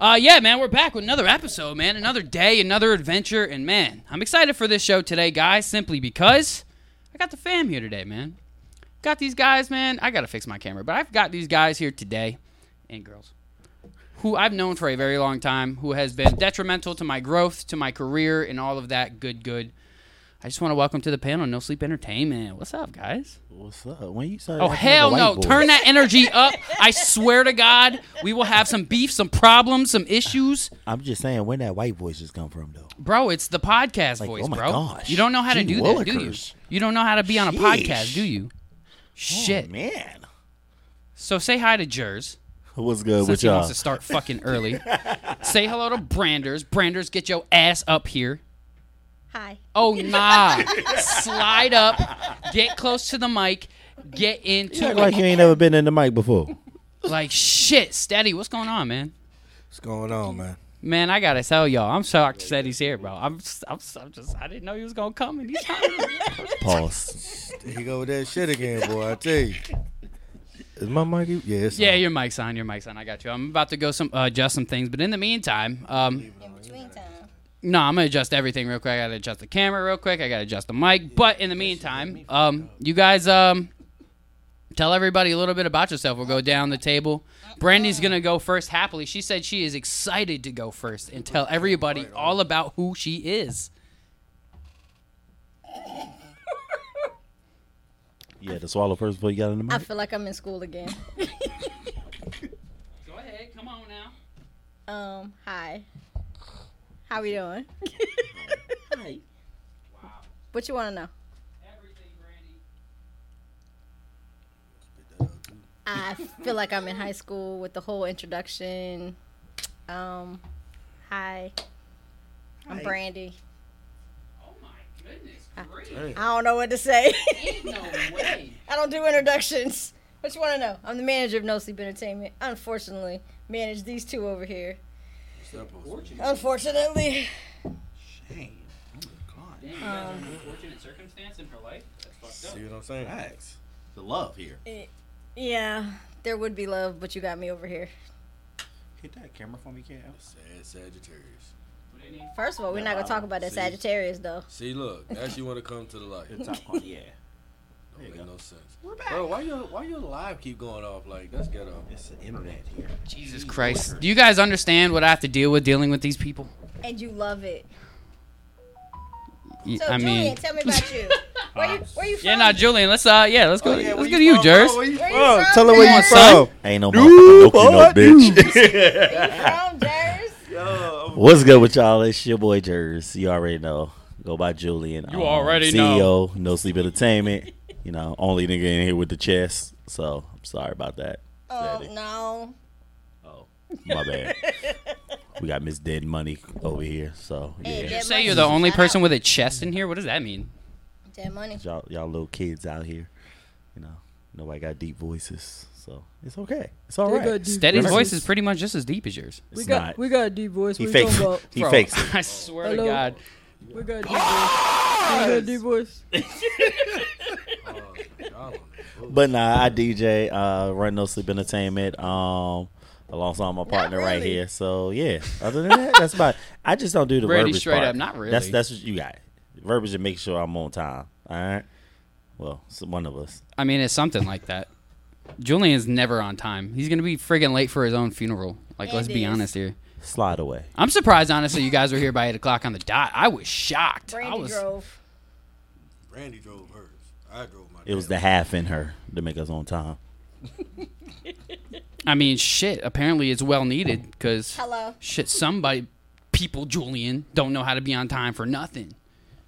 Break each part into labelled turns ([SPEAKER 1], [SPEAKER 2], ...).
[SPEAKER 1] Uh, yeah, man, we're back with another episode, man. Another day, another adventure, and man, I'm excited for this show today, guys. Simply because I got the fam here today, man. Got these guys, man. I gotta fix my camera, but I've got these guys here today, and girls, who I've known for a very long time, who has been detrimental to my growth, to my career, and all of that good, good. I just want to welcome to the panel No Sleep Entertainment. What's up, guys?
[SPEAKER 2] What's up? When you started
[SPEAKER 1] Oh
[SPEAKER 2] acting like
[SPEAKER 1] hell
[SPEAKER 2] a white
[SPEAKER 1] no!
[SPEAKER 2] boy.
[SPEAKER 1] Turn that energy up. I swear to God, we will have some beef, some problems, some issues,
[SPEAKER 2] I'm just saying, when that white voice just come from though?
[SPEAKER 1] bro. It's the podcast
[SPEAKER 2] Like,
[SPEAKER 1] voice,
[SPEAKER 2] oh my
[SPEAKER 1] bro.
[SPEAKER 2] gosh.
[SPEAKER 1] You don't know how to
[SPEAKER 2] Gee
[SPEAKER 1] do that, do you?
[SPEAKER 2] willikers.
[SPEAKER 1] You don't know how to be on a podcast,
[SPEAKER 2] Sheesh.
[SPEAKER 1] do you? Shit.
[SPEAKER 2] Oh, man.
[SPEAKER 1] so say hi to Jers
[SPEAKER 2] What's good
[SPEAKER 1] since
[SPEAKER 2] with
[SPEAKER 1] he wants
[SPEAKER 2] y'all?
[SPEAKER 1] to start fucking early. say hello to Branders. Branders, get your ass up here.
[SPEAKER 3] Hi.
[SPEAKER 1] Oh nah, slide up, get close to the mic, get into
[SPEAKER 2] Act
[SPEAKER 1] it.
[SPEAKER 2] like you ain't never been in the mic before.
[SPEAKER 1] like shit. Steady, what's going on, man?
[SPEAKER 4] What's going on, man?
[SPEAKER 1] Man, I gotta tell y'all, I'm shocked that he's here, bro. I'm, s- I'm, s- I'm just, I didn't know he was gonna come, and he's coming.
[SPEAKER 2] Pause.
[SPEAKER 4] Here you go with that shit again, boy. I tell you. Is my mic? e- Yeah, it's
[SPEAKER 1] yeah,
[SPEAKER 4] on.
[SPEAKER 1] your mic's on, your mic's on. I got you. I'm about to go some uh, adjust some things, but in the meantime, um,
[SPEAKER 3] In between time.
[SPEAKER 1] no, I'm gonna adjust everything real quick. I gotta adjust the camera real quick. I gotta adjust the mic. But in the meantime, um, you guys, um, tell everybody a little bit about yourself. We'll go down the table. Brandy's gonna go first. Happily, she said she is excited to go first and tell everybody all about who she is.
[SPEAKER 2] You had to swallow first before you got in the
[SPEAKER 3] I
[SPEAKER 2] mic.
[SPEAKER 3] feel like I'm in school again.
[SPEAKER 1] Go ahead, come on now.
[SPEAKER 3] um, hi. How we doing? hi. What you want to know?
[SPEAKER 1] Everything, Brandy.
[SPEAKER 3] I feel like I'm in high school with the whole introduction. Um, hi. I'm Brandy.
[SPEAKER 1] Oh my goodness
[SPEAKER 3] I don't know what to say.
[SPEAKER 1] Ain't no way.
[SPEAKER 3] I don't do introductions. What you want to know? I'm the manager of No Sleep Entertainment. Unfortunately, manage these two over here. Unfortunately.
[SPEAKER 4] Oh,
[SPEAKER 1] Damn, you guys are in an unfortunate circumstance in her life. That's fucked
[SPEAKER 4] See what I'm saying?
[SPEAKER 2] The love here.
[SPEAKER 3] Yeah, there would be love, but you got me over here.
[SPEAKER 2] Hit that camera for me, Cal.
[SPEAKER 4] Sad Sagittarius.
[SPEAKER 1] up.
[SPEAKER 3] First of all, we're not gonna talk about that
[SPEAKER 4] See?
[SPEAKER 3] Sagittarius though.
[SPEAKER 4] See, look, that's you want to come to the light. Don't
[SPEAKER 2] top corner. Yeah.
[SPEAKER 4] make no sense. Bro, why your why your live keep going off like that's ghetto?
[SPEAKER 2] It's the internet here.
[SPEAKER 1] Jesus Christ. Do you guys understand what I have to deal with dealing with these people?
[SPEAKER 3] And you love it.
[SPEAKER 1] Y-
[SPEAKER 3] So
[SPEAKER 1] I
[SPEAKER 3] Julian,
[SPEAKER 1] mean,
[SPEAKER 3] tell me about you. Where you where you from?
[SPEAKER 1] yeah, no, Julian. Let's uh, yeah, let's go.
[SPEAKER 4] Oh, yeah,
[SPEAKER 1] let's
[SPEAKER 4] where
[SPEAKER 1] go to you,
[SPEAKER 4] from,
[SPEAKER 1] Jers.
[SPEAKER 4] bro? Where you
[SPEAKER 3] Where you
[SPEAKER 4] from?
[SPEAKER 3] from,
[SPEAKER 4] Tell her
[SPEAKER 1] Come
[SPEAKER 4] where
[SPEAKER 1] on,
[SPEAKER 4] you
[SPEAKER 1] son.
[SPEAKER 4] from.
[SPEAKER 2] Ain't no motherfucking dokie, no bitch.
[SPEAKER 3] Where you from, Jers?
[SPEAKER 2] What's good with y'all? It's your boy Jers. You already know. Go by Julian. um,
[SPEAKER 1] You already
[SPEAKER 2] CEO, know. CEO, No Sleep Entertainment. You know, only nigga in here with the chest. So I'm sorry about that.
[SPEAKER 3] Oh
[SPEAKER 2] Daddy.
[SPEAKER 3] no.
[SPEAKER 2] Oh, my bad. we got Miss Dead Money over here, so yeah.
[SPEAKER 3] Hey,
[SPEAKER 1] You
[SPEAKER 3] Dead
[SPEAKER 1] say
[SPEAKER 3] Money.
[SPEAKER 1] you're the only
[SPEAKER 3] Shout
[SPEAKER 1] person
[SPEAKER 3] out.
[SPEAKER 1] with a chest in here. What does that mean?
[SPEAKER 3] Dead money.
[SPEAKER 2] Y'all, y'all little kids out here, you know, nobody got deep voices, so it's okay. It's all right.
[SPEAKER 1] Steady's voice is pretty much just as deep as yours.
[SPEAKER 2] It's
[SPEAKER 5] We got
[SPEAKER 2] not.
[SPEAKER 5] we got a deep voice.
[SPEAKER 2] he
[SPEAKER 5] What you
[SPEAKER 2] fakes.
[SPEAKER 5] talking about?
[SPEAKER 2] He
[SPEAKER 1] Bro,
[SPEAKER 2] fakes it.
[SPEAKER 1] I swear
[SPEAKER 5] Hello.
[SPEAKER 1] to God.
[SPEAKER 5] We got a deep voice. We got a deep voice.
[SPEAKER 2] But nah, I DJ, uh, run no sleep entertainment, um, alongside my partner right
[SPEAKER 3] really.
[SPEAKER 2] here. So yeah, other than that, that's about. It. I just don't do the
[SPEAKER 1] Brady,
[SPEAKER 2] verbiage
[SPEAKER 1] straight
[SPEAKER 2] part.
[SPEAKER 1] up, not really.
[SPEAKER 2] That's that's what you got. Verbiage to make sure I'm on time. All right. Well, it's one of us.
[SPEAKER 1] I mean, it's something like that. Julian's never on time. He's gonna be friggin' late for his own funeral. Like,
[SPEAKER 3] It
[SPEAKER 1] let's be
[SPEAKER 3] is.
[SPEAKER 1] honest here.
[SPEAKER 2] Slide away.
[SPEAKER 1] I'm surprised, honestly, you guys were here by eight o'clock on the dot. I was shocked. I
[SPEAKER 3] Brandy
[SPEAKER 1] was,
[SPEAKER 3] drove.
[SPEAKER 4] Brandy drove hers. I drove my.
[SPEAKER 2] It was the half in her to make us on time.
[SPEAKER 1] I mean, shit. Apparently, it's well needed because
[SPEAKER 3] Hello.
[SPEAKER 1] shit. Somebody, people, Julian, don't know how to be on time for nothing.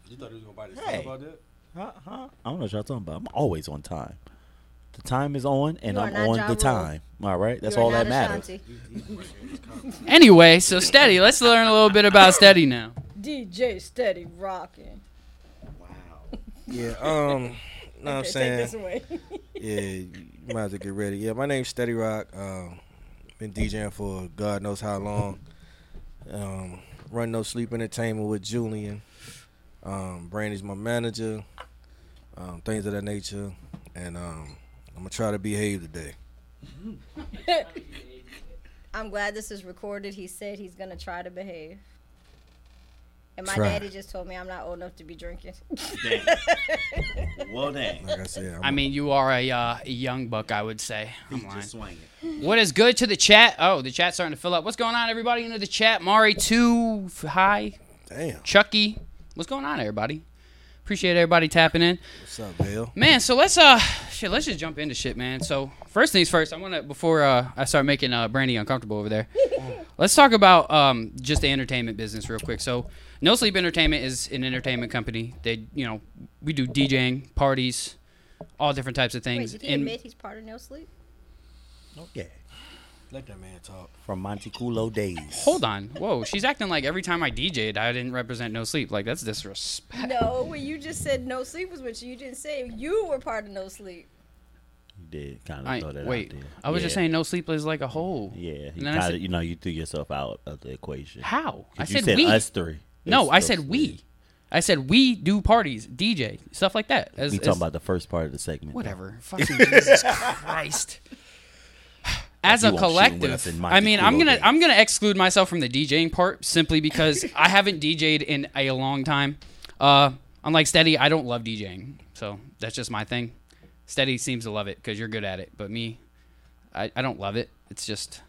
[SPEAKER 4] You thought he was gonna buy this
[SPEAKER 2] Hey.
[SPEAKER 4] about that?
[SPEAKER 2] I don't know what y'all talking about. I'm always on time. The time is on, and
[SPEAKER 3] You are
[SPEAKER 2] I'm
[SPEAKER 3] not
[SPEAKER 2] on
[SPEAKER 3] Ja
[SPEAKER 2] the
[SPEAKER 3] Rule.
[SPEAKER 2] time. All right, that's
[SPEAKER 3] You are
[SPEAKER 2] all that
[SPEAKER 3] not
[SPEAKER 2] matters.
[SPEAKER 3] Ashanti.
[SPEAKER 1] Anyway, so steady. Let's learn a little bit about steady now.
[SPEAKER 3] DJ steady rocking.
[SPEAKER 4] Yeah. Um. Know what I'm
[SPEAKER 3] Okay,
[SPEAKER 4] saying.
[SPEAKER 3] take this away.
[SPEAKER 4] yeah, you might have to get ready. Yeah, my name's Steady Rock. Um, been DJing for God knows how long. Um, run No Sleep Entertainment with Julian. Um, Brandy's my manager. Um, things of that nature, and um, I'm gonna try to behave today.
[SPEAKER 3] I'm glad this is recorded. He said he's gonna try to behave. And my
[SPEAKER 4] Try.
[SPEAKER 3] daddy just told me I'm not old enough to be drinking.
[SPEAKER 2] Dang. well, dang.
[SPEAKER 4] Like I said, I'm
[SPEAKER 1] I mean, you are a, uh, a young buck, I would say.
[SPEAKER 2] He
[SPEAKER 1] I'm lying.
[SPEAKER 2] just swinging.
[SPEAKER 1] What is good to the chat? Oh, the chat's starting to fill up. What's going on, everybody? Into the chat, Mari two, hi,
[SPEAKER 4] damn.
[SPEAKER 1] Chucky. What's going on, everybody? Appreciate everybody tapping in.
[SPEAKER 4] What's up, Bill?
[SPEAKER 1] Man, so let's uh shit, let's just jump into shit, man. So first things first, I wanna before uh I start making uh Brandy uncomfortable over there, let's talk about um just the entertainment business real quick. So No Sleep Entertainment is an entertainment company. They you know, we do DJing, parties, all different types of
[SPEAKER 3] Wait,
[SPEAKER 1] things.
[SPEAKER 3] did he
[SPEAKER 1] And-
[SPEAKER 3] admit he's part of no sleep?
[SPEAKER 2] Yeah.
[SPEAKER 4] Let that man talk.
[SPEAKER 2] From Monte Culo days.
[SPEAKER 1] Hold on. Whoa, she's acting like every time I DJ'd I didn't represent No Sleep. Like that's disrespect.
[SPEAKER 3] No, when you just said no sleep was with you, you didn't say you were part of no sleep.
[SPEAKER 2] You did kind
[SPEAKER 1] I,
[SPEAKER 2] of throw that
[SPEAKER 1] wait.
[SPEAKER 2] out there.
[SPEAKER 1] I was
[SPEAKER 2] Yeah.
[SPEAKER 1] just saying No Sleep is like a whole.
[SPEAKER 2] Yeah. You,
[SPEAKER 1] And then I
[SPEAKER 2] kinda,
[SPEAKER 1] said-
[SPEAKER 2] you know, you threw yourself out of the equation.
[SPEAKER 1] How? I
[SPEAKER 2] 'Cause you
[SPEAKER 1] said,
[SPEAKER 2] said
[SPEAKER 1] we.
[SPEAKER 2] us three.
[SPEAKER 1] No,
[SPEAKER 2] It's
[SPEAKER 1] I
[SPEAKER 2] no
[SPEAKER 1] said
[SPEAKER 2] sleep.
[SPEAKER 1] we. I said we do parties, DJ, stuff like that. As,
[SPEAKER 2] We talking
[SPEAKER 1] as-
[SPEAKER 2] about the first part of the segment. though.
[SPEAKER 1] whatever. Fucking Jesus Christ. As
[SPEAKER 2] You
[SPEAKER 1] a
[SPEAKER 2] won't shoot him with us
[SPEAKER 1] collective,
[SPEAKER 2] in
[SPEAKER 1] I mean, I'm
[SPEAKER 2] Monte
[SPEAKER 1] gonna
[SPEAKER 2] Carlo
[SPEAKER 1] I'm gonna exclude myself from the DJing part simply because I haven't DJed in a long time. Uh, unlike Steady, I don't love DJing, so that's just my thing. Steady seems to love it because you're good at it, but me, I, I don't love it. It's just,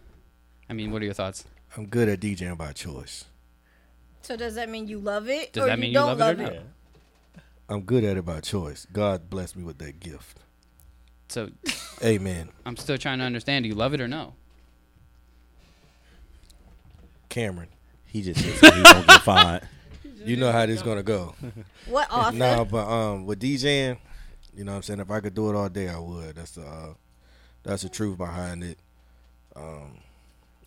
[SPEAKER 1] I mean, what are your thoughts?
[SPEAKER 4] I'm good at DJing by choice.
[SPEAKER 3] So does that mean you love it
[SPEAKER 1] Does
[SPEAKER 3] or
[SPEAKER 1] that
[SPEAKER 3] Oh, you
[SPEAKER 1] mean you
[SPEAKER 3] don't
[SPEAKER 1] love,
[SPEAKER 3] love
[SPEAKER 1] it or not?
[SPEAKER 4] I'm good at it by choice. God bless me with that gift.
[SPEAKER 1] So
[SPEAKER 4] Amen.
[SPEAKER 1] I'm still trying to understand. Do you love it or no?
[SPEAKER 4] Cameron,
[SPEAKER 2] He just said so he won't get fined.
[SPEAKER 4] you know how this gonna go.
[SPEAKER 3] What author?
[SPEAKER 4] nah, but um, with DJing, you know what I'm saying. If I could do it all day, I would. That's the uh, that's the truth behind it. Um,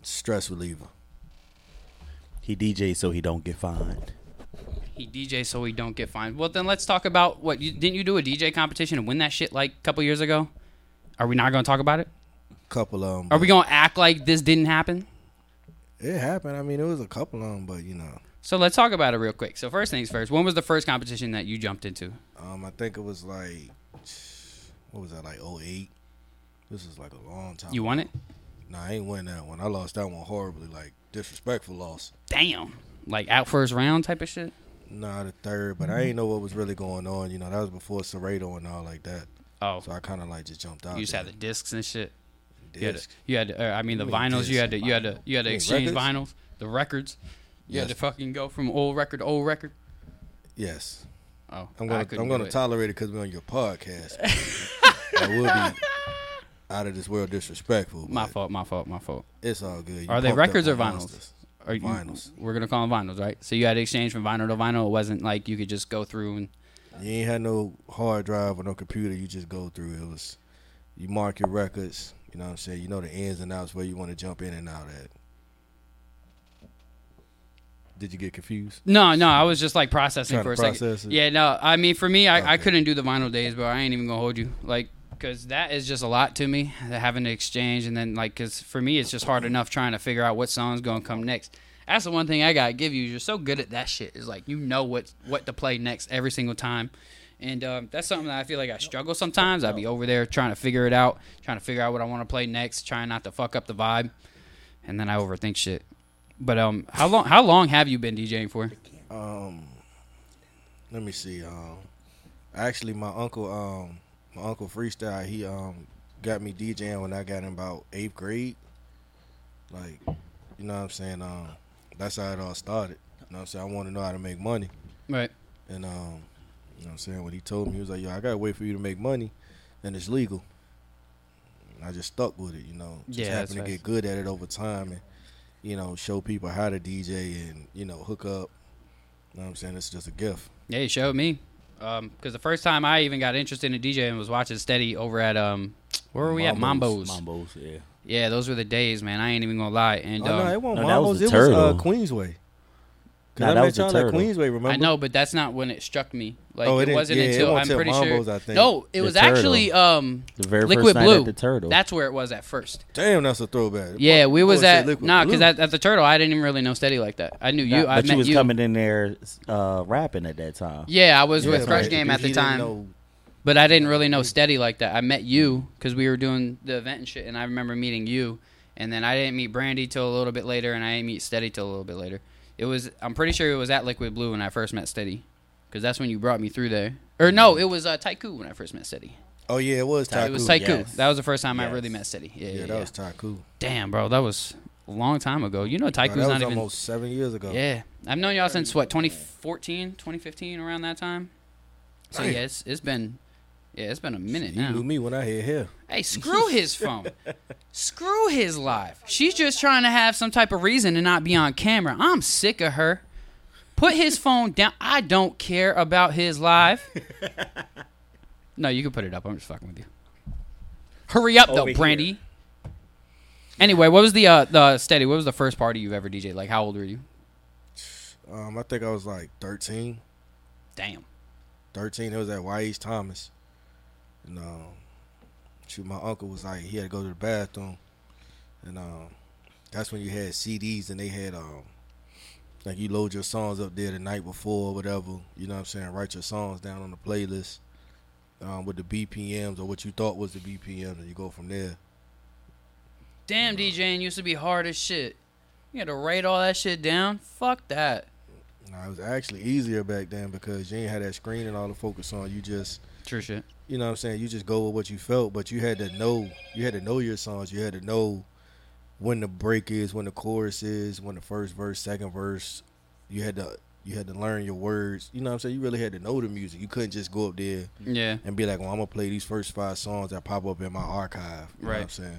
[SPEAKER 4] stress reliever.
[SPEAKER 2] He DJs so he don't get fined.
[SPEAKER 1] He DJ so he don't get fined. Well, then let's talk about what you didn't you do a DJ competition and win that shit like a couple years ago? Are we not going to talk about it?
[SPEAKER 4] Couple of 'em,
[SPEAKER 1] Are we
[SPEAKER 4] but
[SPEAKER 1] going to act like this didn't happen?
[SPEAKER 4] It happened. I mean, it was a couple of them, but you know,
[SPEAKER 1] So let's talk about it real quick. So first things first, when was the first competition that you jumped into?
[SPEAKER 4] um, I think it was like what was that like 08? This is like a long time.
[SPEAKER 1] You won it?
[SPEAKER 4] Nah, I ain't win that one. I lost that one horribly, like disrespectful loss.
[SPEAKER 1] Damn. Like out first round type of shit?
[SPEAKER 4] Nah, the third, but I ain't know what was really going on. You know, that was before Serrato and all like that.
[SPEAKER 1] Oh,
[SPEAKER 4] So I kind of like just jumped out.
[SPEAKER 1] you just
[SPEAKER 4] there.
[SPEAKER 1] had the discs and shit. You had, to,
[SPEAKER 4] Disc.
[SPEAKER 1] you had to, uh, I mean the
[SPEAKER 4] mean
[SPEAKER 1] vinyls. You
[SPEAKER 4] discs
[SPEAKER 1] had to,
[SPEAKER 4] and
[SPEAKER 1] you had to, you had to
[SPEAKER 4] You mean
[SPEAKER 1] exchange
[SPEAKER 4] records?
[SPEAKER 1] vinyls, the records. You had to
[SPEAKER 4] Yes.
[SPEAKER 1] fucking go from old record to old record.
[SPEAKER 4] Yes,
[SPEAKER 1] Oh, I
[SPEAKER 4] I'm gonna
[SPEAKER 1] couldn't
[SPEAKER 4] I'm
[SPEAKER 1] do
[SPEAKER 4] gonna
[SPEAKER 1] it.
[SPEAKER 4] tolerate it because we're on your podcast. I will be out of this world disrespectful.
[SPEAKER 1] My
[SPEAKER 4] but
[SPEAKER 1] fault. My fault. My fault.
[SPEAKER 4] It's all good. You
[SPEAKER 1] Are they
[SPEAKER 4] pumped up
[SPEAKER 1] records or
[SPEAKER 4] on
[SPEAKER 1] vinyls?
[SPEAKER 4] monsters.
[SPEAKER 1] Are you,
[SPEAKER 4] Vinyls.
[SPEAKER 1] We're gonna call them vinyls, right? So you had to exchange from vinyl to vinyl. It wasn't like you could just go through and
[SPEAKER 4] You ain't had no hard drive or no computer. You just go through. It was you mark your records. You know what I'm saying. You know the ins and outs where you want to jump in and out at. Did you get confused?
[SPEAKER 1] no, no. I was just like processing
[SPEAKER 4] Trying
[SPEAKER 1] for a
[SPEAKER 4] to process
[SPEAKER 1] second.
[SPEAKER 4] it.
[SPEAKER 1] Yeah, no. I mean, for me, I, I
[SPEAKER 4] Okay.
[SPEAKER 1] couldn't do the vinyl days, but I ain't even gonna hold you, like, because that is just a lot to me the having to exchange and then like, because for me, it's just hard enough trying to figure out what song's gonna come next. That's the one thing I gotta give you. You're so good at that shit. Is like you know what what to play next every single time. And um, that's something that I feel like I struggle sometimes. I'd be over there trying to figure it out, trying to figure out what I want to play next, trying not to fuck up the vibe. and then I overthink shit. But um, how long how long have you been DJing for?
[SPEAKER 4] Um, let me see. Um, actually, my uncle, um, my uncle freestyle, he um got me DJing when I got in about eighth grade. Like, you know what I'm saying? Um, that's how it all started. You know what I'm saying? I want to know how to make money.
[SPEAKER 1] Right.
[SPEAKER 4] And um, you know what I'm saying? When he told me, he was like, "Yo, I gotta wait for you to make money, and it's legal." And I just stuck with it, you know. Just
[SPEAKER 1] Yeah, that's
[SPEAKER 4] happened to
[SPEAKER 1] facts.
[SPEAKER 4] get good at it over time, and you know, show people how to DJ and you know, hook up. You know what I'm saying? It's just a gift.
[SPEAKER 1] Yeah, you showed me. Um, because the first time I even got interested in DJing was watching Steady over at um, where were we at Mambo's?
[SPEAKER 2] Mambo's, yeah.
[SPEAKER 1] Yeah, those were the days, man. I ain't even gonna lie. And
[SPEAKER 4] oh
[SPEAKER 1] um,
[SPEAKER 4] no, it wasn't
[SPEAKER 2] no, that
[SPEAKER 4] Mamos,
[SPEAKER 2] was the
[SPEAKER 4] it was uh,
[SPEAKER 2] turtle.
[SPEAKER 4] Queensway. Cause
[SPEAKER 2] Nah,
[SPEAKER 4] I
[SPEAKER 2] that
[SPEAKER 4] met
[SPEAKER 2] was the
[SPEAKER 4] y'all at
[SPEAKER 2] turtle.
[SPEAKER 4] Queensway. Remember?
[SPEAKER 1] I know, but that's not when it struck me. Like
[SPEAKER 4] Oh,
[SPEAKER 1] it,
[SPEAKER 4] it didn't-
[SPEAKER 1] wasn't
[SPEAKER 4] yeah, it
[SPEAKER 1] until
[SPEAKER 4] wasn't
[SPEAKER 1] I'm
[SPEAKER 4] till
[SPEAKER 1] pretty
[SPEAKER 4] Mambo's,
[SPEAKER 1] sure.
[SPEAKER 4] I think.
[SPEAKER 1] No, it
[SPEAKER 2] The
[SPEAKER 1] was
[SPEAKER 2] Turtle.
[SPEAKER 1] actually um,
[SPEAKER 2] The very
[SPEAKER 1] Liquid
[SPEAKER 2] first night
[SPEAKER 1] Blue.
[SPEAKER 2] at the Turtle.
[SPEAKER 1] That's where it was at first.
[SPEAKER 4] Damn, that's a throwback.
[SPEAKER 1] Yeah, we
[SPEAKER 4] Boy,
[SPEAKER 1] was
[SPEAKER 4] said
[SPEAKER 1] at
[SPEAKER 4] Oh, Liquid
[SPEAKER 1] nah, because
[SPEAKER 4] Blue.
[SPEAKER 1] at, at the Turtle, I didn't even really know Steady like that. I knew you. I
[SPEAKER 2] but
[SPEAKER 1] met
[SPEAKER 2] you was coming in there uh, rapping at that time.
[SPEAKER 1] Yeah, I was
[SPEAKER 4] Yeah,
[SPEAKER 1] with Crush
[SPEAKER 4] but
[SPEAKER 1] Game
[SPEAKER 4] he
[SPEAKER 1] at the
[SPEAKER 4] didn't
[SPEAKER 1] time.
[SPEAKER 4] know-
[SPEAKER 1] But I didn't really know Steady like that. I met you because we were doing the event and shit, and I remember meeting you. and then I didn't meet Brandy till a little bit later, and I didn't meet Steady till a little bit later. It was I'm pretty sure it was at Liquid Blue when I first met Steady, because that's when you brought me through there. Or no, it was uh, Taiku when I first met Steady.
[SPEAKER 4] Oh yeah, it was Taku.
[SPEAKER 1] It was Taiku.
[SPEAKER 2] yes.
[SPEAKER 1] That was the first time I
[SPEAKER 2] Yes.
[SPEAKER 1] really met Steady. Yeah,
[SPEAKER 4] Yeah,
[SPEAKER 1] yeah,
[SPEAKER 4] that
[SPEAKER 1] yeah.
[SPEAKER 4] was Taku.
[SPEAKER 1] Damn, bro, that was a long time ago. You know,
[SPEAKER 4] Oh,
[SPEAKER 1] Taiku's
[SPEAKER 4] that
[SPEAKER 1] not
[SPEAKER 4] was
[SPEAKER 1] even.
[SPEAKER 4] almost seven years ago.
[SPEAKER 1] Yeah, I've known y'all since what 2014, 2015, around that time. So yeah, it's, it's been yeah, it's been a minute
[SPEAKER 4] You knew
[SPEAKER 1] now.
[SPEAKER 4] me when I hit here.
[SPEAKER 1] Hey, screw his phone, screw his life. She's just trying to have some type of reason to not be on camera. I'm sick of her. Put his phone down. I don't care about his live. No, you can put it up. I'm just fucking with you. Hurry up
[SPEAKER 2] Over
[SPEAKER 1] though,
[SPEAKER 2] here.
[SPEAKER 1] Brandy. Anyway, what was the uh the steady? What was the first party you've ever DJ? Like, how old were you?
[SPEAKER 4] Um, I think I was like 13.
[SPEAKER 1] Damn.
[SPEAKER 4] 13. It was at Y.H. Thomas. And um, shoot, my uncle was like, he had to go to the bathroom. And um, that's when you had CDs and they had, um, like, you load your songs up there the night before or whatever. You know what I'm saying? Write your songs down on the playlist um, with the BPMs or what you thought was the BPMs. And you go from there.
[SPEAKER 1] Damn, DJing used to be hard as shit. You had to write all that shit down. Fuck that.
[SPEAKER 4] Now, it was actually easier back then because you ain't had that screen and all the focus on. You just
[SPEAKER 1] True shit.
[SPEAKER 4] you know what I'm saying, you just go with what you felt, but you had to know you had to know your songs. You had to know when the break is, when the chorus is, when the first verse, second verse. You had to you had to learn your words. You know what I'm saying? You really had to know the music. You couldn't just go up there
[SPEAKER 1] Yeah.
[SPEAKER 4] and be like, Well, I'm gonna play these first five songs that pop up in my archive. You know what I'm
[SPEAKER 1] Right.
[SPEAKER 4] saying?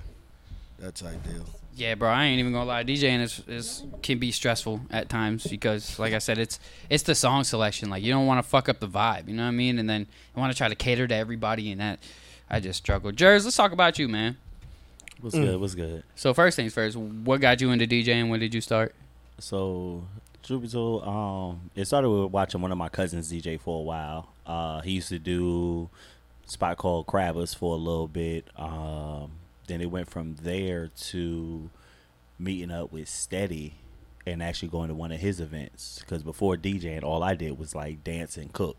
[SPEAKER 4] That type deal.
[SPEAKER 1] Yeah, bro. I ain't even gonna lie. DJing is, is can be stressful at times because, like I said, it's it's the song selection. Like you don't want to fuck up the vibe. You know what I mean? And then you want to try to cater to everybody, and that I just struggle. Jers, let's talk about you, man.
[SPEAKER 2] What's good? What's good?
[SPEAKER 1] So first things first, what got you into DJing? When did you start?
[SPEAKER 2] So, truth be told, um, it started with watching one of my cousins DJ for a while. Uh, he used to do a spot called Crabbers for a little bit. Um, then it went from there to meeting up with Steady and actually going to one of his events. Because before DJing, all I did was like dance and cook.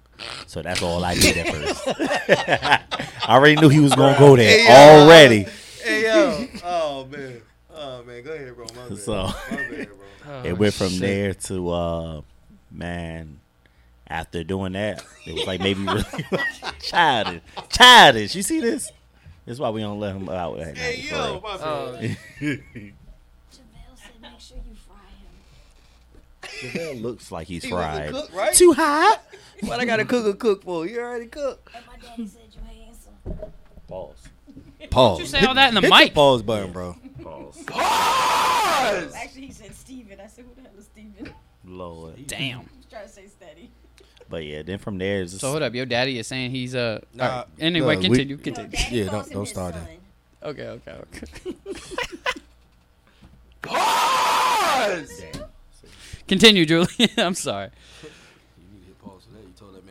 [SPEAKER 2] So that's all I did at first. I already knew he was gonna go there already.
[SPEAKER 4] Hey yo. oh man. Oh man, go ahead, bro. My bad.
[SPEAKER 2] So-
[SPEAKER 4] My bad, bro.
[SPEAKER 2] it went from there to uh man after doing that it was like maybe really childish childish you see this that's why we don't let him out at night, for real.
[SPEAKER 4] my bad.
[SPEAKER 6] Javale said make sure you fry him.
[SPEAKER 2] Javale looks like he's
[SPEAKER 4] You wasn't
[SPEAKER 2] fried
[SPEAKER 4] cooked, right?
[SPEAKER 2] too hot
[SPEAKER 4] What I gotta cook a cook for? You already cooked.
[SPEAKER 6] And my daddy said you handsome.
[SPEAKER 2] pause
[SPEAKER 4] Pause.
[SPEAKER 1] You say all that in the mic.
[SPEAKER 4] Pause button, bro.
[SPEAKER 2] pause
[SPEAKER 7] Actually, he said Steven. I said, who the hell is Steven?
[SPEAKER 2] lord
[SPEAKER 1] Damn.
[SPEAKER 7] He's trying to say steady.
[SPEAKER 2] but yeah then from there it's just,
[SPEAKER 1] So hold up, your daddy is saying he's uh.
[SPEAKER 4] Nah,
[SPEAKER 1] all right. Anyway,
[SPEAKER 4] nah, we-
[SPEAKER 1] continue,
[SPEAKER 4] No,
[SPEAKER 1] continue.
[SPEAKER 7] Daddy
[SPEAKER 4] Yeah,
[SPEAKER 7] calls
[SPEAKER 4] don't-
[SPEAKER 7] him
[SPEAKER 4] don't
[SPEAKER 7] his
[SPEAKER 4] start
[SPEAKER 7] son.
[SPEAKER 4] that.
[SPEAKER 1] Okay, okay, okay.
[SPEAKER 2] Damn.
[SPEAKER 1] Continue, Julie. I'm sorry.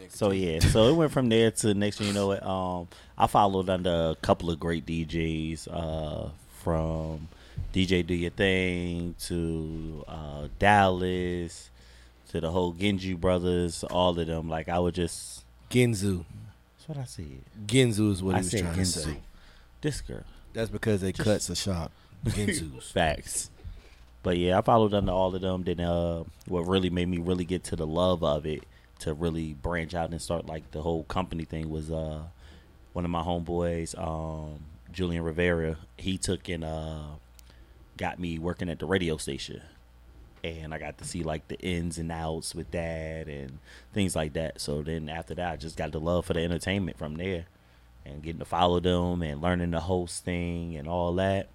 [SPEAKER 2] So yeah, so it went from there to next thing you know it. Um, I followed under a couple of great DJs, uh, from DJ Do Your Thing to uh, Dallas to the whole Genji brothers, all of them. Like I would just
[SPEAKER 4] Ginzu.
[SPEAKER 2] that's what I said.
[SPEAKER 4] Ginzu is what
[SPEAKER 2] I
[SPEAKER 4] he was
[SPEAKER 2] said
[SPEAKER 4] trying to say.
[SPEAKER 2] Genzu. This girl.
[SPEAKER 4] That's because they cuts are sharp. Ginzus.
[SPEAKER 2] Facts. But yeah, I followed under all of them. Then uh, what really made me really get to the love of it to really branch out and start like the whole company thing was uh one of my homeboys, um, Julian Rivera. He took and uh got me working at the radio station. And I got to see like the ins and outs with that and things like that. So then after that, I just got the love for the entertainment from there and getting to follow them and learning the host thing and all that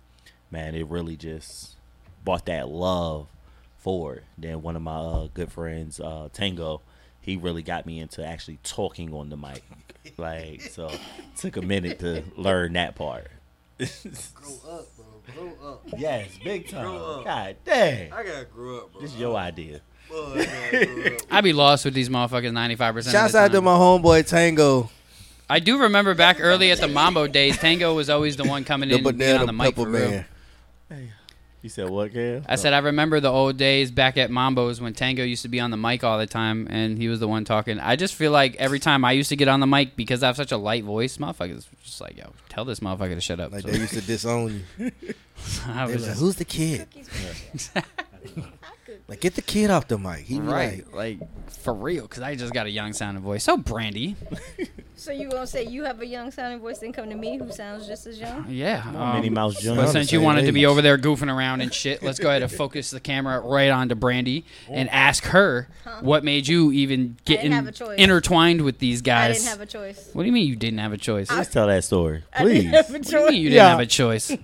[SPEAKER 2] man, it really just brought that love forward. Then one of my uh, good friends, uh, Tango, he really got me into actually talking on the mic. Like, so took a minute to learn that part.
[SPEAKER 4] Grow up, bro. Grow up.
[SPEAKER 2] Yes, big
[SPEAKER 4] Grow
[SPEAKER 2] time.
[SPEAKER 4] up.
[SPEAKER 2] God dang.
[SPEAKER 4] I gotta grow up, bro.
[SPEAKER 2] This is your idea.
[SPEAKER 1] I'd be lost with these motherfuckers 95% of
[SPEAKER 4] Shouts
[SPEAKER 1] the
[SPEAKER 4] out to
[SPEAKER 1] time.
[SPEAKER 4] my homeboy Tango,
[SPEAKER 1] I do remember back early at the Mambo days, Tango was always the one coming
[SPEAKER 4] the
[SPEAKER 1] in and being on
[SPEAKER 4] banana
[SPEAKER 1] the mic
[SPEAKER 4] pepper
[SPEAKER 1] for real.
[SPEAKER 4] man.
[SPEAKER 2] You said what, Cam?
[SPEAKER 1] I said I remember the old days back at Mambo's when Tango used to be on the mic all the time and he was the one talking. I just feel like every time I used to get on the mic because I have such a light voice, motherfuckers were just like, yo, tell this motherfucker to shut up.
[SPEAKER 4] Like
[SPEAKER 1] So
[SPEAKER 4] they used to disown you.
[SPEAKER 1] I
[SPEAKER 4] They
[SPEAKER 1] was
[SPEAKER 4] was like,
[SPEAKER 1] just-
[SPEAKER 4] "Who's the kid?
[SPEAKER 6] Cookies with
[SPEAKER 4] Like get the kid off the mic." He be
[SPEAKER 1] right,
[SPEAKER 4] like,
[SPEAKER 1] like for real, because I just got a young sounding voice. So Brandy,
[SPEAKER 3] So you gonna say you have a young sounding voice and come to me who sounds just as young?
[SPEAKER 1] yeah. um,
[SPEAKER 2] Minnie Mouse
[SPEAKER 1] But
[SPEAKER 2] Jr.
[SPEAKER 4] Around the
[SPEAKER 1] since you
[SPEAKER 4] same
[SPEAKER 1] wanted to be
[SPEAKER 4] age.
[SPEAKER 1] over there goofing around and shit, let's go ahead and focus the camera right onto Brandy and ask her what made you even get
[SPEAKER 3] didn't
[SPEAKER 1] in-
[SPEAKER 3] have a choice.
[SPEAKER 1] intertwined with these
[SPEAKER 3] I
[SPEAKER 1] guys.
[SPEAKER 3] didn't have a choice.
[SPEAKER 1] what do you mean you didn't have a choice?
[SPEAKER 2] Let's tell that story,
[SPEAKER 3] I didn't
[SPEAKER 2] please.
[SPEAKER 3] have a
[SPEAKER 1] What do you
[SPEAKER 3] choice.
[SPEAKER 1] mean you
[SPEAKER 2] Yeah.
[SPEAKER 1] didn't have a choice?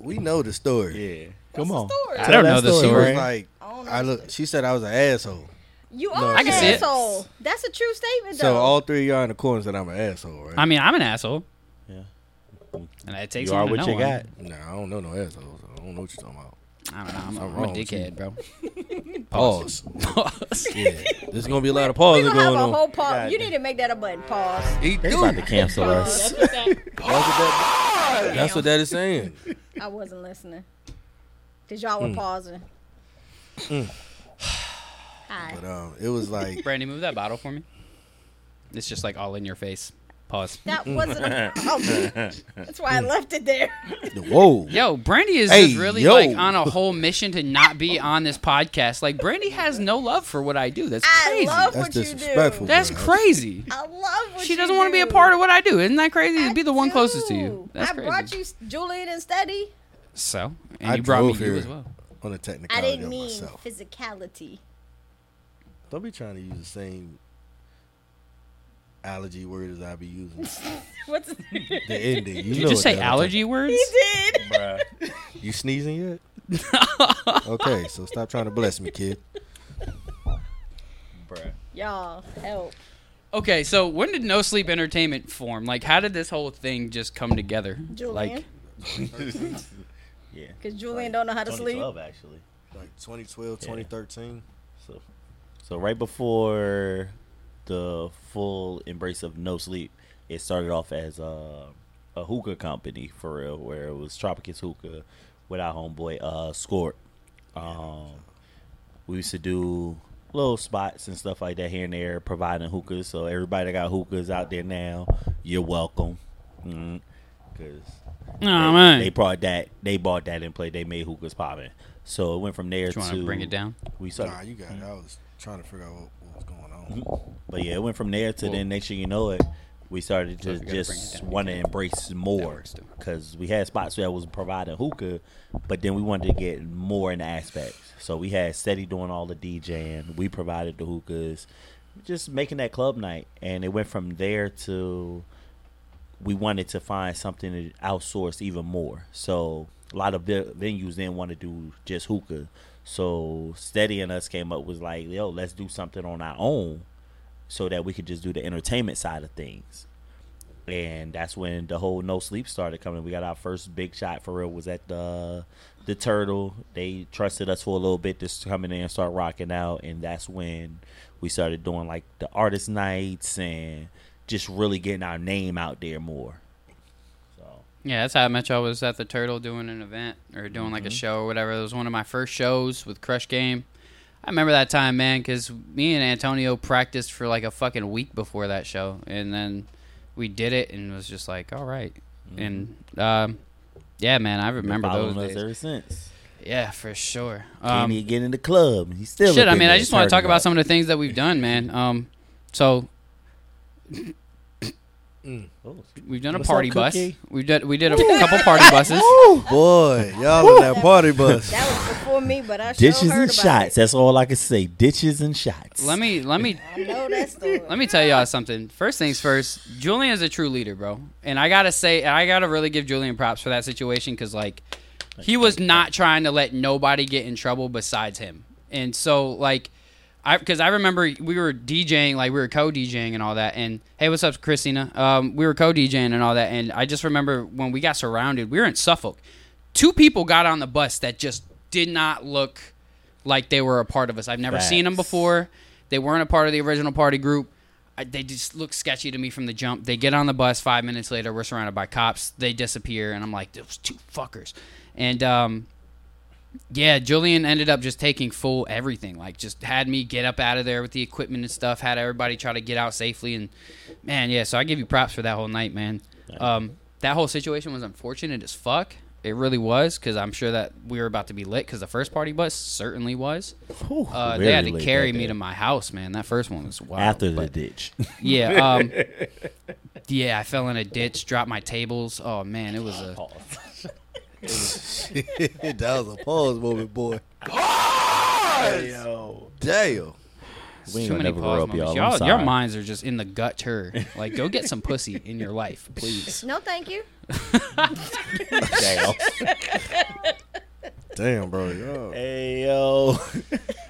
[SPEAKER 4] "We know the story."
[SPEAKER 2] Yeah, come on.
[SPEAKER 1] I don't know the
[SPEAKER 4] She
[SPEAKER 1] story.
[SPEAKER 4] was like, "I look." She said I was an asshole.
[SPEAKER 3] You are
[SPEAKER 1] I
[SPEAKER 3] an
[SPEAKER 1] can see it.
[SPEAKER 3] asshole. That's a true statement, though.
[SPEAKER 4] So all three of y'all in the corner said I'm an asshole, right?
[SPEAKER 1] I mean, I'm an asshole.
[SPEAKER 2] Yeah.
[SPEAKER 1] And it takes
[SPEAKER 2] You are
[SPEAKER 1] one to
[SPEAKER 2] what
[SPEAKER 1] know
[SPEAKER 2] you
[SPEAKER 1] one.
[SPEAKER 2] got.
[SPEAKER 4] nah, I don't know no assholes. I don't know what you're talking about.
[SPEAKER 1] I don't know. I'm, a-
[SPEAKER 4] Something
[SPEAKER 1] I'm a
[SPEAKER 4] wrong with you.
[SPEAKER 1] dickhead, bro.
[SPEAKER 4] Pause.
[SPEAKER 1] Pause.
[SPEAKER 4] yeah, there's gonna be a lot of
[SPEAKER 3] we
[SPEAKER 4] pauses
[SPEAKER 3] gonna have
[SPEAKER 4] going
[SPEAKER 3] a
[SPEAKER 4] on.
[SPEAKER 3] whole pause.
[SPEAKER 2] God
[SPEAKER 3] You
[SPEAKER 2] damn.
[SPEAKER 3] need to make that a button. Pause.
[SPEAKER 2] They about to cancel us.
[SPEAKER 3] Pause.
[SPEAKER 4] That's what that is saying.
[SPEAKER 3] I wasn't listening. Cause y'all
[SPEAKER 1] Hmm.
[SPEAKER 3] were pausing. Hi.
[SPEAKER 4] But um, it was like
[SPEAKER 1] Brandy, move that bottle for me. It's just like all in your face. Pause.
[SPEAKER 3] That wasn't. A, oh, that's why I left it there.
[SPEAKER 4] whoa.
[SPEAKER 1] Yo, Brandy is
[SPEAKER 4] Hey,
[SPEAKER 1] just really
[SPEAKER 4] yo.
[SPEAKER 1] like on a whole mission to not be on this podcast. Like Brandy has no love for what I do. That's
[SPEAKER 3] I
[SPEAKER 1] crazy.
[SPEAKER 3] love
[SPEAKER 4] That's
[SPEAKER 3] what you
[SPEAKER 4] disrespectful.
[SPEAKER 3] do.
[SPEAKER 1] That's
[SPEAKER 4] Bruh.
[SPEAKER 1] crazy.
[SPEAKER 3] I love what
[SPEAKER 1] She
[SPEAKER 3] you
[SPEAKER 1] doesn't want to be a
[SPEAKER 3] do.
[SPEAKER 1] part of what I do. Isn't that crazy?
[SPEAKER 3] I
[SPEAKER 1] To be the one closest to you.
[SPEAKER 3] do.
[SPEAKER 1] That's
[SPEAKER 3] I brought
[SPEAKER 1] crazy.
[SPEAKER 3] you s- Julian instead.
[SPEAKER 1] So, and
[SPEAKER 4] I
[SPEAKER 1] you brought me
[SPEAKER 4] drove
[SPEAKER 1] you
[SPEAKER 4] here.
[SPEAKER 1] as well.
[SPEAKER 4] on the
[SPEAKER 3] I
[SPEAKER 4] technicality
[SPEAKER 3] didn't
[SPEAKER 4] of
[SPEAKER 3] mean
[SPEAKER 4] myself.
[SPEAKER 3] physicality.
[SPEAKER 4] Don't be trying to use the same allergy word as I be using.
[SPEAKER 3] What's he
[SPEAKER 4] the ending. You,
[SPEAKER 1] Did
[SPEAKER 4] know
[SPEAKER 1] you just
[SPEAKER 4] what
[SPEAKER 1] say
[SPEAKER 4] the hell I'm
[SPEAKER 1] allergy words?
[SPEAKER 3] did?
[SPEAKER 4] talking- You sneezing yet? okay, so stop trying to bless me, kid.
[SPEAKER 3] Y'all help.
[SPEAKER 1] Okay, so when did No Sleep Entertainment form? Like, how did this whole thing just come together?
[SPEAKER 3] Julian.
[SPEAKER 1] Like,
[SPEAKER 2] Yeah.
[SPEAKER 3] Cause Julian don't know how to sleep.
[SPEAKER 2] 2012 actually.
[SPEAKER 4] Like 2012, 2013.
[SPEAKER 2] So, so right before the full embrace of no sleep, it started off as a, a hookah company for real, where it was Tropicus Hookah with our homeboy uh Skort. Um, we used to do little spots and stuff like that here and there, providing hookahs. So everybody that got hookahs out there now, you're welcome. Mm, Cause
[SPEAKER 1] oh
[SPEAKER 2] they,
[SPEAKER 1] man,
[SPEAKER 2] they brought that. They bought that in play. They made hookahs popping. So it went from there
[SPEAKER 1] you want
[SPEAKER 2] to
[SPEAKER 1] to bring it down?
[SPEAKER 2] We started,
[SPEAKER 4] Nah, you got it. I was trying to figure out what, what was going on.
[SPEAKER 1] Mm-hmm.
[SPEAKER 2] but yeah, it went from there to
[SPEAKER 1] Cool.
[SPEAKER 2] then next thing you know it, we started
[SPEAKER 1] So if
[SPEAKER 2] to
[SPEAKER 1] you gotta bring it
[SPEAKER 2] just
[SPEAKER 1] down,
[SPEAKER 2] want to embrace more
[SPEAKER 1] works too.
[SPEAKER 2] because we had spots that was providing hookah, but then we wanted to get more in the aspects. So we had Steady doing all the DJing. We provided the hookahs, just making that club night, and it went from there to we wanted to find something to outsource even more. So a lot of vi- venues didn't want to do just hookah. So Steady and us came up was like, yo, let's do something on our own, so that we could just do the entertainment side of things. And that's when the whole no sleep started coming. We got our first big shot for real was at the the turtle. They trusted us for a little bit just to come in there and start rocking out, and that's when we started doing like the artist nights and just really getting our name out there more. So
[SPEAKER 1] Yeah, that's how I met y'all. Was at the Turtle doing an event or doing like a
[SPEAKER 2] Mm-hmm.
[SPEAKER 1] show or whatever. It was one of my first shows with Crush Game. I remember that time, man, because me and Antonio practiced for like a fucking week before that show, and then we did it, and it was just like, all right. and um, yeah, man, I remember
[SPEAKER 2] Mm-hmm. following
[SPEAKER 1] those
[SPEAKER 2] us
[SPEAKER 1] days.
[SPEAKER 2] ever since.
[SPEAKER 1] Yeah, for sure.
[SPEAKER 2] Can't
[SPEAKER 1] Um,
[SPEAKER 2] even get in the club. He's still
[SPEAKER 1] shit.
[SPEAKER 2] up
[SPEAKER 1] I
[SPEAKER 2] in
[SPEAKER 1] mean, I
[SPEAKER 2] there
[SPEAKER 1] just want to talk
[SPEAKER 2] turning
[SPEAKER 1] about
[SPEAKER 2] up.
[SPEAKER 1] some of the things that we've done, man. Um, so
[SPEAKER 2] Oh, excuse me.
[SPEAKER 1] we've done a
[SPEAKER 2] What's
[SPEAKER 1] party
[SPEAKER 2] up,
[SPEAKER 1] bus.
[SPEAKER 2] Cookie?
[SPEAKER 1] We did we did a couple party buses.
[SPEAKER 4] Boy, y'all on that party bus.
[SPEAKER 3] That was before me, but I sure
[SPEAKER 2] Ditches
[SPEAKER 3] heard
[SPEAKER 2] and
[SPEAKER 3] about
[SPEAKER 2] shots.
[SPEAKER 3] It.
[SPEAKER 2] That's all I can say. Ditches and shots.
[SPEAKER 1] Let me let me
[SPEAKER 3] I know that story.
[SPEAKER 1] Let me tell y'all something. First things first, Julian is a true leader, bro. And I gotta say, I gotta really give Julian props for that situation because like he was not trying to let nobody get in trouble besides him. And so like, I because I remember we were DJing, like we were co-DJing and all that. And hey, what's up, Christina? Um, we were co-DJing and all that. And I just remember when we got surrounded, we were in Suffolk. Two people got on the bus that just did not look like they were a part of us. I've never seen them
[SPEAKER 2] Facts.
[SPEAKER 1] before. They weren't a part of the original party group. I, they just look sketchy to me from the jump. They get on the bus. Five minutes later, we're surrounded by cops. They disappear, and I'm like, those two fuckers. And um, yeah, Julian ended up just taking full everything. Like, just had me get up out of there with the equipment and stuff. Had everybody try to get out safely. And man, yeah. So I give you props for that whole night, man. Um, that whole situation was unfortunate as fuck. It really was because I'm sure that we were about to be lit because the first party bus certainly was. Uh, they had to carry me to my house, man. That first one was wild.
[SPEAKER 2] after the
[SPEAKER 1] but-
[SPEAKER 2] ditch.
[SPEAKER 1] yeah, um, yeah. I fell in a ditch, dropped my tables. Oh man, it was a
[SPEAKER 8] that was a pause moment, boy.
[SPEAKER 2] Yo,
[SPEAKER 8] Damn.
[SPEAKER 2] we ain't
[SPEAKER 1] too
[SPEAKER 2] gonna
[SPEAKER 1] many pause
[SPEAKER 2] never grow up,
[SPEAKER 1] moments.
[SPEAKER 2] y'all.
[SPEAKER 1] Y'all,
[SPEAKER 2] I'm
[SPEAKER 1] your
[SPEAKER 2] sorry.
[SPEAKER 1] minds are just in the gutter. Like, go get some pussy in your life, please.
[SPEAKER 3] No, thank you.
[SPEAKER 2] Damn.
[SPEAKER 4] Damn, bro. Yo.
[SPEAKER 2] hey yo.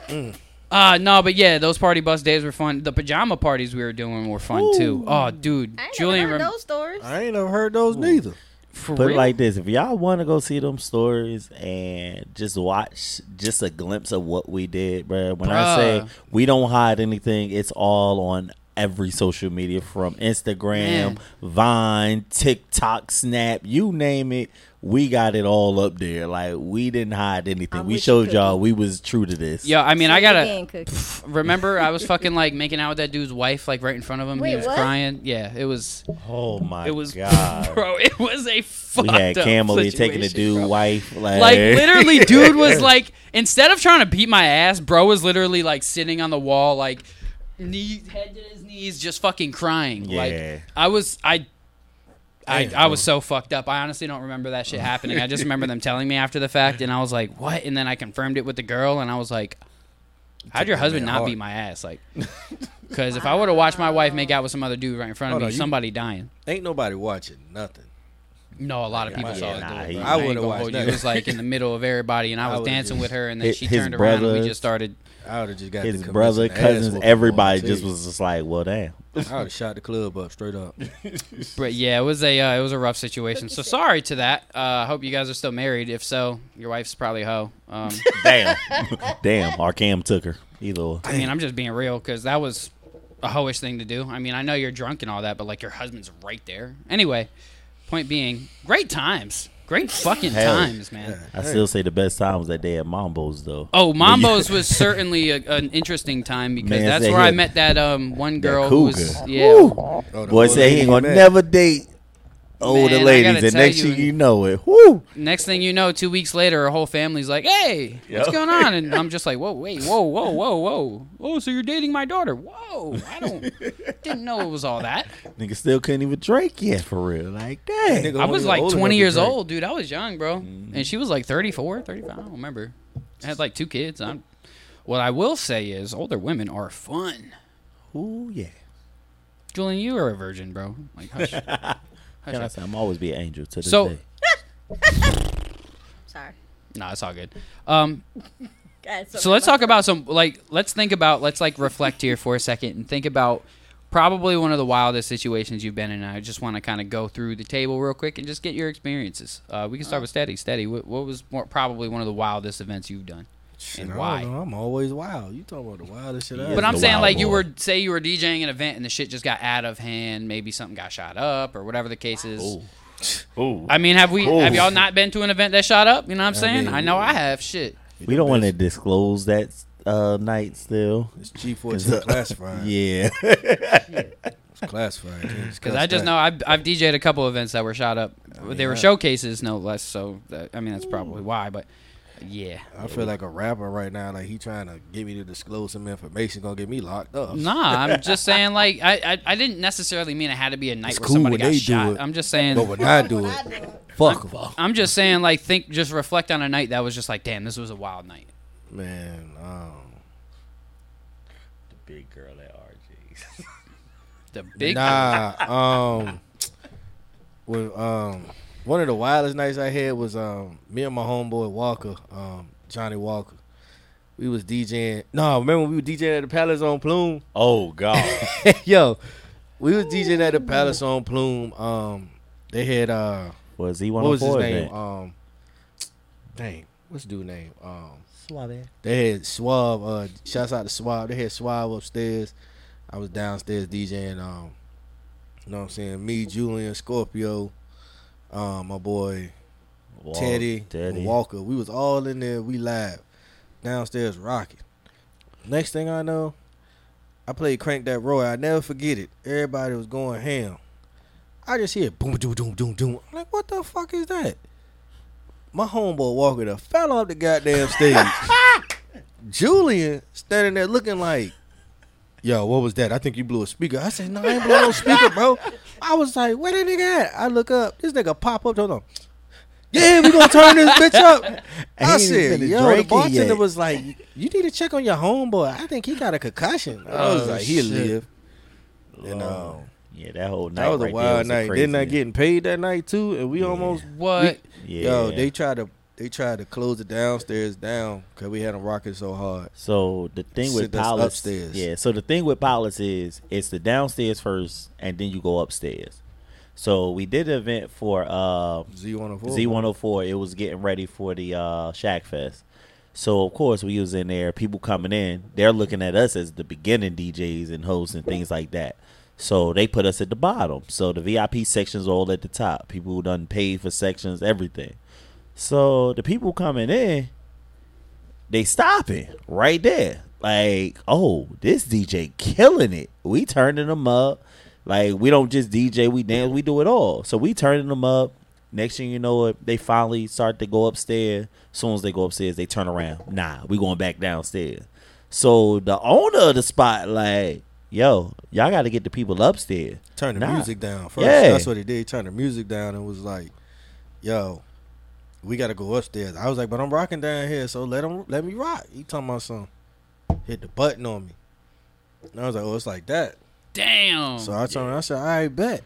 [SPEAKER 1] Uh no, but yeah, those party bus days were fun. The pajama parties we were doing were fun too. Oh, dude,
[SPEAKER 3] I ain't
[SPEAKER 1] Julian,
[SPEAKER 3] never heard
[SPEAKER 1] rem-
[SPEAKER 3] those stories.
[SPEAKER 4] I ain't never heard those neither.
[SPEAKER 1] for
[SPEAKER 2] Put it
[SPEAKER 1] real?
[SPEAKER 2] like this: if y'all want to go see them stories and just watch just a glimpse of what we did, bruh. When I say
[SPEAKER 1] Bruh.
[SPEAKER 2] we don't hide anything, it's all on every social media from Instagram,
[SPEAKER 1] Man.
[SPEAKER 2] Vine, TikTok, Snap, you name it. We got it all up there. Like we didn't hide anything.
[SPEAKER 3] I'm
[SPEAKER 2] we
[SPEAKER 3] with you,
[SPEAKER 2] showed y'all we was true to this.
[SPEAKER 1] Yo, I mean, I gotta
[SPEAKER 3] Again, Cookie.
[SPEAKER 1] remember. I was fucking like making out with that dude's wife, like right in front of him. he
[SPEAKER 3] Wait,
[SPEAKER 1] was
[SPEAKER 3] what?
[SPEAKER 1] crying. Yeah, it was.
[SPEAKER 2] Oh my
[SPEAKER 1] It was.
[SPEAKER 2] god.
[SPEAKER 1] Bro, it was a fucked
[SPEAKER 2] we had
[SPEAKER 1] up
[SPEAKER 2] Camely taking the
[SPEAKER 1] situation,
[SPEAKER 2] dude
[SPEAKER 1] bro.
[SPEAKER 2] wife like,
[SPEAKER 1] Like literally, dude was like, instead of trying to beat my ass, bro was literally like sitting on the wall, like knee head to his knees, just fucking crying.
[SPEAKER 2] Yeah.
[SPEAKER 1] Like I was, I, I, I was so fucked up. I honestly don't remember that shit happening. I just remember them telling me after the fact, and I was like, what? And then I confirmed it with the girl, and I was like, how'd your husband not
[SPEAKER 4] hard.
[SPEAKER 1] beat my ass? Like, because if I would have watched my wife make out with some other dude right in front of
[SPEAKER 4] Hold
[SPEAKER 1] me,
[SPEAKER 4] on, you-
[SPEAKER 1] somebody dying.
[SPEAKER 4] Ain't nobody watching nothing.
[SPEAKER 1] No, a lot of people
[SPEAKER 4] yeah,
[SPEAKER 1] saw it.
[SPEAKER 2] nah,
[SPEAKER 1] though,
[SPEAKER 2] he-
[SPEAKER 1] bro.
[SPEAKER 2] I
[SPEAKER 1] ain't
[SPEAKER 4] would've
[SPEAKER 1] gonna
[SPEAKER 4] watched
[SPEAKER 1] hold you.
[SPEAKER 4] that.
[SPEAKER 1] It was like in the middle of everybody, and I was
[SPEAKER 4] would've
[SPEAKER 1] dancing
[SPEAKER 4] just-
[SPEAKER 1] with her, and then
[SPEAKER 2] His-
[SPEAKER 1] she
[SPEAKER 2] his
[SPEAKER 1] turned around and we
[SPEAKER 2] brothers.
[SPEAKER 1] just started.
[SPEAKER 4] I would have just got
[SPEAKER 2] his
[SPEAKER 4] the
[SPEAKER 2] brother,
[SPEAKER 4] commission ass
[SPEAKER 2] cousins,
[SPEAKER 4] whooping,
[SPEAKER 2] everybody
[SPEAKER 4] boy,
[SPEAKER 2] just
[SPEAKER 4] tell you.
[SPEAKER 2] was just like, well, damn.
[SPEAKER 4] I would have shot the club up straight up.
[SPEAKER 1] But yeah, it was a uh, it was a rough situation. So sorry to that. Uh, I hope you guys are still married. If so, your wife's probably a hoe. Um,
[SPEAKER 2] Damn. Damn. Our cam took her. Either or.
[SPEAKER 1] I mean, I'm just being real because that was a hoish thing to do. I mean, I know you're drunk and all that, but like your husband's right there. Anyway, point being, great times, great fucking
[SPEAKER 2] Hell,
[SPEAKER 1] times, man.
[SPEAKER 2] I still say the best time was that day at Mambo's, though.
[SPEAKER 1] Oh,
[SPEAKER 2] When you-
[SPEAKER 1] Mambo's was certainly a, an interesting time because
[SPEAKER 2] Man,
[SPEAKER 1] that's
[SPEAKER 2] say
[SPEAKER 1] where I
[SPEAKER 2] him.
[SPEAKER 1] met that um one
[SPEAKER 2] That
[SPEAKER 1] girl who was
[SPEAKER 2] cougar.
[SPEAKER 1] yeah.
[SPEAKER 4] Oh, the
[SPEAKER 2] Boy
[SPEAKER 4] old
[SPEAKER 2] said he
[SPEAKER 4] lady
[SPEAKER 2] ain't going to
[SPEAKER 4] met.
[SPEAKER 2] never date older
[SPEAKER 1] Man, I
[SPEAKER 2] ladies.
[SPEAKER 1] gotta
[SPEAKER 2] And
[SPEAKER 1] tell
[SPEAKER 2] next
[SPEAKER 1] you,
[SPEAKER 2] thing
[SPEAKER 1] and-
[SPEAKER 2] you know it. Woo!
[SPEAKER 1] Next thing you know, two weeks later, her whole family's like, "Hey, what's
[SPEAKER 2] Yo.
[SPEAKER 1] going on?" And I'm just like, "Whoa, wait, whoa, whoa, whoa, whoa, oh, so you're dating my daughter? Whoa, I don't didn't know it was all that.
[SPEAKER 2] Nigga still couldn't even drink yet, for real. Like,
[SPEAKER 4] Nigga
[SPEAKER 2] dang.
[SPEAKER 1] I
[SPEAKER 4] only
[SPEAKER 1] was like
[SPEAKER 4] old enough
[SPEAKER 1] 20
[SPEAKER 4] to
[SPEAKER 1] years
[SPEAKER 4] drink.
[SPEAKER 1] old, dude. I was young, bro,
[SPEAKER 2] Mm-hmm.
[SPEAKER 1] and she was like 34, 35. I don't remember. I had like two kids. I'm, what I will say is, older women are fun.
[SPEAKER 2] Ooh, yeah.
[SPEAKER 1] Julian, you are a virgin, bro. Like, hush.
[SPEAKER 2] Can I say, I'm always be an angel to this
[SPEAKER 1] So-
[SPEAKER 2] day.
[SPEAKER 3] Sorry.
[SPEAKER 1] nah, it's all good. Um,
[SPEAKER 3] God,
[SPEAKER 1] so let's talk about some like let's think about let's like reflect here for a second and think about probably one of the wildest situations you've been in. I just want to kind of go through the table real quick and just get your experiences. Uh, we can start with Steady. Steady, what, what was more, probably one of the wildest events you've done?
[SPEAKER 4] Shit,
[SPEAKER 1] And
[SPEAKER 4] I
[SPEAKER 1] why?
[SPEAKER 4] don't know. I'm always wild. You talking about the wildest shit? I
[SPEAKER 2] Yeah,
[SPEAKER 1] But
[SPEAKER 4] ever-
[SPEAKER 1] I'm
[SPEAKER 2] the
[SPEAKER 1] saying
[SPEAKER 2] wild
[SPEAKER 1] like you
[SPEAKER 2] boy.
[SPEAKER 1] were say you were DJing an event and the shit just got out of hand. Maybe something got shot up or whatever the case is.
[SPEAKER 2] Ooh.
[SPEAKER 1] I mean, have we
[SPEAKER 2] Ooh.
[SPEAKER 1] have y'all not been to an event that shot up? You know what I'm
[SPEAKER 4] I
[SPEAKER 1] saying?
[SPEAKER 4] mean,
[SPEAKER 1] I know I have. Shit.
[SPEAKER 2] We don't want to disclose that uh, night still.
[SPEAKER 4] It's G14 classified.
[SPEAKER 2] uh, Yeah.
[SPEAKER 4] It's classified.
[SPEAKER 1] Because I just know I've, I've DJ'd a couple events that were shot up. they were
[SPEAKER 4] yeah.
[SPEAKER 1] showcases, no less. So that, I mean, that's probably why. But yeah,
[SPEAKER 4] I feel like a rapper right now. Like he trying to get me to disclose some information, gonna get me locked up.
[SPEAKER 1] nah. I'm just saying, like, I, I I didn't necessarily mean it had to be a night
[SPEAKER 4] It's
[SPEAKER 1] where
[SPEAKER 4] cool
[SPEAKER 1] somebody
[SPEAKER 4] when they
[SPEAKER 1] got
[SPEAKER 4] do
[SPEAKER 1] shot.
[SPEAKER 4] it.
[SPEAKER 1] I'm just
[SPEAKER 4] But
[SPEAKER 1] saying.
[SPEAKER 4] when I do it, fuck 'em.
[SPEAKER 1] I'm just saying, like, think, just reflect on a night that was just like, damn, this was a wild night.
[SPEAKER 4] man. Um,
[SPEAKER 2] Big girl at RG's.
[SPEAKER 1] The big
[SPEAKER 4] nah. Um, with um, one of the wildest nights I had was um, me and my homeboy Walker, um, Johnny Walker. We was DJing. No, remember when we were DJing at the Palace on Plume.
[SPEAKER 2] Oh, God.
[SPEAKER 4] Yo, we was DJing at the Palace on Plume. Um, they had uh,
[SPEAKER 2] Was he
[SPEAKER 4] what was his
[SPEAKER 2] 104?
[SPEAKER 4] name? Um, dang, what's dude name? Um,
[SPEAKER 2] Suave.
[SPEAKER 4] they had Swab. Uh, shouts out to Swab. They had Swab upstairs. I was downstairs DJing. Um, you know what I'm saying? Me, Julian, Scorpio, um, my boy
[SPEAKER 2] Walt,
[SPEAKER 4] Teddy,
[SPEAKER 2] Teddy.
[SPEAKER 4] Walker. We was all in there. We live downstairs rocking. Next thing I know, I played Crank That Roy. I never forget it. Everybody was going ham. I just hear boom, doom, doom, doom, doom. I'm like, what the fuck is that? My homeboy Walker done fell off the goddamn stage. Julian standing there looking like, yo, what was that? I think you blew a speaker. I said, no, I ain't blow no speaker, bro. I was like, where that nigga at? I look up. This nigga pop up. Hold on. Yeah, we gonna turn this bitch up. I
[SPEAKER 8] ain't even
[SPEAKER 4] said,
[SPEAKER 8] finna
[SPEAKER 4] yo, the
[SPEAKER 8] drink it
[SPEAKER 4] bartender
[SPEAKER 8] yet.
[SPEAKER 4] was like, you need to check on your homeboy. I think he got a concussion. I was
[SPEAKER 1] Oh,
[SPEAKER 4] like, he'll
[SPEAKER 1] shit.
[SPEAKER 4] live. You know.
[SPEAKER 2] Oh, Yeah, that whole night.
[SPEAKER 4] um, That was a
[SPEAKER 2] right there
[SPEAKER 4] wild
[SPEAKER 2] was the
[SPEAKER 4] night. Then I
[SPEAKER 2] craziest.
[SPEAKER 4] getting paid that night too, and we almost
[SPEAKER 1] What?
[SPEAKER 2] Yeah.
[SPEAKER 4] yo. They tried to they tried to close the downstairs down because we had them rocking so hard.
[SPEAKER 2] So the thing with
[SPEAKER 4] Sent us
[SPEAKER 2] pilots,
[SPEAKER 4] upstairs.
[SPEAKER 2] yeah. So the thing with pilots is it's the downstairs first, and then you go upstairs. So we did an event for uh,
[SPEAKER 4] Z one hundred four.
[SPEAKER 2] Z one hundred four. It was getting ready for the uh, Shack Fest. So of course we was in there. People coming in, they're looking at us as the beginning DJs and hosts and things like that. So they put us at the bottom. So the VIP sections all at the top. People who done paid for sections, everything. So the people coming in, they stopping right there. Like, oh, this DJ killing it. We turning them up. Like, we don't just DJ, we dance, we do it all. So we turning them up. Next thing you know it, they finally start to go upstairs. soon as they go upstairs, they turn around. Nah, we going back downstairs. So the owner of the spot, like, yo, y'all got to get the people upstairs.
[SPEAKER 4] Turn the
[SPEAKER 2] Nah.
[SPEAKER 4] music down first.
[SPEAKER 2] Yeah.
[SPEAKER 4] That's what he did. He turned the music down and was like, "Yo, we got to go upstairs." I was like, "But I'm rocking down here, so let him let me rock." He talking about something. Hit the button on me. And I was like, "Oh, it's like that."
[SPEAKER 1] Damn.
[SPEAKER 4] So I told him, I said, all right, bet.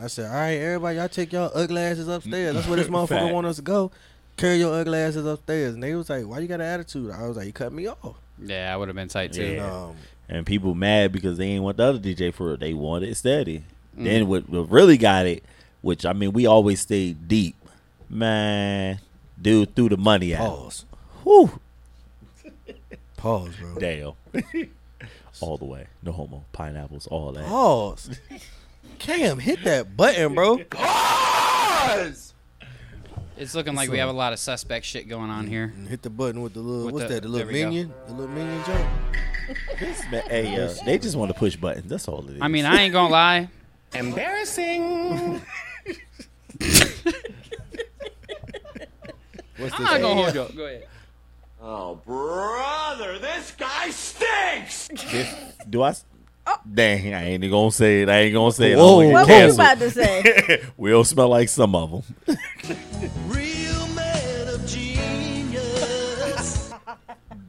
[SPEAKER 4] I said, all right, everybody, y'all take y'all ugly asses upstairs. That's where this motherfucker
[SPEAKER 2] Fact.
[SPEAKER 4] want us to go. Carry your ugly asses upstairs. And they was like, why you got an attitude? I was like, you cut me off.
[SPEAKER 1] yeah, I would have been tight too.
[SPEAKER 4] And,
[SPEAKER 2] Yeah.
[SPEAKER 4] um,
[SPEAKER 2] and people mad because they ain't want the other DJ for it. They wanted steady.
[SPEAKER 8] Mm.
[SPEAKER 2] Then what, what really got it, which I mean, we always stayed deep. Man, dude threw the money out.
[SPEAKER 4] pause.
[SPEAKER 2] Whew.
[SPEAKER 4] Pause, bro.
[SPEAKER 2] Damn. all the way. No homo. Pineapples, all that.
[SPEAKER 8] Oh.
[SPEAKER 4] Pause. Cam, hit that button, bro.
[SPEAKER 1] It's looking like we have a lot of suspect shit going on here.
[SPEAKER 4] And hit the button with the little,
[SPEAKER 1] With
[SPEAKER 4] what's
[SPEAKER 1] the-
[SPEAKER 4] that, the
[SPEAKER 1] there
[SPEAKER 4] little
[SPEAKER 1] we go.
[SPEAKER 4] minion? The little minion jump?
[SPEAKER 2] This man- hey, yo, they just want to push buttons. That's all it is.
[SPEAKER 1] I mean, I ain't gonna lie.
[SPEAKER 2] embarrassing.
[SPEAKER 4] What's
[SPEAKER 1] I'm
[SPEAKER 4] this?
[SPEAKER 1] not gonna hold you up. Go ahead.
[SPEAKER 2] Do I? s-
[SPEAKER 1] oh.
[SPEAKER 2] Dang, I ain't gonna say it. I ain't gonna say it.
[SPEAKER 8] Whoa.
[SPEAKER 2] I'm gonna
[SPEAKER 3] What
[SPEAKER 2] get
[SPEAKER 3] were you
[SPEAKER 2] canceled.
[SPEAKER 3] about to say?
[SPEAKER 2] we all smell like some of them.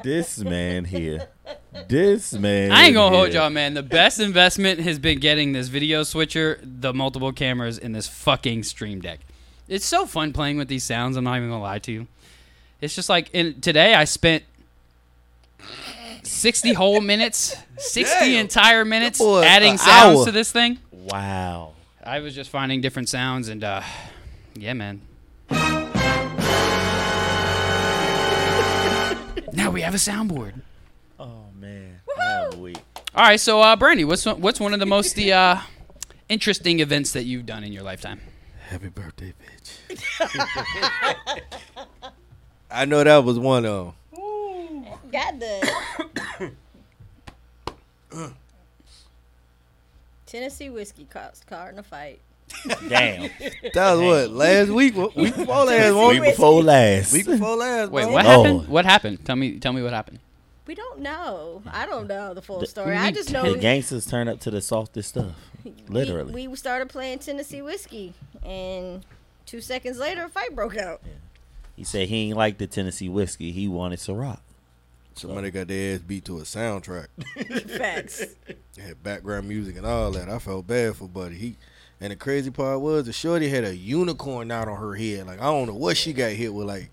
[SPEAKER 2] this man here. This man.
[SPEAKER 1] I ain't gonna hold
[SPEAKER 2] here.
[SPEAKER 1] y'all, man. The best investment has been getting this video switcher, the multiple cameras, and this fucking stream deck. It's so fun playing with these sounds. I'm not even gonna lie to you. It's just like in, today I spent sixty whole minutes, sixty entire minutes
[SPEAKER 4] boy,
[SPEAKER 1] adding
[SPEAKER 4] a
[SPEAKER 1] sounds
[SPEAKER 4] hour.
[SPEAKER 1] to this thing.
[SPEAKER 2] Wow.
[SPEAKER 1] I was just finding different sounds, and uh, yeah, man. now we have a soundboard.
[SPEAKER 2] Oh man. Oh, we-
[SPEAKER 1] All right, so uh, Brandy, what's one- what's one of the most the uh, interesting events that you've done in your lifetime?
[SPEAKER 4] Happy birthday, bitch. I know that was one of 'em.
[SPEAKER 3] Got the Tennessee whiskey cost car in a fight.
[SPEAKER 2] Damn.
[SPEAKER 4] That was what, last week? What- Week before last,
[SPEAKER 2] Week
[SPEAKER 4] one?
[SPEAKER 2] before last.
[SPEAKER 4] Week before last,
[SPEAKER 1] Wait,
[SPEAKER 4] bro.
[SPEAKER 1] what
[SPEAKER 2] Lord.
[SPEAKER 1] happened? What happened? Tell me, tell me what happened.
[SPEAKER 3] We don't know. I don't know the full
[SPEAKER 2] The-
[SPEAKER 3] story. I
[SPEAKER 1] we
[SPEAKER 3] just know
[SPEAKER 2] Hey, gangsters turn up to the softest stuff. Literally.
[SPEAKER 3] We, we started playing Tennessee whiskey, and two seconds later, a fight broke out.
[SPEAKER 2] he said he ain't like the Tennessee whiskey. He wanted Ciroc.
[SPEAKER 4] Somebody got their ass beat to a soundtrack.
[SPEAKER 3] Facts.
[SPEAKER 4] They had background music and all that. I felt bad for Buddy. He and the crazy part was the shorty had a unicorn out on her head. Like I don't know what she got hit with. Like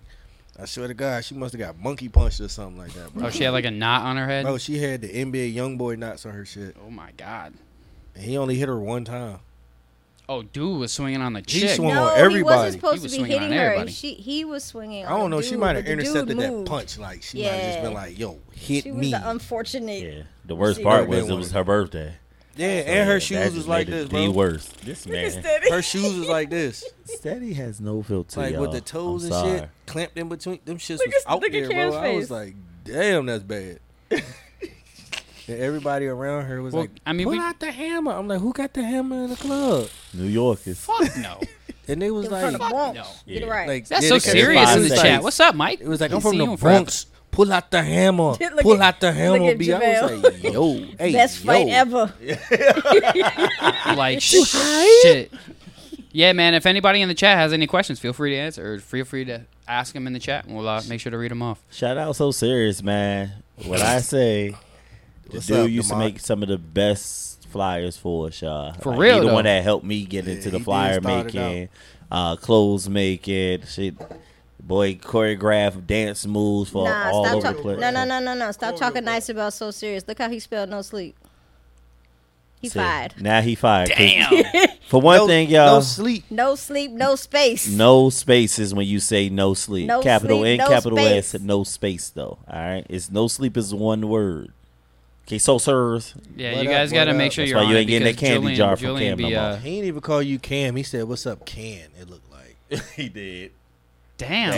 [SPEAKER 4] I swear to God, she must have got monkey punched or something like that, bro.
[SPEAKER 1] Oh, she had like a knot on her head.
[SPEAKER 4] Bro, she had the NBA young boy knots on her shit,
[SPEAKER 1] Oh my god.
[SPEAKER 4] and he only hit her one time.
[SPEAKER 1] Oh, dude was swinging on the
[SPEAKER 4] He
[SPEAKER 1] chick.
[SPEAKER 4] swung- on
[SPEAKER 3] no, he
[SPEAKER 4] everybody.
[SPEAKER 3] wasn't supposed
[SPEAKER 1] He was
[SPEAKER 3] to be
[SPEAKER 1] swinging on
[SPEAKER 3] hitting her.
[SPEAKER 1] everybody.
[SPEAKER 3] She he was swinging.
[SPEAKER 4] I don't
[SPEAKER 3] on the
[SPEAKER 4] know. She
[SPEAKER 3] dude,
[SPEAKER 4] might have
[SPEAKER 3] but the dude
[SPEAKER 4] intercepted that
[SPEAKER 3] moved.
[SPEAKER 4] punch. Like she might have just
[SPEAKER 3] Yeah.
[SPEAKER 4] been like, "Yo, hit
[SPEAKER 3] She was
[SPEAKER 4] me."
[SPEAKER 3] the unfortunate.
[SPEAKER 2] Yeah. The worst
[SPEAKER 3] See,
[SPEAKER 2] part
[SPEAKER 4] everybody
[SPEAKER 2] was it was
[SPEAKER 4] wanted-
[SPEAKER 2] her birthday.
[SPEAKER 4] Yeah, and her
[SPEAKER 2] Yeah, that
[SPEAKER 4] shoes
[SPEAKER 2] just
[SPEAKER 4] was like
[SPEAKER 2] made it
[SPEAKER 4] this,
[SPEAKER 2] The
[SPEAKER 4] bro.
[SPEAKER 2] worst. This man,
[SPEAKER 7] Steady.
[SPEAKER 4] Her shoes was like this,
[SPEAKER 2] Steady has no filter.
[SPEAKER 4] like
[SPEAKER 2] y'all.
[SPEAKER 4] with the toes
[SPEAKER 2] I'm
[SPEAKER 4] and shit
[SPEAKER 2] sorry.
[SPEAKER 4] clamped in between. Them shits
[SPEAKER 7] Look
[SPEAKER 4] was
[SPEAKER 7] at-
[SPEAKER 4] out
[SPEAKER 7] look at
[SPEAKER 4] there, bro.
[SPEAKER 7] Cam's
[SPEAKER 4] I was
[SPEAKER 7] face.
[SPEAKER 4] like, damn, that's bad. and everybody around her was
[SPEAKER 1] Well,
[SPEAKER 4] like,
[SPEAKER 1] I mean,
[SPEAKER 4] pull
[SPEAKER 1] we-
[SPEAKER 4] out the hammer. I'm like, who got the hammer in the club?
[SPEAKER 2] New York is.
[SPEAKER 1] Fuck no.
[SPEAKER 4] And they was
[SPEAKER 3] You're
[SPEAKER 4] like,
[SPEAKER 3] from the Bronx.
[SPEAKER 1] no.
[SPEAKER 3] Get it
[SPEAKER 2] Yeah.
[SPEAKER 3] right.
[SPEAKER 4] like
[SPEAKER 1] That's
[SPEAKER 4] yeah,
[SPEAKER 1] so
[SPEAKER 4] they kept it
[SPEAKER 1] serious
[SPEAKER 4] five
[SPEAKER 1] in the
[SPEAKER 4] seconds.
[SPEAKER 1] chat. What's up, Mike?
[SPEAKER 4] It was like, I'm
[SPEAKER 1] Ain't
[SPEAKER 4] from
[SPEAKER 1] seen
[SPEAKER 4] the
[SPEAKER 1] you in forever.
[SPEAKER 4] Bronx. Pull out the hammer.
[SPEAKER 7] Look at-
[SPEAKER 4] Pull out the hammer,
[SPEAKER 3] at
[SPEAKER 4] B. I was like, yo, hey,
[SPEAKER 3] Best
[SPEAKER 4] yo.
[SPEAKER 3] fight ever.
[SPEAKER 1] like shit. Yeah, man. If anybody in the chat has any questions, feel free to answer or feel free to ask them in the chat, and we'll uh, make sure to read them off.
[SPEAKER 2] Shout out, so serious, man. What I say, the
[SPEAKER 4] What's
[SPEAKER 2] dude
[SPEAKER 4] up,
[SPEAKER 2] used to
[SPEAKER 4] Demond?
[SPEAKER 2] make some of the best flyers for us, y'all.
[SPEAKER 1] For
[SPEAKER 2] Like,
[SPEAKER 1] real,
[SPEAKER 2] he the
[SPEAKER 1] though.
[SPEAKER 2] one that helped me get
[SPEAKER 4] he
[SPEAKER 2] into the
[SPEAKER 4] did
[SPEAKER 2] flyer
[SPEAKER 4] start it
[SPEAKER 2] making, uh, clothes making, shit. Boy, choreographed dance moves for
[SPEAKER 3] Nah,
[SPEAKER 2] all
[SPEAKER 3] stop
[SPEAKER 2] over the
[SPEAKER 3] talking.
[SPEAKER 2] place.
[SPEAKER 3] No, no, no, no, no. Stop talking nice about so serious. Look how he spelled no sleep. He
[SPEAKER 2] So,
[SPEAKER 3] fired.
[SPEAKER 2] Now he fired. 'cause-
[SPEAKER 1] Damn.
[SPEAKER 2] For one
[SPEAKER 4] No-
[SPEAKER 2] thing, y'all,
[SPEAKER 4] No
[SPEAKER 2] no,
[SPEAKER 4] sleep.
[SPEAKER 3] No sleep, no space.
[SPEAKER 2] spaces when you say no sleep.
[SPEAKER 3] No
[SPEAKER 2] capital
[SPEAKER 3] sleep,
[SPEAKER 2] N,
[SPEAKER 3] no
[SPEAKER 2] capital
[SPEAKER 3] space.
[SPEAKER 2] S, no space though. All right, it's no sleep is one word. Okay, so sirs,
[SPEAKER 1] Yeah,
[SPEAKER 4] What
[SPEAKER 1] you
[SPEAKER 4] up,
[SPEAKER 1] guys got to
[SPEAKER 4] what
[SPEAKER 1] make
[SPEAKER 4] up?
[SPEAKER 1] sure
[SPEAKER 2] That's
[SPEAKER 1] you're
[SPEAKER 2] why
[SPEAKER 1] on
[SPEAKER 2] you
[SPEAKER 1] it
[SPEAKER 2] ain't getting that
[SPEAKER 1] because
[SPEAKER 2] candy
[SPEAKER 1] Julian,
[SPEAKER 2] jar from
[SPEAKER 1] Julian
[SPEAKER 2] Cam
[SPEAKER 1] be,
[SPEAKER 2] no more.
[SPEAKER 1] uh,
[SPEAKER 4] He ain't even call you Cam. He said, "What's up, Can?" It looked like.
[SPEAKER 2] he did.
[SPEAKER 1] damn, son.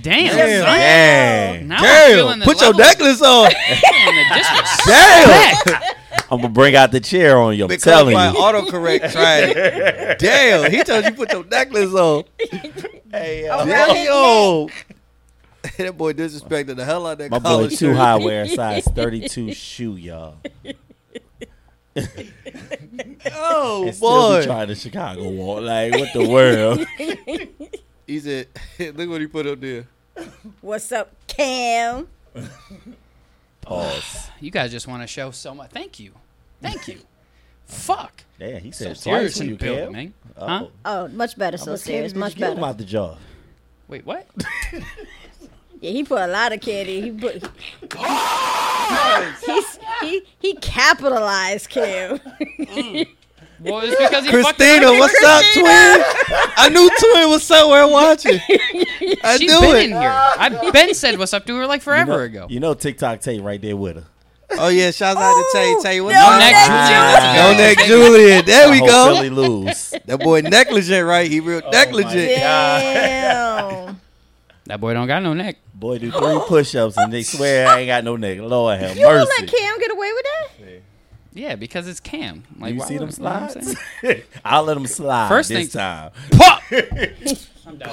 [SPEAKER 1] Oh. Damn,
[SPEAKER 2] Dang,
[SPEAKER 4] Damn.
[SPEAKER 1] son.
[SPEAKER 2] dang.
[SPEAKER 1] Now I'm feeling the
[SPEAKER 4] put your
[SPEAKER 1] level
[SPEAKER 4] necklace on.
[SPEAKER 1] and the disrespect.
[SPEAKER 4] Damn,
[SPEAKER 2] I'm gonna bring out the chair on you. I'm
[SPEAKER 4] because
[SPEAKER 2] telling
[SPEAKER 4] my
[SPEAKER 2] you.
[SPEAKER 4] autocorrect tried. Damn, he told you put your necklace on.
[SPEAKER 2] Hey,
[SPEAKER 4] Damn, that boy disrespected the hell out of that
[SPEAKER 2] my boy,
[SPEAKER 4] college
[SPEAKER 2] too
[SPEAKER 4] shirt.
[SPEAKER 2] high wear size 32 shoe, y'all.
[SPEAKER 4] Oh
[SPEAKER 2] And still be
[SPEAKER 4] boy,
[SPEAKER 2] trying to Chicago walk. Like what the world?
[SPEAKER 4] he said, "Look what he put up there."
[SPEAKER 3] What's up, Cam?
[SPEAKER 2] Pause.
[SPEAKER 1] You guys just want to show so much. Thank you. Thank you. Fuck.
[SPEAKER 2] Damn, he
[SPEAKER 1] So
[SPEAKER 2] said
[SPEAKER 1] serious
[SPEAKER 2] twice when
[SPEAKER 1] in the
[SPEAKER 2] you
[SPEAKER 1] building,
[SPEAKER 2] came.
[SPEAKER 1] man. Huh?
[SPEAKER 3] Oh, much better. So serious, much better.
[SPEAKER 2] about the jaw.
[SPEAKER 1] Wait, what?
[SPEAKER 3] Yeah, he put a lot of candy. He put. He, he, he capitalized Cam. Mm.
[SPEAKER 1] Well, it's because he
[SPEAKER 4] Christina,
[SPEAKER 1] fucking.
[SPEAKER 4] what's up, twin? I knew twin was somewhere watching. I
[SPEAKER 1] She's
[SPEAKER 4] knew
[SPEAKER 1] been
[SPEAKER 4] it.
[SPEAKER 1] in here. I've been said what's up to her like forever ago.
[SPEAKER 2] You know TikTok Tay right there with her.
[SPEAKER 4] Oh yeah, shout out to Tay. Tay, what's
[SPEAKER 1] No
[SPEAKER 4] up?
[SPEAKER 1] neck
[SPEAKER 4] No
[SPEAKER 1] Julian.
[SPEAKER 4] neck, Julian. There we
[SPEAKER 2] I hope
[SPEAKER 4] go.
[SPEAKER 2] Philly Oh lose.
[SPEAKER 4] That boy negligent, right? He real negligent.
[SPEAKER 3] Damn.
[SPEAKER 1] That boy don't got no neck.
[SPEAKER 2] Boy, do three push-ups and they swear I ain't got no neck. Lord have
[SPEAKER 3] You gonna let
[SPEAKER 2] mercy.
[SPEAKER 3] Cam get away with that?
[SPEAKER 1] Yeah, because it's Cam. Like,
[SPEAKER 2] You
[SPEAKER 1] why
[SPEAKER 2] see them
[SPEAKER 1] would- you know what I'm saying?
[SPEAKER 2] slides? I'll let them slide
[SPEAKER 1] First
[SPEAKER 2] this
[SPEAKER 1] thing-
[SPEAKER 2] time.
[SPEAKER 1] Pop. I'm done.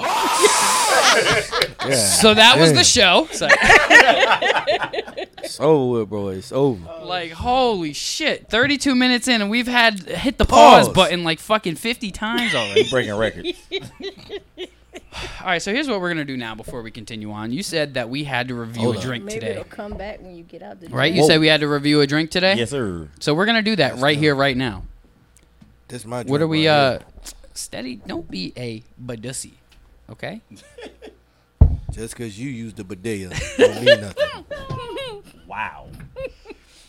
[SPEAKER 1] So that was the
[SPEAKER 4] Damn.
[SPEAKER 1] show. So,
[SPEAKER 4] It's over with, bro. It's over.
[SPEAKER 1] like, holy shit! Thirty-two minutes in, and we've had hit the pause,
[SPEAKER 4] Pause.
[SPEAKER 1] button like fucking fifty times already.
[SPEAKER 2] Breaking records.
[SPEAKER 1] All right, so here's what we're gonna do now before we continue on. You said that we had to review
[SPEAKER 4] Hold
[SPEAKER 1] a
[SPEAKER 4] up.
[SPEAKER 1] drink
[SPEAKER 3] Maybe
[SPEAKER 1] today,
[SPEAKER 3] it'll come back when you get out the
[SPEAKER 1] right? You
[SPEAKER 2] Whoa.
[SPEAKER 1] said we had to review a drink today.
[SPEAKER 2] Yes, sir.
[SPEAKER 1] So we're gonna do that right here, right now.
[SPEAKER 4] This my.
[SPEAKER 1] What
[SPEAKER 4] drink
[SPEAKER 1] are we?
[SPEAKER 4] right
[SPEAKER 1] uh
[SPEAKER 4] here.
[SPEAKER 1] Steady. Don't be a badussy. Okay. uh,
[SPEAKER 4] Just because you used the bidet don't mean nothing.
[SPEAKER 2] Wow.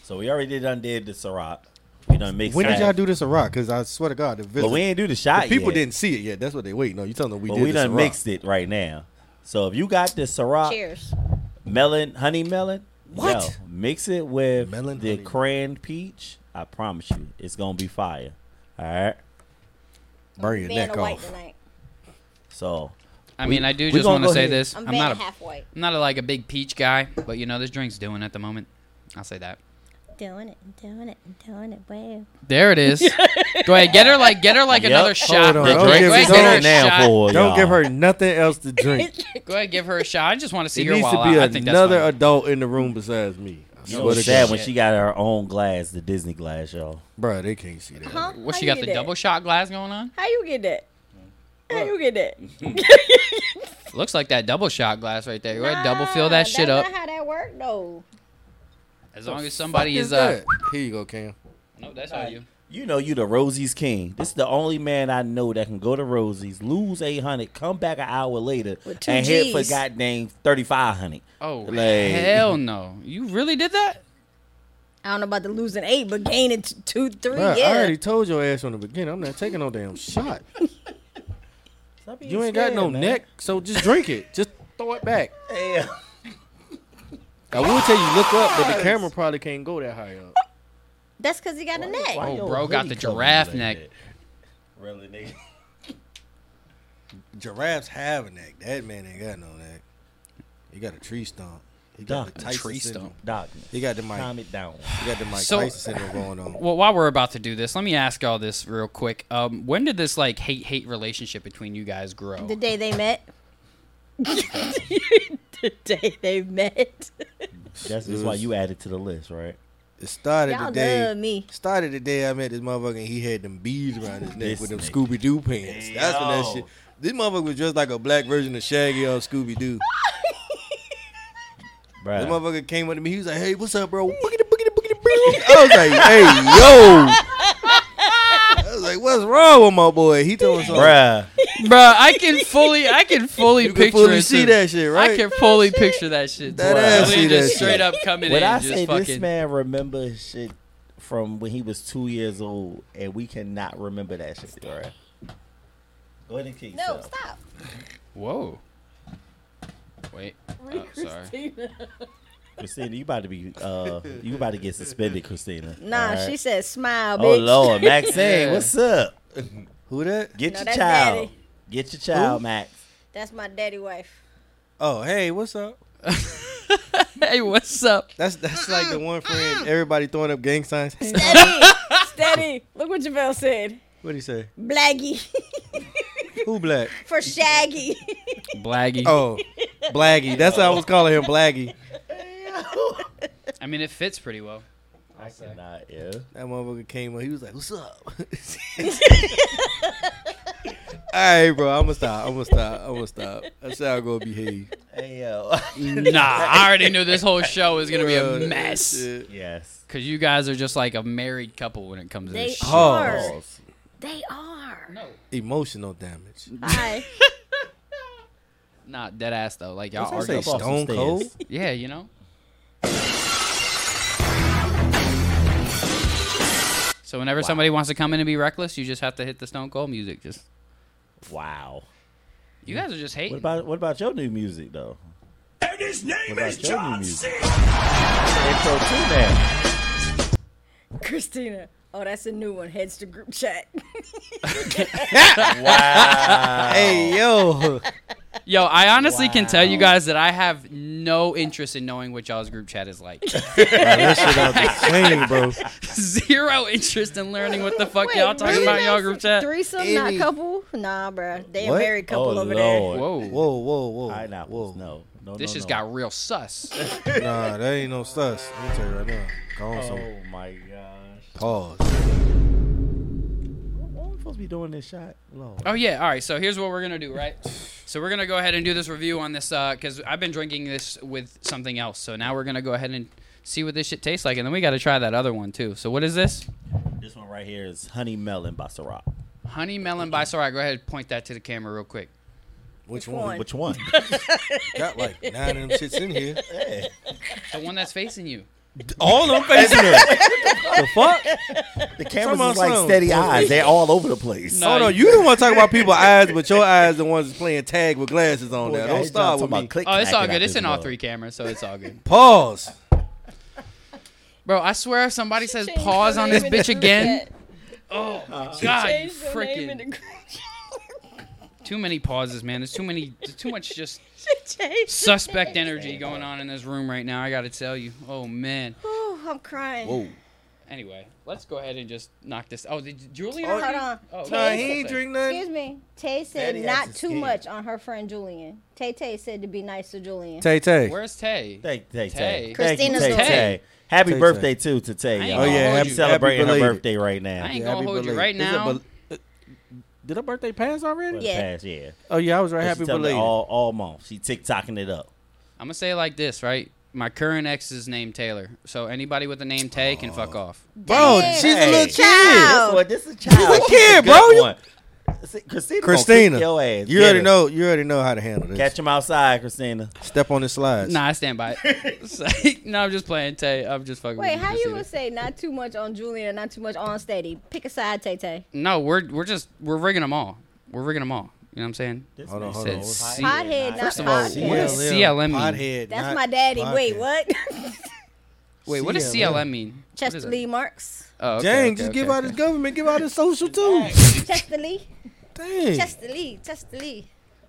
[SPEAKER 2] So we already done did the Ciroc. We done mixed
[SPEAKER 4] when
[SPEAKER 2] that.
[SPEAKER 4] did y'all do this in rock? Because I swear to God, the, visit,
[SPEAKER 2] But we ain't do the shot
[SPEAKER 4] the people
[SPEAKER 2] yet.
[SPEAKER 4] didn't see it yet. That's what they wait. No, you telling them we
[SPEAKER 2] But
[SPEAKER 4] did
[SPEAKER 2] we
[SPEAKER 4] this
[SPEAKER 2] done
[SPEAKER 4] in rock.
[SPEAKER 2] mixed it right now. So if you got the Ciroc
[SPEAKER 3] Cheers.
[SPEAKER 2] melon, honey melon,
[SPEAKER 4] What?
[SPEAKER 2] yo, mix it with
[SPEAKER 4] Melon,
[SPEAKER 2] the
[SPEAKER 4] honey.
[SPEAKER 2] cran peach. I promise you, it's gonna be fire. All right.
[SPEAKER 4] Burn your
[SPEAKER 3] Being
[SPEAKER 4] neck
[SPEAKER 3] a white
[SPEAKER 4] off.
[SPEAKER 3] tonight.
[SPEAKER 2] So
[SPEAKER 1] I mean, I do
[SPEAKER 2] we
[SPEAKER 1] just
[SPEAKER 2] gonna
[SPEAKER 1] want to
[SPEAKER 2] go
[SPEAKER 1] say
[SPEAKER 2] ahead.
[SPEAKER 1] this.
[SPEAKER 3] I'm,
[SPEAKER 1] I'm,
[SPEAKER 3] being
[SPEAKER 1] not a,
[SPEAKER 3] half white.
[SPEAKER 1] I'm not a, like a big peach guy, but you know this drink's doing at the moment. I'll say that.
[SPEAKER 3] Doing it, doing it, doing it well.
[SPEAKER 1] There it is. Go ahead, get her like get her like
[SPEAKER 2] Yep.
[SPEAKER 1] another shot.
[SPEAKER 4] Hold
[SPEAKER 1] Go
[SPEAKER 4] on,
[SPEAKER 2] the
[SPEAKER 4] don't
[SPEAKER 1] ahead,
[SPEAKER 2] drink
[SPEAKER 4] give
[SPEAKER 1] go
[SPEAKER 4] me
[SPEAKER 2] is
[SPEAKER 1] ahead, get
[SPEAKER 4] don't
[SPEAKER 1] her
[SPEAKER 2] going
[SPEAKER 1] a
[SPEAKER 2] now
[SPEAKER 1] shot.
[SPEAKER 2] for
[SPEAKER 4] Don't
[SPEAKER 2] y'all.
[SPEAKER 4] give her nothing else to drink.
[SPEAKER 1] Go ahead, give her a shot. I just want to see
[SPEAKER 4] It
[SPEAKER 1] her
[SPEAKER 4] needs
[SPEAKER 1] while
[SPEAKER 4] to be
[SPEAKER 1] I, I think that's
[SPEAKER 4] another
[SPEAKER 1] funny.
[SPEAKER 4] adult in the room besides me. I
[SPEAKER 2] You know
[SPEAKER 4] swear
[SPEAKER 2] what's
[SPEAKER 4] to
[SPEAKER 2] sad
[SPEAKER 4] God.
[SPEAKER 2] when she got her own glass, the Disney glass, y'all.
[SPEAKER 4] Bro, they can't see that.
[SPEAKER 3] Huh?
[SPEAKER 1] What
[SPEAKER 3] How
[SPEAKER 1] she
[SPEAKER 3] you
[SPEAKER 1] got
[SPEAKER 3] get
[SPEAKER 1] the
[SPEAKER 3] that?
[SPEAKER 1] double shot glass going on?
[SPEAKER 3] How you get that? How you get that?
[SPEAKER 1] Looks like that double shot glass right there. Go ahead, double
[SPEAKER 3] Nah,
[SPEAKER 1] fill that shit
[SPEAKER 3] that's
[SPEAKER 1] up.
[SPEAKER 3] Not how that work though.
[SPEAKER 1] As long as somebody is uh.
[SPEAKER 4] that? Here you go, Cam.
[SPEAKER 1] No, that's all you.
[SPEAKER 2] You know you the Rosie's king. This is the only man I know that can go to Rosie's, lose eight hundred, come back an hour later,
[SPEAKER 3] With two
[SPEAKER 2] and hit for
[SPEAKER 3] Gs.
[SPEAKER 2] goddamn thirty five hundred.
[SPEAKER 1] Oh
[SPEAKER 2] Like-
[SPEAKER 1] hell no! You really did that?
[SPEAKER 3] I don't know about the losing eight, but gaining t- two, three.
[SPEAKER 4] Bruh,
[SPEAKER 3] yeah.
[SPEAKER 4] I already told your ass from the beginning. I'm not taking no damn shot. You ain't got no neck, so just drink it. Just throw it back.
[SPEAKER 2] Damn.
[SPEAKER 1] Oh,
[SPEAKER 4] I will tell you, look up, but the camera probably can't go that high up.
[SPEAKER 3] That's because he got a neck.
[SPEAKER 2] Why
[SPEAKER 1] Oh,
[SPEAKER 2] your
[SPEAKER 1] bro, got the
[SPEAKER 2] hoodie covered
[SPEAKER 1] giraffe
[SPEAKER 2] like
[SPEAKER 1] neck.
[SPEAKER 2] that? Really, nigga.
[SPEAKER 4] Giraffes have a neck. That man ain't got no neck. He got a tree stump. He got
[SPEAKER 2] Doc,
[SPEAKER 4] the
[SPEAKER 2] a
[SPEAKER 4] Tyson
[SPEAKER 1] tree
[SPEAKER 4] syndrome.
[SPEAKER 1] stump.
[SPEAKER 2] Darkness.
[SPEAKER 4] He got the mic.
[SPEAKER 2] Calm it down.
[SPEAKER 4] He got the Mike
[SPEAKER 1] So-
[SPEAKER 4] Tyson syndrome going on.
[SPEAKER 1] Well, while we're about to do this, let me ask y'all this real quick. Um, when did this like hate hate relationship between you guys grow?
[SPEAKER 3] The day they met. the day they met.
[SPEAKER 2] That's, that's why you added to the list, right?
[SPEAKER 4] It started
[SPEAKER 3] Y'all
[SPEAKER 4] the day.
[SPEAKER 3] love me.
[SPEAKER 4] Started the day I met this motherfucker and he had them beads around his neck
[SPEAKER 2] This
[SPEAKER 4] with them
[SPEAKER 2] nigga.
[SPEAKER 4] Scooby Doo pants. That's when that
[SPEAKER 2] Yo.
[SPEAKER 4] shit. This motherfucker was just like a black version of Shaggy on Scooby Doo. This
[SPEAKER 2] Bruh.
[SPEAKER 4] motherfucker came up to me. He was like, "Hey, what's up, bro?" Boogity, boogity, boogity, boogity. I was like, "Hey,
[SPEAKER 2] Oh,
[SPEAKER 4] yo." I was like, "What's wrong with my boy?" He told us, something.
[SPEAKER 2] Bruh.
[SPEAKER 1] Bruh, I can fully, I can fully
[SPEAKER 4] You
[SPEAKER 1] picture
[SPEAKER 4] can fully
[SPEAKER 1] it,
[SPEAKER 4] see
[SPEAKER 1] too.
[SPEAKER 4] that shit, right?
[SPEAKER 1] I can fully picture that shit.
[SPEAKER 4] That
[SPEAKER 1] too.
[SPEAKER 2] ass
[SPEAKER 1] Literally
[SPEAKER 4] see
[SPEAKER 1] just
[SPEAKER 4] that
[SPEAKER 1] straight
[SPEAKER 4] shit.
[SPEAKER 1] up coming
[SPEAKER 2] When
[SPEAKER 1] in,
[SPEAKER 2] I
[SPEAKER 1] just
[SPEAKER 2] say
[SPEAKER 1] fucking.
[SPEAKER 2] this man remembers shit from when he was two years old, and we cannot remember that shit, bruh. Go ahead and kick
[SPEAKER 3] No,
[SPEAKER 2] yourself.
[SPEAKER 3] stop.
[SPEAKER 1] Whoa. Wait. Oh, sorry.
[SPEAKER 2] Christina, you about to be uh, you about to get suspended, Christina.
[SPEAKER 3] Nah,
[SPEAKER 2] All right?
[SPEAKER 3] she said smile,
[SPEAKER 2] Oh
[SPEAKER 3] bitch.
[SPEAKER 2] Lord, Maxine,
[SPEAKER 1] Yeah.
[SPEAKER 2] what's up?
[SPEAKER 4] Who that?
[SPEAKER 2] Get
[SPEAKER 3] No,
[SPEAKER 2] your
[SPEAKER 3] that's
[SPEAKER 2] child.
[SPEAKER 3] daddy.
[SPEAKER 2] Get your child, Max.
[SPEAKER 3] That's my daddy wife.
[SPEAKER 4] Oh, hey, what's up?
[SPEAKER 1] hey, what's up?
[SPEAKER 4] That's that's like the one friend everybody throwing up gang signs. Hey,
[SPEAKER 3] Steady,
[SPEAKER 7] Steady. Look what Javelle said.
[SPEAKER 4] what'd he say?
[SPEAKER 3] blaggy
[SPEAKER 4] Who black?
[SPEAKER 3] for Shaggy.
[SPEAKER 1] Blaggy.
[SPEAKER 4] Oh, Blaggy. That's what I was calling him, Blaggy.
[SPEAKER 1] I mean, it fits pretty well.
[SPEAKER 2] I cannot, yeah.
[SPEAKER 4] That motherfucker came up. He was like, "What's up?" All right, bro. I'm gonna stop. I'm gonna stop. I'm gonna stop. That's how I'm gonna behave.
[SPEAKER 2] Hey yo.
[SPEAKER 1] Nah, I already knew this whole show was gonna be a
[SPEAKER 4] Bro,
[SPEAKER 1] mess.
[SPEAKER 4] shit.
[SPEAKER 2] yes.
[SPEAKER 1] Cause you guys are just like a married couple when it comes to
[SPEAKER 3] They
[SPEAKER 1] this. shit.
[SPEAKER 3] are.
[SPEAKER 2] Pause.
[SPEAKER 3] They are.
[SPEAKER 4] Emotional damage.
[SPEAKER 3] Bye.
[SPEAKER 1] Not dead ass though. Like y'all
[SPEAKER 2] I
[SPEAKER 1] argue.
[SPEAKER 2] say
[SPEAKER 4] Stone
[SPEAKER 2] Boston stairs.
[SPEAKER 4] Cold?
[SPEAKER 1] Yeah, you know. So whenever somebody wants to come in and be reckless, you just have to hit the Stone Cold music. Just
[SPEAKER 2] Wow.
[SPEAKER 1] you guys are just hating.
[SPEAKER 2] What about what about your new music though? And his name is John music? Intro too, man.
[SPEAKER 3] Christina. Oh, that's a new one. Heads to group chat.
[SPEAKER 2] Wow.
[SPEAKER 4] Hey, yo.
[SPEAKER 1] Yo, I honestly can tell you
[SPEAKER 2] Wow.
[SPEAKER 1] guys that I have no interest in knowing what y'all's group chat is like.
[SPEAKER 4] That shit out the chain, bro.
[SPEAKER 1] Zero interest in learning what the fuck y'all talking
[SPEAKER 3] really?
[SPEAKER 1] about in y'all group chat.
[SPEAKER 3] Threesome,
[SPEAKER 4] Any-
[SPEAKER 3] not couple. Nah, bruh. They
[SPEAKER 4] What?
[SPEAKER 3] a married
[SPEAKER 2] oh
[SPEAKER 3] couple over
[SPEAKER 2] Lord.
[SPEAKER 1] Whoa.
[SPEAKER 4] Whoa, whoa, whoa.
[SPEAKER 2] I know.
[SPEAKER 4] whoa.
[SPEAKER 2] No. No.
[SPEAKER 1] This
[SPEAKER 2] no,
[SPEAKER 1] just
[SPEAKER 2] no.
[SPEAKER 1] got real sus.
[SPEAKER 4] Nah, that ain't no sus. Let me tell you right now. Go on, some
[SPEAKER 2] Oh my gosh.
[SPEAKER 4] pause.
[SPEAKER 2] Why am I supposed to be doing this shot? Lord.
[SPEAKER 1] Oh yeah. All right. So here's what we're gonna do, right? So we're gonna go ahead and do this review on this because I've been drinking this with something else. So now we're gonna go ahead and see what this shit tastes like, and then we gotta try that other one too. So what is this?
[SPEAKER 2] This one right here is honey melon by Ciroc.
[SPEAKER 1] Honey melon by Soraya. Go ahead, point that to the camera real quick.
[SPEAKER 4] Which
[SPEAKER 3] Which
[SPEAKER 4] one?
[SPEAKER 3] one?
[SPEAKER 2] Which one?
[SPEAKER 4] Got like nine of them shits in here.
[SPEAKER 2] hey.
[SPEAKER 1] The one that's facing you.
[SPEAKER 2] All them facing it.
[SPEAKER 4] The fuck?
[SPEAKER 2] The
[SPEAKER 4] Some
[SPEAKER 2] cameras
[SPEAKER 4] on
[SPEAKER 2] is like
[SPEAKER 4] some.
[SPEAKER 2] steady eyes. They're all over the place.
[SPEAKER 1] No,
[SPEAKER 4] Oh no, you don't want to talk about people's eyes, but your eyes the ones that's playing tag with glasses on
[SPEAKER 2] Boy,
[SPEAKER 4] there.
[SPEAKER 2] y'all
[SPEAKER 4] Don't start
[SPEAKER 2] talking
[SPEAKER 4] with
[SPEAKER 2] about
[SPEAKER 4] me.
[SPEAKER 2] click
[SPEAKER 1] Oh, it's all
[SPEAKER 2] clacking out
[SPEAKER 1] good. It's
[SPEAKER 2] this
[SPEAKER 1] in all
[SPEAKER 2] mug.
[SPEAKER 1] three cameras, so it's all good.
[SPEAKER 4] Pause.
[SPEAKER 1] Bro, I swear if somebody says
[SPEAKER 3] changed
[SPEAKER 1] pause
[SPEAKER 3] her
[SPEAKER 1] on this
[SPEAKER 3] name in
[SPEAKER 1] bitch
[SPEAKER 3] the group
[SPEAKER 1] again,
[SPEAKER 3] chat.
[SPEAKER 1] oh god, you
[SPEAKER 3] Changed her name in the
[SPEAKER 1] freaking
[SPEAKER 3] group chat.
[SPEAKER 1] too many pauses, man. There's too many, there's too much just
[SPEAKER 3] She changed.
[SPEAKER 1] suspect energy going on in this room right now. I gotta tell you. Oh man.
[SPEAKER 3] Ooh, I'm crying.
[SPEAKER 4] Whoa.
[SPEAKER 1] Anyway, let's go ahead and just knock this. Oh, did Julie?
[SPEAKER 4] Oh,
[SPEAKER 1] already?
[SPEAKER 3] Hold on.
[SPEAKER 1] Oh,
[SPEAKER 4] Nah,
[SPEAKER 1] okay.
[SPEAKER 4] he ain't drink
[SPEAKER 3] Excuse
[SPEAKER 4] nothing.
[SPEAKER 3] me. Tay said
[SPEAKER 2] Daddy has
[SPEAKER 3] not
[SPEAKER 2] his
[SPEAKER 3] too
[SPEAKER 2] skin.
[SPEAKER 3] much on her friend Julian. Tay Tay said to be nice to Julian.
[SPEAKER 4] Tay Tay.
[SPEAKER 1] Where's Tay?
[SPEAKER 2] Thank, thank,
[SPEAKER 1] Tay.
[SPEAKER 2] thank. Thank you,
[SPEAKER 3] Christina's
[SPEAKER 2] Tay.
[SPEAKER 1] daughter.
[SPEAKER 2] Tay. Happy
[SPEAKER 4] Tay, Tay.
[SPEAKER 2] birthday too to
[SPEAKER 1] I
[SPEAKER 2] Tay.
[SPEAKER 1] ain't
[SPEAKER 2] y'all.
[SPEAKER 1] gonna
[SPEAKER 4] yeah,
[SPEAKER 1] hold
[SPEAKER 4] happy-
[SPEAKER 1] you.
[SPEAKER 2] celebrating her
[SPEAKER 4] belated.
[SPEAKER 2] birthday right
[SPEAKER 1] I
[SPEAKER 2] now.
[SPEAKER 1] ain't gonna
[SPEAKER 4] happy
[SPEAKER 1] hold you
[SPEAKER 4] belated.
[SPEAKER 1] right
[SPEAKER 4] Is it
[SPEAKER 1] now.
[SPEAKER 4] bel- uh, Did her birthday pass already?
[SPEAKER 2] Well,
[SPEAKER 3] Yeah.
[SPEAKER 2] Pass, yeah.
[SPEAKER 4] Oh yeah, I was right.
[SPEAKER 2] She
[SPEAKER 4] Happy
[SPEAKER 2] tell me
[SPEAKER 4] belated.
[SPEAKER 2] All, all month. She TikToking it up.
[SPEAKER 1] I'm gonna say it like this, right? My current ex is named Taylor, so anybody with the name Tay can
[SPEAKER 4] Oh.
[SPEAKER 1] fuck off.
[SPEAKER 4] Bro,
[SPEAKER 3] Damn.
[SPEAKER 4] she's a
[SPEAKER 2] Hey.
[SPEAKER 4] little
[SPEAKER 3] Child.
[SPEAKER 4] kid.
[SPEAKER 2] Boy, this is a child.
[SPEAKER 4] a kid, bro. You-
[SPEAKER 2] Christina,
[SPEAKER 4] Christina,
[SPEAKER 2] Christina your ass.
[SPEAKER 4] you
[SPEAKER 2] Get
[SPEAKER 4] already
[SPEAKER 2] her.
[SPEAKER 4] know. You already know how to handle this.
[SPEAKER 2] Catch him outside, Christina.
[SPEAKER 4] Step on the slides.
[SPEAKER 1] Nah, I stand by it. So- no, I'm just playing Tay. I'm just fucking.
[SPEAKER 3] Wait,
[SPEAKER 1] with
[SPEAKER 3] how
[SPEAKER 1] Just
[SPEAKER 3] you
[SPEAKER 1] either.
[SPEAKER 3] would say not too much on Julian and not too much on Steady? Pick a side, Tay Tay.
[SPEAKER 1] No, we're we're just we're rigging them all. We're rigging them all. You know what I'm saying?
[SPEAKER 2] This
[SPEAKER 4] Hold on,
[SPEAKER 2] nigga
[SPEAKER 4] hold
[SPEAKER 2] said
[SPEAKER 4] on.
[SPEAKER 2] C-
[SPEAKER 3] Pothead, not
[SPEAKER 1] First of all, E,
[SPEAKER 3] podcast.
[SPEAKER 1] what is
[SPEAKER 4] CLM,
[SPEAKER 1] CLM mean?
[SPEAKER 4] Pothead,
[SPEAKER 3] That's
[SPEAKER 4] not
[SPEAKER 3] my daddy. Wait,
[SPEAKER 4] podcast.
[SPEAKER 3] what?
[SPEAKER 1] Wait, what does
[SPEAKER 4] CLM?
[SPEAKER 1] CLM mean? What is
[SPEAKER 3] Chester
[SPEAKER 1] it?
[SPEAKER 3] Lee Marks.
[SPEAKER 1] Oh, okay,
[SPEAKER 4] Dang,
[SPEAKER 1] okay,
[SPEAKER 4] just
[SPEAKER 1] okay,
[SPEAKER 4] give out
[SPEAKER 1] okay.
[SPEAKER 4] his government, give out his social too.
[SPEAKER 3] Chester Lee.
[SPEAKER 4] Dang.
[SPEAKER 3] Chester Lee. Chester Lee.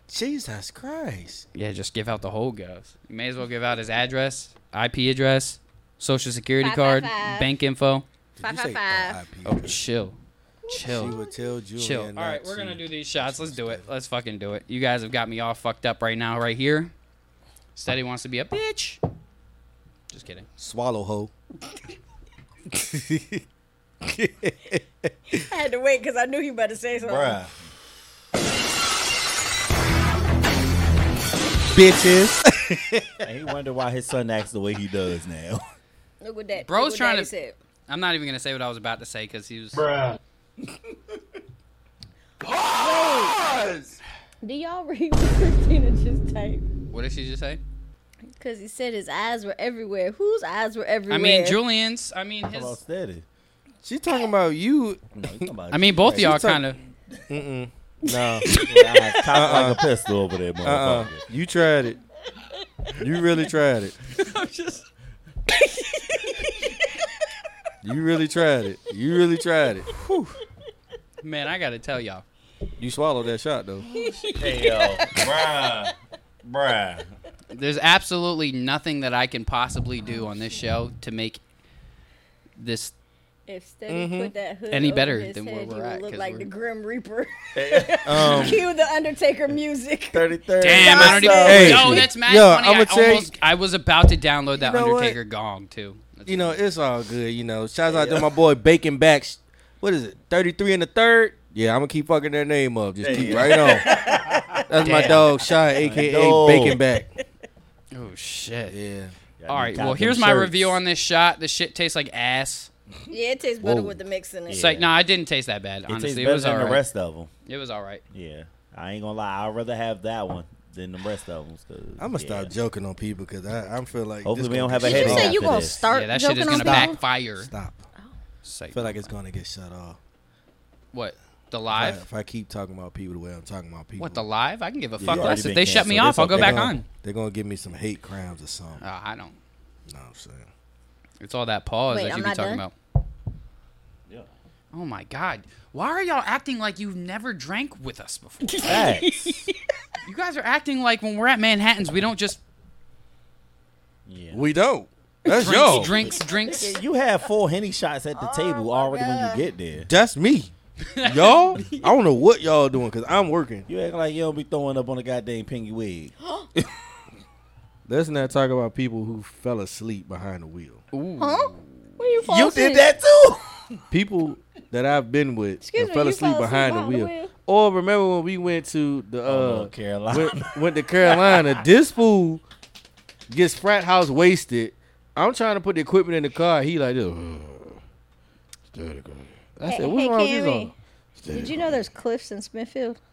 [SPEAKER 4] Jesus Christ.
[SPEAKER 1] Yeah, just give out the whole govs. You may as well give out his address, IP address, social security
[SPEAKER 3] Five,
[SPEAKER 1] card,
[SPEAKER 3] five, five.
[SPEAKER 1] bank info.
[SPEAKER 4] Did
[SPEAKER 3] Five,
[SPEAKER 4] you
[SPEAKER 3] five,
[SPEAKER 4] say
[SPEAKER 3] five.
[SPEAKER 4] IP?
[SPEAKER 1] Oh, chill,
[SPEAKER 4] She
[SPEAKER 1] chill,
[SPEAKER 4] would tell Julia
[SPEAKER 1] chill. All
[SPEAKER 4] not
[SPEAKER 1] right, we're
[SPEAKER 4] to-
[SPEAKER 1] gonna do these shots. Let's do it. Let's fucking do it. You guys have got me all fucked up right now, right here. Steady wants to be a bitch. Just kidding.
[SPEAKER 4] swallow hoe.
[SPEAKER 7] I had to wait because I knew he about to say something.
[SPEAKER 8] Bruh.
[SPEAKER 4] Bitches.
[SPEAKER 2] And he wonder why his son acts the way he does now.
[SPEAKER 3] Look what that.
[SPEAKER 1] Bro's
[SPEAKER 3] look what
[SPEAKER 1] trying
[SPEAKER 3] daddy
[SPEAKER 1] to-
[SPEAKER 3] Said.
[SPEAKER 1] I'm not even gonna say what I was about to say because he was.
[SPEAKER 3] Do y'all read what Christina just typed?
[SPEAKER 1] What did she just say?
[SPEAKER 3] Because he said his eyes were everywhere. Whose eyes were everywhere?
[SPEAKER 1] I mean, Julian's. I mean
[SPEAKER 2] How about
[SPEAKER 1] his.
[SPEAKER 2] steady?
[SPEAKER 4] She talking about you.
[SPEAKER 2] No, you talking about-
[SPEAKER 1] I mean, both of
[SPEAKER 2] Hey,
[SPEAKER 1] y'all
[SPEAKER 4] talk-
[SPEAKER 1] kind of.
[SPEAKER 4] Mm-mm. No.
[SPEAKER 2] I cocked like a pistol over there,
[SPEAKER 4] Uh-uh.
[SPEAKER 2] motherfucker.
[SPEAKER 4] You tried it. You really tried it.
[SPEAKER 1] I'm just.
[SPEAKER 4] You really tried it. You really tried it. Whew.
[SPEAKER 1] Man, I gotta tell y'all.
[SPEAKER 4] You swallowed that shot though.
[SPEAKER 2] Hey yo, bruh, bruh.
[SPEAKER 1] There's absolutely nothing that I can possibly do on this show to make this.
[SPEAKER 3] if Steady
[SPEAKER 4] Mhm.
[SPEAKER 3] put that hood
[SPEAKER 1] Mm-hmm. Any
[SPEAKER 3] over
[SPEAKER 1] better
[SPEAKER 3] his
[SPEAKER 1] than where
[SPEAKER 3] head,
[SPEAKER 1] we're
[SPEAKER 3] he would
[SPEAKER 1] at,
[SPEAKER 3] look
[SPEAKER 1] 'cause
[SPEAKER 3] like
[SPEAKER 1] we're-
[SPEAKER 3] the Grim Reaper.
[SPEAKER 4] Um,
[SPEAKER 3] Cue the Undertaker music.
[SPEAKER 2] 33rd.
[SPEAKER 1] Damn, I don't even.
[SPEAKER 4] Hey.
[SPEAKER 1] yo, that's mad
[SPEAKER 4] Yo,
[SPEAKER 1] funny.
[SPEAKER 4] I'ma
[SPEAKER 1] I,
[SPEAKER 4] tell you-
[SPEAKER 1] almost, I was about to download that
[SPEAKER 4] You know what?
[SPEAKER 1] Undertaker gong too. That's
[SPEAKER 4] you know, it's all good. You know, shouts out to my boy Bacon Backs. What is it? Thirty three and the third. Yeah, I'm gonna keep fucking their name up. Just keep right on. That's my
[SPEAKER 1] Damn.
[SPEAKER 4] dog, Shy, aka
[SPEAKER 2] dog.
[SPEAKER 4] Bacon Back.
[SPEAKER 1] oh shit.
[SPEAKER 4] Yeah.
[SPEAKER 1] All right. Well, here's my review on this shot. The shit tastes like ass.
[SPEAKER 3] Yeah, it tastes better
[SPEAKER 2] Whoa.
[SPEAKER 3] with the mix in it.
[SPEAKER 1] It's like, nah, it didn't taste that bad.
[SPEAKER 2] It tastes
[SPEAKER 1] Honestly, it,
[SPEAKER 2] better
[SPEAKER 1] was
[SPEAKER 2] than
[SPEAKER 1] alright.
[SPEAKER 2] the rest of them.
[SPEAKER 1] It was alright.
[SPEAKER 2] Yeah, I ain't gonna lie. I'd rather have that one than the rest of them.
[SPEAKER 4] I'm gonna stop joking on people because I, I feel like this
[SPEAKER 2] Hopefully we
[SPEAKER 4] gonna
[SPEAKER 2] don't have
[SPEAKER 4] get
[SPEAKER 2] a
[SPEAKER 3] Did
[SPEAKER 4] shut
[SPEAKER 3] you
[SPEAKER 2] headache.
[SPEAKER 3] say
[SPEAKER 4] off.
[SPEAKER 3] you
[SPEAKER 2] after
[SPEAKER 3] gonna
[SPEAKER 2] this.
[SPEAKER 3] start
[SPEAKER 1] Yeah, that shit
[SPEAKER 3] joking
[SPEAKER 1] is
[SPEAKER 3] on
[SPEAKER 1] gonna
[SPEAKER 3] people?
[SPEAKER 1] backfire.
[SPEAKER 4] Stop. I
[SPEAKER 1] Psych.
[SPEAKER 4] feel like it's gonna get shut off.
[SPEAKER 1] What? The
[SPEAKER 4] I-
[SPEAKER 1] live?
[SPEAKER 4] if I keep talking about people the way I'm talking about people,
[SPEAKER 1] What the live? I can give a
[SPEAKER 2] you
[SPEAKER 1] fuck
[SPEAKER 2] already
[SPEAKER 1] less. If
[SPEAKER 2] been
[SPEAKER 1] they shut me
[SPEAKER 2] canceled.
[SPEAKER 1] off,
[SPEAKER 2] It's
[SPEAKER 1] I'll go
[SPEAKER 2] okay.
[SPEAKER 1] back
[SPEAKER 4] They're gonna-
[SPEAKER 1] on.
[SPEAKER 4] They're gonna give me some hate crimes or something.
[SPEAKER 1] Uh, I don't.
[SPEAKER 4] No, I'm saying.
[SPEAKER 1] It's all that pause
[SPEAKER 3] Wait,
[SPEAKER 1] that
[SPEAKER 3] I'm
[SPEAKER 1] you be
[SPEAKER 3] not
[SPEAKER 1] talking
[SPEAKER 3] done?
[SPEAKER 1] about. Oh my god. Why are y'all acting like you've never drank with us before?
[SPEAKER 2] Facts.
[SPEAKER 1] you guys are acting like when we're at Manhattan's, we don't just
[SPEAKER 2] yeah.
[SPEAKER 4] We don't. That's
[SPEAKER 1] drinks,
[SPEAKER 4] y'all.
[SPEAKER 1] drinks, drinks.
[SPEAKER 2] You have four henny shots at the table already when you get there.
[SPEAKER 4] That's me. Y'all, I don't know what y'all doing because I'm working.
[SPEAKER 2] You act like you don't be throwing up on a goddamn pinky wig.
[SPEAKER 4] Let's not talk about people who fell asleep behind the wheel.
[SPEAKER 3] Huh? Where you fall
[SPEAKER 2] You
[SPEAKER 3] asleep?
[SPEAKER 2] did that too.
[SPEAKER 4] People that I've been with
[SPEAKER 3] Excuse
[SPEAKER 4] and
[SPEAKER 3] me,
[SPEAKER 4] fell
[SPEAKER 3] you
[SPEAKER 4] asleep
[SPEAKER 3] fell asleep
[SPEAKER 4] behind the
[SPEAKER 3] behind the
[SPEAKER 4] wheel.
[SPEAKER 3] wheel?
[SPEAKER 4] Or remember when we went to the uh,
[SPEAKER 2] Oh, Carolina.
[SPEAKER 4] Went, went to Carolina. this fool gets frat house wasted. I'm trying to put the equipment in the car. He like this. I said,
[SPEAKER 3] Hey,
[SPEAKER 4] what's
[SPEAKER 3] hey,
[SPEAKER 4] wrong with this
[SPEAKER 3] Cammy.
[SPEAKER 4] on?
[SPEAKER 3] Did you know there's cliffs in Smithfield?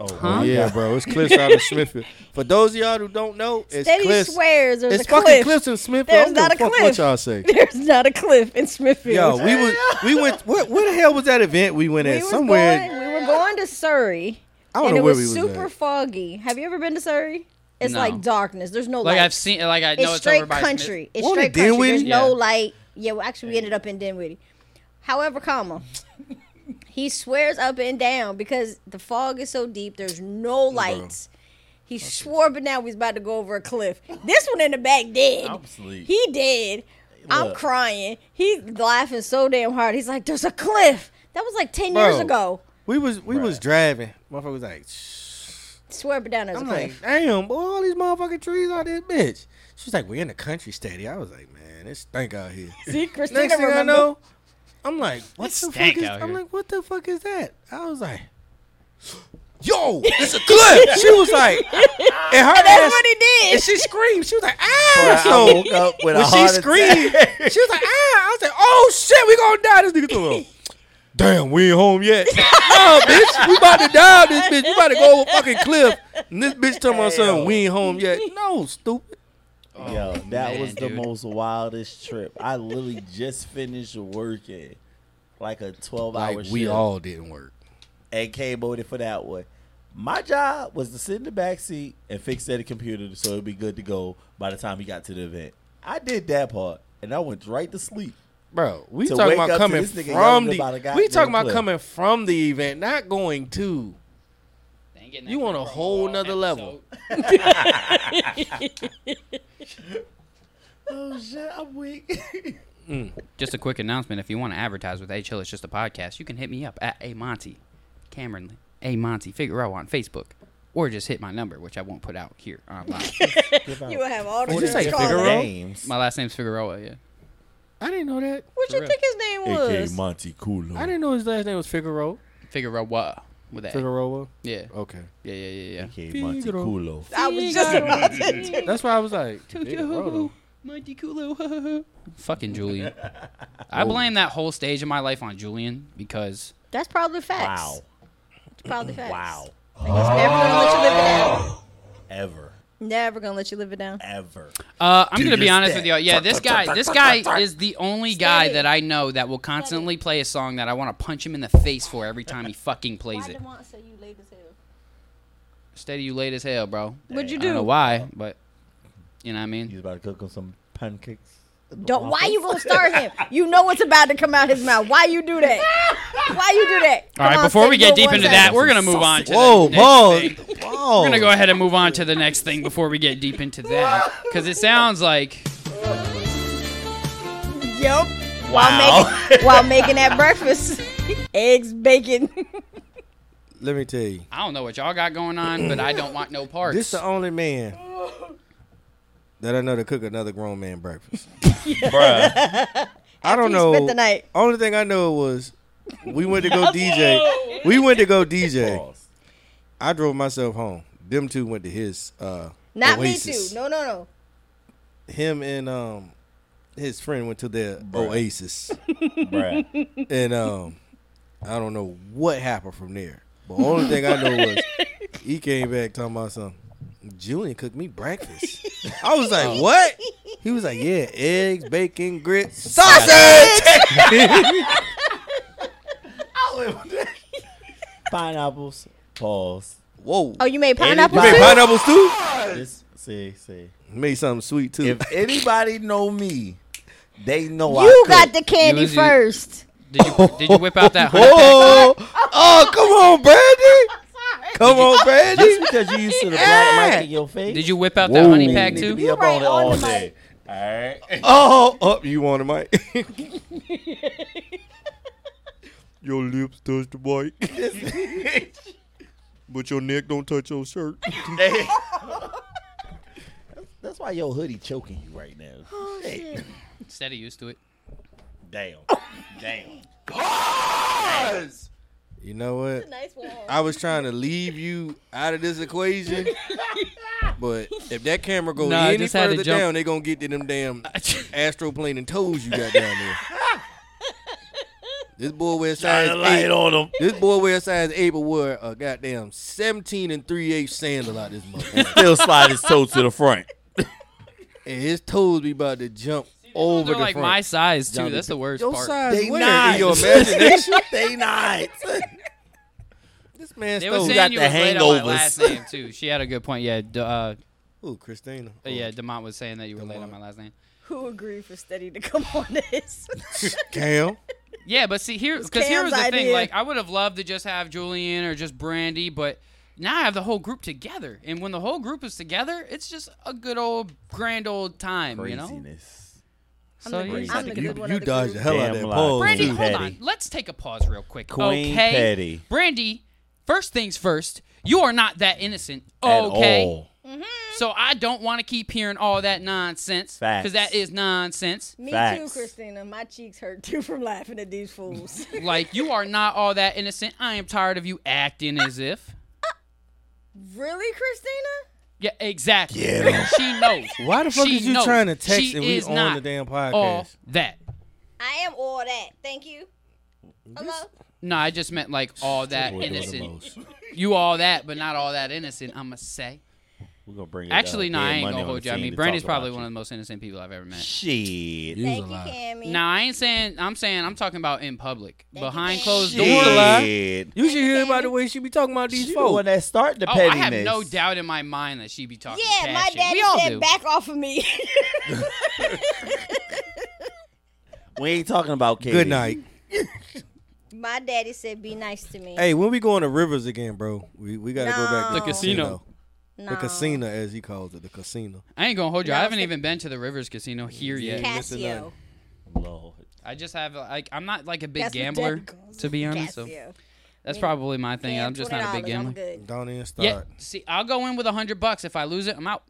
[SPEAKER 2] Oh,
[SPEAKER 1] Huh?
[SPEAKER 4] Yeah, bro, it's Cliffs out of Smithfield. For those of y'all who don't know, it's
[SPEAKER 3] Steady
[SPEAKER 4] Cliffs.
[SPEAKER 3] swears there's
[SPEAKER 4] it's
[SPEAKER 3] a
[SPEAKER 4] fucking
[SPEAKER 3] cliff.
[SPEAKER 4] Cliffs in Smithfield.
[SPEAKER 3] There's
[SPEAKER 4] I don't give
[SPEAKER 3] not
[SPEAKER 4] a
[SPEAKER 3] a
[SPEAKER 4] fuck what
[SPEAKER 3] cliff.
[SPEAKER 4] y'all say.
[SPEAKER 3] There's not a cliff in Smithfield.
[SPEAKER 4] Yo, we was we went. What where the hell was that event we went
[SPEAKER 3] We
[SPEAKER 4] at?
[SPEAKER 3] was
[SPEAKER 4] Somewhere.
[SPEAKER 3] Going, we were going to Surrey,
[SPEAKER 4] I don't
[SPEAKER 3] and
[SPEAKER 4] know
[SPEAKER 3] it
[SPEAKER 4] where
[SPEAKER 3] was
[SPEAKER 4] we was
[SPEAKER 3] super
[SPEAKER 4] at.
[SPEAKER 3] foggy. Have you ever been to Surrey? It's
[SPEAKER 1] No.
[SPEAKER 3] like darkness. There's no
[SPEAKER 1] Like
[SPEAKER 3] light.
[SPEAKER 1] I've seen, like I know it's,
[SPEAKER 3] it's
[SPEAKER 1] over
[SPEAKER 3] straight
[SPEAKER 1] by
[SPEAKER 3] country. It's
[SPEAKER 4] Wasn't it
[SPEAKER 3] straight country. There's
[SPEAKER 4] Dinwiddie?
[SPEAKER 3] no
[SPEAKER 1] Yeah.
[SPEAKER 3] light. Yeah, well, actually, we ended up in Dinwiddie. However, comma, he swears up and down because the fog is so deep. There's no lights. He swore, but now he's about to go over a cliff. This one in the back dead.
[SPEAKER 2] I'm asleep.
[SPEAKER 3] He dead. I'm
[SPEAKER 2] Look.
[SPEAKER 3] crying. He's laughing so damn hard. He's like, "There's a cliff." That was like ten years
[SPEAKER 4] Bro.
[SPEAKER 3] ago.
[SPEAKER 4] We was we was driving. Motherfucker was like, Shh.
[SPEAKER 3] Swear, but down there's
[SPEAKER 4] I'm
[SPEAKER 3] a
[SPEAKER 4] like,
[SPEAKER 3] cliff.
[SPEAKER 4] damn, boy, all these motherfucking trees out this bitch. She was like, we in the country, steady. I was like, man, it's stink out here.
[SPEAKER 3] See, Christina
[SPEAKER 4] Next thing I
[SPEAKER 3] remember.
[SPEAKER 4] know, I'm like, what
[SPEAKER 1] It's
[SPEAKER 4] the
[SPEAKER 1] stank
[SPEAKER 4] fuck is?
[SPEAKER 1] out
[SPEAKER 4] I'm
[SPEAKER 1] here.
[SPEAKER 4] like, what the fuck is that? I was like, yo, it's a cliff. she was like, and her ass,
[SPEAKER 3] That's what he did.
[SPEAKER 4] and she screamed. She was
[SPEAKER 2] Bruh,
[SPEAKER 4] like, ah.
[SPEAKER 2] I
[SPEAKER 4] So
[SPEAKER 2] woke up with a
[SPEAKER 4] when she
[SPEAKER 2] heart
[SPEAKER 4] screamed,
[SPEAKER 2] attack.
[SPEAKER 4] she was like, ah. I was like, oh shit, we gonna die. This nigga threw up. Damn, we ain't home yet. no, bitch, we about to die. on This bitch, we about to go over a fucking cliff. And this bitch talking about something. We ain't home yet. No, stupid.
[SPEAKER 2] Yo, that
[SPEAKER 1] man,
[SPEAKER 2] was the
[SPEAKER 1] dude.
[SPEAKER 2] most wildest trip. I literally just finished working, like a twelve-hour shift,
[SPEAKER 4] didn't work.
[SPEAKER 2] and came over there for that one. My job was to sit in the back seat and fix that computer so it'd be good to go by the time we got to the event. I did that part.
[SPEAKER 8] and I went right to sleep.
[SPEAKER 4] Bro, we
[SPEAKER 8] To
[SPEAKER 4] talking
[SPEAKER 8] wake
[SPEAKER 4] about
[SPEAKER 8] up to
[SPEAKER 4] coming
[SPEAKER 8] this nigga yelling
[SPEAKER 4] from the.
[SPEAKER 8] about a
[SPEAKER 4] We talking
[SPEAKER 8] goddamn
[SPEAKER 4] about
[SPEAKER 8] clip.
[SPEAKER 4] coming from the event, not going to.
[SPEAKER 1] They ain't getting that
[SPEAKER 4] You on
[SPEAKER 1] from
[SPEAKER 4] a
[SPEAKER 1] promo
[SPEAKER 4] whole
[SPEAKER 1] all
[SPEAKER 4] nother
[SPEAKER 1] episode.
[SPEAKER 4] level.
[SPEAKER 8] Oh shit, I'm weak.
[SPEAKER 1] Just a quick announcement: if you want to advertise with Hey Chill, it's just a podcast. You can hit me up at A Monty, Cameron A Monty Figaro on Facebook, or just hit my number, which I won't put out here online.
[SPEAKER 3] You will have all the
[SPEAKER 8] What
[SPEAKER 4] you say,
[SPEAKER 3] girls calling.
[SPEAKER 4] Figaro?
[SPEAKER 8] Names.
[SPEAKER 1] my last name's Figueroa. Yeah,
[SPEAKER 4] I didn't know that.
[SPEAKER 3] What you
[SPEAKER 1] For real.
[SPEAKER 3] think his name
[SPEAKER 8] AKA
[SPEAKER 3] was?
[SPEAKER 8] Monte Culo.
[SPEAKER 4] I didn't know his last name was Figaro.
[SPEAKER 1] Figueroa with that.
[SPEAKER 4] Figueroa.
[SPEAKER 1] Yeah,
[SPEAKER 4] Okay.
[SPEAKER 1] yeah, yeah, yeah, yeah.
[SPEAKER 8] AKA Monte
[SPEAKER 4] Figaro.
[SPEAKER 8] Culo.
[SPEAKER 3] I was just about to
[SPEAKER 4] That's why I was like,
[SPEAKER 1] Tokyo,
[SPEAKER 4] Figueroa.
[SPEAKER 1] Monte Culo, fucking Julian. I blame that whole stage of my life on Julian because
[SPEAKER 3] That's probably facts.
[SPEAKER 8] Wow.
[SPEAKER 3] It's probably facts.
[SPEAKER 8] Wow.
[SPEAKER 3] It's never gonna let you live it down.
[SPEAKER 8] Ever.
[SPEAKER 3] Never gonna let you live it down.
[SPEAKER 8] Ever.
[SPEAKER 1] Uh, I'm gonna be
[SPEAKER 8] your
[SPEAKER 1] honest
[SPEAKER 8] step.
[SPEAKER 1] with you. Yeah, this guy, this guy is the only guy that I know that will constantly play a song that I want to punch him in the face for every time he fucking plays it.
[SPEAKER 6] want so you late as hell?
[SPEAKER 1] Steady, you late as hell, bro.
[SPEAKER 3] What'd you
[SPEAKER 1] I don't know
[SPEAKER 3] do?
[SPEAKER 1] why, but you know what I mean.
[SPEAKER 8] You about to cook him some pancakes?
[SPEAKER 3] Don't. Why you gonna start him? You know what's about to come out his mouth. Why you do that? Why you do that?
[SPEAKER 1] All right,
[SPEAKER 3] Come on,
[SPEAKER 1] before we get
[SPEAKER 3] say you
[SPEAKER 1] deep
[SPEAKER 3] one
[SPEAKER 1] into
[SPEAKER 3] time.
[SPEAKER 1] that, we're gonna move on to
[SPEAKER 8] Whoa,
[SPEAKER 1] the next
[SPEAKER 8] pause.
[SPEAKER 1] thing.
[SPEAKER 8] Whoa.
[SPEAKER 1] We're gonna go ahead and move on to the next thing before we get deep into that, because it sounds like
[SPEAKER 3] Yep. While making while making that breakfast, eggs, bacon.
[SPEAKER 4] Let me tell you.
[SPEAKER 1] I don't know what y'all got going on, but I don't want no parts.
[SPEAKER 4] This the only man that I know to cook another grown man breakfast.
[SPEAKER 2] Bruh.
[SPEAKER 4] I don't
[SPEAKER 3] you
[SPEAKER 4] know.
[SPEAKER 3] spent the night.
[SPEAKER 4] Only thing I know was we went to go DJ. We went to go DJ.
[SPEAKER 8] Pause.
[SPEAKER 4] I drove myself home. Them two went to his. uh
[SPEAKER 3] Not me
[SPEAKER 4] Oasis.
[SPEAKER 3] too. No, no, no.
[SPEAKER 4] Him and um his friend went to their
[SPEAKER 8] Bruh.
[SPEAKER 4] Oasis,
[SPEAKER 8] Bruh.
[SPEAKER 4] and um I don't know what happened from there. But only thing I know was he came back talking about something. Julian cooked me breakfast. I was like, "What?" He was like, "Yeah, eggs, bacon, grits, sausage."
[SPEAKER 8] Pineapples. Pause.
[SPEAKER 4] Whoa.
[SPEAKER 3] Oh, you made
[SPEAKER 8] Anybody-
[SPEAKER 3] pineapple
[SPEAKER 4] You
[SPEAKER 8] Pie-
[SPEAKER 4] made
[SPEAKER 3] soup?
[SPEAKER 4] pineapples too?
[SPEAKER 8] This, see, see.
[SPEAKER 4] Made something sweet too.
[SPEAKER 8] If anybody know me, they know I
[SPEAKER 3] You
[SPEAKER 8] cook.
[SPEAKER 3] got the candy
[SPEAKER 1] You was- you-
[SPEAKER 3] first.
[SPEAKER 1] Did you did you whip out that hundred pack?
[SPEAKER 4] oh, oh, come on, Brandy. Come on,
[SPEAKER 8] Just
[SPEAKER 4] Brandy.
[SPEAKER 8] because you used to the black mic in your face.
[SPEAKER 1] Did you whip out that honey pack
[SPEAKER 8] need to
[SPEAKER 1] too?
[SPEAKER 8] be up on it all
[SPEAKER 3] on the
[SPEAKER 8] day. All right.
[SPEAKER 4] Oh, oh, you want a mic? your lips touch the mic, but your neck don't touch your shirt.
[SPEAKER 8] That's why your hoodie choking you right now. Hey,
[SPEAKER 1] Steady used to it.
[SPEAKER 8] Damn. Damn.
[SPEAKER 4] You know what?
[SPEAKER 3] Nice one.
[SPEAKER 4] I was trying to leave you out of this equation, but if that camera goes
[SPEAKER 1] Nah, I
[SPEAKER 4] any
[SPEAKER 1] just had to
[SPEAKER 4] further
[SPEAKER 1] jump.
[SPEAKER 4] down, they gonna get to them damn astroplane and toes you got down there. this boy wears size
[SPEAKER 8] Shine a light
[SPEAKER 4] eight.
[SPEAKER 8] on them.
[SPEAKER 4] This boy wears size eight, but wore a goddamn seventeen and three eighth sandal out this month,
[SPEAKER 8] Still slide his toe to the front.
[SPEAKER 4] and his toes be about to jump over
[SPEAKER 1] They're
[SPEAKER 4] the
[SPEAKER 1] like
[SPEAKER 4] front.
[SPEAKER 1] my size too.
[SPEAKER 8] Johnny,
[SPEAKER 1] That's the worst
[SPEAKER 4] Your
[SPEAKER 1] part.
[SPEAKER 4] size
[SPEAKER 8] They
[SPEAKER 4] where
[SPEAKER 8] not.
[SPEAKER 4] in your imagination?
[SPEAKER 8] they not.
[SPEAKER 4] this man
[SPEAKER 1] They were
[SPEAKER 4] stole.
[SPEAKER 1] saying
[SPEAKER 8] got
[SPEAKER 1] you
[SPEAKER 8] the
[SPEAKER 1] was late on my
[SPEAKER 8] hangovers. Oh.
[SPEAKER 1] last name too. She had a good point. Yeah, d- uh,
[SPEAKER 4] Ooh, Christina.
[SPEAKER 1] uh, yeah. Demont was saying that you were late on
[SPEAKER 4] Demont.
[SPEAKER 1] my last name.
[SPEAKER 3] Who agreed for Steady to come on this?
[SPEAKER 4] Cam.
[SPEAKER 1] Yeah, but see here, because here was
[SPEAKER 3] Cam's
[SPEAKER 1] the thing.
[SPEAKER 3] idea.
[SPEAKER 1] Like I would have loved to just have Julian or just Brandy, but now I have the whole group together. And when the whole group is together, it's just a good old grand old time. You know.
[SPEAKER 8] Craziness.
[SPEAKER 1] So
[SPEAKER 3] I'm the
[SPEAKER 1] you
[SPEAKER 3] good-
[SPEAKER 1] just
[SPEAKER 3] I'm
[SPEAKER 1] had
[SPEAKER 3] the
[SPEAKER 1] to
[SPEAKER 3] good
[SPEAKER 1] go-
[SPEAKER 3] one.
[SPEAKER 4] You
[SPEAKER 3] of the
[SPEAKER 4] dodged the
[SPEAKER 3] group.
[SPEAKER 4] hell out
[SPEAKER 8] Damn
[SPEAKER 4] of that
[SPEAKER 8] lie.
[SPEAKER 4] pole.
[SPEAKER 1] Brandy,
[SPEAKER 8] Queen
[SPEAKER 1] hold on.
[SPEAKER 8] Petty.
[SPEAKER 1] Let's take a pause real quick.
[SPEAKER 8] Queen
[SPEAKER 1] okay.
[SPEAKER 8] Petty.
[SPEAKER 1] Brandy, first things first, you are not that innocent.
[SPEAKER 8] At
[SPEAKER 1] okay.
[SPEAKER 8] all.
[SPEAKER 1] So I don't want to keep hearing all that nonsense.
[SPEAKER 8] Facts.
[SPEAKER 1] Because that is nonsense.
[SPEAKER 3] Me too,
[SPEAKER 8] Facts.
[SPEAKER 3] Christina. My cheeks hurt too from laughing at these fools.
[SPEAKER 1] like, you are not all that innocent. I am tired of you acting as if.
[SPEAKER 3] really, Christina?
[SPEAKER 1] Yeah, exactly.
[SPEAKER 8] Yeah.
[SPEAKER 1] She knows.
[SPEAKER 4] Why the fuck
[SPEAKER 1] She
[SPEAKER 4] is you
[SPEAKER 1] knows.
[SPEAKER 4] trying to text
[SPEAKER 1] She
[SPEAKER 4] and we
[SPEAKER 1] is
[SPEAKER 4] on
[SPEAKER 1] not
[SPEAKER 4] the damn
[SPEAKER 1] All
[SPEAKER 4] podcast?
[SPEAKER 1] that.
[SPEAKER 3] I am all that. Thank you. Hello?
[SPEAKER 1] No, I just meant like all that
[SPEAKER 8] We're doing the
[SPEAKER 1] innocent.
[SPEAKER 8] most.
[SPEAKER 1] You all that, but not all that innocent, I'ma say.
[SPEAKER 8] We're gonna bring it
[SPEAKER 1] Actually,
[SPEAKER 8] up.
[SPEAKER 1] no, I
[SPEAKER 8] Dead
[SPEAKER 1] ain't
[SPEAKER 8] Money
[SPEAKER 1] gonna
[SPEAKER 8] on the
[SPEAKER 1] hold you. I
[SPEAKER 8] scene
[SPEAKER 1] mean,
[SPEAKER 8] to
[SPEAKER 1] Brandy's
[SPEAKER 8] talk about
[SPEAKER 1] probably
[SPEAKER 8] you.
[SPEAKER 1] one of the most innocent people I've ever met.
[SPEAKER 8] Shit.
[SPEAKER 4] You was
[SPEAKER 3] Thank
[SPEAKER 4] a
[SPEAKER 3] you,
[SPEAKER 4] lie.
[SPEAKER 3] Cammy.
[SPEAKER 1] Now, I ain't saying, I'm saying, I'm talking about in public. Behind closed
[SPEAKER 4] Don't wanna
[SPEAKER 1] doors.
[SPEAKER 4] lie.
[SPEAKER 8] Shit.
[SPEAKER 4] You should hear about the way she be talking about these
[SPEAKER 8] She the
[SPEAKER 4] folks.
[SPEAKER 8] one that start the
[SPEAKER 1] Oh,
[SPEAKER 8] pettiness.
[SPEAKER 1] I have no doubt in my mind that she be talking.
[SPEAKER 3] Yeah,
[SPEAKER 1] cash
[SPEAKER 3] my
[SPEAKER 1] shit.
[SPEAKER 3] daddy
[SPEAKER 1] We all
[SPEAKER 3] said
[SPEAKER 1] do.
[SPEAKER 3] back off of me.
[SPEAKER 2] We ain't talking about Katie.
[SPEAKER 4] Good night.
[SPEAKER 3] My daddy said, "Be nice to me."
[SPEAKER 4] Hey, when we going to Rivers again, bro? We we gotta go back to
[SPEAKER 3] The
[SPEAKER 1] casino.
[SPEAKER 3] no.
[SPEAKER 4] The casino, as he calls it, the casino.
[SPEAKER 1] I ain't gonna hold you. I
[SPEAKER 3] No,
[SPEAKER 1] haven't
[SPEAKER 3] it's the-
[SPEAKER 1] even been to the Rivers Casino here yet.
[SPEAKER 4] Yeah. missing
[SPEAKER 3] Casio.
[SPEAKER 2] Lord.
[SPEAKER 1] I just have like I'm not like a big
[SPEAKER 3] That's what Dad
[SPEAKER 1] gambler
[SPEAKER 3] calls
[SPEAKER 1] to be
[SPEAKER 3] it,
[SPEAKER 1] honest. So
[SPEAKER 3] Casio.
[SPEAKER 1] that's
[SPEAKER 3] Yeah.
[SPEAKER 1] probably my thing.
[SPEAKER 3] Damn,
[SPEAKER 1] I'm just not a big
[SPEAKER 3] $20, I'm
[SPEAKER 1] gambler.
[SPEAKER 3] good.
[SPEAKER 4] Don't even start.
[SPEAKER 1] Yeah, see, I'll go in with a hundred bucks. If I lose it, I'm out.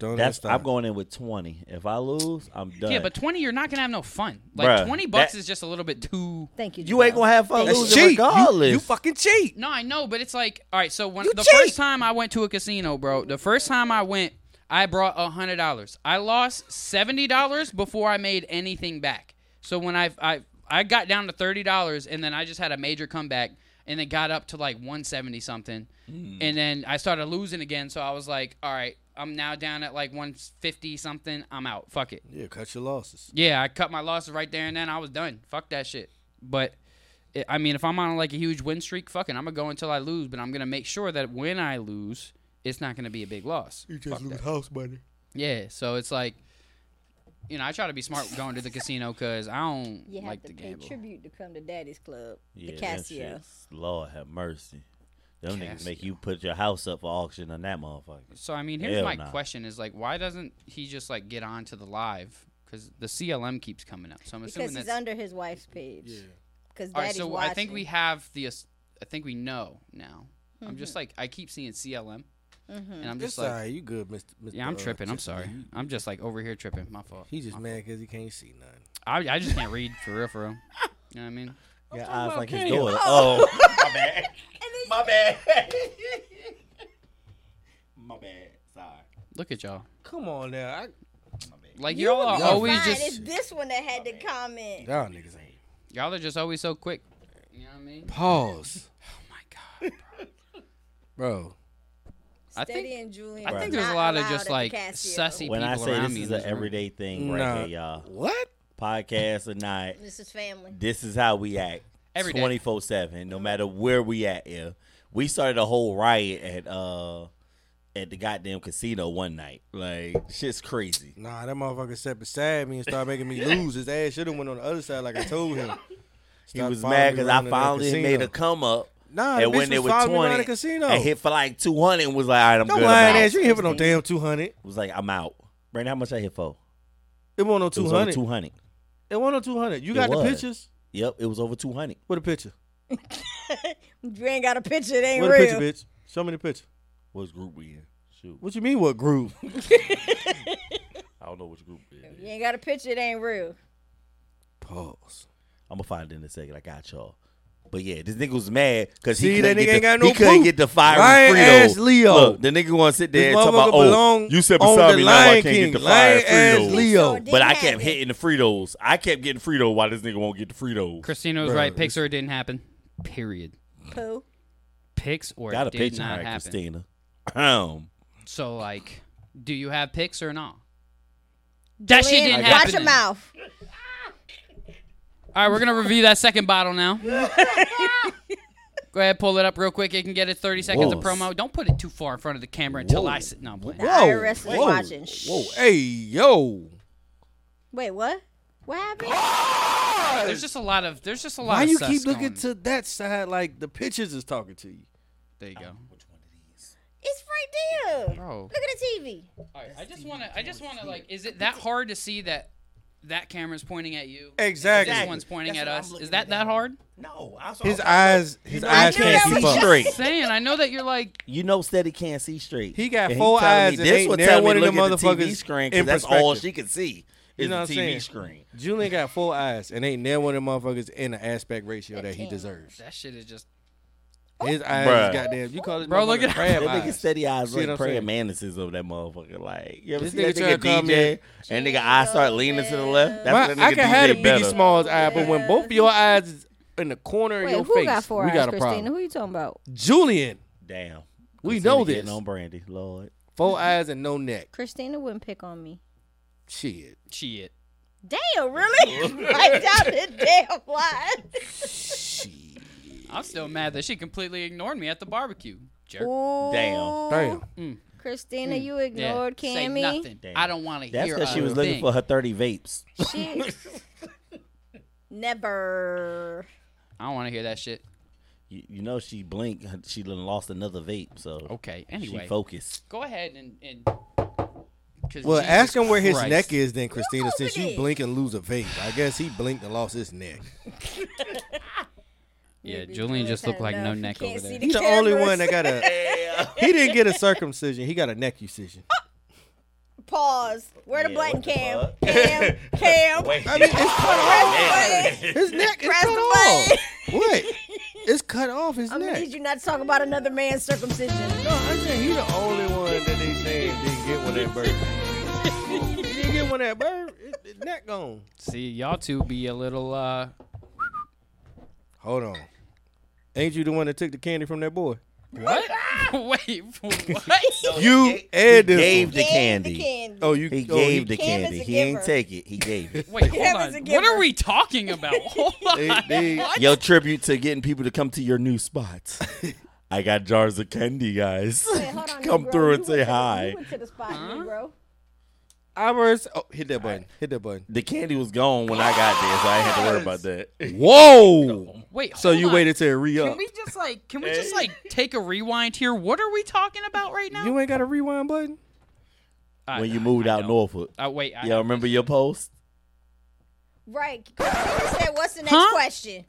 [SPEAKER 4] Don't
[SPEAKER 2] That's
[SPEAKER 4] even start.
[SPEAKER 2] I'm going in with twenty. If I lose, I'm done.
[SPEAKER 1] Yeah, but twenty, you're not gonna have no fun. Like
[SPEAKER 2] Bruh,
[SPEAKER 1] twenty bucks
[SPEAKER 2] that-
[SPEAKER 1] is just a little bit too.
[SPEAKER 3] Thank you.
[SPEAKER 2] you ain't gonna have fun
[SPEAKER 3] That's
[SPEAKER 2] losing
[SPEAKER 4] cheap.
[SPEAKER 2] regardless.
[SPEAKER 4] You, you fucking cheat.
[SPEAKER 1] No, I know, but it's like, all right. So when
[SPEAKER 4] You
[SPEAKER 1] the
[SPEAKER 4] cheat.
[SPEAKER 1] first time I went to a casino, bro, the first time I went, I brought a hundred dollars. I lost seventy dollars before I made anything back. So when I I I got down to thirty dollars, and then I just had a major comeback, and then got up to like one seventy something, and then I started losing again. So I was like, all right, I'm now down at like one fifty something. I'm out. Fuck it.
[SPEAKER 4] Yeah, cut your losses.
[SPEAKER 1] Yeah, I cut my losses right there and then. I was done. Fuck that shit. But i I mean, if I'm on like a huge win streak, fucking, I'm gonna go until I lose. But I'm gonna make sure that when I lose, it's not gonna be a big loss.
[SPEAKER 4] You just lose house money.
[SPEAKER 1] Yeah. So it's like, you know, I try to be smart going to the casino because I don't
[SPEAKER 3] You have
[SPEAKER 1] like
[SPEAKER 3] to
[SPEAKER 1] to
[SPEAKER 3] pay
[SPEAKER 1] gamble.
[SPEAKER 3] tribute to come to Daddy's Club. the
[SPEAKER 2] them
[SPEAKER 3] Casio.
[SPEAKER 2] shits. Lord have mercy. Them niggas
[SPEAKER 1] Casio.
[SPEAKER 2] make you put your house up for auction on that motherfucker.
[SPEAKER 1] So I mean, here's
[SPEAKER 2] Hell
[SPEAKER 1] my
[SPEAKER 2] nah.
[SPEAKER 1] question: Is like, why doesn't he just like get on to the live? Because the CLM keeps coming up. So I'm assuming
[SPEAKER 3] Because he's
[SPEAKER 1] that's.
[SPEAKER 3] under his wife's page.
[SPEAKER 4] Yeah.
[SPEAKER 3] Because
[SPEAKER 1] All right.
[SPEAKER 3] daddy's
[SPEAKER 1] So
[SPEAKER 3] watching.
[SPEAKER 1] I think we have the. ass- I think we know now. I'm
[SPEAKER 3] Mm-hmm.
[SPEAKER 1] just like I keep seeing CLM. And I'm
[SPEAKER 4] Just
[SPEAKER 1] just
[SPEAKER 4] all
[SPEAKER 1] like,
[SPEAKER 4] right. You good, Mr. Mr.
[SPEAKER 1] Yeah, I'm
[SPEAKER 4] uh,
[SPEAKER 1] tripping. I'm
[SPEAKER 4] Chip.
[SPEAKER 1] sorry. I'm just like over here tripping. My fault.
[SPEAKER 4] He just
[SPEAKER 1] My-
[SPEAKER 4] mad because he can't see nothing.
[SPEAKER 1] I, I just can't read for real, for real. You know what I mean?
[SPEAKER 2] Yeah, eyes like his daughter. Oh, my bad. My bad. my bad. Sorry.
[SPEAKER 1] Look at y'all.
[SPEAKER 4] Come on now. I,
[SPEAKER 1] Like y'all are
[SPEAKER 4] y'all
[SPEAKER 1] always
[SPEAKER 3] Fine, it's
[SPEAKER 1] just
[SPEAKER 3] this one that had to comment.
[SPEAKER 4] y'all niggas ain't.
[SPEAKER 1] y'all are just always so quick. You know what I mean?
[SPEAKER 4] Pause,
[SPEAKER 1] Oh my god.
[SPEAKER 4] bro.
[SPEAKER 1] I
[SPEAKER 3] Steady
[SPEAKER 1] think-
[SPEAKER 3] and Julian.
[SPEAKER 1] I
[SPEAKER 3] are
[SPEAKER 1] think there's a
[SPEAKER 3] not
[SPEAKER 1] lot of
[SPEAKER 3] allowed at
[SPEAKER 1] just
[SPEAKER 3] the
[SPEAKER 1] like
[SPEAKER 3] Casio.
[SPEAKER 1] sussy
[SPEAKER 2] When
[SPEAKER 1] people
[SPEAKER 2] I say
[SPEAKER 1] around
[SPEAKER 2] this
[SPEAKER 1] me.
[SPEAKER 2] is
[SPEAKER 1] in
[SPEAKER 2] an
[SPEAKER 1] this room.
[SPEAKER 2] everyday thing right
[SPEAKER 4] Nah.
[SPEAKER 2] here, y'all.
[SPEAKER 4] What?
[SPEAKER 2] Podcast or not,
[SPEAKER 3] This is family.
[SPEAKER 2] this is how we act.
[SPEAKER 1] Every day.
[SPEAKER 2] 24 7, no matter where we at. Yeah. We started a whole riot at uh at the goddamn casino one night. Like, shit's crazy.
[SPEAKER 4] Nah, that motherfucker sat beside me and started making me lose. His ass should have went on the other side like I told him.
[SPEAKER 2] He was mad because I finally made a come up.
[SPEAKER 4] Nah, the
[SPEAKER 2] and
[SPEAKER 4] bitch
[SPEAKER 2] when they
[SPEAKER 4] was
[SPEAKER 2] were
[SPEAKER 4] following me around
[SPEAKER 2] 20,
[SPEAKER 4] the casino.
[SPEAKER 2] and hit for like 200 and was like, all right, I'm
[SPEAKER 4] Don't
[SPEAKER 2] good.
[SPEAKER 4] lying
[SPEAKER 2] I'm out.
[SPEAKER 4] ass. You ain't hit for no damn two hundred.
[SPEAKER 2] was like, I'm out. Brandon, how much I hit for?
[SPEAKER 4] It won't on
[SPEAKER 2] It
[SPEAKER 4] two
[SPEAKER 2] was over
[SPEAKER 4] hundred.
[SPEAKER 2] 200.
[SPEAKER 4] It won't on two hundred. You
[SPEAKER 2] It
[SPEAKER 4] got the
[SPEAKER 2] was.
[SPEAKER 4] pictures?
[SPEAKER 2] Yep, it was over 200.
[SPEAKER 4] What a picture.
[SPEAKER 3] You ain't got a picture. It ain't
[SPEAKER 4] What a
[SPEAKER 3] real.
[SPEAKER 4] picture, bitch. Show me the picture.
[SPEAKER 2] What's group we in? Shoot.
[SPEAKER 4] What you mean? What group?
[SPEAKER 2] I don't know which group we in.
[SPEAKER 3] You ain't got a picture. It ain't real.
[SPEAKER 4] Pause.
[SPEAKER 2] I'm going to find it in a second. I got y'all. But yeah, this nigga was mad because he,
[SPEAKER 4] See,
[SPEAKER 2] couldn't
[SPEAKER 4] that nigga
[SPEAKER 2] get the,
[SPEAKER 4] ain't got no
[SPEAKER 2] he couldn't
[SPEAKER 4] proof.
[SPEAKER 2] get the fire
[SPEAKER 4] Lying ass
[SPEAKER 2] Frito.
[SPEAKER 4] Leo.
[SPEAKER 2] Look, the nigga want to sit there and
[SPEAKER 4] This
[SPEAKER 2] talk
[SPEAKER 4] motherfucker
[SPEAKER 2] about, oh,
[SPEAKER 4] belong
[SPEAKER 2] you said
[SPEAKER 4] on
[SPEAKER 2] beside
[SPEAKER 4] the
[SPEAKER 2] me, now I
[SPEAKER 4] Lion
[SPEAKER 2] can't
[SPEAKER 4] King.
[SPEAKER 2] get the fire
[SPEAKER 4] Lying ass
[SPEAKER 2] Frito.
[SPEAKER 4] Leo.
[SPEAKER 2] But I
[SPEAKER 3] Didn't
[SPEAKER 2] kept
[SPEAKER 3] happen.
[SPEAKER 2] hitting the Fritos. I kept getting Frito while this nigga won't get the Fritos.
[SPEAKER 1] Christina was
[SPEAKER 4] Bro,
[SPEAKER 1] right.
[SPEAKER 4] this-
[SPEAKER 1] Picks or it didn't happen. Period.
[SPEAKER 3] Pooh.
[SPEAKER 1] Picks or
[SPEAKER 2] got a
[SPEAKER 1] it did
[SPEAKER 2] picture
[SPEAKER 1] not
[SPEAKER 2] right,
[SPEAKER 1] happen.
[SPEAKER 2] Christina. Um,
[SPEAKER 1] So like, do you have picks or not? That shit
[SPEAKER 3] Lynn,
[SPEAKER 1] didn't
[SPEAKER 3] watch
[SPEAKER 1] happen.
[SPEAKER 3] your
[SPEAKER 1] then.
[SPEAKER 3] mouth.
[SPEAKER 1] All right, we're gonna review that second bottle now. Go ahead, pull it up real quick. It can get it 30 seconds of
[SPEAKER 2] Whoa.
[SPEAKER 1] promo. Don't put it too far in front of the camera until I sit. No, I'm playing.
[SPEAKER 3] The IRS is watching. Shh.
[SPEAKER 4] Whoa, hey, yo.
[SPEAKER 3] Wait, what? What happened?
[SPEAKER 1] There's just a lot of there's just a lot.
[SPEAKER 4] Why
[SPEAKER 1] of
[SPEAKER 4] you
[SPEAKER 1] sus
[SPEAKER 4] keep looking
[SPEAKER 1] going.
[SPEAKER 4] to that side like the pictures is talking to you?
[SPEAKER 1] There you go,
[SPEAKER 3] It's right
[SPEAKER 4] Oh.
[SPEAKER 3] there.
[SPEAKER 1] bro.
[SPEAKER 3] Look at the TV.
[SPEAKER 1] All right, I just wanna I just wanna like, is it that hard to see that that camera's pointing at you?
[SPEAKER 4] Exactly.
[SPEAKER 1] This one's pointing at us. Is that that hard?
[SPEAKER 2] no, I saw
[SPEAKER 4] His eyes, his eyes
[SPEAKER 3] knew
[SPEAKER 4] can't
[SPEAKER 3] that
[SPEAKER 4] see
[SPEAKER 3] was
[SPEAKER 4] fuck.
[SPEAKER 2] straight.
[SPEAKER 1] Saying I know that you're like
[SPEAKER 2] You know, steady can't see straight.
[SPEAKER 4] He got
[SPEAKER 2] And
[SPEAKER 4] four
[SPEAKER 2] telling me
[SPEAKER 4] eyes and
[SPEAKER 2] this
[SPEAKER 4] ain't
[SPEAKER 2] would
[SPEAKER 4] never
[SPEAKER 2] tell me
[SPEAKER 4] one of
[SPEAKER 2] look
[SPEAKER 4] them
[SPEAKER 2] at the TV
[SPEAKER 4] motherfuckers
[SPEAKER 2] screen
[SPEAKER 4] in
[SPEAKER 2] because that's all
[SPEAKER 4] perspective.
[SPEAKER 2] she could see
[SPEAKER 4] You
[SPEAKER 2] is
[SPEAKER 4] know what
[SPEAKER 2] the
[SPEAKER 4] I'm
[SPEAKER 2] TV
[SPEAKER 4] saying?
[SPEAKER 2] screen.
[SPEAKER 4] Julian got four eyes, and ain't near one of them motherfuckers in the aspect ratio that he deserves.
[SPEAKER 1] that shit is just.
[SPEAKER 4] His eyes,
[SPEAKER 2] Bruh.
[SPEAKER 4] is goddamn. You call it,
[SPEAKER 1] Bro, look at-
[SPEAKER 4] crab
[SPEAKER 2] That nigga
[SPEAKER 4] eyes.
[SPEAKER 2] steady eyes
[SPEAKER 4] See what
[SPEAKER 2] like
[SPEAKER 4] I'm
[SPEAKER 2] praying
[SPEAKER 4] saying?
[SPEAKER 2] mantises over that motherfucker. Like you ever
[SPEAKER 4] This
[SPEAKER 2] see that
[SPEAKER 4] nigga
[SPEAKER 2] nigga
[SPEAKER 4] tried to call
[SPEAKER 2] DJ and nigga eyes start leaning to the left? That's
[SPEAKER 4] My,
[SPEAKER 2] what that nigga
[SPEAKER 4] I can
[SPEAKER 2] DJ
[SPEAKER 4] have the
[SPEAKER 2] better.
[SPEAKER 4] Biggie Smalls eye, but when both of your eyes is in the corner of
[SPEAKER 3] Wait,
[SPEAKER 4] your
[SPEAKER 3] who
[SPEAKER 4] face,
[SPEAKER 3] got four
[SPEAKER 4] we
[SPEAKER 3] eyes,
[SPEAKER 4] got a
[SPEAKER 3] Christina?
[SPEAKER 4] problem.
[SPEAKER 3] Who you talking about?
[SPEAKER 4] Julian,
[SPEAKER 2] Damn,
[SPEAKER 4] We
[SPEAKER 2] Christina
[SPEAKER 4] know
[SPEAKER 2] getting
[SPEAKER 4] this.
[SPEAKER 2] on Brandy, Lord.
[SPEAKER 4] four eyes and no neck.
[SPEAKER 3] Christina wouldn't pick on me.
[SPEAKER 4] Shit.
[SPEAKER 1] Shit.
[SPEAKER 3] Damn, really? right down the damn line.
[SPEAKER 1] I'm still mad that she completely ignored me at the barbecue. Jerk.
[SPEAKER 3] Ooh,
[SPEAKER 2] Damn.
[SPEAKER 4] Damn.
[SPEAKER 3] Christina, you
[SPEAKER 1] Mm. Yeah,
[SPEAKER 3] ignored
[SPEAKER 1] say
[SPEAKER 3] Cammy.
[SPEAKER 1] nothing.
[SPEAKER 2] Damn.
[SPEAKER 1] I don't want to
[SPEAKER 2] That's
[SPEAKER 1] hear.
[SPEAKER 2] because she
[SPEAKER 1] a
[SPEAKER 2] was looking
[SPEAKER 1] thing.
[SPEAKER 2] for her thirty vapes.
[SPEAKER 3] She, Never.
[SPEAKER 1] I don't want to hear that shit.
[SPEAKER 2] You, you know she blinked. She done lost another vape. So
[SPEAKER 1] Okay.
[SPEAKER 2] she
[SPEAKER 1] Anyway,
[SPEAKER 2] focused.
[SPEAKER 1] go ahead and and. 'cause
[SPEAKER 4] Well,
[SPEAKER 1] Jesus
[SPEAKER 4] ask him where his
[SPEAKER 1] Christ.
[SPEAKER 4] neck is, then, Christina.
[SPEAKER 3] open
[SPEAKER 4] Since you
[SPEAKER 3] it.
[SPEAKER 4] blink and lose a vape, I guess he blinked and lost his neck.
[SPEAKER 1] Yeah, Julian just looked like no neck over there.
[SPEAKER 4] He's the only one that got a. he didn't get a circumcision. He got a neck excision.
[SPEAKER 3] Pause. Where the
[SPEAKER 2] Yeah,
[SPEAKER 3] button,
[SPEAKER 2] what the
[SPEAKER 3] Cam?
[SPEAKER 2] fuck?
[SPEAKER 3] Cam? Cam?
[SPEAKER 2] Wait,
[SPEAKER 4] I mean, it's cut off.
[SPEAKER 3] Press the button.
[SPEAKER 4] His neck is
[SPEAKER 3] Press
[SPEAKER 4] cut
[SPEAKER 3] the
[SPEAKER 4] off. What? It's cut off his
[SPEAKER 3] I'm gonna
[SPEAKER 4] neck.
[SPEAKER 3] need you not to talk about another man's circumcision.
[SPEAKER 4] No, I'm saying he's the only one that they say didn't get one at birth. he didn't get one at birth. It, it neck gone.
[SPEAKER 1] See, y'all two be a little. uh
[SPEAKER 4] Hold on. Ain't you the one that took the candy from that boy?
[SPEAKER 1] What? Wait, what?
[SPEAKER 4] You and this
[SPEAKER 2] gave
[SPEAKER 4] one.
[SPEAKER 2] the candy.
[SPEAKER 3] The candy.
[SPEAKER 4] Oh, you
[SPEAKER 2] He
[SPEAKER 4] oh,
[SPEAKER 2] gave the
[SPEAKER 3] Cam is
[SPEAKER 2] candy.
[SPEAKER 3] a
[SPEAKER 2] He ain't
[SPEAKER 3] giver.
[SPEAKER 2] take it. He gave it.
[SPEAKER 1] Wait, hold
[SPEAKER 3] Cam is a
[SPEAKER 1] on. What
[SPEAKER 3] giver.
[SPEAKER 1] are we talking about? Hold
[SPEAKER 4] They-
[SPEAKER 1] on.
[SPEAKER 4] they-
[SPEAKER 2] Your tribute to getting people to come to your new spots. I got jars of candy, guys.
[SPEAKER 3] Wait, hold on,
[SPEAKER 2] come
[SPEAKER 3] Negro.
[SPEAKER 2] through
[SPEAKER 3] You
[SPEAKER 2] and
[SPEAKER 3] went
[SPEAKER 2] say
[SPEAKER 3] to the-
[SPEAKER 2] hi.
[SPEAKER 3] You went to the spot, Negro.
[SPEAKER 4] Ours. Oh, hit that button. Hit that button.
[SPEAKER 2] The candy was gone when I got there, so I ain't had to worry about that.
[SPEAKER 4] Whoa!
[SPEAKER 1] Wait.
[SPEAKER 4] So
[SPEAKER 1] hold
[SPEAKER 4] you
[SPEAKER 1] on.
[SPEAKER 4] waited till it re
[SPEAKER 1] Can
[SPEAKER 4] up.
[SPEAKER 1] we just like? Can we just like take a rewind here? What are we talking about right now?
[SPEAKER 4] You ain't got a rewind button?
[SPEAKER 1] I-
[SPEAKER 2] When you moved
[SPEAKER 1] I
[SPEAKER 2] out
[SPEAKER 1] know.
[SPEAKER 2] Norfolk,
[SPEAKER 1] Uh, wait. I,
[SPEAKER 2] y'all remember your post?
[SPEAKER 3] Right. Christina said, what's the next
[SPEAKER 1] Huh?
[SPEAKER 3] question?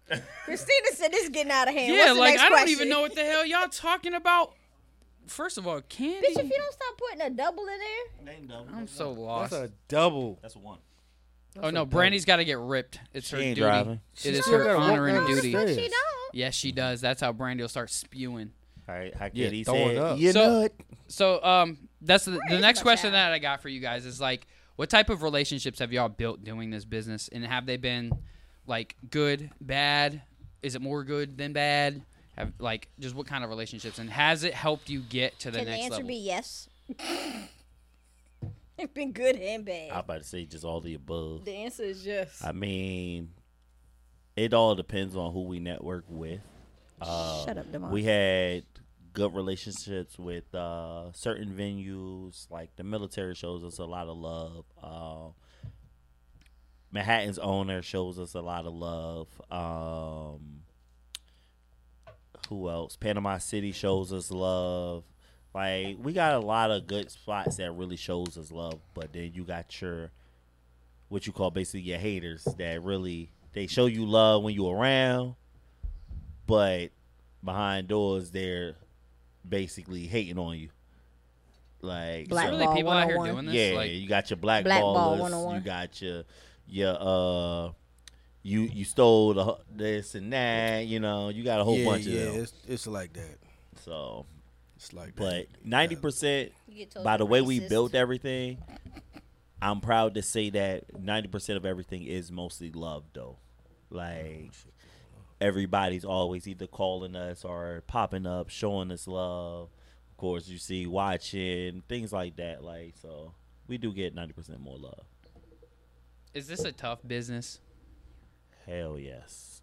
[SPEAKER 3] Christina said, this is getting out of hand.
[SPEAKER 1] yeah,
[SPEAKER 3] what's the
[SPEAKER 1] like
[SPEAKER 3] next
[SPEAKER 1] I don't
[SPEAKER 3] question?
[SPEAKER 1] even know what the hell y'all talking about. First of all, candy.
[SPEAKER 3] Bitch, if you don't stop putting a double in there,
[SPEAKER 1] I'm so lost.
[SPEAKER 4] double.
[SPEAKER 2] That's one.
[SPEAKER 1] oh no, Brandy's got to get ripped. It's her
[SPEAKER 2] She ain't
[SPEAKER 1] duty.
[SPEAKER 2] driving.
[SPEAKER 1] It is
[SPEAKER 4] still
[SPEAKER 1] her
[SPEAKER 4] gotta walk
[SPEAKER 1] honor and
[SPEAKER 4] down the
[SPEAKER 1] duty.
[SPEAKER 4] stairs.
[SPEAKER 3] she don't.
[SPEAKER 1] Yes, she does. That's how Brandy will start spewing.
[SPEAKER 2] All right, I
[SPEAKER 4] Yeah,
[SPEAKER 2] get he
[SPEAKER 4] throwing
[SPEAKER 2] said,
[SPEAKER 4] up.
[SPEAKER 2] you
[SPEAKER 1] So-
[SPEAKER 2] know it.
[SPEAKER 1] So, um, that's the, the
[SPEAKER 3] is
[SPEAKER 1] next
[SPEAKER 3] my
[SPEAKER 1] question
[SPEAKER 3] child?
[SPEAKER 1] that I got for you guys is like, what type of relationships have y'all built doing this business, and have they been like good, bad? Is it more good than bad? Have like just what kind of relationships, and has it helped you get to the
[SPEAKER 3] Can the
[SPEAKER 1] next
[SPEAKER 3] answer
[SPEAKER 1] level?
[SPEAKER 3] be yes? it's been good and bad.
[SPEAKER 2] I'm about to say just all the above.
[SPEAKER 5] The answer is yes.
[SPEAKER 2] I mean, it all depends on who we network with. Uh,
[SPEAKER 3] Shut up, Demar.
[SPEAKER 2] We had good relationships with uh, certain venues, like the military shows us a lot of love. Uh, Manhattan's owner shows us a lot of love. Um, who else? Panama City shows us love. Like we got a lot of good spots that really shows us love, but then you got your what you call basically your haters that really they show you love when you around, but behind doors they're basically hating on you. Like
[SPEAKER 1] Is
[SPEAKER 3] Black
[SPEAKER 1] there
[SPEAKER 2] so-
[SPEAKER 1] really
[SPEAKER 3] Ball
[SPEAKER 1] people out here doing
[SPEAKER 3] 101.
[SPEAKER 1] this?
[SPEAKER 2] yeah,
[SPEAKER 1] like,
[SPEAKER 2] you got your black,
[SPEAKER 3] Black ball
[SPEAKER 2] ballers,
[SPEAKER 3] 101.
[SPEAKER 2] you got your your uh you you stole the, hu- this and that, you know, you got a whole
[SPEAKER 4] yeah,
[SPEAKER 2] bunch
[SPEAKER 4] yeah,
[SPEAKER 2] of them.
[SPEAKER 4] It's, it's like that.
[SPEAKER 2] So,
[SPEAKER 4] It's like
[SPEAKER 2] but
[SPEAKER 4] that.
[SPEAKER 2] ninety percent
[SPEAKER 3] You get told
[SPEAKER 2] by the
[SPEAKER 3] you're
[SPEAKER 2] way we
[SPEAKER 3] racist.
[SPEAKER 2] built everything, I'm proud to say that ninety percent of everything is mostly love though. Like everybody's always either calling us or popping up, showing us love. Of course you see watching, things like that. Like so we do get ninety percent more love.
[SPEAKER 1] is this a tough business?
[SPEAKER 2] Hell yes.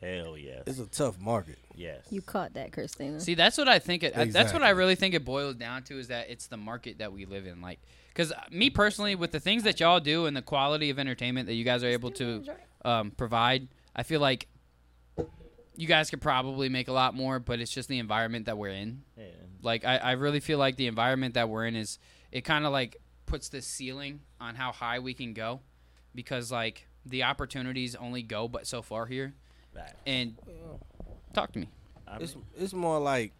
[SPEAKER 2] Hell yes.
[SPEAKER 4] It's a tough market.
[SPEAKER 2] Yes.
[SPEAKER 3] You caught that, Christina.
[SPEAKER 1] See, that's what I think. It, I- That's what I
[SPEAKER 4] Exactly.
[SPEAKER 1] really think it boils down to is that it's the market that we live in. Like, because me personally, with the things that y'all do and the quality of entertainment that you guys are able to um, provide, I feel like you guys could probably make a lot more. But it's just the environment that we're in.
[SPEAKER 2] Yeah.
[SPEAKER 1] Like I, I really feel like the environment that we're in is it kind of like puts this ceiling on how high we can go because like the opportunities only go but so far here.
[SPEAKER 2] Right.
[SPEAKER 1] And talk to me.
[SPEAKER 2] I
[SPEAKER 4] It's
[SPEAKER 2] mean,
[SPEAKER 4] it's more like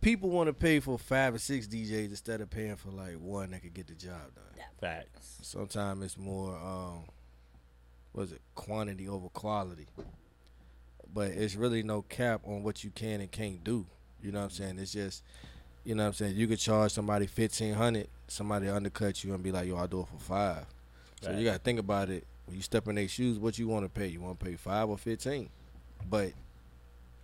[SPEAKER 4] people want to pay for five or six DJs instead of paying for like one that could get the job done.
[SPEAKER 2] facts.
[SPEAKER 4] Sometimes it's more um was it quantity over quality. But it's really no cap on what you can and can't do. You know what I'm saying? It's just you know what I'm saying, you could charge somebody fifteen hundred, somebody undercut you and be like, Yo, I'll do it for five. So
[SPEAKER 2] Right.
[SPEAKER 4] you gotta think about it. When you step in their shoes, what you wanna pay? You wanna pay five or fifteen? But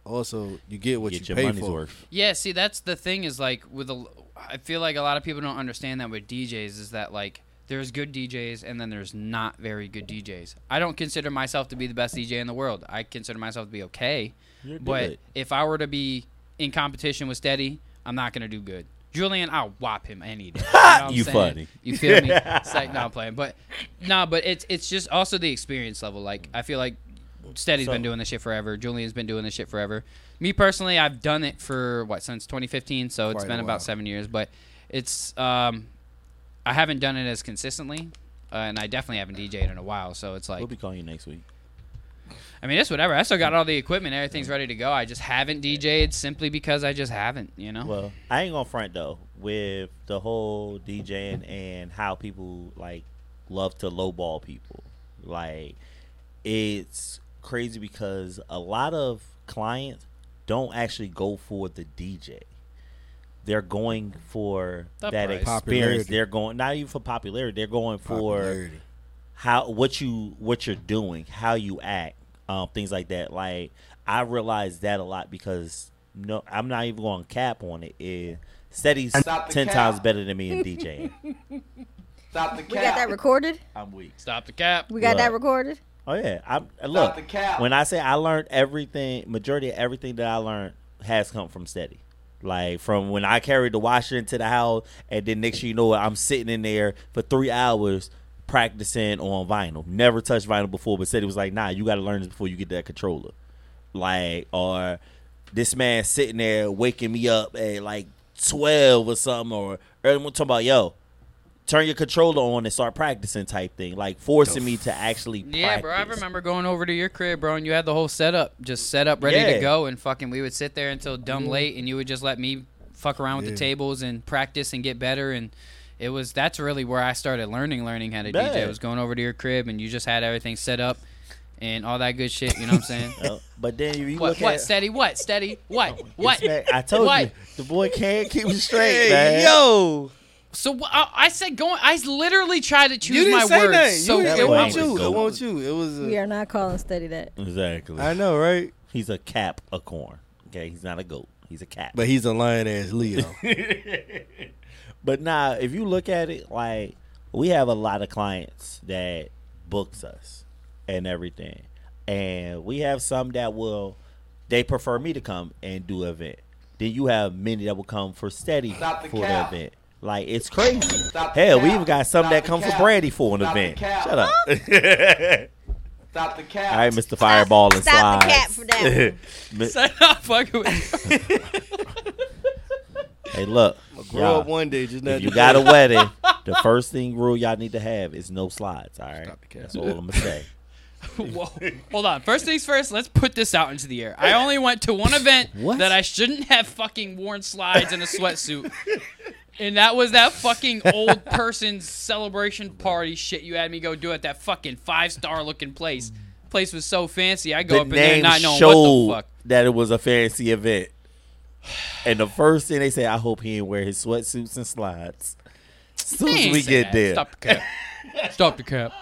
[SPEAKER 4] also you get what
[SPEAKER 2] Get
[SPEAKER 4] you
[SPEAKER 2] your
[SPEAKER 4] pay
[SPEAKER 2] money's
[SPEAKER 4] for.
[SPEAKER 2] worth.
[SPEAKER 1] Yeah, see, that's the thing is like with a, I feel like a lot of people don't understand that with DJs is that like there's good DJs and then there's not very good DJs. I don't consider myself to be the best DJ in the world. I consider myself to be okay,
[SPEAKER 2] You're
[SPEAKER 1] but
[SPEAKER 2] good.
[SPEAKER 1] if I were to be in competition with Steady, I'm not gonna do good. Julian, I'll whop him any day. You, know what I'm
[SPEAKER 2] You
[SPEAKER 1] saying?
[SPEAKER 2] funny.
[SPEAKER 1] You feel me? It's like, no, I'm playing. But no, but it's it's just also the experience level. Like I feel like Steady's been doing this shit forever. Julian's been doing this shit forever. Me personally, I've done it for what since 2015, so it's
[SPEAKER 4] Quite a
[SPEAKER 1] been
[SPEAKER 4] while.
[SPEAKER 1] about seven years. But it's um, I haven't done it as consistently, uh, and I definitely haven't DJed in a while. So it's like
[SPEAKER 2] We'll be calling you next week.
[SPEAKER 1] I mean, it's whatever. I still got all the equipment. Everything's ready to go. I just haven't DJ'd simply because I just haven't, you know?
[SPEAKER 2] Well, I ain't gonna front though with the whole DJing and how people like love to lowball people. Like it's crazy because a lot of clients don't actually go for the DJ. They're going for
[SPEAKER 1] The
[SPEAKER 2] that
[SPEAKER 1] price.
[SPEAKER 2] experience.
[SPEAKER 4] Popularity.
[SPEAKER 2] They're going not even for popularity. They're going for
[SPEAKER 4] Popularity.
[SPEAKER 2] how what you what you're doing, how you act, um, things like that. Like I realize that a lot because no, I'm not even going to cap on it. Is Steady's
[SPEAKER 9] Stop the
[SPEAKER 2] ten
[SPEAKER 9] cap.
[SPEAKER 2] times better than me in DJing.
[SPEAKER 9] Stop the cap.
[SPEAKER 3] We got that recorded.
[SPEAKER 2] I'm weak.
[SPEAKER 1] Stop the cap.
[SPEAKER 3] We got that
[SPEAKER 2] Look.
[SPEAKER 3] recorded.
[SPEAKER 2] Oh yeah, I'm uh,
[SPEAKER 9] Stop
[SPEAKER 2] look.
[SPEAKER 9] the cap.
[SPEAKER 2] When I say I learned everything, majority of everything that I learned has come from Steady. Like from when I carried the washer into the house, and then next thing you know, it, I'm sitting in there for three hours practicing on vinyl. Never touched vinyl before, but Steady was like, "Nah, you got to learn this before you get that controller." Like, or this man sitting there waking me up at like twelve or something, or early morning talking about, "Yo, turn your controller on and start practicing," type thing, like forcing me to actually.
[SPEAKER 1] Yeah, bro. I
[SPEAKER 2] practice.
[SPEAKER 1] remember going over to your crib, bro, and you had the whole setup just set up, ready
[SPEAKER 2] Yeah.
[SPEAKER 1] to go, and fucking we would sit there until dumb late, and you would just let me fuck around with
[SPEAKER 4] Yeah.
[SPEAKER 1] the tables and practice and get better and. It was that's really where I started learning learning how to
[SPEAKER 2] Yeah.
[SPEAKER 1] DJ. was going over to your crib and you just had everything set up and all that good shit. You know what I'm saying?
[SPEAKER 2] Uh, but then you
[SPEAKER 1] what
[SPEAKER 2] look
[SPEAKER 1] what
[SPEAKER 2] at
[SPEAKER 1] steady? What steady? What what?
[SPEAKER 2] Man, I told you
[SPEAKER 1] What?
[SPEAKER 2] the boy can't keep it straight,
[SPEAKER 8] Hey,
[SPEAKER 2] man.
[SPEAKER 8] yo.
[SPEAKER 1] So wh- I, I said going. I literally tried to choose
[SPEAKER 4] You didn't
[SPEAKER 1] my
[SPEAKER 4] say
[SPEAKER 1] words.
[SPEAKER 4] nothing.
[SPEAKER 1] So
[SPEAKER 4] you,
[SPEAKER 2] that
[SPEAKER 4] it
[SPEAKER 2] way
[SPEAKER 4] wasn't
[SPEAKER 2] it
[SPEAKER 4] you.
[SPEAKER 2] goes.
[SPEAKER 4] It wasn't you. It was.
[SPEAKER 3] We
[SPEAKER 4] A,
[SPEAKER 3] are not calling steady that.
[SPEAKER 2] Exactly.
[SPEAKER 4] I know, right?
[SPEAKER 2] He's a cap acorn. Okay, he's not a goat. He's a cap.
[SPEAKER 4] But he's a lion ass Leo.
[SPEAKER 2] but nah, if you look at it, like we have a lot of clients that books us and everything, and we have some that will they prefer me to come and do an event. Then you have many that will come for steady
[SPEAKER 9] Stop the
[SPEAKER 2] for the
[SPEAKER 9] cap.
[SPEAKER 2] event. Like it's crazy.
[SPEAKER 9] Stop the
[SPEAKER 2] Hell, we
[SPEAKER 9] cap.
[SPEAKER 2] even got some
[SPEAKER 9] Stop
[SPEAKER 2] that
[SPEAKER 9] the
[SPEAKER 2] come for
[SPEAKER 9] cap.
[SPEAKER 2] Brandy for an
[SPEAKER 9] Stop the
[SPEAKER 2] event.
[SPEAKER 9] cap.
[SPEAKER 2] Shut up.
[SPEAKER 9] Stop the cap.
[SPEAKER 2] All right, Mr. Fireball and
[SPEAKER 3] stop the
[SPEAKER 2] Slides.
[SPEAKER 3] cap for that
[SPEAKER 2] Mi-
[SPEAKER 1] Said I'm fucking with you.
[SPEAKER 2] hey, look.
[SPEAKER 4] Grow
[SPEAKER 2] y'all,
[SPEAKER 4] up one day, just not.
[SPEAKER 2] if you
[SPEAKER 4] today.
[SPEAKER 2] got a wedding, the first thing rule y'all need to have is no slides. All right,
[SPEAKER 4] Stop the cap.
[SPEAKER 2] that's all I'm gonna say.
[SPEAKER 1] Whoa. Hold on. First things first. Let's put this out into the air. I only went to one event
[SPEAKER 2] What?
[SPEAKER 1] that I shouldn't have fucking worn slides and a sweatsuit. And that was that fucking old person's celebration party shit you had me go do at that fucking five star looking place. Place was so fancy. I go
[SPEAKER 2] The
[SPEAKER 1] up in there
[SPEAKER 2] name
[SPEAKER 1] not knowing
[SPEAKER 2] showed
[SPEAKER 1] what the fuck.
[SPEAKER 2] that it was a fancy event, and the first thing they say, "I hope he didn't wear his sweatsuits and slides." Soon
[SPEAKER 1] They
[SPEAKER 2] as
[SPEAKER 1] ain't
[SPEAKER 2] we
[SPEAKER 1] say
[SPEAKER 2] get
[SPEAKER 1] that.
[SPEAKER 2] there,
[SPEAKER 1] Stop the cap. Stop the cap.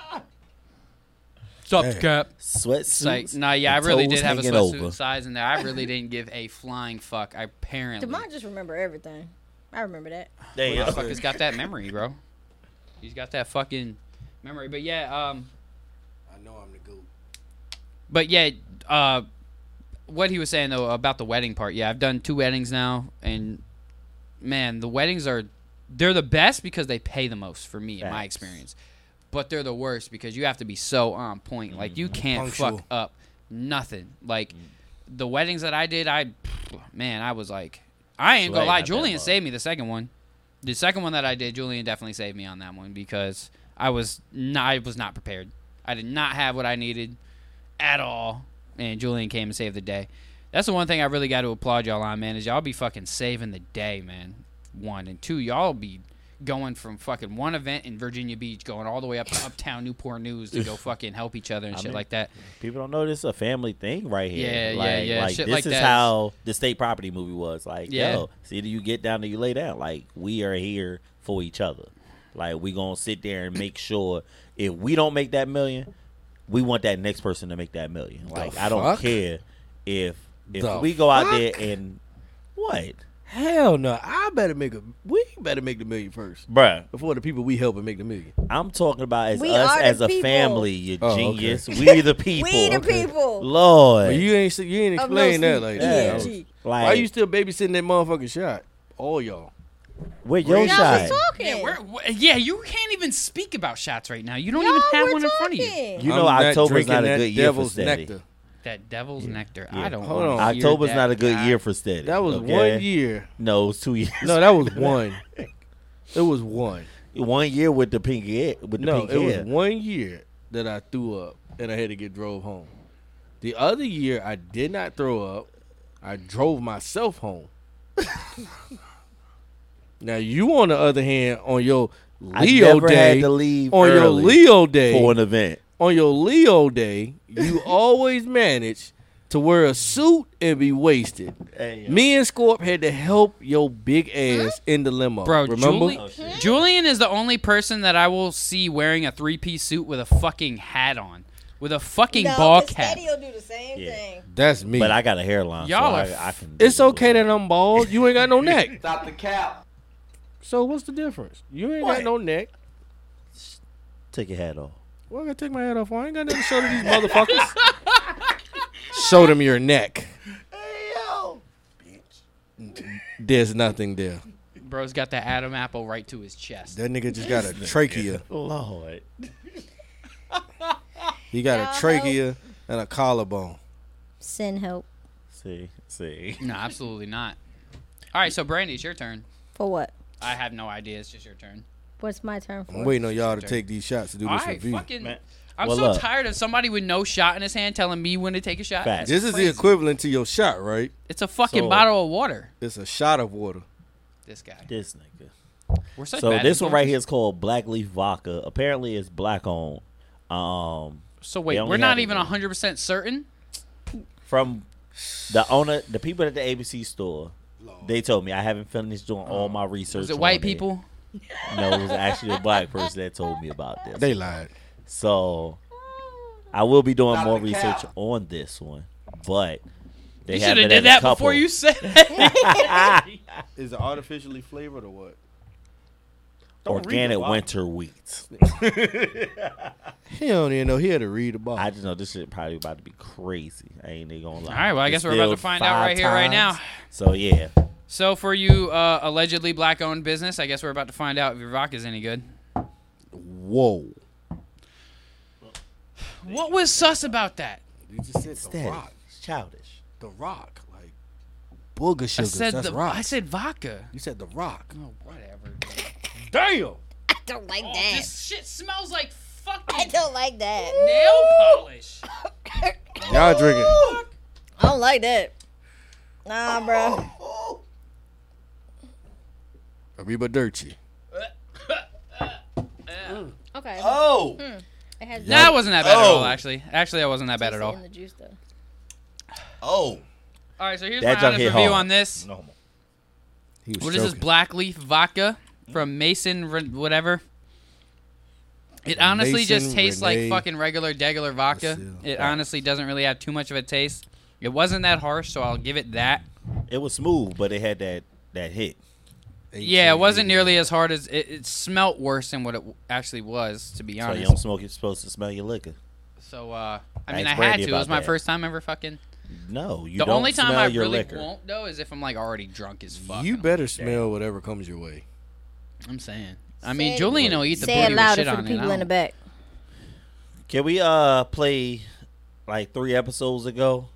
[SPEAKER 1] Stop the
[SPEAKER 4] Hey.
[SPEAKER 1] cap. It's
[SPEAKER 2] sweatsuits.
[SPEAKER 1] like, nah, yeah, I
[SPEAKER 2] and
[SPEAKER 1] really
[SPEAKER 2] toes
[SPEAKER 1] did have a
[SPEAKER 2] hanging
[SPEAKER 1] sweatsuit
[SPEAKER 2] over.
[SPEAKER 1] size in there. I really didn't give a flying fuck. I apparently,
[SPEAKER 3] Demond just remember everything. I remember that.
[SPEAKER 2] Damn.
[SPEAKER 1] motherfucker's got that memory, bro. He's got that fucking memory. But yeah, um,
[SPEAKER 4] I know I'm the goat.
[SPEAKER 1] but yeah, uh, what he was saying though about the wedding part. Yeah, I've done two weddings now, and man, the weddings are they're the best because they pay the most for me in my
[SPEAKER 2] Facts.
[SPEAKER 1] experience. But they're the worst because you have to be so on point. Like you
[SPEAKER 2] Mm-hmm.
[SPEAKER 1] can't
[SPEAKER 4] Punctual.
[SPEAKER 1] fuck up nothing. Like
[SPEAKER 2] Mm.
[SPEAKER 1] the weddings that I did, I man, I was like, I ain't gonna
[SPEAKER 2] Sweating
[SPEAKER 1] lie.
[SPEAKER 2] at that
[SPEAKER 1] Julian
[SPEAKER 2] mug.
[SPEAKER 1] saved me the second one. The second one that I did, Julian definitely saved me on that one because I was not, I was not prepared. I did not have what I needed at all, and Julian came and saved the day. That's the one thing I really got to applaud y'all on, man. Is y'all be fucking saving the day, man. One and two, y'all be going from fucking one event in Virginia Beach, going all the way up to Uptown Newport News to go fucking help each other and
[SPEAKER 2] I
[SPEAKER 1] shit
[SPEAKER 2] mean-
[SPEAKER 1] like that.
[SPEAKER 2] People don't know this is a family thing right here.
[SPEAKER 1] Yeah, yeah,
[SPEAKER 2] like,
[SPEAKER 1] yeah.
[SPEAKER 2] Like
[SPEAKER 1] Shit
[SPEAKER 2] this
[SPEAKER 1] like
[SPEAKER 2] is
[SPEAKER 1] that is-
[SPEAKER 2] how the state property movie was. Like,
[SPEAKER 1] Yeah.
[SPEAKER 2] yo, it's either you get down or you lay down. Like we are here for each other. Like we gonna sit there and make sure if we don't make that million, we want that next person to make that million. Like I don't
[SPEAKER 4] fuck?
[SPEAKER 2] care if if
[SPEAKER 4] The
[SPEAKER 2] we go out there
[SPEAKER 4] fuck?
[SPEAKER 2] and what,
[SPEAKER 4] Hell no! I better make a. We better make the million first
[SPEAKER 2] bruh.
[SPEAKER 4] before the people we helping make the million.
[SPEAKER 2] I'm talking about as
[SPEAKER 3] We
[SPEAKER 2] us
[SPEAKER 3] are the
[SPEAKER 2] as a
[SPEAKER 3] people.
[SPEAKER 2] family. You
[SPEAKER 4] Oh, okay.
[SPEAKER 2] genius. We the people.
[SPEAKER 3] We the people.
[SPEAKER 2] Lord.
[SPEAKER 4] But you ain't. You ain't
[SPEAKER 3] Of no
[SPEAKER 4] explain that
[SPEAKER 3] sleep.
[SPEAKER 4] like
[SPEAKER 2] Yeah.
[SPEAKER 4] that.
[SPEAKER 3] ENG.
[SPEAKER 2] like,
[SPEAKER 4] Why you still babysitting that motherfucking shot? All y'all.
[SPEAKER 2] Where your
[SPEAKER 3] Y'all
[SPEAKER 2] shot?
[SPEAKER 3] was talking.
[SPEAKER 1] Yeah, we're, we- yeah, you can't even speak about shots right now. You don't
[SPEAKER 3] Y'all
[SPEAKER 1] even have
[SPEAKER 3] were
[SPEAKER 1] one in front of you.
[SPEAKER 3] talking.
[SPEAKER 2] You know
[SPEAKER 4] I'm
[SPEAKER 2] October's
[SPEAKER 4] drinking
[SPEAKER 2] not a
[SPEAKER 4] that
[SPEAKER 2] good year for
[SPEAKER 4] devil's
[SPEAKER 2] Steady.
[SPEAKER 4] nectar.
[SPEAKER 1] That devil's nectar.
[SPEAKER 2] Yeah.
[SPEAKER 1] I don't.
[SPEAKER 4] Hold
[SPEAKER 1] wanna
[SPEAKER 4] on.
[SPEAKER 1] hear
[SPEAKER 2] October's
[SPEAKER 1] that
[SPEAKER 2] not a good
[SPEAKER 1] guy.
[SPEAKER 2] year for steady.
[SPEAKER 4] That was
[SPEAKER 2] okay?
[SPEAKER 4] one year.
[SPEAKER 2] No, it was two years.
[SPEAKER 4] No, that was one. it was one.
[SPEAKER 2] one year with the pink hair. With the
[SPEAKER 4] No,
[SPEAKER 2] pink
[SPEAKER 4] it was
[SPEAKER 2] hair.
[SPEAKER 4] one year that I threw up and I had to get drove home. The other year I did not throw up. I drove myself home. now you on the other hand on your
[SPEAKER 2] I
[SPEAKER 4] Leo
[SPEAKER 2] never had
[SPEAKER 4] day
[SPEAKER 2] to leave
[SPEAKER 4] on your
[SPEAKER 2] early
[SPEAKER 4] Leo day
[SPEAKER 2] for an event.
[SPEAKER 4] on your Leo day you always manage to wear a suit and be wasted. Me and Scorp had to help your big ass in the limo.
[SPEAKER 1] Bro,
[SPEAKER 4] remember?
[SPEAKER 1] Julie-
[SPEAKER 2] Oh,
[SPEAKER 1] Julian is the only person that I will see wearing a three-piece suit with a fucking hat on, with a fucking
[SPEAKER 3] No,
[SPEAKER 1] ball
[SPEAKER 3] but
[SPEAKER 1] cap.
[SPEAKER 3] Steady will do the same
[SPEAKER 2] Yeah.
[SPEAKER 3] thing.
[SPEAKER 4] That's me.
[SPEAKER 2] But I got a hairline.
[SPEAKER 1] Y'all
[SPEAKER 2] so
[SPEAKER 1] are
[SPEAKER 2] I-
[SPEAKER 1] f-
[SPEAKER 2] I can do
[SPEAKER 4] It's
[SPEAKER 2] it.
[SPEAKER 4] okay that I'm bald. You ain't got no neck.
[SPEAKER 9] Stop the cap.
[SPEAKER 4] So what's the difference? You ain't
[SPEAKER 2] What?
[SPEAKER 4] got no neck.
[SPEAKER 2] Take your hat off.
[SPEAKER 4] Well, I gotta take my hat off. I ain't got nothing to show to these motherfuckers. show them your neck. There's nothing there.
[SPEAKER 1] Bro's got the Adam Apple right to his chest.
[SPEAKER 4] That nigga just got a trachea.
[SPEAKER 2] Lord.
[SPEAKER 4] He got a trachea and a collarbone.
[SPEAKER 3] Send help
[SPEAKER 2] See, see.
[SPEAKER 1] No, absolutely not. All right, so Brandy, it's your turn.
[SPEAKER 3] for what?
[SPEAKER 1] I have no idea. It's just your turn.
[SPEAKER 3] What's my turn for?
[SPEAKER 4] I'm waiting on y'all to take these shots to do
[SPEAKER 1] All
[SPEAKER 4] this
[SPEAKER 1] right,
[SPEAKER 4] review.
[SPEAKER 1] fucking.
[SPEAKER 2] Man.
[SPEAKER 1] I'm
[SPEAKER 2] Well, uh,
[SPEAKER 1] so
[SPEAKER 2] look.
[SPEAKER 1] tired of somebody with no shot in his hand telling me when to take a shot.
[SPEAKER 2] Facts.
[SPEAKER 4] This is the equivalent to your shot, right?
[SPEAKER 1] It's a fucking
[SPEAKER 2] So-
[SPEAKER 1] bottle of water.
[SPEAKER 4] It's a shot of water.
[SPEAKER 1] This guy.
[SPEAKER 2] This nigga.
[SPEAKER 1] We're such
[SPEAKER 2] So
[SPEAKER 1] bad
[SPEAKER 2] this one right here
[SPEAKER 1] influences.
[SPEAKER 2] is called Black Leaf Vodka. Apparently, it's black owned. Um,
[SPEAKER 1] So
[SPEAKER 2] They
[SPEAKER 1] wait,
[SPEAKER 2] only
[SPEAKER 1] we're not
[SPEAKER 2] had it
[SPEAKER 1] even
[SPEAKER 2] in-
[SPEAKER 1] 100 percent certain.
[SPEAKER 2] from the owner, the people at the ABC store, they told me I haven't finished doing
[SPEAKER 4] Oh.
[SPEAKER 2] all my research.
[SPEAKER 1] Is it
[SPEAKER 2] on
[SPEAKER 1] white people?
[SPEAKER 2] No, it was actually a black person that told me about this.
[SPEAKER 4] They lied.
[SPEAKER 2] so I will be doing
[SPEAKER 9] Not
[SPEAKER 2] more
[SPEAKER 9] the
[SPEAKER 2] research
[SPEAKER 9] cow.
[SPEAKER 2] on this one, but they
[SPEAKER 1] You
[SPEAKER 2] have
[SPEAKER 1] should have
[SPEAKER 2] it at
[SPEAKER 1] did
[SPEAKER 2] a
[SPEAKER 1] that
[SPEAKER 2] couple.
[SPEAKER 1] before you said it.
[SPEAKER 4] Is it artificially flavored or what?
[SPEAKER 2] organic winter wheats.
[SPEAKER 4] He don't even know. He had to read the bottle.
[SPEAKER 2] I just know this shit probably about to be crazy. I ain't even gonna lie.
[SPEAKER 1] All right, well, I guess we're about to find out right here, right now.
[SPEAKER 2] So yeah,
[SPEAKER 1] so for you uh, allegedly black-owned business, I guess we're about to find out if your vodka's any good.
[SPEAKER 4] Whoa.
[SPEAKER 1] What was sus about that?
[SPEAKER 4] You just said the
[SPEAKER 2] steady,
[SPEAKER 4] rock.
[SPEAKER 2] It's childish.
[SPEAKER 4] The rock. Like booger
[SPEAKER 1] I
[SPEAKER 4] sugars.
[SPEAKER 1] said
[SPEAKER 4] that's
[SPEAKER 1] the,
[SPEAKER 4] rock.
[SPEAKER 1] I said vodka.
[SPEAKER 4] you said the rock.
[SPEAKER 1] Oh, whatever.
[SPEAKER 4] Damn.
[SPEAKER 3] I don't like that.
[SPEAKER 1] This shit smells like
[SPEAKER 3] I
[SPEAKER 1] fucking
[SPEAKER 3] don't like that.
[SPEAKER 1] nail polish.
[SPEAKER 4] Y'all drinking.
[SPEAKER 3] I don't like that. Nah, bro.
[SPEAKER 4] Arriba Dirty.
[SPEAKER 3] Mm. Okay. Hmm.
[SPEAKER 9] Oh.
[SPEAKER 3] It has
[SPEAKER 1] Nah, it wasn't that bad at all.
[SPEAKER 9] Oh.
[SPEAKER 1] Actually, actually, that wasn't that bad at all.
[SPEAKER 3] in the juice though.
[SPEAKER 9] Oh.
[SPEAKER 1] All right, so here's
[SPEAKER 2] That
[SPEAKER 1] my
[SPEAKER 2] junk
[SPEAKER 1] honest
[SPEAKER 2] hit
[SPEAKER 1] review
[SPEAKER 2] hard.
[SPEAKER 1] on this.
[SPEAKER 2] No more.
[SPEAKER 4] He was
[SPEAKER 1] What is this
[SPEAKER 4] choking.
[SPEAKER 1] black leaf vodka from Mason Re- whatever? It honestly just
[SPEAKER 4] Mason,
[SPEAKER 1] tastes
[SPEAKER 4] Renee,
[SPEAKER 1] like fucking regular degular vodka.
[SPEAKER 4] Lucille.
[SPEAKER 1] It honestly doesn't really have too much of a taste. It wasn't that harsh, so I'll give it that.
[SPEAKER 2] It was smooth, but it had that that hit.
[SPEAKER 1] Yeah, it wasn't nearly as hard as it, it smelt worse than what it w- actually was, to be
[SPEAKER 2] So you
[SPEAKER 1] honest.
[SPEAKER 2] don't smoke. You're supposed to smell your liquor.
[SPEAKER 1] So uh, I mean, I had
[SPEAKER 2] Ask Brandy
[SPEAKER 1] to. It was
[SPEAKER 2] about
[SPEAKER 1] my
[SPEAKER 2] that.
[SPEAKER 1] first time ever fucking.
[SPEAKER 2] No, you
[SPEAKER 1] the
[SPEAKER 2] don't
[SPEAKER 1] only time
[SPEAKER 2] smell
[SPEAKER 1] I
[SPEAKER 2] your
[SPEAKER 1] really
[SPEAKER 2] liquor.
[SPEAKER 1] won't though is if I'm like already drunk as fuck.
[SPEAKER 4] You
[SPEAKER 1] and I'm
[SPEAKER 4] better
[SPEAKER 1] like,
[SPEAKER 4] smell whatever comes your way.
[SPEAKER 1] "Damn." I'm saying. I mean,
[SPEAKER 3] Say it-
[SPEAKER 1] Julian will eat the
[SPEAKER 3] Say
[SPEAKER 1] booty
[SPEAKER 3] it
[SPEAKER 1] with
[SPEAKER 3] louder
[SPEAKER 1] shit
[SPEAKER 3] for the
[SPEAKER 1] on it.
[SPEAKER 3] people
[SPEAKER 1] I
[SPEAKER 3] in the
[SPEAKER 1] don't-
[SPEAKER 3] back.
[SPEAKER 2] Can we uh play like three episodes ago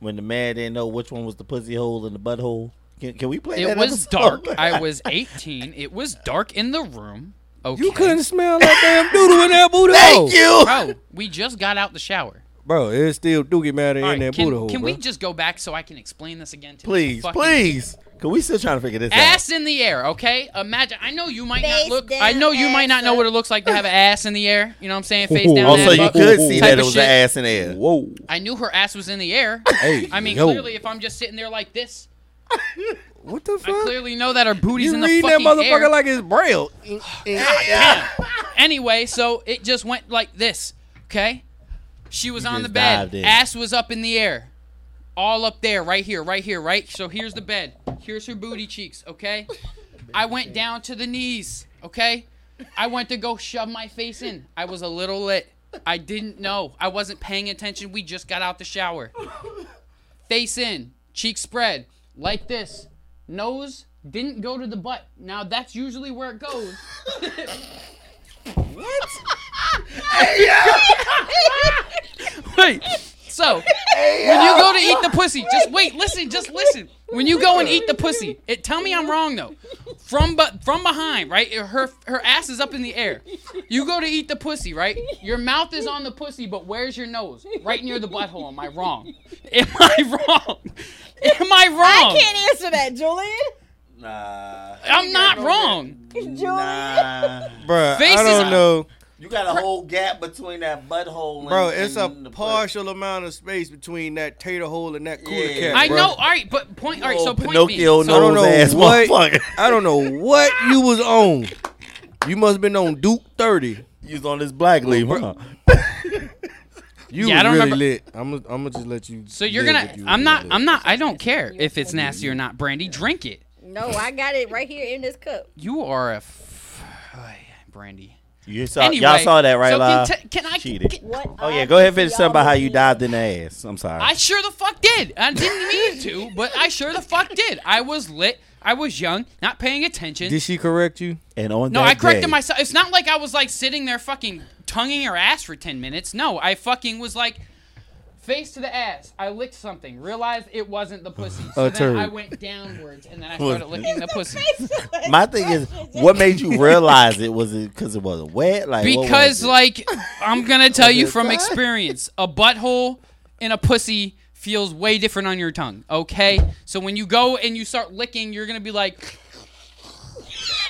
[SPEAKER 2] when the man didn't know which one was the pussy hole and the butthole? Can, can we play
[SPEAKER 1] It
[SPEAKER 2] that?
[SPEAKER 1] was
[SPEAKER 2] episode?
[SPEAKER 1] dark. I was 18. It was dark in the room. Okay.
[SPEAKER 4] You couldn't smell that damn doodle in that booty hole.
[SPEAKER 2] Thank you.
[SPEAKER 1] Bro, we just got out the shower.
[SPEAKER 4] Bro, it's still dookie matter
[SPEAKER 1] All
[SPEAKER 4] in
[SPEAKER 1] right,
[SPEAKER 4] that booty
[SPEAKER 1] can
[SPEAKER 4] hole.
[SPEAKER 1] can
[SPEAKER 4] bro.
[SPEAKER 1] we just go back so I can explain this again to the
[SPEAKER 2] Please,
[SPEAKER 1] fucking-
[SPEAKER 2] please. Cause we still trying to figure this
[SPEAKER 1] Ass in the air, okay? Imagine. I know you might not
[SPEAKER 3] Face
[SPEAKER 1] look.
[SPEAKER 3] down,
[SPEAKER 1] I know you might not know
[SPEAKER 3] ass
[SPEAKER 1] what it looks like to have an ass in the air. You know what I'm saying? Face
[SPEAKER 4] Ooh.
[SPEAKER 1] down.
[SPEAKER 2] out. Also,
[SPEAKER 1] ass
[SPEAKER 2] you
[SPEAKER 1] up.
[SPEAKER 2] could see
[SPEAKER 1] Type
[SPEAKER 2] that it
[SPEAKER 1] of
[SPEAKER 2] was the
[SPEAKER 1] shit.
[SPEAKER 2] ass in the air.
[SPEAKER 4] Whoa.
[SPEAKER 1] I knew her ass was in the air.
[SPEAKER 4] Hey,
[SPEAKER 1] I mean,
[SPEAKER 4] yo.
[SPEAKER 1] clearly, if I'm just sitting there like this,
[SPEAKER 4] What the
[SPEAKER 1] I
[SPEAKER 4] fuck?
[SPEAKER 1] clearly know that her booty's
[SPEAKER 4] you
[SPEAKER 1] in the
[SPEAKER 4] reading
[SPEAKER 1] fucking
[SPEAKER 4] that motherfucker
[SPEAKER 1] air.
[SPEAKER 4] like it's braille.
[SPEAKER 1] anyway, so it just went like this. Okay, she was
[SPEAKER 2] You
[SPEAKER 1] on the
[SPEAKER 2] just
[SPEAKER 1] bed.
[SPEAKER 2] dived in.
[SPEAKER 1] Ass was up in the air, all up there, right here, right here, right. So here's the bed. Here's her booty cheeks. Okay, I went down to the knees. Okay, I went to go shove my face in. I was a little lit. I didn't know. I wasn't paying attention. We just got out the shower. Face in, cheeks spread, like this. Nose Didn't go to the butt. Now that's usually where it goes. what? wait. So when you go to eat the pussy, just wait, listen, just listen. When you go and eat the pussy, it tell me I'm wrong though. From but from behind, right? Her her ass is up in the air. You go to eat the pussy, right? Your mouth is on the pussy, but where's your nose? Right near the butthole. Am I wrong? Am I wrong? Am I wrong?
[SPEAKER 3] I can't answer that, Julian.
[SPEAKER 9] Nah.
[SPEAKER 1] I'm not wrong.
[SPEAKER 3] Julian.
[SPEAKER 9] Nah.
[SPEAKER 4] Bruh,
[SPEAKER 1] Face
[SPEAKER 4] I
[SPEAKER 1] is
[SPEAKER 4] don't
[SPEAKER 1] up.
[SPEAKER 4] know.
[SPEAKER 9] You got a whole gap between that butthole and
[SPEAKER 4] Bro, it's a
[SPEAKER 9] and the butt.
[SPEAKER 4] partial amount of space between that tater hole and that quarter
[SPEAKER 9] Yeah.
[SPEAKER 4] cap.
[SPEAKER 1] I
[SPEAKER 4] bruh.
[SPEAKER 1] know. All right, but point. All right, so
[SPEAKER 2] Old
[SPEAKER 1] point
[SPEAKER 2] Pinocchio
[SPEAKER 1] being,
[SPEAKER 4] I don't
[SPEAKER 2] nose ass
[SPEAKER 4] know what.
[SPEAKER 2] motherfucker.
[SPEAKER 4] I don't know what you was on. You must have been on Duke thirty.
[SPEAKER 2] You was on this black leaf, huh?
[SPEAKER 4] You
[SPEAKER 1] Yeah,
[SPEAKER 4] was
[SPEAKER 1] I don't
[SPEAKER 4] really
[SPEAKER 1] remember-
[SPEAKER 4] lit. I'm gonna I'm just let you.
[SPEAKER 1] So you're
[SPEAKER 4] live
[SPEAKER 1] gonna.
[SPEAKER 4] with you
[SPEAKER 1] I'm
[SPEAKER 4] really
[SPEAKER 1] not.
[SPEAKER 4] lit.
[SPEAKER 1] I'm not. I don't care if it's nasty or not. Brandy, drink it.
[SPEAKER 3] No, I got it right here in this cup.
[SPEAKER 1] You are a. F- Brandy.
[SPEAKER 2] You saw,
[SPEAKER 1] Anyway,
[SPEAKER 2] y'all saw that, right,
[SPEAKER 1] so
[SPEAKER 2] Lyle?
[SPEAKER 1] can, t- can I?
[SPEAKER 2] Cheated.
[SPEAKER 1] can-
[SPEAKER 3] What?
[SPEAKER 2] oh yeah,
[SPEAKER 3] I
[SPEAKER 2] go ahead and
[SPEAKER 3] can
[SPEAKER 2] finish
[SPEAKER 3] see
[SPEAKER 2] something about
[SPEAKER 3] all
[SPEAKER 2] how
[SPEAKER 3] this
[SPEAKER 2] you
[SPEAKER 3] is-
[SPEAKER 2] dived in the ass. I'm sorry.
[SPEAKER 1] I sure the fuck did. I didn't mean to, but I sure the fuck did. I was lit. I was young, not paying attention.
[SPEAKER 4] Did she correct you?
[SPEAKER 2] and on
[SPEAKER 1] No,
[SPEAKER 2] that
[SPEAKER 1] I corrected
[SPEAKER 2] day,
[SPEAKER 1] myself. It's not like I was like sitting there fucking tonguing her ass for 10 minutes. No, I fucking was like face to the ass. I licked something, realized it wasn't the pussy.
[SPEAKER 2] Oh,
[SPEAKER 1] So
[SPEAKER 4] A
[SPEAKER 1] then
[SPEAKER 4] turd.
[SPEAKER 1] I went downwards and then I started licking the pussy.
[SPEAKER 2] My thing is, what made you realize it was it because it wasn't wet? Like what was
[SPEAKER 1] Because
[SPEAKER 2] it?
[SPEAKER 1] like I'm going to tell you from experience, a butthole and a pussy feels way different on your tongue, okay? So when you go and you start licking, you're going to be like,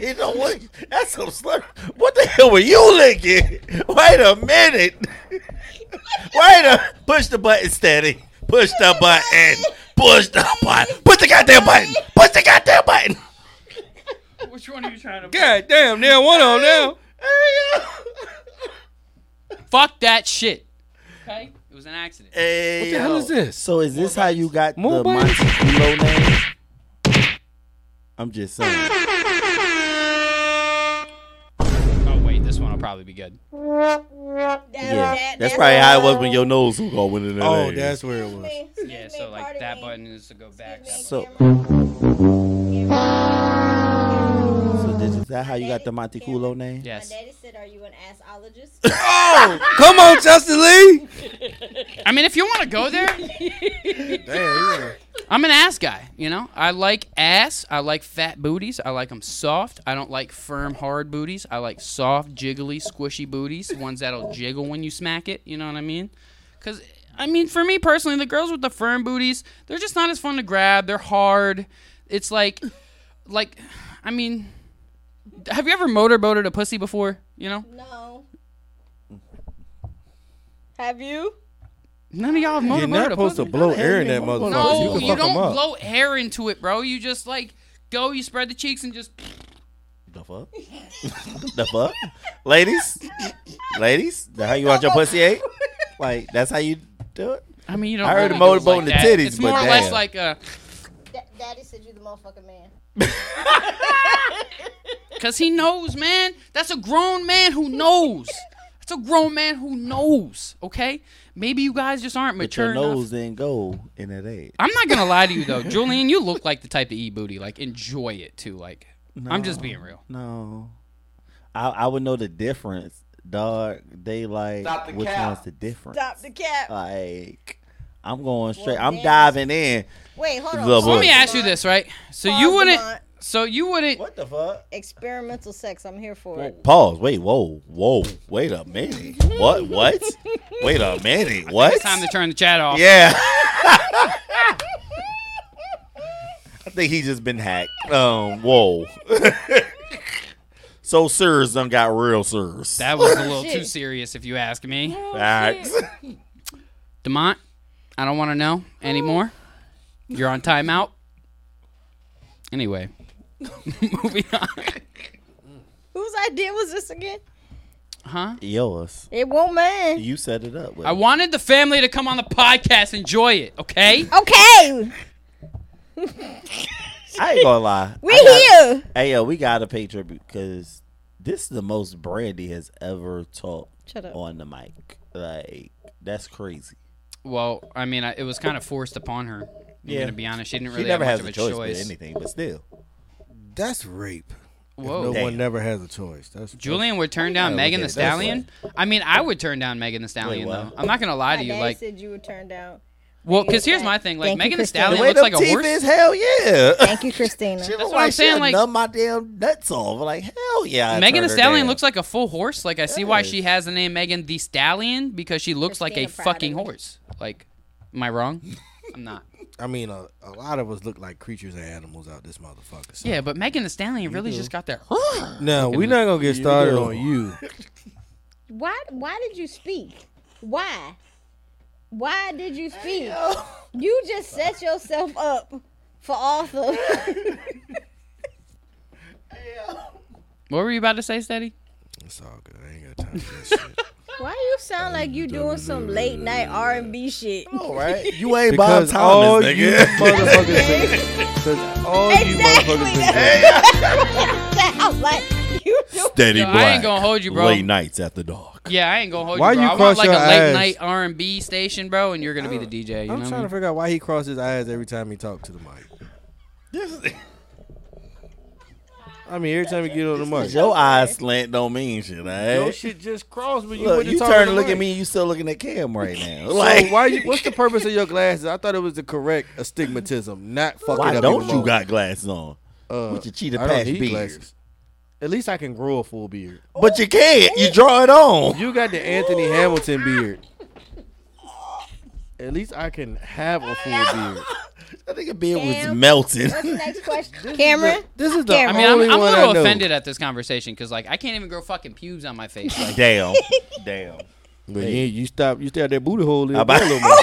[SPEAKER 2] you know what? That's some slur. What the hell were you licking? Wait a minute. Wait a. Push the button, steady. Push the button. Push the button. Push the goddamn button. Push the goddamn button.
[SPEAKER 1] "Which one are you trying to
[SPEAKER 4] God damn, there one on now.
[SPEAKER 1] Fuck that shit." Okay? It was an accident.
[SPEAKER 2] Hey,
[SPEAKER 4] What the hell
[SPEAKER 2] yo.
[SPEAKER 4] is this?
[SPEAKER 2] So is this how you got
[SPEAKER 4] More
[SPEAKER 2] the
[SPEAKER 4] bites?
[SPEAKER 2] Monty Kilo name? I'm just saying.
[SPEAKER 1] Oh wait, this one will probably be good.
[SPEAKER 2] Yeah,
[SPEAKER 3] that-
[SPEAKER 2] that's probably how it was when your nose was going in there.
[SPEAKER 4] Oh, that's where it was.
[SPEAKER 3] uh,
[SPEAKER 1] Yeah, so like that button needs to go back.
[SPEAKER 2] so. So this is that how you got the Monte Culo name?
[SPEAKER 1] Yes.
[SPEAKER 3] Daddy said, "Are you an assologist?"
[SPEAKER 2] Oh,
[SPEAKER 4] Come on, Justin Lee.
[SPEAKER 1] I mean, if you want to go there,
[SPEAKER 4] Damn, yeah.
[SPEAKER 1] I'm an ass guy. You know, I like ass. I like fat booties. I like them soft. I don't like firm, hard booties. I like soft, jiggly, squishy booties. Ones that'll jiggle when you smack it. You know what I mean? Because I mean, for me personally, the girls with the firm booties, they're just not as fun to grab. They're hard. It's like, like, I mean, have you ever motorboated a pussy before? You know,
[SPEAKER 3] no. Have you?
[SPEAKER 1] none of y'all have motorboated
[SPEAKER 4] You're not
[SPEAKER 1] a
[SPEAKER 4] supposed
[SPEAKER 1] pussy.
[SPEAKER 4] to blow air in that motherfucker.
[SPEAKER 1] No,
[SPEAKER 4] you
[SPEAKER 1] you,
[SPEAKER 4] can fuck
[SPEAKER 1] don't
[SPEAKER 4] him up.
[SPEAKER 1] blow air into it, bro. You just like go, you spread the cheeks and just
[SPEAKER 2] The fuck? the fuck? Ladies? Ladies? That how you want your pussy ate? Like, that's how you do it?
[SPEAKER 1] I mean, you don't
[SPEAKER 2] I heard
[SPEAKER 1] really
[SPEAKER 2] the
[SPEAKER 1] go
[SPEAKER 2] motorboat
[SPEAKER 1] like
[SPEAKER 2] and the
[SPEAKER 1] that.
[SPEAKER 2] titties,
[SPEAKER 1] It's
[SPEAKER 2] but
[SPEAKER 1] more or less
[SPEAKER 2] damn.
[SPEAKER 1] like uh
[SPEAKER 3] Da- Daddy said you the motherfucking man.
[SPEAKER 1] cuz he knows, man. That's a grown man who knows. That's a grown man who knows, okay? Maybe you guys just aren't
[SPEAKER 2] But
[SPEAKER 1] mature
[SPEAKER 2] your
[SPEAKER 1] enough.
[SPEAKER 2] nose didn't go in that age.
[SPEAKER 1] I'm not going to lie to you though. Julian, you look like the type to eat booty, like enjoy it too, like I'm just being real.
[SPEAKER 2] No. I, I would know the difference. Dog, they like,
[SPEAKER 9] Stop the
[SPEAKER 2] which
[SPEAKER 9] cap.
[SPEAKER 2] one's the difference?
[SPEAKER 3] Stop the
[SPEAKER 2] Uh,
[SPEAKER 3] cap.
[SPEAKER 2] Like, I'm going straight.
[SPEAKER 3] Well,
[SPEAKER 2] I'm
[SPEAKER 3] then-
[SPEAKER 2] diving in.
[SPEAKER 3] Wait, hold on.
[SPEAKER 2] The
[SPEAKER 3] Pause
[SPEAKER 2] voice.
[SPEAKER 1] Let me
[SPEAKER 3] the
[SPEAKER 1] ask you
[SPEAKER 3] line.
[SPEAKER 1] this, right? So
[SPEAKER 3] Pause
[SPEAKER 1] you
[SPEAKER 3] the
[SPEAKER 1] wouldn't
[SPEAKER 3] line.
[SPEAKER 1] so you wouldn't
[SPEAKER 2] What the fuck?
[SPEAKER 3] Experimental sex. I'm here for it.
[SPEAKER 2] Pause. Wait, whoa, whoa. Wait a minute. What? What? Wait a minute. What?
[SPEAKER 1] it's time to turn the chat off.
[SPEAKER 2] Yeah. I think he just been hacked. Um, whoa. so sirs done got real sirs.
[SPEAKER 1] That was a little too serious if you ask me.
[SPEAKER 2] Facts.
[SPEAKER 1] Demont, I don't want to know anymore.
[SPEAKER 2] Oh.
[SPEAKER 1] You're on timeout. Anyway, moving on.
[SPEAKER 3] Whose idea was this again?
[SPEAKER 1] Huh?
[SPEAKER 2] Yours.
[SPEAKER 3] It won't man.
[SPEAKER 2] You set it up. With
[SPEAKER 1] I wanted the family to come on the podcast, enjoy it, okay?
[SPEAKER 3] Okay,
[SPEAKER 2] I ain't gonna lie.
[SPEAKER 3] we
[SPEAKER 2] I gotta-
[SPEAKER 3] here.
[SPEAKER 2] Hey yo, we gotta pay tribute because this is the most Brandy has ever talked
[SPEAKER 3] Shut up.
[SPEAKER 2] on the mic. Like that's crazy.
[SPEAKER 1] Well, I mean, I, it was kind of forced upon her. I'm gonna be honest, she didn't really
[SPEAKER 2] she never
[SPEAKER 1] have
[SPEAKER 2] has
[SPEAKER 1] much
[SPEAKER 2] a
[SPEAKER 1] of a
[SPEAKER 2] choice, with anything, but still.
[SPEAKER 4] That's rape. If
[SPEAKER 1] Whoa.
[SPEAKER 4] No
[SPEAKER 2] Damn.
[SPEAKER 4] one never has a choice. That's
[SPEAKER 1] Julian would turn down
[SPEAKER 2] look
[SPEAKER 1] Megan
[SPEAKER 2] at
[SPEAKER 1] the
[SPEAKER 2] it that
[SPEAKER 1] Stallion. I mean, I would turn down Megan the Stallion
[SPEAKER 2] what?
[SPEAKER 1] though. I'm not gonna lie
[SPEAKER 3] My
[SPEAKER 1] to you,
[SPEAKER 3] dad
[SPEAKER 1] like,
[SPEAKER 3] said you were turned out.
[SPEAKER 1] well, because here's my thing, like
[SPEAKER 3] Thank you,
[SPEAKER 1] Megan the
[SPEAKER 3] Christina. The
[SPEAKER 2] The
[SPEAKER 1] Stallion
[SPEAKER 2] way
[SPEAKER 1] looks
[SPEAKER 2] them
[SPEAKER 1] like a
[SPEAKER 2] teeth
[SPEAKER 1] horse.
[SPEAKER 2] is, hell yeah.
[SPEAKER 3] Thank you, Christina.
[SPEAKER 2] She
[SPEAKER 1] That's
[SPEAKER 2] look
[SPEAKER 1] what I'm
[SPEAKER 2] like
[SPEAKER 1] saying,
[SPEAKER 2] she'll
[SPEAKER 1] like-
[SPEAKER 2] numb my damn nuts off. Like hell yeah. I
[SPEAKER 1] Megan
[SPEAKER 2] turned
[SPEAKER 1] the
[SPEAKER 2] her
[SPEAKER 1] Stallion
[SPEAKER 2] down.
[SPEAKER 1] looks like a full horse. Like I see why she
[SPEAKER 2] Yes.
[SPEAKER 1] has the name Megan the Stallion because she looks like a
[SPEAKER 3] Christina Prada.
[SPEAKER 1] fucking horse. Like, am I wrong? I'm not.
[SPEAKER 4] I mean, a, a lot of us look like creatures and animals out this motherfucker. So.
[SPEAKER 1] Yeah, but Megan the Stallion really just got that.
[SPEAKER 4] Now we're not gonna get started on you.
[SPEAKER 3] Why? Why did you speak? Why? Why did you speak? You just set yourself up for author.
[SPEAKER 1] What were you about to say, Steady?
[SPEAKER 4] It's all good. I ain't got time for that shit.
[SPEAKER 3] Why you sound like you doing some late night R and B shit?
[SPEAKER 2] All right. You ain't Bob
[SPEAKER 4] Because all
[SPEAKER 2] Thomas,
[SPEAKER 4] you
[SPEAKER 2] nigga.
[SPEAKER 4] motherfuckers, because all you
[SPEAKER 3] Exactly.
[SPEAKER 4] motherfuckers think that-
[SPEAKER 3] sound like you doing.
[SPEAKER 2] Steady
[SPEAKER 1] Yo, I ain't gonna hold you, bro.
[SPEAKER 2] Late nights after dark.
[SPEAKER 1] Yeah, I ain't gonna hold
[SPEAKER 4] Why
[SPEAKER 1] you. Bro.
[SPEAKER 4] you
[SPEAKER 1] I want
[SPEAKER 4] cross
[SPEAKER 1] like a
[SPEAKER 4] your
[SPEAKER 1] late
[SPEAKER 4] eyes?
[SPEAKER 1] night R and B station, bro, and you're gonna be the DJ. You
[SPEAKER 4] I'm
[SPEAKER 1] know what I
[SPEAKER 4] trying to
[SPEAKER 1] mean?
[SPEAKER 4] figure out why he crosses his eyes every time he talks to the mic. I mean, every time he get on the mic,
[SPEAKER 2] Your eyes slant don't mean shit, all
[SPEAKER 4] your
[SPEAKER 2] right?
[SPEAKER 4] shit just crossed when you
[SPEAKER 2] Look,
[SPEAKER 4] went to
[SPEAKER 2] you
[SPEAKER 4] talk
[SPEAKER 2] turn
[SPEAKER 4] to
[SPEAKER 2] to
[SPEAKER 4] the
[SPEAKER 2] look
[SPEAKER 4] mic.
[SPEAKER 2] at me and you still looking at Cam right now.
[SPEAKER 4] So
[SPEAKER 2] Like,
[SPEAKER 4] why? You, what's the purpose of your glasses? I thought it was the correct astigmatism, not fucking
[SPEAKER 2] why
[SPEAKER 4] up
[SPEAKER 2] don't
[SPEAKER 4] your
[SPEAKER 2] you
[SPEAKER 4] mouth.
[SPEAKER 2] got glasses on?
[SPEAKER 4] Uh,
[SPEAKER 2] with your cheetah
[SPEAKER 4] I don't
[SPEAKER 2] patch
[SPEAKER 4] need
[SPEAKER 2] beard.
[SPEAKER 4] glasses. At least I can grow a full beard.
[SPEAKER 2] But you can't. You draw it on.
[SPEAKER 4] You got the Anthony Hamilton beard. At least I can have a full beard.
[SPEAKER 2] That nigga beard was
[SPEAKER 3] Cam.
[SPEAKER 2] melting.
[SPEAKER 3] What's the next question, Cameron?
[SPEAKER 4] This is the
[SPEAKER 3] Cameron.
[SPEAKER 1] I mean, I'm,
[SPEAKER 4] only
[SPEAKER 1] I'm a
[SPEAKER 4] one
[SPEAKER 1] little
[SPEAKER 4] I know.
[SPEAKER 1] offended at this conversation because, like, I can't even grow fucking pubes on my face. Like,
[SPEAKER 2] Damn. Damn.
[SPEAKER 4] But yeah, you stop. You stay at that booty hole.
[SPEAKER 2] I
[SPEAKER 4] little
[SPEAKER 2] about-
[SPEAKER 4] boy, little man.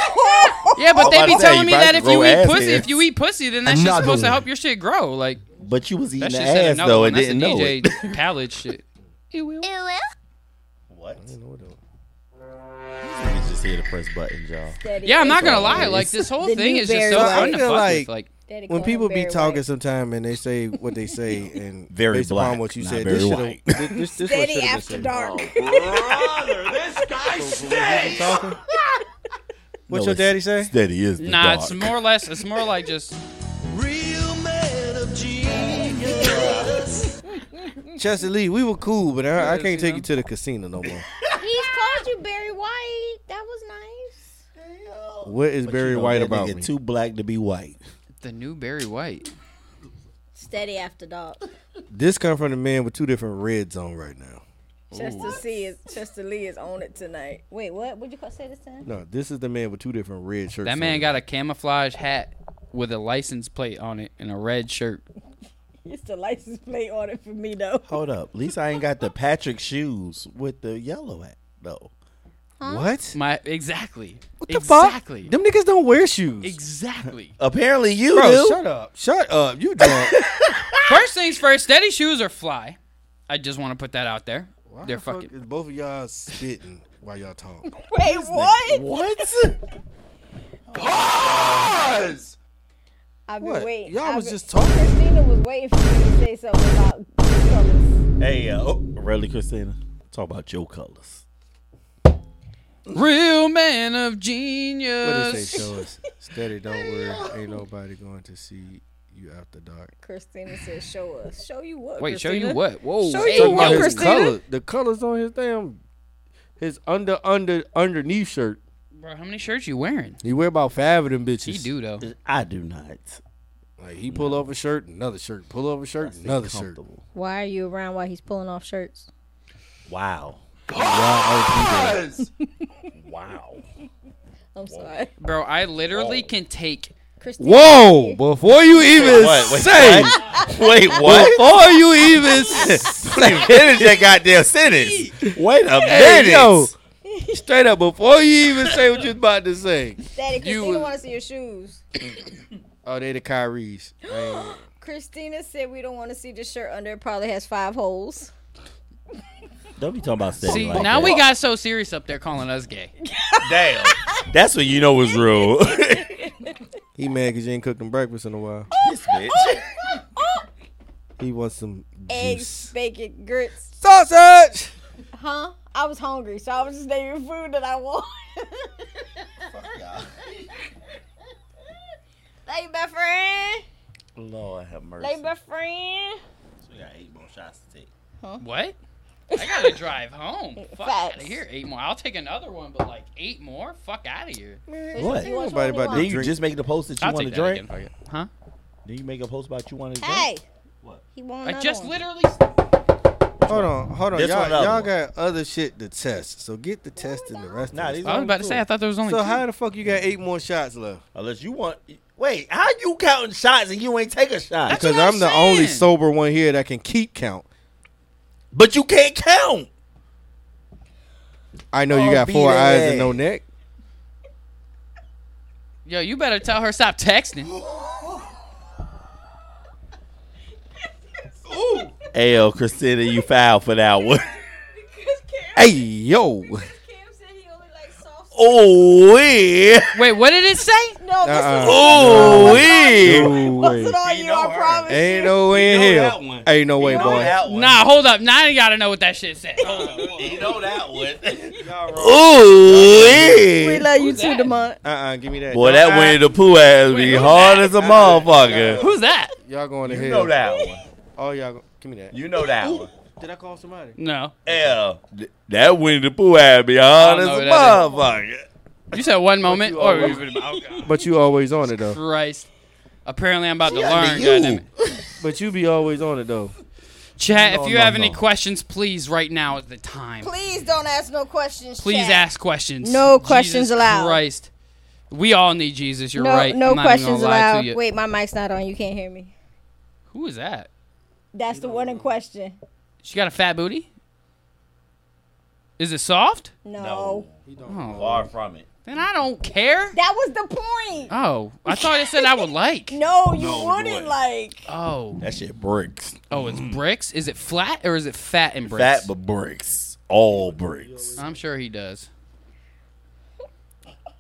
[SPEAKER 1] yeah, but they
[SPEAKER 2] I was
[SPEAKER 1] be
[SPEAKER 2] about to say,
[SPEAKER 1] telling
[SPEAKER 2] you
[SPEAKER 1] me
[SPEAKER 2] about
[SPEAKER 1] that
[SPEAKER 2] to
[SPEAKER 1] if you
[SPEAKER 2] grow
[SPEAKER 1] eat
[SPEAKER 2] ass
[SPEAKER 1] pussy,
[SPEAKER 2] hair.
[SPEAKER 1] if you eat pussy, then that shit's
[SPEAKER 8] Another
[SPEAKER 1] supposed to
[SPEAKER 8] one.
[SPEAKER 1] help your shit grow. Like,
[SPEAKER 2] But you was
[SPEAKER 1] that
[SPEAKER 2] eating the
[SPEAKER 1] shit said
[SPEAKER 2] ass
[SPEAKER 1] another
[SPEAKER 2] though
[SPEAKER 1] one.
[SPEAKER 2] and
[SPEAKER 1] That's the
[SPEAKER 2] didn't know
[SPEAKER 1] DJ
[SPEAKER 2] it.
[SPEAKER 1] Khaled shit. It will.
[SPEAKER 2] What? Niggas just here to press buttons, y'all.
[SPEAKER 1] Yeah, I'm not gonna lie.
[SPEAKER 2] Always.
[SPEAKER 1] Like this whole
[SPEAKER 3] The
[SPEAKER 1] thing
[SPEAKER 3] new
[SPEAKER 1] is just
[SPEAKER 3] Barry
[SPEAKER 1] so
[SPEAKER 3] White.
[SPEAKER 1] fun to
[SPEAKER 4] I feel
[SPEAKER 1] fuck with.
[SPEAKER 4] like-
[SPEAKER 1] Like,
[SPEAKER 3] Daddy
[SPEAKER 4] when
[SPEAKER 3] called
[SPEAKER 4] people
[SPEAKER 3] him
[SPEAKER 4] be
[SPEAKER 3] Barry
[SPEAKER 4] talking
[SPEAKER 3] White.
[SPEAKER 4] sometime and they say what they say and
[SPEAKER 2] Very
[SPEAKER 4] based
[SPEAKER 2] black,
[SPEAKER 4] upon what you
[SPEAKER 2] not
[SPEAKER 4] said,
[SPEAKER 2] very
[SPEAKER 4] this should
[SPEAKER 2] white.
[SPEAKER 4] this, this, this one
[SPEAKER 3] Steady
[SPEAKER 4] shoulda been
[SPEAKER 3] after
[SPEAKER 4] said. Oh,
[SPEAKER 3] dark.
[SPEAKER 9] Brother, this guy stinks.
[SPEAKER 4] Talking? What's
[SPEAKER 2] No,
[SPEAKER 4] your daddy say?
[SPEAKER 2] Steady is the
[SPEAKER 1] nah,
[SPEAKER 2] dog.
[SPEAKER 1] it's more or less. It's more like just.
[SPEAKER 4] Chester Lee, we were cool, but I, I can't take you to the casino no more.
[SPEAKER 3] He's called you Barry White. That was nice.
[SPEAKER 4] What is Barry
[SPEAKER 2] You know,
[SPEAKER 4] White
[SPEAKER 2] that
[SPEAKER 4] about
[SPEAKER 2] nigga
[SPEAKER 4] me?
[SPEAKER 2] Too black to be white.
[SPEAKER 1] The new Barry White.
[SPEAKER 3] Steady after dark.
[SPEAKER 4] This come from the man with two different reds on right now.
[SPEAKER 3] Chester C is Chester Lee is on it tonight. Wait, what? Would you call say this time?
[SPEAKER 4] No, this is the man with two different red shirts.
[SPEAKER 1] That
[SPEAKER 4] on
[SPEAKER 1] man
[SPEAKER 4] him.
[SPEAKER 1] got a camouflage hat with a license plate on it and a red shirt.
[SPEAKER 3] It's the license plate on it for me though.
[SPEAKER 2] Hold up. At least I ain't got the Patrick shoes with the yellow at though.
[SPEAKER 4] what?
[SPEAKER 1] My exactly.
[SPEAKER 4] What the
[SPEAKER 1] exactly.
[SPEAKER 4] fuck? Them niggas don't wear shoes.
[SPEAKER 1] Exactly.
[SPEAKER 2] Apparently you
[SPEAKER 4] Bro,
[SPEAKER 2] do.
[SPEAKER 4] shut up. Shut up. You drunk.
[SPEAKER 1] first things first. Steady shoes are fly. I just want to put that out there. They're
[SPEAKER 4] The fuck
[SPEAKER 1] fucking.
[SPEAKER 4] is both of y'all spitting while y'all talk.
[SPEAKER 3] Wait, what?
[SPEAKER 2] What?
[SPEAKER 3] I've been
[SPEAKER 4] What?
[SPEAKER 3] waiting.
[SPEAKER 4] Y'all
[SPEAKER 3] I've
[SPEAKER 4] was
[SPEAKER 3] been-
[SPEAKER 4] just talking.
[SPEAKER 3] Christina was waiting for me to say something about these colors.
[SPEAKER 2] hey yo. Really, Oh, Christina? Talk about Joe colors.
[SPEAKER 1] Real man of
[SPEAKER 4] What did they
[SPEAKER 1] genius.
[SPEAKER 4] show us? Steady, don't worry. Ain't nobody going to see you after dark.
[SPEAKER 3] Christina said, "Show us. Show you what?
[SPEAKER 1] Wait, show
[SPEAKER 3] Christina?
[SPEAKER 1] you what? Whoa.
[SPEAKER 3] Show
[SPEAKER 1] hey,
[SPEAKER 3] you
[SPEAKER 1] yo,
[SPEAKER 3] what,
[SPEAKER 4] his
[SPEAKER 3] Christina?
[SPEAKER 4] color, the colors on his damn, his under under underneath shirt.
[SPEAKER 1] Bro, how many shirts you wearing?
[SPEAKER 4] He wear about five of them bitches.
[SPEAKER 1] He do though.
[SPEAKER 2] I do not.
[SPEAKER 4] Like he pull off a shirt, another shirt, pull off a shirt, another shirt.
[SPEAKER 2] Comfortable.
[SPEAKER 3] Why are you around while he's pulling off shirts?
[SPEAKER 2] Wow. Wow.
[SPEAKER 3] I'm sorry,
[SPEAKER 1] Bro, I literally can take
[SPEAKER 3] Christina.
[SPEAKER 4] Whoa! Before you even
[SPEAKER 2] What? Wait,
[SPEAKER 4] say,
[SPEAKER 2] what? Wait, what?
[SPEAKER 4] before you even say,
[SPEAKER 2] Finish that goddamn sentence. Wait a minute.
[SPEAKER 4] yo, straight up, before you even say what you about to say,
[SPEAKER 3] Daddy,
[SPEAKER 1] You
[SPEAKER 3] Christina
[SPEAKER 1] was-
[SPEAKER 3] want to see your shoes.
[SPEAKER 4] oh, they the Kyries. I ain't-
[SPEAKER 3] Christina said we don't want to see the shirt under. It probably has five holes.
[SPEAKER 2] Don't be talking about steady
[SPEAKER 1] See,
[SPEAKER 2] like
[SPEAKER 1] now
[SPEAKER 2] that.
[SPEAKER 1] we got so serious up there calling us gay.
[SPEAKER 2] Damn. That's what you know was real.
[SPEAKER 4] He mad because you ain't cooked him breakfast in a while.
[SPEAKER 2] this bitch.
[SPEAKER 4] He wants some
[SPEAKER 1] Eh.
[SPEAKER 3] Eggs,
[SPEAKER 4] juice.
[SPEAKER 3] bacon, grits.
[SPEAKER 4] Sausage.
[SPEAKER 3] Huh? I was hungry, so I was just naming food that I want. best friend.
[SPEAKER 2] Lord have mercy.
[SPEAKER 3] Lay best friend.
[SPEAKER 2] So we got eight more shots to take.
[SPEAKER 1] What? I gotta drive home. Fuck
[SPEAKER 3] Facts.
[SPEAKER 1] out of here. Eight more. I'll take another one, but like eight more. Fuck out of here.
[SPEAKER 2] What?
[SPEAKER 3] Which one you want,
[SPEAKER 4] Nobody
[SPEAKER 3] which one
[SPEAKER 4] about
[SPEAKER 3] you
[SPEAKER 2] Then you
[SPEAKER 4] drink.
[SPEAKER 2] just make the post that you
[SPEAKER 1] I'll
[SPEAKER 2] want to
[SPEAKER 1] take that
[SPEAKER 2] drink.
[SPEAKER 1] again. Huh?
[SPEAKER 2] Then you make a post about you want to
[SPEAKER 3] want?
[SPEAKER 2] drink.
[SPEAKER 3] Hey.
[SPEAKER 2] What?
[SPEAKER 3] He won.
[SPEAKER 1] I just literally.
[SPEAKER 4] Hold on, hold on.
[SPEAKER 2] This
[SPEAKER 4] y'all
[SPEAKER 2] one, that
[SPEAKER 4] y'all
[SPEAKER 2] one.
[SPEAKER 4] got other shit to test. So get the test and the rest
[SPEAKER 2] Nah,
[SPEAKER 4] of
[SPEAKER 2] these
[SPEAKER 4] it.
[SPEAKER 1] I was about to say. I thought there was only.
[SPEAKER 4] So
[SPEAKER 1] two.
[SPEAKER 4] how the fuck you got eight more shots left?
[SPEAKER 2] Unless you want. Wait, how you counting shots and you ain't take a shot?
[SPEAKER 1] That's
[SPEAKER 4] Because
[SPEAKER 1] what I'm
[SPEAKER 4] I'm, the only
[SPEAKER 1] saying.
[SPEAKER 4] sober one here that can keep count.
[SPEAKER 2] but you can't count.
[SPEAKER 4] I know
[SPEAKER 2] Oh,
[SPEAKER 4] you got
[SPEAKER 2] beat
[SPEAKER 4] four
[SPEAKER 2] that
[SPEAKER 4] eyes
[SPEAKER 2] ass.
[SPEAKER 4] and no neck.
[SPEAKER 1] Yo, you better tell her stop texting.
[SPEAKER 2] L, Christina, you foul for that one.
[SPEAKER 7] Because Cam,
[SPEAKER 4] Hey yo,
[SPEAKER 7] Cam said he only likes soft.
[SPEAKER 2] Oh yeah.
[SPEAKER 1] Wait, what did it say?
[SPEAKER 3] No, this
[SPEAKER 4] Uh-uh.
[SPEAKER 3] is
[SPEAKER 2] Oh yeah.
[SPEAKER 4] no way.
[SPEAKER 3] wasn't on
[SPEAKER 2] You
[SPEAKER 3] you.
[SPEAKER 2] know
[SPEAKER 3] I
[SPEAKER 2] her.
[SPEAKER 3] promise.
[SPEAKER 4] Ain't no way in
[SPEAKER 2] You know
[SPEAKER 4] hell.
[SPEAKER 2] that one.
[SPEAKER 4] Ain't no way, boy.
[SPEAKER 1] Nah, hold up. Now I gotta know what that shit said. Hold up.
[SPEAKER 2] You know that one. Ooh,
[SPEAKER 5] We
[SPEAKER 2] Oh, yeah.
[SPEAKER 5] love you
[SPEAKER 1] Who's
[SPEAKER 5] too,
[SPEAKER 1] that?
[SPEAKER 5] Demont.
[SPEAKER 4] Uh uh, give me that.
[SPEAKER 2] Boy,
[SPEAKER 4] Y'all-
[SPEAKER 2] that Winnie the Pooh ass be
[SPEAKER 1] who's
[SPEAKER 2] hard
[SPEAKER 1] that?
[SPEAKER 2] as a motherfucker.
[SPEAKER 1] Who's that?
[SPEAKER 4] Y'all going to
[SPEAKER 2] You
[SPEAKER 4] hell.
[SPEAKER 2] know that one.
[SPEAKER 4] Oh y'all, go- give me that.
[SPEAKER 2] You know that one.
[SPEAKER 4] Did I call somebody?
[SPEAKER 1] No.
[SPEAKER 2] L. th- That Winnie the Pooh ass be hard
[SPEAKER 1] I
[SPEAKER 2] as
[SPEAKER 1] don't
[SPEAKER 2] a
[SPEAKER 1] know who
[SPEAKER 2] motherfucker.
[SPEAKER 1] You said one moment.
[SPEAKER 2] you
[SPEAKER 1] Or
[SPEAKER 2] always-
[SPEAKER 4] But you always on it though.
[SPEAKER 1] Christ. Apparently, I'm about to
[SPEAKER 2] She under
[SPEAKER 1] learn.
[SPEAKER 2] you.
[SPEAKER 1] Goddamn it.
[SPEAKER 4] But you be always on it though.
[SPEAKER 1] Chat, if
[SPEAKER 2] No,
[SPEAKER 1] you
[SPEAKER 2] no,
[SPEAKER 1] have any
[SPEAKER 2] no.
[SPEAKER 1] questions, please, right now is the time.
[SPEAKER 3] Please don't ask no questions.
[SPEAKER 1] Please
[SPEAKER 3] chat.
[SPEAKER 1] ask questions.
[SPEAKER 3] No questions
[SPEAKER 1] Jesus
[SPEAKER 3] allowed.
[SPEAKER 1] Christ. We all need Jesus. You're
[SPEAKER 3] no,
[SPEAKER 1] right.
[SPEAKER 3] no
[SPEAKER 1] I'm not even gonna
[SPEAKER 3] questions
[SPEAKER 1] lie to
[SPEAKER 3] allowed.
[SPEAKER 1] you.
[SPEAKER 3] Wait, my mic's not on. You can't hear me.
[SPEAKER 1] Who is that?
[SPEAKER 3] That's the one in question.
[SPEAKER 1] She got a fat booty? Is it soft?
[SPEAKER 3] No.
[SPEAKER 1] Oh.
[SPEAKER 2] Far from it.
[SPEAKER 1] Then I don't care.
[SPEAKER 3] That was the point.
[SPEAKER 1] Oh, I thought it said I would like.
[SPEAKER 3] No, you
[SPEAKER 2] No, you
[SPEAKER 3] wouldn't
[SPEAKER 2] wouldn't.
[SPEAKER 3] like.
[SPEAKER 1] Oh.
[SPEAKER 2] That shit bricks.
[SPEAKER 1] Oh, it's bricks? Is it flat or is it fat and bricks?
[SPEAKER 2] Fat but bricks. All bricks.
[SPEAKER 1] I'm sure he does.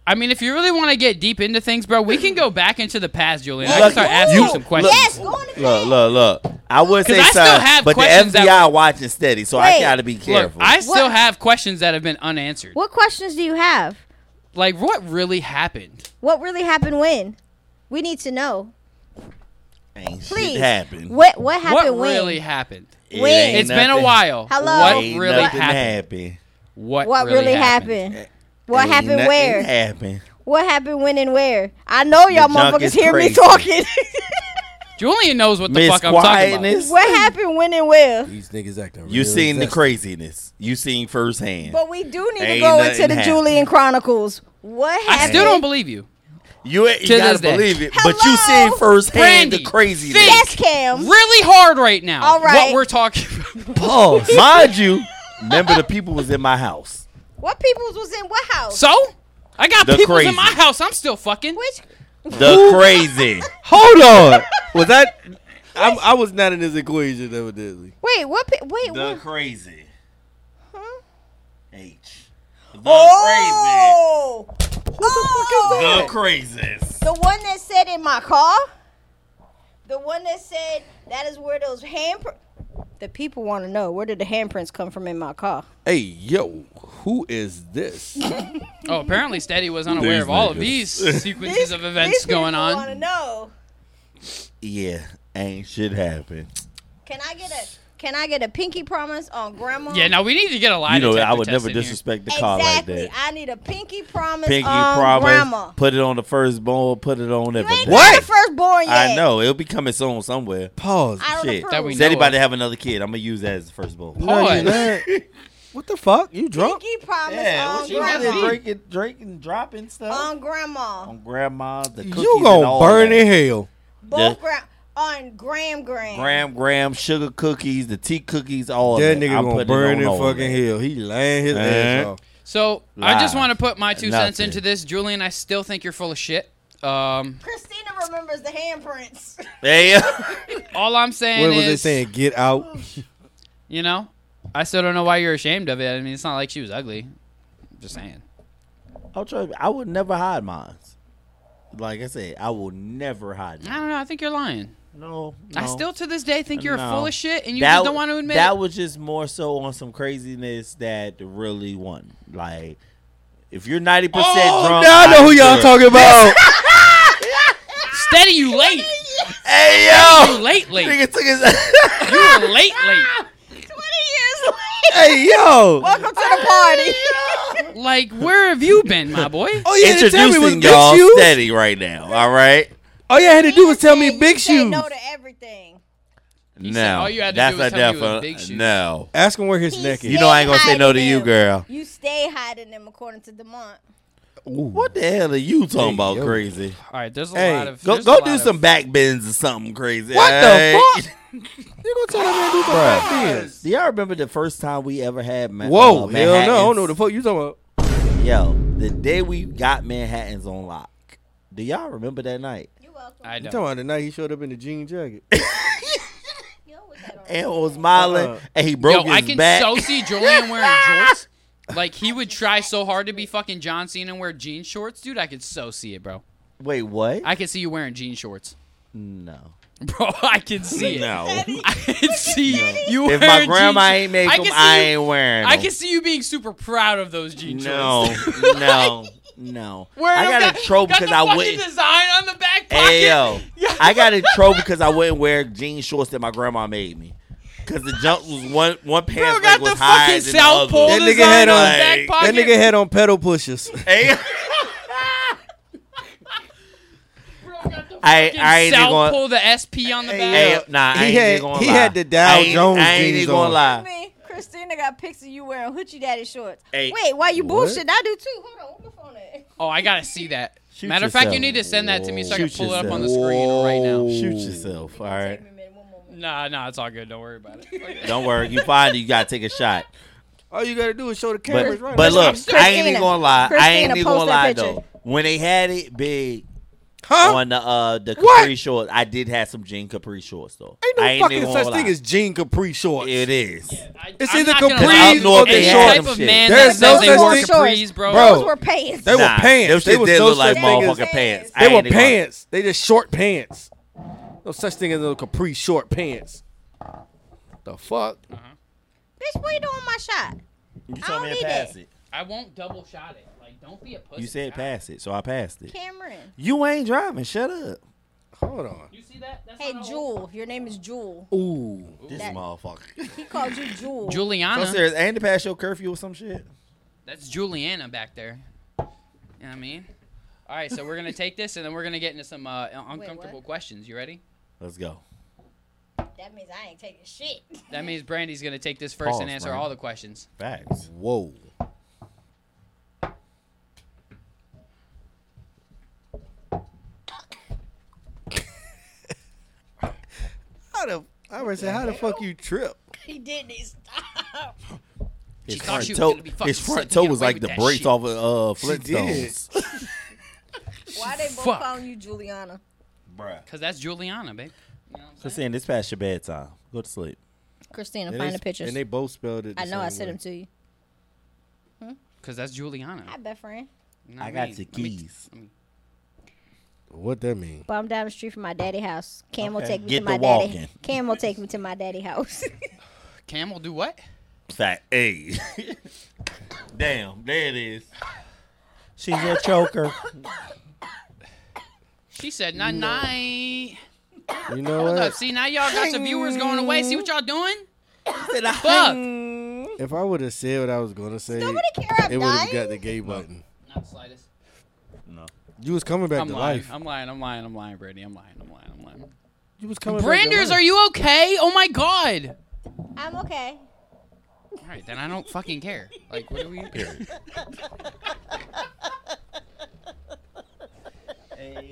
[SPEAKER 1] I mean, if you really want to get deep into things, bro, we can go back into the past, Julian. I can
[SPEAKER 2] Look,
[SPEAKER 1] start asking
[SPEAKER 2] you-
[SPEAKER 1] you some questions.
[SPEAKER 3] Yes, go on the
[SPEAKER 2] Look, look, look. I would say
[SPEAKER 1] I still
[SPEAKER 2] something,
[SPEAKER 1] have
[SPEAKER 2] but the
[SPEAKER 1] questions
[SPEAKER 2] FBI
[SPEAKER 1] that-
[SPEAKER 2] watching steady, so I
[SPEAKER 3] Wait.
[SPEAKER 2] gotta be
[SPEAKER 1] Look,
[SPEAKER 2] careful.
[SPEAKER 1] I still
[SPEAKER 3] What-
[SPEAKER 1] have questions that have been unanswered.
[SPEAKER 3] What questions do you have?
[SPEAKER 1] Like, what really happened?
[SPEAKER 3] What really happened when? We need to know.
[SPEAKER 2] Ain't
[SPEAKER 3] Please.
[SPEAKER 2] shit happened.
[SPEAKER 3] What what happened
[SPEAKER 1] what
[SPEAKER 3] when?
[SPEAKER 1] really happened?
[SPEAKER 2] It
[SPEAKER 3] Wait.
[SPEAKER 2] ain't
[SPEAKER 1] It's been a
[SPEAKER 2] nothing-
[SPEAKER 1] while.
[SPEAKER 3] Hello?
[SPEAKER 1] What
[SPEAKER 2] Ain't
[SPEAKER 1] really
[SPEAKER 2] nothing
[SPEAKER 1] happened?
[SPEAKER 2] happened.
[SPEAKER 1] What,
[SPEAKER 3] what really happened?
[SPEAKER 2] Eh,
[SPEAKER 3] What
[SPEAKER 2] Ain't
[SPEAKER 3] happened
[SPEAKER 2] nothing
[SPEAKER 3] where?
[SPEAKER 2] Happened.
[SPEAKER 3] What happened when and where? I know y'all
[SPEAKER 2] eh, junk
[SPEAKER 3] motherfuckers
[SPEAKER 2] is
[SPEAKER 3] hear me
[SPEAKER 2] crazy.
[SPEAKER 3] talking.
[SPEAKER 1] Julian knows what the
[SPEAKER 2] Miss
[SPEAKER 1] fuck I'm talking about.
[SPEAKER 2] Quietness.
[SPEAKER 3] what happened when and where?
[SPEAKER 4] These niggas acting.
[SPEAKER 2] You
[SPEAKER 4] real
[SPEAKER 2] seen the
[SPEAKER 4] zesty.
[SPEAKER 2] craziness. You seen firsthand.
[SPEAKER 3] But we do need to
[SPEAKER 2] Ain't
[SPEAKER 3] go
[SPEAKER 2] nothing
[SPEAKER 3] into the
[SPEAKER 2] happened.
[SPEAKER 3] Julian Chronicles. What happened?
[SPEAKER 1] I still don't believe you.
[SPEAKER 2] you ain't you
[SPEAKER 1] To
[SPEAKER 2] gotta
[SPEAKER 1] this day.
[SPEAKER 2] believe it. But you
[SPEAKER 3] Hello?
[SPEAKER 2] seen firsthand
[SPEAKER 1] Brandy,
[SPEAKER 2] the craziness.
[SPEAKER 1] think.
[SPEAKER 3] Yes, Cam.
[SPEAKER 1] Really hard right now.
[SPEAKER 3] All right.
[SPEAKER 1] What we're talking about.
[SPEAKER 2] Pause. Mind you, remember the people was in my house.
[SPEAKER 3] What peoples was in what house?
[SPEAKER 1] So? I got
[SPEAKER 2] The
[SPEAKER 1] people in
[SPEAKER 2] crazy.
[SPEAKER 1] my house. I'm still fucking.
[SPEAKER 3] Which
[SPEAKER 2] The crazy.
[SPEAKER 4] Hold on. Was that? I'm, I was not in this equation evidently.
[SPEAKER 3] wait, what pe- wait,
[SPEAKER 2] The
[SPEAKER 3] what?
[SPEAKER 2] crazy.
[SPEAKER 3] Huh?
[SPEAKER 2] H. The
[SPEAKER 3] Oh!
[SPEAKER 2] crazy.
[SPEAKER 3] oh!
[SPEAKER 2] The craziest.
[SPEAKER 3] The one that said in my car. The one that said that is where those hand. the people want to know where did the handprints come from in my car.
[SPEAKER 4] Hey yo, who is this?
[SPEAKER 1] Oh, apparently Steady was unaware
[SPEAKER 2] These
[SPEAKER 1] of all of
[SPEAKER 2] niggas.
[SPEAKER 1] these sequences of events
[SPEAKER 3] These people
[SPEAKER 1] going on.
[SPEAKER 3] Want to know?
[SPEAKER 2] Yeah, ain't shit happen.
[SPEAKER 3] Can I get a Can I get a pinky promise on grandma?
[SPEAKER 1] Yeah, now we need to get a lie
[SPEAKER 2] you know,
[SPEAKER 1] detector
[SPEAKER 2] I would
[SPEAKER 1] test
[SPEAKER 2] never
[SPEAKER 1] in here.
[SPEAKER 2] disrespect the car like
[SPEAKER 3] Exactly.
[SPEAKER 2] that.
[SPEAKER 3] I need a pinky promise
[SPEAKER 2] Pinky
[SPEAKER 3] on
[SPEAKER 2] promise.
[SPEAKER 3] grandma.
[SPEAKER 2] Put it on the firstborn. Put it on
[SPEAKER 3] You ain't
[SPEAKER 2] everything.
[SPEAKER 3] got a firstborn yet.
[SPEAKER 2] I know it'll be coming soon somewhere.
[SPEAKER 4] Pause.
[SPEAKER 3] I don't
[SPEAKER 2] Shit.
[SPEAKER 3] approve.
[SPEAKER 1] That we
[SPEAKER 2] Is
[SPEAKER 1] know
[SPEAKER 2] anybody
[SPEAKER 1] of.
[SPEAKER 2] have another kid? I'm gonna use that as the firstborn.
[SPEAKER 4] No, you
[SPEAKER 1] Pause.
[SPEAKER 4] not. What the fuck? You drunk?
[SPEAKER 3] pinky promise on
[SPEAKER 1] really
[SPEAKER 3] grandma.
[SPEAKER 1] drink-
[SPEAKER 2] drinking, drinking, dropping stuff
[SPEAKER 3] On grandma.
[SPEAKER 2] on grandma. The cookies
[SPEAKER 4] You
[SPEAKER 2] and
[SPEAKER 4] gonna
[SPEAKER 2] all
[SPEAKER 4] burn
[SPEAKER 2] that.
[SPEAKER 4] in hell?
[SPEAKER 3] Both gra- on Graham Graham.
[SPEAKER 2] Graham, Graham, sugar cookies, the tea cookies, all that.
[SPEAKER 4] That nigga
[SPEAKER 2] I'm
[SPEAKER 4] gonna
[SPEAKER 2] putting it
[SPEAKER 4] burn
[SPEAKER 2] on
[SPEAKER 4] in
[SPEAKER 2] all
[SPEAKER 4] fucking
[SPEAKER 2] that.
[SPEAKER 4] hell. He laying his ass
[SPEAKER 2] Uh-huh.
[SPEAKER 4] off.
[SPEAKER 1] So I just
[SPEAKER 2] Lies.
[SPEAKER 1] want to put my two cents
[SPEAKER 2] Nothing.
[SPEAKER 1] into this, Julian. I still think you're full of shit. Um,
[SPEAKER 3] Christina remembers the handprints.
[SPEAKER 2] Hey,
[SPEAKER 1] all I'm saying
[SPEAKER 4] What
[SPEAKER 1] is,
[SPEAKER 4] was they saying? Get out.
[SPEAKER 1] you know, I still don't know why you're ashamed of it. I mean, it's not like she was ugly. just saying.
[SPEAKER 2] I'll try. Oh, I would never hide mine. Like I said, I will never hide.
[SPEAKER 1] I
[SPEAKER 2] Mine.
[SPEAKER 1] don't know. I think you're lying.
[SPEAKER 2] No,
[SPEAKER 1] I
[SPEAKER 2] no.
[SPEAKER 1] still to this day think you're
[SPEAKER 2] No.
[SPEAKER 1] full of shit, and you
[SPEAKER 2] That
[SPEAKER 1] just don't
[SPEAKER 2] w-
[SPEAKER 1] want to admit
[SPEAKER 2] That
[SPEAKER 1] it.
[SPEAKER 2] was just more so on some craziness that really won. Like, if you're ninety percent
[SPEAKER 4] Oh,
[SPEAKER 2] drunk,
[SPEAKER 4] now I know who y'all
[SPEAKER 2] could.
[SPEAKER 4] talking about.
[SPEAKER 1] Steady Eddie, you late.
[SPEAKER 2] Hey yo,
[SPEAKER 1] You late, late.
[SPEAKER 2] nigga took his.
[SPEAKER 1] You were late, late.
[SPEAKER 2] hey yo.
[SPEAKER 3] Welcome to the party.
[SPEAKER 1] Like, where have you been, my boy?
[SPEAKER 2] Oh,
[SPEAKER 4] All you had to tell me was
[SPEAKER 2] Introducing
[SPEAKER 4] big
[SPEAKER 2] y'all
[SPEAKER 4] shoes.
[SPEAKER 2] steady right now. All right.
[SPEAKER 4] All you had to do was tell me
[SPEAKER 3] You
[SPEAKER 4] big
[SPEAKER 3] say
[SPEAKER 4] shoes.
[SPEAKER 3] No to everything.
[SPEAKER 1] He
[SPEAKER 2] no,
[SPEAKER 1] said all you had to
[SPEAKER 2] that's
[SPEAKER 1] do was
[SPEAKER 2] a
[SPEAKER 1] tell me it was
[SPEAKER 2] definite-
[SPEAKER 1] big shoes.
[SPEAKER 2] No,
[SPEAKER 4] Ask him where his
[SPEAKER 3] He
[SPEAKER 4] neck is.
[SPEAKER 2] you know I ain't gonna
[SPEAKER 3] Stay
[SPEAKER 2] say no to
[SPEAKER 3] hiding
[SPEAKER 2] you,
[SPEAKER 3] them.
[SPEAKER 2] girl.
[SPEAKER 3] You stay hiding them, according to Demont.
[SPEAKER 2] What the hell are you talking
[SPEAKER 4] Hey,
[SPEAKER 2] about?
[SPEAKER 4] yo.
[SPEAKER 2] Crazy.
[SPEAKER 1] All right, there's a
[SPEAKER 4] Hey,
[SPEAKER 1] lot of
[SPEAKER 2] Go
[SPEAKER 1] there's a
[SPEAKER 2] go
[SPEAKER 1] lot
[SPEAKER 2] do
[SPEAKER 1] of-
[SPEAKER 2] some back bends or something crazy.
[SPEAKER 4] What
[SPEAKER 2] Hey.
[SPEAKER 4] the fuck? you gonna tell that man to do
[SPEAKER 2] Bruh.
[SPEAKER 4] the fuck this?
[SPEAKER 8] Do y'all remember the first time we ever had Ma-
[SPEAKER 4] Whoa,
[SPEAKER 8] uh,
[SPEAKER 4] hell no! I
[SPEAKER 8] Manhattans?
[SPEAKER 4] don't know what the fuck you talking about.
[SPEAKER 8] Yo, the day we got Manhattan's on lock. Do y'all remember that night?
[SPEAKER 3] You're welcome.
[SPEAKER 1] I
[SPEAKER 4] You
[SPEAKER 1] don't.
[SPEAKER 4] talking about the night he showed up in the jean jacket?
[SPEAKER 3] You always had on
[SPEAKER 8] And was smiling,
[SPEAKER 4] Uh-uh.
[SPEAKER 8] and he broke his
[SPEAKER 1] Yo, I can
[SPEAKER 8] back.
[SPEAKER 1] so see Julian wearing jorts. Like he would try so hard to be fucking John Cena and wear jean shorts, dude. I could so see it, bro.
[SPEAKER 8] Wait, what?
[SPEAKER 1] I could see you wearing jean shorts,
[SPEAKER 8] no.
[SPEAKER 1] bro. I can see it.
[SPEAKER 2] No.
[SPEAKER 1] I can see you wearing.
[SPEAKER 2] If my
[SPEAKER 1] jean
[SPEAKER 2] grandma
[SPEAKER 1] shorts.
[SPEAKER 2] ain't make
[SPEAKER 1] I
[SPEAKER 2] them,
[SPEAKER 1] can see
[SPEAKER 2] I
[SPEAKER 1] you-
[SPEAKER 2] ain't wearing them.
[SPEAKER 1] I can see you being super proud of those jean
[SPEAKER 2] No,
[SPEAKER 1] shorts.
[SPEAKER 2] no, no.
[SPEAKER 1] Wearing
[SPEAKER 2] I
[SPEAKER 1] them,
[SPEAKER 2] got, a trope
[SPEAKER 1] got
[SPEAKER 2] because
[SPEAKER 1] the
[SPEAKER 2] I
[SPEAKER 1] fucking
[SPEAKER 2] wouldn't.
[SPEAKER 1] design on the back pocket.
[SPEAKER 2] Hey yo, I got in trouble because I wouldn't wear jean shorts that my grandma made me. Cause the jump was one one pants
[SPEAKER 1] got
[SPEAKER 2] leg
[SPEAKER 1] the
[SPEAKER 2] was higher
[SPEAKER 1] fucking
[SPEAKER 2] than
[SPEAKER 1] South
[SPEAKER 2] the
[SPEAKER 1] Pole
[SPEAKER 2] other.
[SPEAKER 4] That nigga
[SPEAKER 1] design
[SPEAKER 4] had
[SPEAKER 1] on
[SPEAKER 4] on-
[SPEAKER 1] the back
[SPEAKER 4] That
[SPEAKER 1] pocket.
[SPEAKER 4] nigga had on pedal pushers.
[SPEAKER 2] Hey,
[SPEAKER 1] Bro, got the
[SPEAKER 2] I-
[SPEAKER 1] fucking
[SPEAKER 2] I ain't
[SPEAKER 1] South
[SPEAKER 2] even gonna-
[SPEAKER 1] Pole, the SP on the back.
[SPEAKER 2] hey, nah, I
[SPEAKER 4] He
[SPEAKER 2] ain't
[SPEAKER 4] had-
[SPEAKER 2] even gonna
[SPEAKER 4] he
[SPEAKER 2] lie.
[SPEAKER 4] had the Dow
[SPEAKER 2] I ain't-
[SPEAKER 4] Jones
[SPEAKER 2] I ain't
[SPEAKER 4] jeans
[SPEAKER 2] even gonna
[SPEAKER 4] on.
[SPEAKER 2] lie.
[SPEAKER 3] Me, Christina got pics of you wearing hoochie daddy shorts.
[SPEAKER 2] Hey.
[SPEAKER 3] Wait, why you
[SPEAKER 4] What?
[SPEAKER 3] bullshit? I do too. Hold on, what the phone at?
[SPEAKER 1] Oh, I gotta see that.
[SPEAKER 2] Shoot
[SPEAKER 1] Matter of fact, you
[SPEAKER 2] yourself.
[SPEAKER 1] need to send that to me so I can
[SPEAKER 2] Shoot
[SPEAKER 1] pull it up on the
[SPEAKER 2] yourself.
[SPEAKER 1] screen right now.
[SPEAKER 2] Shoot yourself, all right.
[SPEAKER 3] Take me a minute, one moment.
[SPEAKER 1] Nah, nah, it's all good. Don't worry about it.
[SPEAKER 2] Don't worry, you find it, you gotta take a shot.
[SPEAKER 4] All you gotta do is show the cameras
[SPEAKER 2] But,
[SPEAKER 4] right.
[SPEAKER 2] but
[SPEAKER 4] now.
[SPEAKER 2] look, I ain't
[SPEAKER 3] Christina,
[SPEAKER 2] even gonna lie. I ain't
[SPEAKER 3] Christina,
[SPEAKER 2] even gonna
[SPEAKER 3] post that
[SPEAKER 2] lie
[SPEAKER 3] picture.
[SPEAKER 2] though. When they had it big
[SPEAKER 4] huh?
[SPEAKER 2] on the uh the
[SPEAKER 4] Oh. What?
[SPEAKER 2] capri shorts, I did have some jean capri shorts though.
[SPEAKER 4] ain't no
[SPEAKER 2] I even
[SPEAKER 4] fucking
[SPEAKER 2] gonna
[SPEAKER 4] such
[SPEAKER 2] lie.
[SPEAKER 4] thing as jean capri shorts.
[SPEAKER 2] it is.
[SPEAKER 1] I,
[SPEAKER 4] It's
[SPEAKER 1] I'm
[SPEAKER 4] either
[SPEAKER 1] not gonna
[SPEAKER 4] capris
[SPEAKER 1] lie.
[SPEAKER 2] I don't know if
[SPEAKER 1] Any
[SPEAKER 2] they had
[SPEAKER 1] type
[SPEAKER 2] them
[SPEAKER 1] of
[SPEAKER 2] shit.
[SPEAKER 1] man
[SPEAKER 4] There's
[SPEAKER 1] that
[SPEAKER 4] no
[SPEAKER 1] says they
[SPEAKER 4] such
[SPEAKER 1] wore
[SPEAKER 4] thing-
[SPEAKER 1] capris, bro.
[SPEAKER 4] Bro.
[SPEAKER 3] Those were pants.
[SPEAKER 4] They were
[SPEAKER 2] Nah,
[SPEAKER 4] pants.
[SPEAKER 2] Them
[SPEAKER 4] They
[SPEAKER 2] shit
[SPEAKER 4] were
[SPEAKER 2] did
[SPEAKER 4] so
[SPEAKER 2] look like
[SPEAKER 4] such thing as-
[SPEAKER 2] motherfucking pants. I
[SPEAKER 4] They were
[SPEAKER 2] ain't even gonna-
[SPEAKER 4] pants. They just short pants. No such thing as no capri short pants. The fuck?
[SPEAKER 2] Oh.
[SPEAKER 3] Bitch, why you doing my shot?
[SPEAKER 2] You
[SPEAKER 3] I don't
[SPEAKER 2] told me
[SPEAKER 3] need
[SPEAKER 2] to pass
[SPEAKER 3] it.
[SPEAKER 2] it.
[SPEAKER 1] I won't double shot it. Like, don't be a pussy.
[SPEAKER 2] You said
[SPEAKER 1] God.
[SPEAKER 2] pass it, so I passed it.
[SPEAKER 3] Cameron.
[SPEAKER 2] You ain't driving. Shut up.
[SPEAKER 4] Hold on.
[SPEAKER 1] You see that? That's
[SPEAKER 3] Hey,
[SPEAKER 1] not a whole-
[SPEAKER 3] Jewel. Your name is Jewel.
[SPEAKER 2] Oh.
[SPEAKER 4] Ooh.
[SPEAKER 2] This
[SPEAKER 3] That-
[SPEAKER 1] Uh-huh.
[SPEAKER 2] motherfucker.
[SPEAKER 3] He called you Jewel.
[SPEAKER 2] I'm
[SPEAKER 1] Juliana.
[SPEAKER 2] serious. Ain't to pass your curfew or some shit?
[SPEAKER 1] That's Juliana back there. You know what I mean? All right, so we're gonna take this and then we're gonna get into some uh, un- uncomfortable
[SPEAKER 3] what?
[SPEAKER 1] questions. You ready?
[SPEAKER 2] Let's go.
[SPEAKER 3] That means I ain't taking shit.
[SPEAKER 1] That means Brandy's gonna take this first and
[SPEAKER 2] Pause,
[SPEAKER 1] answer
[SPEAKER 2] Brandy.
[SPEAKER 1] all the questions.
[SPEAKER 2] Facts.
[SPEAKER 4] Whoa. how the I would say how the fuck you trip?
[SPEAKER 3] He didn't even stop.
[SPEAKER 1] She
[SPEAKER 2] His
[SPEAKER 1] thought
[SPEAKER 2] front
[SPEAKER 1] she was
[SPEAKER 2] toe,
[SPEAKER 1] gonna be fucking
[SPEAKER 2] his front
[SPEAKER 1] slick to
[SPEAKER 2] toe
[SPEAKER 1] get
[SPEAKER 2] was
[SPEAKER 1] away
[SPEAKER 2] like
[SPEAKER 1] with
[SPEAKER 2] the
[SPEAKER 1] that
[SPEAKER 2] brakes
[SPEAKER 1] shit.
[SPEAKER 2] off of uh,
[SPEAKER 4] She did.
[SPEAKER 2] Flintstones.
[SPEAKER 3] Why they both
[SPEAKER 1] Fuck.
[SPEAKER 3] calling you Juliana?
[SPEAKER 2] Bruh.
[SPEAKER 1] Cause that's Juliana, babe. You know what I'm saying?
[SPEAKER 2] Cause saying this past your bedtime. Go to sleep.
[SPEAKER 3] Christina,
[SPEAKER 4] And
[SPEAKER 3] find
[SPEAKER 4] they-
[SPEAKER 3] the pictures.
[SPEAKER 4] And they both spelled it. the
[SPEAKER 3] I know I
[SPEAKER 4] same
[SPEAKER 3] sent
[SPEAKER 4] way.
[SPEAKER 3] them to you.
[SPEAKER 1] Cause that's Juliana.
[SPEAKER 3] I bet, friend.
[SPEAKER 1] You know
[SPEAKER 2] I
[SPEAKER 1] what
[SPEAKER 2] got
[SPEAKER 1] mean?
[SPEAKER 2] your
[SPEAKER 1] Let me-
[SPEAKER 2] keys.
[SPEAKER 1] let me-
[SPEAKER 4] What that mean?
[SPEAKER 3] But I'm down the street from my daddy house. Cam will
[SPEAKER 2] Okay.
[SPEAKER 3] take me
[SPEAKER 2] Get
[SPEAKER 3] to my
[SPEAKER 2] to
[SPEAKER 3] daddy.
[SPEAKER 2] walking.
[SPEAKER 3] Cam will take me to my daddy house.
[SPEAKER 1] Cam will do what?
[SPEAKER 2] Fat A. Damn, there it is. She's a choker.
[SPEAKER 1] She said night night.
[SPEAKER 4] You know
[SPEAKER 1] Hold up.
[SPEAKER 4] what?
[SPEAKER 1] See now y'all got some viewers going away. See what y'all doing? Fuck.
[SPEAKER 2] Fuck.
[SPEAKER 4] If I would have said what I was gonna say,
[SPEAKER 3] Nobody care. I'm
[SPEAKER 4] it would have
[SPEAKER 3] dying.
[SPEAKER 4] got the gay button.
[SPEAKER 1] Not the slightest.
[SPEAKER 4] You was coming back
[SPEAKER 1] I'm
[SPEAKER 4] to
[SPEAKER 1] lying.
[SPEAKER 4] life.
[SPEAKER 1] I'm lying. I'm lying. I'm lying, Brady. I'm lying. I'm lying. I'm lying.
[SPEAKER 4] you was coming.
[SPEAKER 1] Branders, are you okay? Oh my god.
[SPEAKER 3] I'm okay.
[SPEAKER 1] All right, then I don't fucking care. Like, what do we?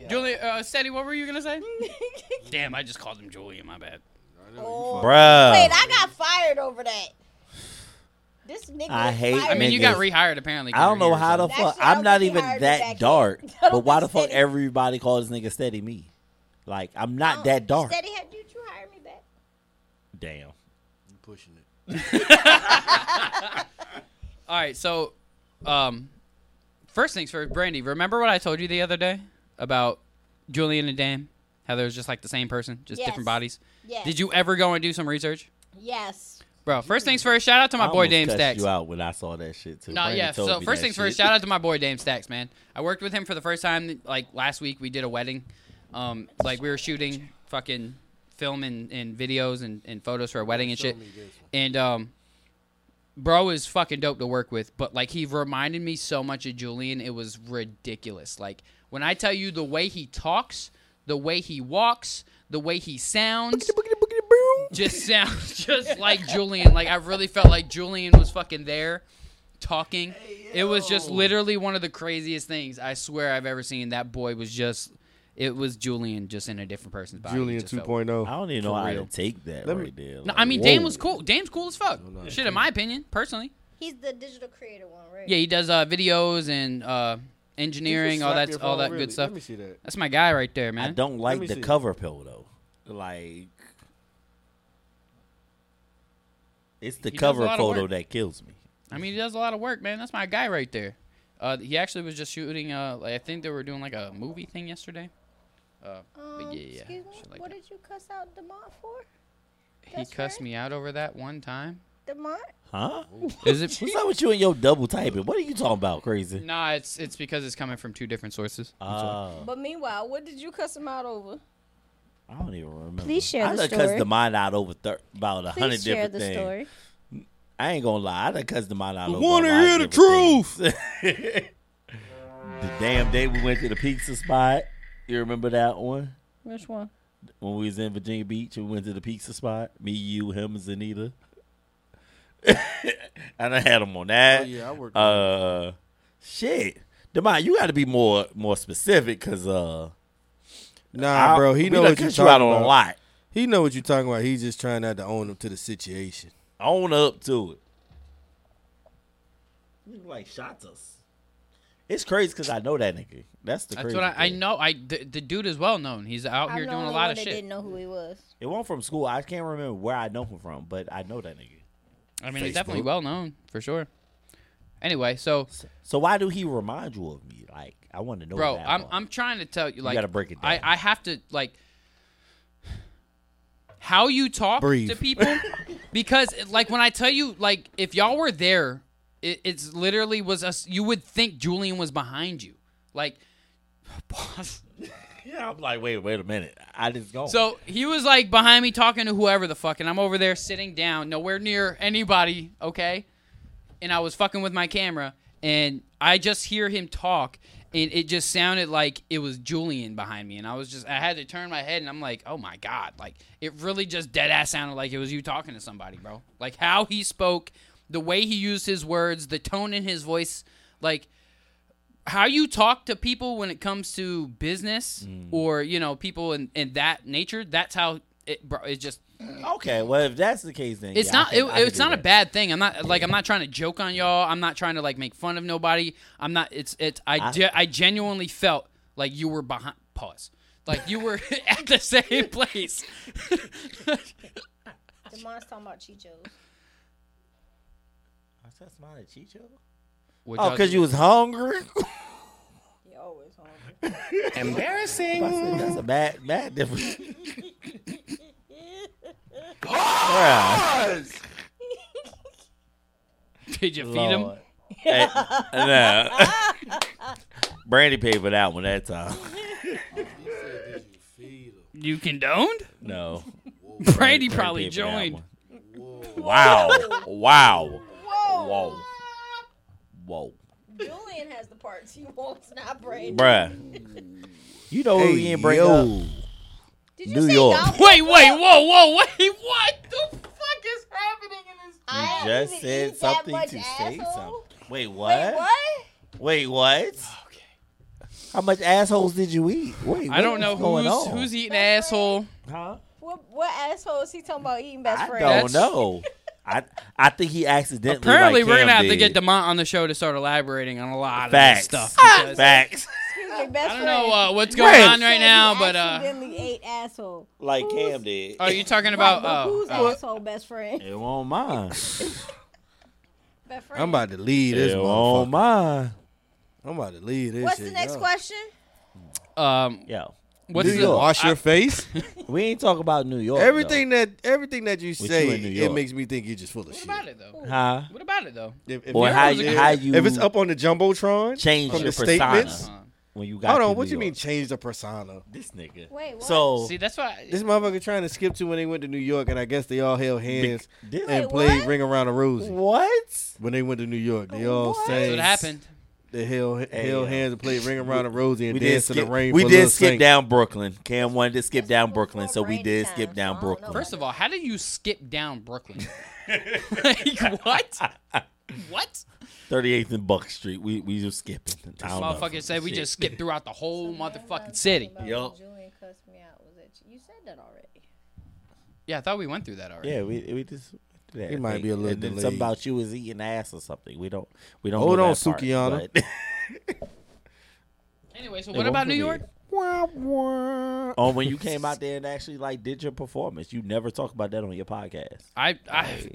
[SPEAKER 1] Julie, uh, Steady, what were you gonna say? Damn, I just called him Julian. My bad.
[SPEAKER 3] Oh.
[SPEAKER 2] Bruh.
[SPEAKER 3] Wait, I got fired over that. This nigga.
[SPEAKER 2] I
[SPEAKER 3] was
[SPEAKER 2] hate
[SPEAKER 3] fired.
[SPEAKER 1] I mean, you got
[SPEAKER 2] Niggas.
[SPEAKER 1] rehired apparently. 'cause
[SPEAKER 2] I don't
[SPEAKER 1] you're
[SPEAKER 2] know
[SPEAKER 1] here or
[SPEAKER 2] how the
[SPEAKER 1] something.
[SPEAKER 2] fuck.
[SPEAKER 3] That shit, I
[SPEAKER 2] I'm
[SPEAKER 3] don't
[SPEAKER 2] not
[SPEAKER 3] think he
[SPEAKER 2] even
[SPEAKER 3] hired me
[SPEAKER 2] that
[SPEAKER 3] back
[SPEAKER 2] dark.
[SPEAKER 3] yet. I don't
[SPEAKER 2] But why the
[SPEAKER 3] think
[SPEAKER 2] fuck
[SPEAKER 3] Steady-
[SPEAKER 2] everybody calls this nigga Steady me? Like I'm
[SPEAKER 3] Oh,
[SPEAKER 2] not that dark.
[SPEAKER 3] Steady, had you, you hired me back?
[SPEAKER 2] Damn.
[SPEAKER 4] pushing it?
[SPEAKER 1] All right, so, um, first things first, Brandy. Remember what I told you the other day about Julian and Dame? How they're just like the same person, just
[SPEAKER 3] Yes.
[SPEAKER 1] different bodies.
[SPEAKER 3] Yes.
[SPEAKER 1] Did you ever go and do some research,
[SPEAKER 3] Yes.
[SPEAKER 1] bro? First things first, shout out to my
[SPEAKER 2] I
[SPEAKER 1] boy
[SPEAKER 2] almost
[SPEAKER 1] Dame
[SPEAKER 2] cussed
[SPEAKER 1] Stacks.
[SPEAKER 2] You out when I saw that shit too.
[SPEAKER 1] No,
[SPEAKER 2] Brandon
[SPEAKER 1] yeah.
[SPEAKER 2] told
[SPEAKER 1] So
[SPEAKER 2] me
[SPEAKER 1] first
[SPEAKER 2] that
[SPEAKER 1] things first,
[SPEAKER 2] shit.
[SPEAKER 1] shout out to my boy Dame Stacks, man. I worked with him for the first time like last week. We did a wedding. Um, like we were shooting fucking film and, and videos and, and photos for our wedding and shit. And um, bro is fucking dope to work with, but like he reminded me so much of Julian, it was ridiculous. Like when I tell you the way he talks, the way he walks, the way he sounds, just sounds just like Julian. Like I really felt like Julian was fucking there talking. it was just literally one of the craziest things I swear I've ever seen. That boy was just it was Julian just in a different person's body. It
[SPEAKER 4] Julian oh.
[SPEAKER 1] just felt-
[SPEAKER 4] 2.0.
[SPEAKER 2] I don't even know
[SPEAKER 4] For
[SPEAKER 2] how
[SPEAKER 4] real.
[SPEAKER 2] to take that
[SPEAKER 4] Let me-
[SPEAKER 2] right there.
[SPEAKER 1] No,
[SPEAKER 2] Like,
[SPEAKER 1] I mean Dame
[SPEAKER 2] whoa.
[SPEAKER 1] was cool. Dame's cool as fuck. Shit, in my opinion, personally.
[SPEAKER 3] He's the digital creator one, right?
[SPEAKER 1] Yeah, he does uh, videos and uh, engineering, all that, all that good stuff.
[SPEAKER 4] Let me see that.
[SPEAKER 1] That's my guy right there,
[SPEAKER 2] I
[SPEAKER 1] man.
[SPEAKER 2] don't
[SPEAKER 4] me
[SPEAKER 2] like the
[SPEAKER 4] see.
[SPEAKER 2] cover pill though. Like it's the
[SPEAKER 1] He does a
[SPEAKER 2] cover
[SPEAKER 1] lot of
[SPEAKER 2] photo
[SPEAKER 1] work.
[SPEAKER 2] that kills me.
[SPEAKER 1] I mean, he does a lot of work, man. That's my guy right there. Uh, he actually was just shooting. Uh, like, I think they were doing like a movie thing yesterday. Uh,
[SPEAKER 3] Um,
[SPEAKER 1] but yeah, yeah,
[SPEAKER 3] Excuse me.
[SPEAKER 1] shit like
[SPEAKER 3] what
[SPEAKER 1] that.
[SPEAKER 3] did you cuss out Demont for?
[SPEAKER 1] He cussed me out over that one time.
[SPEAKER 3] Demont.
[SPEAKER 2] Huh?
[SPEAKER 1] Is it?
[SPEAKER 2] What's up with you and your double typing? What are you talking about, crazy?
[SPEAKER 1] nah, it's it's because it's coming from two different sources.
[SPEAKER 2] Oh,
[SPEAKER 3] But meanwhile, what did you cuss him out over?
[SPEAKER 2] I don't even remember.
[SPEAKER 3] Please share
[SPEAKER 2] I
[SPEAKER 3] the
[SPEAKER 2] done
[SPEAKER 3] story.
[SPEAKER 2] cussed the mind out over thir- about a hundred
[SPEAKER 3] Please share
[SPEAKER 2] different
[SPEAKER 3] the
[SPEAKER 2] things.
[SPEAKER 3] story.
[SPEAKER 2] I ain't gonna lie, I done cussed the mind out over.
[SPEAKER 4] wanna
[SPEAKER 2] a lot of
[SPEAKER 4] hear the
[SPEAKER 2] different things. the damn day we went to the pizza spot. You remember that one?
[SPEAKER 3] Which one?
[SPEAKER 2] when we was in Virginia Beach, we went to the pizza spot. Me, you, him, and Zanita. and I had him on that.
[SPEAKER 4] Oh, yeah, I worked on
[SPEAKER 2] Uh, shit, Demond, you got to be more more specific because uh,
[SPEAKER 4] Nah,
[SPEAKER 2] I-
[SPEAKER 4] bro,
[SPEAKER 2] we
[SPEAKER 4] he know
[SPEAKER 2] done
[SPEAKER 4] what you're
[SPEAKER 2] cut you out
[SPEAKER 4] talking
[SPEAKER 2] on a
[SPEAKER 4] about.
[SPEAKER 2] lot.
[SPEAKER 4] He know what you're talking about. He's just trying not to own up to the situation.
[SPEAKER 2] Own up to it. You like shot us. It's crazy because I know that nigga. That's the
[SPEAKER 1] That's
[SPEAKER 2] crazy.
[SPEAKER 1] what I, I
[SPEAKER 2] thing.
[SPEAKER 1] know. I the, the dude is well known. He's out
[SPEAKER 3] I'm
[SPEAKER 1] here
[SPEAKER 3] the
[SPEAKER 1] doing a
[SPEAKER 3] only
[SPEAKER 1] lot
[SPEAKER 3] one
[SPEAKER 1] of
[SPEAKER 3] that
[SPEAKER 1] shit.
[SPEAKER 3] didn't know who he was.
[SPEAKER 2] It won't from school. I can't remember where I know him from, but I know that nigga.
[SPEAKER 1] I mean, he's definitely
[SPEAKER 2] Facebook.
[SPEAKER 1] well known for sure. Anyway, so
[SPEAKER 2] So why do he remind you of me? Like I want to know.
[SPEAKER 1] bro
[SPEAKER 2] that
[SPEAKER 1] i'm
[SPEAKER 2] part.
[SPEAKER 1] i'm trying to tell you like
[SPEAKER 2] gotta break it down.
[SPEAKER 1] I, I have to like how you talk
[SPEAKER 4] Breathe.
[SPEAKER 1] to people because like when i tell you like if y'all were there it, it's literally was us you would think julian was behind you like pause.
[SPEAKER 2] Yeah, I'm like, wait, wait a minute. I just go.
[SPEAKER 1] so he was like behind me talking to whoever the fuck and i'm over there sitting down nowhere near anybody okay and I was fucking with my camera, and I just hear him talk, and it just sounded like it was Julian behind me, and I was just I had to turn my head, and I'm like, oh my god, like it really just dead ass sounded like it was you talking to somebody, bro. Like how he spoke, the way he used his words, the tone in his voice, like how you talk to people when it comes to business
[SPEAKER 2] Mm.
[SPEAKER 1] or you know people in, in that nature. That's how it, bro, it just
[SPEAKER 2] okay, well, if that's the case, then
[SPEAKER 1] it's
[SPEAKER 2] yeah, I
[SPEAKER 1] not.
[SPEAKER 2] can- I can
[SPEAKER 1] it, it's
[SPEAKER 2] do
[SPEAKER 1] not a
[SPEAKER 2] that.
[SPEAKER 1] bad thing. I'm not like I'm not trying to joke on y'all. I'm not trying to like make fun of nobody. I'm not. It's it's. I
[SPEAKER 2] I-
[SPEAKER 1] ge- I genuinely felt like you were behind. Pause. Like you were at the same place.
[SPEAKER 3] Demont's talking about Chicho's.
[SPEAKER 2] I said smile at Chicho.
[SPEAKER 1] Which
[SPEAKER 2] Oh,
[SPEAKER 1] I-
[SPEAKER 2] because you was hungry.
[SPEAKER 3] He always hungry.
[SPEAKER 2] I said, that's a bad, bad difference. Bruh.
[SPEAKER 1] did you feed him?
[SPEAKER 2] Lord. Hey, nah. Brandy paid for that one that time.
[SPEAKER 1] You condoned?
[SPEAKER 2] No,
[SPEAKER 1] Brandy
[SPEAKER 2] paid for
[SPEAKER 1] probably
[SPEAKER 2] that
[SPEAKER 1] joined.
[SPEAKER 2] one. Wow! Wow!
[SPEAKER 3] Whoa.
[SPEAKER 2] Whoa! Whoa!
[SPEAKER 3] Julian has the parts he wants, not Brady.
[SPEAKER 2] Bruh, you know what we ain't bring up.
[SPEAKER 3] Did you
[SPEAKER 2] New
[SPEAKER 3] say
[SPEAKER 2] York.
[SPEAKER 3] Dolph
[SPEAKER 1] Wait, wait,
[SPEAKER 3] Lundgren?
[SPEAKER 1] whoa, whoa, wait, what the fuck is happening in this?
[SPEAKER 3] I
[SPEAKER 2] You
[SPEAKER 3] didn't
[SPEAKER 2] just
[SPEAKER 3] even
[SPEAKER 2] said
[SPEAKER 3] eat that
[SPEAKER 2] something
[SPEAKER 3] much,
[SPEAKER 2] to say
[SPEAKER 3] asshole.
[SPEAKER 2] something. Wait,
[SPEAKER 3] Wait,
[SPEAKER 2] what?
[SPEAKER 3] what?
[SPEAKER 2] Wait, what?
[SPEAKER 1] Okay.
[SPEAKER 2] How much assholes did you eat? Wait,
[SPEAKER 1] I don't know
[SPEAKER 2] what's going
[SPEAKER 1] who's
[SPEAKER 2] on?
[SPEAKER 1] who's eating
[SPEAKER 3] Best
[SPEAKER 1] asshole.
[SPEAKER 2] Huh?
[SPEAKER 3] What, what asshole is he talking about eating best
[SPEAKER 2] I
[SPEAKER 3] friend?
[SPEAKER 2] don't
[SPEAKER 1] That's-
[SPEAKER 2] know. I I think he accidentally.
[SPEAKER 1] Apparently,
[SPEAKER 2] like
[SPEAKER 1] we're
[SPEAKER 2] Cam
[SPEAKER 1] gonna have to get
[SPEAKER 2] did.
[SPEAKER 1] Demont on the show to start elaborating on a lot
[SPEAKER 2] facts.
[SPEAKER 1] of this stuff. because-
[SPEAKER 2] Facts.
[SPEAKER 3] Excuse me, best
[SPEAKER 1] I don't
[SPEAKER 3] friend.
[SPEAKER 1] know uh, what's going
[SPEAKER 2] Friends.
[SPEAKER 1] on right now, but uh,
[SPEAKER 3] accidentally ate asshole.
[SPEAKER 2] Like Cam did.
[SPEAKER 1] are you talking
[SPEAKER 3] Right,
[SPEAKER 1] about?
[SPEAKER 3] but who's
[SPEAKER 1] Uh,
[SPEAKER 3] asshole best friend?
[SPEAKER 2] It won't mind.
[SPEAKER 3] Best friend.
[SPEAKER 4] I'm about to leave this
[SPEAKER 2] it won't
[SPEAKER 4] motherfucker.
[SPEAKER 2] mind.
[SPEAKER 4] I'm about to leave this.
[SPEAKER 3] What's
[SPEAKER 4] shit,
[SPEAKER 3] the next
[SPEAKER 4] y'all.
[SPEAKER 3] question?
[SPEAKER 1] um,
[SPEAKER 2] Yo,
[SPEAKER 1] what's
[SPEAKER 2] New
[SPEAKER 1] the,
[SPEAKER 2] York.
[SPEAKER 4] Wash your face.
[SPEAKER 2] we ain't talk about New York.
[SPEAKER 4] everything that everything that you
[SPEAKER 2] you
[SPEAKER 4] say,
[SPEAKER 2] in New
[SPEAKER 4] it
[SPEAKER 2] York.
[SPEAKER 4] makes me think you're just full of
[SPEAKER 1] What
[SPEAKER 4] shit.
[SPEAKER 1] about it though?
[SPEAKER 2] though. huh?
[SPEAKER 1] What about it though?
[SPEAKER 4] If, if
[SPEAKER 2] Or
[SPEAKER 4] you-
[SPEAKER 2] how
[SPEAKER 1] York is a
[SPEAKER 2] you
[SPEAKER 1] good-
[SPEAKER 2] how you
[SPEAKER 4] if it's up on the jumbotron,
[SPEAKER 2] change
[SPEAKER 4] from
[SPEAKER 2] your
[SPEAKER 4] the statements,
[SPEAKER 2] persona.
[SPEAKER 1] Um,
[SPEAKER 2] when you got.
[SPEAKER 4] Hold
[SPEAKER 2] to
[SPEAKER 4] on, what
[SPEAKER 2] New
[SPEAKER 4] you
[SPEAKER 2] York.
[SPEAKER 4] mean change the persona?
[SPEAKER 2] This nigga.
[SPEAKER 3] Wait, what?
[SPEAKER 2] So
[SPEAKER 1] See, that's why.
[SPEAKER 4] This motherfucker trying to skip to when they went to New York, and I guess they all held hands
[SPEAKER 2] this-
[SPEAKER 4] and
[SPEAKER 3] Wait,
[SPEAKER 4] played
[SPEAKER 3] what?
[SPEAKER 4] Ring Around the Rosie.
[SPEAKER 2] what?
[SPEAKER 4] When they went to New York, they all
[SPEAKER 3] What?
[SPEAKER 4] sang.
[SPEAKER 1] that's what happened.
[SPEAKER 4] They held,
[SPEAKER 2] Hey,
[SPEAKER 4] held
[SPEAKER 2] yo.
[SPEAKER 4] hands and played Ring Around the Rosie and
[SPEAKER 2] We did
[SPEAKER 4] danced in
[SPEAKER 2] skip.
[SPEAKER 4] the rain.
[SPEAKER 2] We
[SPEAKER 4] for
[SPEAKER 2] did
[SPEAKER 4] Lil
[SPEAKER 2] skip
[SPEAKER 4] Saint.
[SPEAKER 2] down Brooklyn. Cam wanted to skip
[SPEAKER 3] That's
[SPEAKER 2] down
[SPEAKER 3] before
[SPEAKER 2] Brooklyn, so we
[SPEAKER 3] Brandy
[SPEAKER 2] did
[SPEAKER 3] time,
[SPEAKER 2] skip
[SPEAKER 3] so
[SPEAKER 2] down
[SPEAKER 3] I don't know
[SPEAKER 2] Brooklyn.
[SPEAKER 3] about
[SPEAKER 1] First of all, how do you skip down Brooklyn? like what? what?
[SPEAKER 2] 38th and Buck Street. We we just skipping. I don't know.
[SPEAKER 1] Motherfucker said we
[SPEAKER 2] Shit.
[SPEAKER 1] just skipped throughout the whole
[SPEAKER 3] Last time
[SPEAKER 1] motherfucking
[SPEAKER 3] I
[SPEAKER 1] city.
[SPEAKER 3] talked about
[SPEAKER 2] Yup.
[SPEAKER 3] when Julian cussed me out. Was that you? You said that already.
[SPEAKER 1] Yeah, I thought we went through that already.
[SPEAKER 2] Yeah, we we just. Yeah,
[SPEAKER 4] It might be a little
[SPEAKER 2] and then
[SPEAKER 4] delayed.
[SPEAKER 2] Something about you is eating ass or something. We don't. We don't.
[SPEAKER 4] Hold
[SPEAKER 2] know
[SPEAKER 4] on,
[SPEAKER 2] that part,
[SPEAKER 4] Sukianna.
[SPEAKER 2] but-
[SPEAKER 1] Anyway, so what about New York?
[SPEAKER 2] on Oh, when you came out there and actually like did your performance. You never talk about that on your podcast.
[SPEAKER 1] I, I,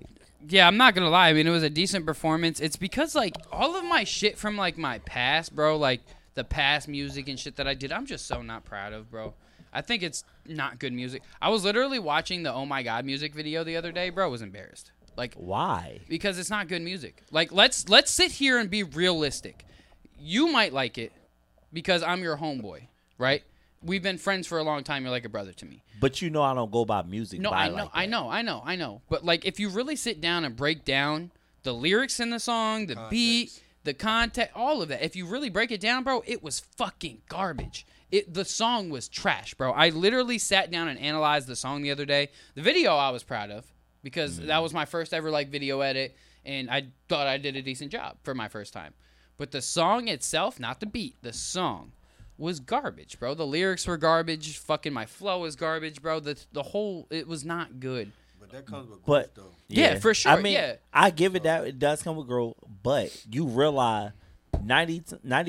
[SPEAKER 1] yeah, I'm not gonna lie. I mean, it was a decent performance. It's because like all of my shit from like my past, bro, like the past music and shit that I did, I'm just so not proud of, bro. I think it's not good music. I was literally watching the Oh My God music video the other day, bro. I was embarrassed. Like
[SPEAKER 2] Why?
[SPEAKER 1] because it's not good music. Like let's let's sit here and be realistic. You might like it because I'm your homeboy, right? We've been friends for a long time. You're like a brother to me.
[SPEAKER 2] But you know I don't go by music.
[SPEAKER 1] No,
[SPEAKER 2] by
[SPEAKER 1] I know,
[SPEAKER 2] like
[SPEAKER 1] I
[SPEAKER 2] that.
[SPEAKER 1] know, I know, I know. But like, if you really sit down and break down the lyrics in the song, the beat, the content, all of that, if you really break it down, bro, it was fucking garbage. It the song was trash, bro. I literally sat down and analyzed the song the other day. The video I was proud of because
[SPEAKER 2] Mm.
[SPEAKER 1] that was my first ever like video edit, and I thought I did a decent job for my first time. But the song itself, not the beat, the song was garbage, bro. The lyrics were garbage. Fucking my flow is garbage, bro. The the whole it was not good.
[SPEAKER 4] But that comes with
[SPEAKER 2] But
[SPEAKER 1] Yeah, for sure,
[SPEAKER 2] I mean,
[SPEAKER 1] yeah.
[SPEAKER 2] I give it that it does come with growth, but you realize 90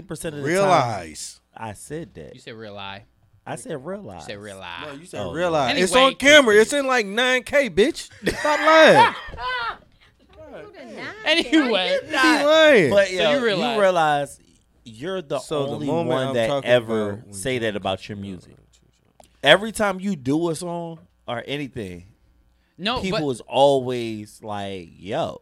[SPEAKER 2] percent of the time
[SPEAKER 4] Realize.
[SPEAKER 2] I said that.
[SPEAKER 1] You said real lie.
[SPEAKER 2] I said realize.
[SPEAKER 1] You said real lie.
[SPEAKER 4] No, you said
[SPEAKER 2] Oh,
[SPEAKER 4] realize.
[SPEAKER 1] yeah.
[SPEAKER 4] It's on
[SPEAKER 1] Anyway.
[SPEAKER 4] camera. It's in like 9K, bitch. Stop lying.
[SPEAKER 1] anyway,
[SPEAKER 4] Keep lying.
[SPEAKER 2] But yo,
[SPEAKER 1] you
[SPEAKER 2] you, realize.
[SPEAKER 1] realize.
[SPEAKER 2] you are the
[SPEAKER 4] So the
[SPEAKER 2] only
[SPEAKER 4] moment
[SPEAKER 2] one
[SPEAKER 4] I'm
[SPEAKER 2] that
[SPEAKER 4] talking
[SPEAKER 2] ever
[SPEAKER 4] about when
[SPEAKER 2] say
[SPEAKER 4] you-
[SPEAKER 2] that about your music. Every time you do a song or anything,
[SPEAKER 1] no,
[SPEAKER 2] people
[SPEAKER 1] Oh, but
[SPEAKER 2] is always like, yo.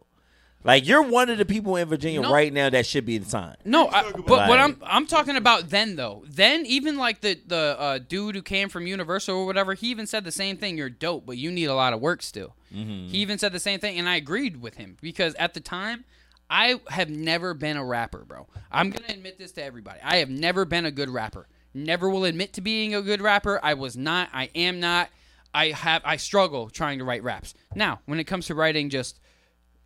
[SPEAKER 2] Like you're one of the people in Virginia
[SPEAKER 1] No.
[SPEAKER 2] right now that should be signed.
[SPEAKER 1] no, I, but
[SPEAKER 2] Like-
[SPEAKER 1] what I'm I'm talking about then though. Then even like the the uh, dude who came from Universal or whatever, he even said the same thing. You're dope, but you need a lot of work still. He even said the same thing, and I agreed with him because at the time. I have never been a rapper, bro. I'm going to admit this to everybody. I have never been a good rapper. Never will admit to being a good rapper. I was not. I am not. I have I struggle trying to write raps. Now, when it comes to writing just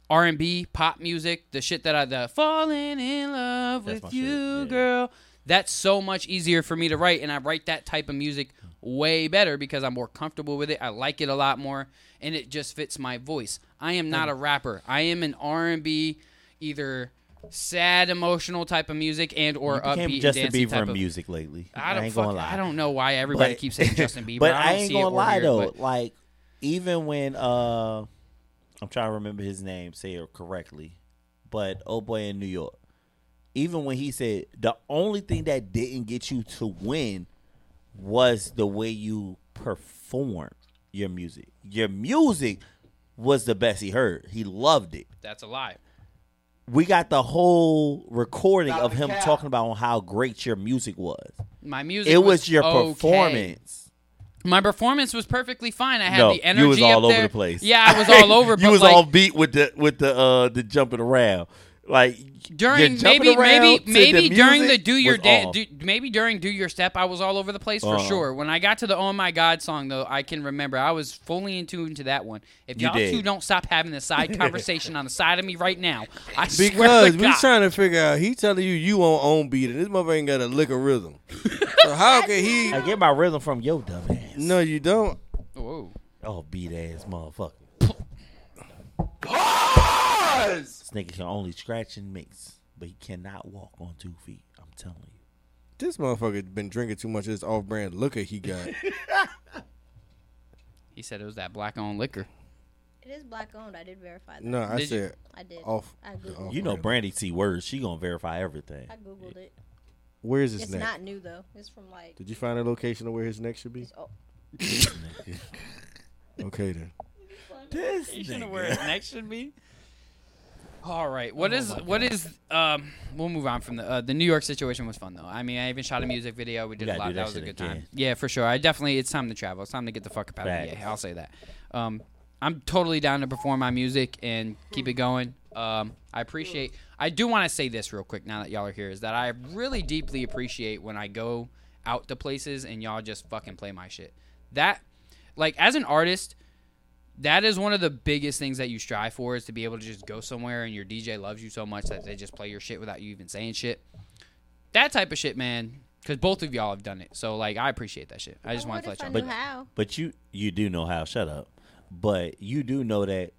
[SPEAKER 1] R and B, pop music, the shit that I the falling in love
[SPEAKER 2] That's my
[SPEAKER 1] with
[SPEAKER 2] shit,
[SPEAKER 1] you,
[SPEAKER 2] yeah.
[SPEAKER 1] girl. That's so much easier for me to write, and I write that type of music way better because I'm more comfortable with it. I like it a lot more, and it just fits my voice. I am not a rapper. I am an R and B, either sad, emotional type of music and or
[SPEAKER 2] Became
[SPEAKER 1] upbeat,
[SPEAKER 2] Justin
[SPEAKER 1] and dancey
[SPEAKER 2] Bieber
[SPEAKER 1] type
[SPEAKER 2] in
[SPEAKER 1] of
[SPEAKER 2] music lately.
[SPEAKER 1] I don't
[SPEAKER 2] ain't
[SPEAKER 1] fuck,
[SPEAKER 2] gonna lie.
[SPEAKER 1] I don't know why everybody
[SPEAKER 2] But-
[SPEAKER 1] keeps saying Justin Bieber.
[SPEAKER 2] But
[SPEAKER 1] I,
[SPEAKER 2] I,
[SPEAKER 1] don't
[SPEAKER 2] ain't
[SPEAKER 1] see it
[SPEAKER 2] gonna
[SPEAKER 1] or
[SPEAKER 2] lie
[SPEAKER 1] hear it,
[SPEAKER 2] though.
[SPEAKER 1] but-
[SPEAKER 2] Like even when uh, I'm trying to remember his name, say it correctly, but oh boy in New York, even when he said the only thing that didn't get you to win was the way you performed your music. Your music was the best he heard. He loved it.
[SPEAKER 1] that's a lie.
[SPEAKER 2] We got the whole recording of him talking about on how great your music was.
[SPEAKER 1] My music.
[SPEAKER 2] It was your
[SPEAKER 1] okay.
[SPEAKER 2] performance.
[SPEAKER 1] My performance was perfectly fine. I had
[SPEAKER 2] No,
[SPEAKER 1] the energy.
[SPEAKER 2] you was all
[SPEAKER 1] up
[SPEAKER 2] over
[SPEAKER 1] there.
[SPEAKER 2] the place.
[SPEAKER 1] Yeah, I was all over.
[SPEAKER 2] you
[SPEAKER 1] but
[SPEAKER 2] was
[SPEAKER 1] like,
[SPEAKER 2] all beat with the with the uh the jumping around, like your
[SPEAKER 1] during
[SPEAKER 2] jumping
[SPEAKER 1] maybe
[SPEAKER 2] around
[SPEAKER 1] maybe
[SPEAKER 2] to
[SPEAKER 1] maybe during the
[SPEAKER 2] music
[SPEAKER 1] do your
[SPEAKER 2] was
[SPEAKER 1] da-
[SPEAKER 2] off.
[SPEAKER 1] do, maybe during do your step I was all over the place for
[SPEAKER 2] Uh-huh.
[SPEAKER 1] sure. When I got to the Oh My God song though, I can remember I was fully in tune to that one. If
[SPEAKER 2] You
[SPEAKER 1] y'all
[SPEAKER 2] did.
[SPEAKER 1] two don't stop having the side conversation on the side of me right now, I swear
[SPEAKER 4] Because
[SPEAKER 1] to
[SPEAKER 4] we
[SPEAKER 1] God.
[SPEAKER 4] trying to figure out, he telling you you on own beat, and this mother ain't got a lick of rhythm. so how can he?
[SPEAKER 2] I get my rhythm from yo dumb ass.
[SPEAKER 4] No, you don't.
[SPEAKER 1] Whoa.
[SPEAKER 2] oh beat ass motherfucker. This nigga can only scratch and mix, but he cannot walk on two feet. I'm telling you.
[SPEAKER 4] This motherfucker been drinking too much of this off-brand liquor he got.
[SPEAKER 1] He said it was that black on liquor.
[SPEAKER 3] It is black owned. I did verify that.
[SPEAKER 4] no, I
[SPEAKER 1] Did you-
[SPEAKER 4] said
[SPEAKER 3] I did.
[SPEAKER 2] Oh,
[SPEAKER 4] off.
[SPEAKER 3] I
[SPEAKER 4] the
[SPEAKER 3] googled.
[SPEAKER 2] You know
[SPEAKER 4] off-brand.
[SPEAKER 2] Brandy T words. She gonna verify everything.
[SPEAKER 3] I googled it.
[SPEAKER 4] where's his
[SPEAKER 3] It's
[SPEAKER 4] neck?
[SPEAKER 3] not new though. It's from like.
[SPEAKER 4] Did you find a location of where his neck should be?
[SPEAKER 3] oh.
[SPEAKER 4] okay then.
[SPEAKER 2] This
[SPEAKER 1] You should know where his neck should be. All right.
[SPEAKER 2] Oh
[SPEAKER 1] What is what is um? We'll move on from the uh, the New York situation was fun though. I mean, I even shot a music video. We did a
[SPEAKER 2] gotta
[SPEAKER 1] lot.
[SPEAKER 2] do
[SPEAKER 1] That,
[SPEAKER 2] that
[SPEAKER 1] was a
[SPEAKER 2] shit
[SPEAKER 1] good time.
[SPEAKER 2] again.
[SPEAKER 1] Yeah, for sure. I definitely. It's time to travel. It's time to get the fuck up out of
[SPEAKER 2] Facts.
[SPEAKER 1] the I'll say that. Um, I'm totally down to perform my music and keep it going. Um, I appreciate. I do want to say this real quick now that y'all are here is that I really deeply appreciate when I go out to places and y'all just fucking play my shit. That, like, as an artist, that is one of the biggest things that you strive for is to be able to just go somewhere and your DJ loves you so much that they just play your shit without you even saying shit. That type of shit, man. Because both of y'all have done it, so like I appreciate that shit. I just want to let y'all. know.
[SPEAKER 3] But how?
[SPEAKER 2] But you you do know how. Shut up. But you do know that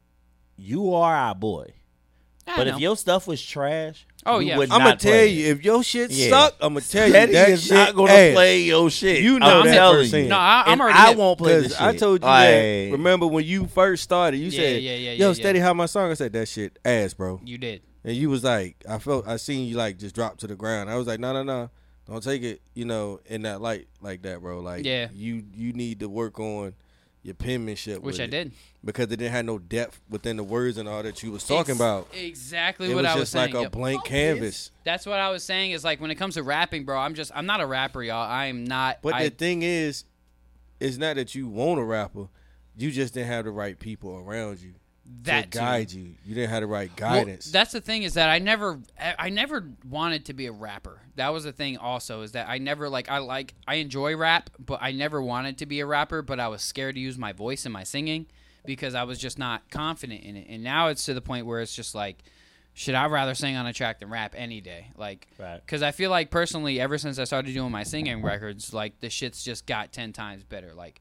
[SPEAKER 2] you are our boy.
[SPEAKER 1] I
[SPEAKER 2] but
[SPEAKER 1] know.
[SPEAKER 2] if your stuff was trash,
[SPEAKER 1] Oh,
[SPEAKER 2] we
[SPEAKER 1] yeah.
[SPEAKER 2] would
[SPEAKER 4] I'm gonna
[SPEAKER 2] not
[SPEAKER 4] tell
[SPEAKER 2] play
[SPEAKER 4] you
[SPEAKER 2] it.
[SPEAKER 4] if your shit
[SPEAKER 2] Yeah.
[SPEAKER 4] suck, I'm gonna tell you
[SPEAKER 2] Teddy
[SPEAKER 4] that
[SPEAKER 2] is
[SPEAKER 4] shit
[SPEAKER 2] not gonna
[SPEAKER 4] ass.
[SPEAKER 2] play your shit.
[SPEAKER 4] You know
[SPEAKER 2] I'm
[SPEAKER 4] that
[SPEAKER 2] telling
[SPEAKER 4] firsthand.
[SPEAKER 2] you.
[SPEAKER 1] No, I- I'm
[SPEAKER 2] And
[SPEAKER 1] already
[SPEAKER 2] I
[SPEAKER 1] in.
[SPEAKER 2] won't play this
[SPEAKER 4] Because
[SPEAKER 2] shit.
[SPEAKER 4] I told you
[SPEAKER 2] Like,
[SPEAKER 4] that. Remember when you first started? You
[SPEAKER 1] Yeah,
[SPEAKER 4] said,
[SPEAKER 1] yeah, yeah,
[SPEAKER 4] "Yo,
[SPEAKER 1] yeah,
[SPEAKER 4] steady,
[SPEAKER 1] yeah.
[SPEAKER 4] how my song?" I said, "That shit ass, bro."
[SPEAKER 1] You did.
[SPEAKER 4] And you was like, "I felt, I seen you like just drop to the ground." I was like, "No, no, no, don't take it, you know, in that light like that, bro. Like,
[SPEAKER 1] Yeah.
[SPEAKER 4] you you need to work on your penmanship,
[SPEAKER 1] Which
[SPEAKER 4] with
[SPEAKER 1] I
[SPEAKER 4] it.
[SPEAKER 1] did.
[SPEAKER 4] because it didn't have no depth within the words and all that you was talking
[SPEAKER 1] Ex-
[SPEAKER 4] about.
[SPEAKER 1] exactly
[SPEAKER 4] It
[SPEAKER 1] what
[SPEAKER 4] was
[SPEAKER 1] I
[SPEAKER 4] just
[SPEAKER 1] was saying.
[SPEAKER 4] like a
[SPEAKER 1] Yep.
[SPEAKER 4] blank canvas."
[SPEAKER 1] That's what I was saying is like when it comes to rapping, bro. I'm just I'm not a rapper, y'all. I am not.
[SPEAKER 4] But
[SPEAKER 1] I,
[SPEAKER 4] the thing is, it's not that you want a rapper. You just didn't have the right people around you
[SPEAKER 1] that
[SPEAKER 4] to
[SPEAKER 1] too.
[SPEAKER 4] guide you. You didn't have the right
[SPEAKER 1] Well,
[SPEAKER 4] guidance.
[SPEAKER 1] that's the thing is that I never I I never wanted to be a rapper. That was the thing also is that I never like I like I enjoy rap, but I never wanted to be a rapper, but I was scared to use my voice in my singing because I was just not confident in it. And now it's to the point where it's just like should I rather sing on a track than rap any day? Like
[SPEAKER 2] Right.
[SPEAKER 1] cuz I feel like personally ever since I started doing my singing records, like the shit's just got 10 times better. Like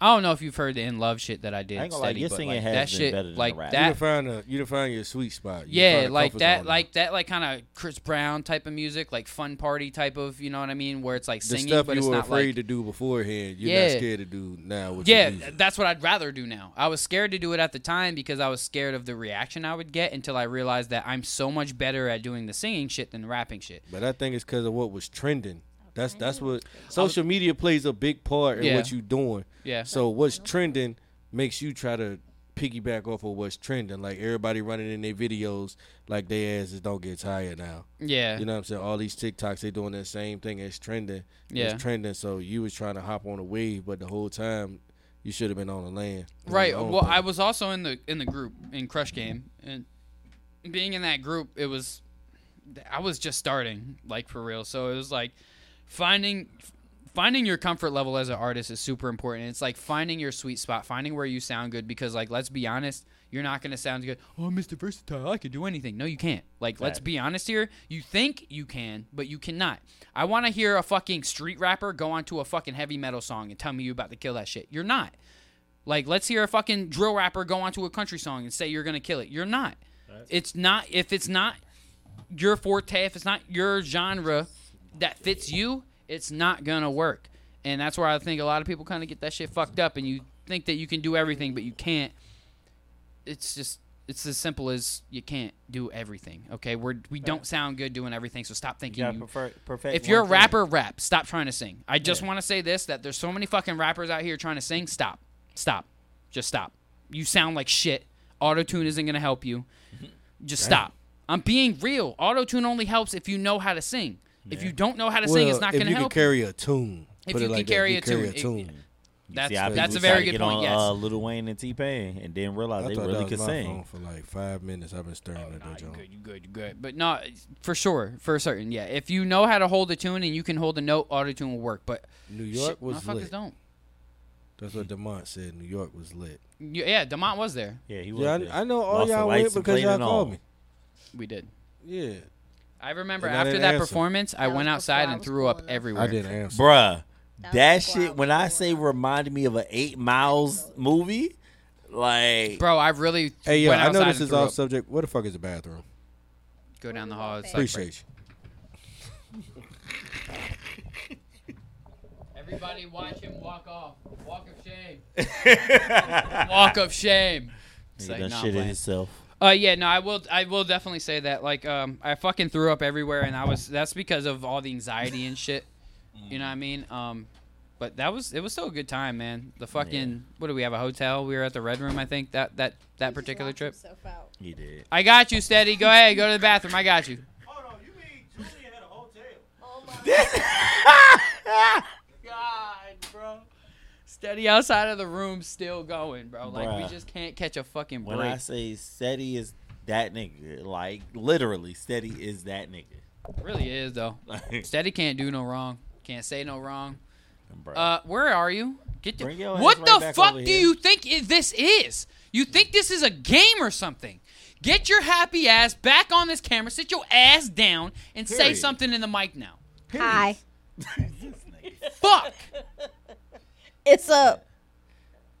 [SPEAKER 1] I don't know if you've heard the in love shit that I did.
[SPEAKER 2] I ain't gonna lie,
[SPEAKER 1] steady,
[SPEAKER 2] your
[SPEAKER 1] but,
[SPEAKER 2] singing
[SPEAKER 1] like,
[SPEAKER 2] has
[SPEAKER 1] that
[SPEAKER 2] been
[SPEAKER 1] shit,
[SPEAKER 2] better than
[SPEAKER 1] like
[SPEAKER 2] rap.
[SPEAKER 4] you
[SPEAKER 1] that
[SPEAKER 4] didn't find a you didn't find your sweet spot. You didn't
[SPEAKER 1] yeah,
[SPEAKER 4] find a
[SPEAKER 1] like
[SPEAKER 4] comfort
[SPEAKER 1] that,
[SPEAKER 4] zone.
[SPEAKER 1] like that, like kind of Chris Brown type of music, like fun party type of, you know what I mean, where it's like
[SPEAKER 4] the
[SPEAKER 1] singing,
[SPEAKER 4] stuff
[SPEAKER 1] but
[SPEAKER 4] you
[SPEAKER 1] it's
[SPEAKER 4] were
[SPEAKER 1] not
[SPEAKER 4] afraid
[SPEAKER 1] like.
[SPEAKER 4] to do beforehand. You're
[SPEAKER 1] Yeah.
[SPEAKER 4] not scared to do now. With your
[SPEAKER 1] yeah,
[SPEAKER 4] music.
[SPEAKER 1] that's what I'd rather do now. I was scared to do it at the time because I was scared of the reaction I would get until I realized that I'm so much better at doing the singing shit than rapping shit.
[SPEAKER 4] but I think it's because of what was trending. That's that's what social media plays a big part in
[SPEAKER 1] Yeah.
[SPEAKER 4] what you're doing.
[SPEAKER 1] Yeah.
[SPEAKER 4] So what's trending makes you try to piggyback off of what's trending. Like everybody running in their videos, like their asses don't get tired now.
[SPEAKER 1] Yeah.
[SPEAKER 4] You know what I'm saying? All these TikToks, they doing the same thing. It's trending.
[SPEAKER 1] Yeah.
[SPEAKER 4] It's trending. So you was trying to hop on a wave, but the whole time you should have been on the land.
[SPEAKER 1] Right.
[SPEAKER 4] On your own
[SPEAKER 1] Well,
[SPEAKER 4] thing.
[SPEAKER 1] I was also in the in the group in Crush Game, and being in that group, it was I was just starting, like for real. So it was like finding finding your comfort level as an artist is super important. It's like finding your sweet spot, finding where you sound good. Because like, let's be honest, you're not gonna sound good. Oh, I'm Mr. Versatile, I can do anything. No, you can't. Like, let's be honest here. You think you can, but you cannot. I want to hear a fucking street rapper go onto a fucking heavy metal song and tell me you about to kill that shit. You're not. Like, let's hear a fucking drill rapper go onto a country song and say you're gonna kill it. You're not. It's not if it's not your forte, if it's not your genre that fits you, it's not gonna work. And that's where I think a lot of people kind of get that shit fucked up, and you think that you can do everything, but you can't. It's just it's as simple as you can't do everything. Okay, we're we don't sound good doing everything, so stop thinking.
[SPEAKER 2] gotta
[SPEAKER 1] you-
[SPEAKER 2] prefer- perfect
[SPEAKER 1] if you're a
[SPEAKER 2] one thing.
[SPEAKER 1] rapper, rap. Stop trying to sing. I just want to say this: that there's so many fucking rappers out here trying to sing. Stop, stop, just stop. You sound like shit. Auto tune isn't gonna help you. Just stop. I'm being real. Auto tune only helps if you know how to sing. If you don't know how to sing, it's
[SPEAKER 4] Well,
[SPEAKER 1] not
[SPEAKER 4] if
[SPEAKER 1] gonna
[SPEAKER 4] you
[SPEAKER 1] help.
[SPEAKER 4] can carry a tune.
[SPEAKER 1] If
[SPEAKER 4] put
[SPEAKER 1] you
[SPEAKER 4] it
[SPEAKER 1] can
[SPEAKER 4] like that,
[SPEAKER 1] carry
[SPEAKER 4] you
[SPEAKER 1] a tune, it- that's
[SPEAKER 2] See how
[SPEAKER 1] that's a
[SPEAKER 2] people
[SPEAKER 1] very
[SPEAKER 2] try to
[SPEAKER 1] good
[SPEAKER 2] get
[SPEAKER 1] point.
[SPEAKER 2] on,
[SPEAKER 1] yes.
[SPEAKER 2] uh, Lil Wayne and T Pain, and then realize
[SPEAKER 4] I
[SPEAKER 2] they
[SPEAKER 4] thought
[SPEAKER 2] really
[SPEAKER 4] that was
[SPEAKER 2] could
[SPEAKER 4] my
[SPEAKER 2] sing.
[SPEAKER 4] phone for like five minutes. I've been staring at that joint.
[SPEAKER 1] Oh, Good, you good, you good. But no, for sure, for certain, yeah. If you know how to hold a tune and you can hold a note, auto tune will work. But
[SPEAKER 4] New York
[SPEAKER 1] shit,
[SPEAKER 4] was
[SPEAKER 1] motherfuckers
[SPEAKER 4] lit.
[SPEAKER 1] don't.
[SPEAKER 4] That's what Demont said. New York was lit.
[SPEAKER 1] Y- Yeah, Demont was there.
[SPEAKER 2] Yeah, he was.
[SPEAKER 4] Yeah,
[SPEAKER 2] there.
[SPEAKER 4] I, I know all
[SPEAKER 2] Lost the
[SPEAKER 4] y'all
[SPEAKER 2] lights
[SPEAKER 4] went
[SPEAKER 2] and
[SPEAKER 4] because
[SPEAKER 2] played
[SPEAKER 4] y'all
[SPEAKER 2] it all.
[SPEAKER 4] called me.
[SPEAKER 1] We did.
[SPEAKER 4] Yeah,
[SPEAKER 1] I remember
[SPEAKER 4] And I
[SPEAKER 1] after
[SPEAKER 4] didn't
[SPEAKER 1] that
[SPEAKER 4] answer.
[SPEAKER 1] performance, I
[SPEAKER 3] That
[SPEAKER 1] went
[SPEAKER 3] was
[SPEAKER 1] outside
[SPEAKER 3] before I
[SPEAKER 1] and
[SPEAKER 3] was
[SPEAKER 1] threw
[SPEAKER 3] cool
[SPEAKER 1] up
[SPEAKER 3] enough.
[SPEAKER 1] everywhere.
[SPEAKER 4] I didn't answer.
[SPEAKER 2] Bruh,
[SPEAKER 3] That
[SPEAKER 2] that,
[SPEAKER 3] was before I
[SPEAKER 2] shit.
[SPEAKER 3] was
[SPEAKER 2] When I
[SPEAKER 3] born.
[SPEAKER 2] say reminded me of an Eight Miles movie, like
[SPEAKER 1] Bro, I really
[SPEAKER 4] Hey, yo,
[SPEAKER 1] went
[SPEAKER 4] I know
[SPEAKER 1] outside
[SPEAKER 4] this
[SPEAKER 1] and
[SPEAKER 4] is
[SPEAKER 1] threw
[SPEAKER 4] off
[SPEAKER 1] up.
[SPEAKER 4] subject. Where the fuck is the bathroom?
[SPEAKER 1] Go down the hall. It's like,
[SPEAKER 4] Appreciate you.
[SPEAKER 1] Everybody watch him walk off. Walk of shame. walk of shame. It's
[SPEAKER 2] he
[SPEAKER 1] like,
[SPEAKER 2] done
[SPEAKER 1] nah, I'm
[SPEAKER 2] shitted
[SPEAKER 1] playing.
[SPEAKER 2] himself.
[SPEAKER 1] Uh, yeah, no, I will. I will definitely say that. Like, um, I fucking threw up everywhere, and I was. That's because of all the anxiety and shit. You know what I mean? Um, But that was it was still a good time, man. The fucking what do we have a hotel? We were at the Red Room, I think. That that that particular trip.
[SPEAKER 2] He did.
[SPEAKER 1] I got you, Steady. Go ahead, go to the bathroom. I got you.
[SPEAKER 9] Hold on, you mean Julian had a hotel?
[SPEAKER 3] Oh
[SPEAKER 1] God, bro. Steady outside of the room, still going, bro. Like we
[SPEAKER 2] Bruh.
[SPEAKER 1] just can't catch a fucking break.
[SPEAKER 2] When I say steady is that nigga, like literally, steady is that nigga.
[SPEAKER 1] really is though.
[SPEAKER 2] Like,
[SPEAKER 1] Steady can't do no wrong. Can't say no wrong.
[SPEAKER 2] bruh.
[SPEAKER 1] Uh, where are you? Get the,
[SPEAKER 2] Bring your ass
[SPEAKER 1] what
[SPEAKER 2] right
[SPEAKER 1] the
[SPEAKER 2] back
[SPEAKER 1] fuck
[SPEAKER 2] over
[SPEAKER 1] do
[SPEAKER 2] here.
[SPEAKER 1] you think i- this is? You think this is a game or something? Get your happy ass back on this camera. Sit your ass down and say
[SPEAKER 2] Period.
[SPEAKER 1] something in the mic now.
[SPEAKER 3] Hi.
[SPEAKER 1] Fuck.
[SPEAKER 3] It's up.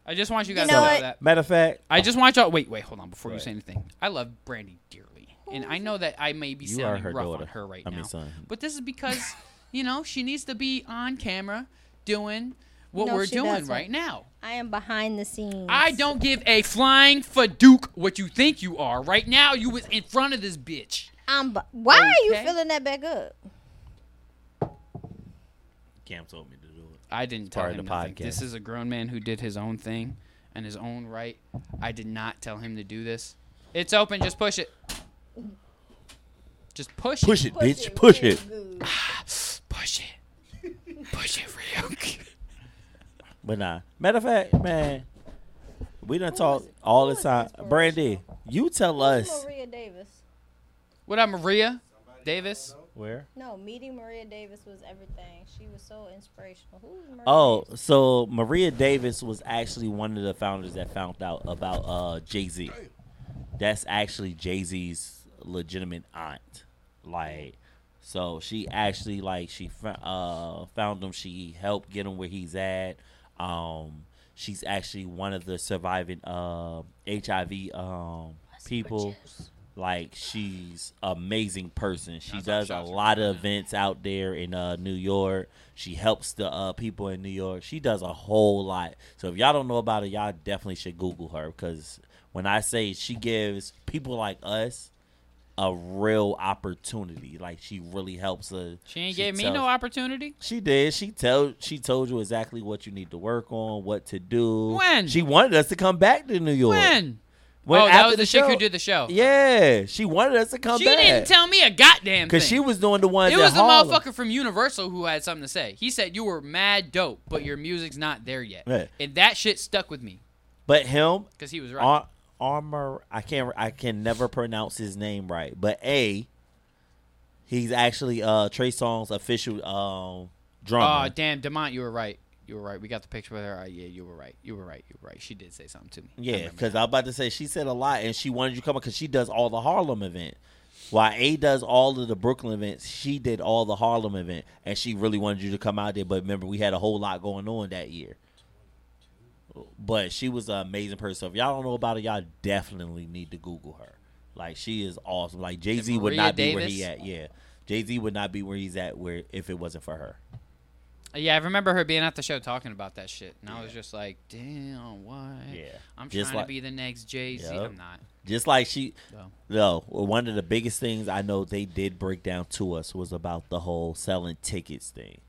[SPEAKER 1] I just want you guys
[SPEAKER 3] know
[SPEAKER 1] to know
[SPEAKER 3] what?
[SPEAKER 1] that.
[SPEAKER 2] Matter of fact,
[SPEAKER 1] I just want y'all. Wait, wait, hold on. Before you
[SPEAKER 2] Right.
[SPEAKER 1] say anything, I love Brandy dearly, and I know that I may be
[SPEAKER 2] You are
[SPEAKER 1] sounding
[SPEAKER 2] her
[SPEAKER 1] rough
[SPEAKER 2] daughter.
[SPEAKER 1] on her right
[SPEAKER 2] I mean,
[SPEAKER 1] now,
[SPEAKER 2] son.
[SPEAKER 1] but this is because you know she needs to be on camera doing what
[SPEAKER 3] No,
[SPEAKER 1] we're
[SPEAKER 3] she
[SPEAKER 1] doing
[SPEAKER 3] doesn't.
[SPEAKER 1] right now.
[SPEAKER 3] I am behind the scenes.
[SPEAKER 1] I don't give a flying for Duke what you think you are. Right now, you was in front of this bitch.
[SPEAKER 3] I'm. Be- Why are you
[SPEAKER 1] Okay.
[SPEAKER 3] filling that back up?
[SPEAKER 2] Cam told me to do it.
[SPEAKER 1] I didn't tell
[SPEAKER 2] part of
[SPEAKER 1] him
[SPEAKER 2] the
[SPEAKER 1] nothing.
[SPEAKER 2] podcast.
[SPEAKER 1] This is a grown man who did his own thing and his own right. I did not tell him to do this. It's open. Just push it. Just push, it.
[SPEAKER 2] Push it, bitch. push it.
[SPEAKER 1] Push it. Push it real good.
[SPEAKER 2] But nah. Matter of fact, man, we done talk all the time. Brandy, you tell us
[SPEAKER 3] Maria Davis.
[SPEAKER 1] What up, Maria? Davis?
[SPEAKER 2] where.
[SPEAKER 3] No, meeting Maria Davis was everything. She was so inspirational. Who's Maria?
[SPEAKER 2] Oh, so Maria Davis was actually one of the founders that found out about uh, Jay Z. That's actually Jay Z's legitimate aunt. Like, so she actually like she fo- uh, found him. She helped get him where he's at. Um, she's actually one of the surviving uh, HIV um, people. Like she's amazing person. She does a lot of events out there in uh, New York. She helps the uh, people in New York. She does a whole lot. So if y'all don't know about her, y'all definitely should Google her because when I say she gives people like us a real opportunity, like she really helps us.
[SPEAKER 1] She ain't gave me
[SPEAKER 2] tells-
[SPEAKER 1] no opportunity.
[SPEAKER 2] she did. She tell she told you exactly what you need to work on, what to do.
[SPEAKER 1] When?
[SPEAKER 2] she wanted us to come back to New York.
[SPEAKER 1] When?
[SPEAKER 2] When
[SPEAKER 1] oh, that
[SPEAKER 2] after
[SPEAKER 1] was the, chick who did the show.
[SPEAKER 2] Yeah, she wanted us to come
[SPEAKER 1] she
[SPEAKER 2] back.
[SPEAKER 1] didn't tell me a goddamn thing.
[SPEAKER 2] Cause she was doing the ones.
[SPEAKER 1] It was
[SPEAKER 2] at
[SPEAKER 1] the
[SPEAKER 2] Harlem.
[SPEAKER 1] motherfucker from Universal who had something to say. He said you were mad dope, but your music's not there yet.
[SPEAKER 2] Yeah.
[SPEAKER 1] And that shit stuck with me
[SPEAKER 2] But him,
[SPEAKER 1] because he was right.
[SPEAKER 2] Ar- Armor. I can't. I can never pronounce his name right. But a, he's actually uh Trey Songz official um
[SPEAKER 1] oh
[SPEAKER 2] drummer.
[SPEAKER 1] damn, Demont, you were right. You were right. We got the picture with her. Oh, yeah, you were right. You were right. You were right. She did say something to me. I
[SPEAKER 2] yeah,
[SPEAKER 1] remember
[SPEAKER 2] because
[SPEAKER 1] now.
[SPEAKER 2] I'm about to say she said a lot, and she wanted you to come because she does all the Harlem event. While A does all of the Brooklyn events, she did all the Harlem event, and she really wanted you to come out there. But remember, we had a whole lot going on that year. But she was an amazing person. So if y'all don't know about her, y'all definitely need to Google her. Like she is awesome. Like Jay Z would
[SPEAKER 1] Maria
[SPEAKER 2] not be where
[SPEAKER 1] Davis?
[SPEAKER 2] he at. Yeah, Jay Z would not be where he's at where if it wasn't for her.
[SPEAKER 1] Yeah, I remember her being at the show talking about that shit, and I was just like, "Damn, what?
[SPEAKER 2] Yeah.
[SPEAKER 1] I'm
[SPEAKER 2] Just
[SPEAKER 1] trying
[SPEAKER 2] like-
[SPEAKER 1] to be the next Jay Z.
[SPEAKER 2] Yup.
[SPEAKER 1] am not.
[SPEAKER 2] Just like she,
[SPEAKER 1] So.
[SPEAKER 2] no. One of the biggest things I know they did break down to us was about the whole selling tickets thing,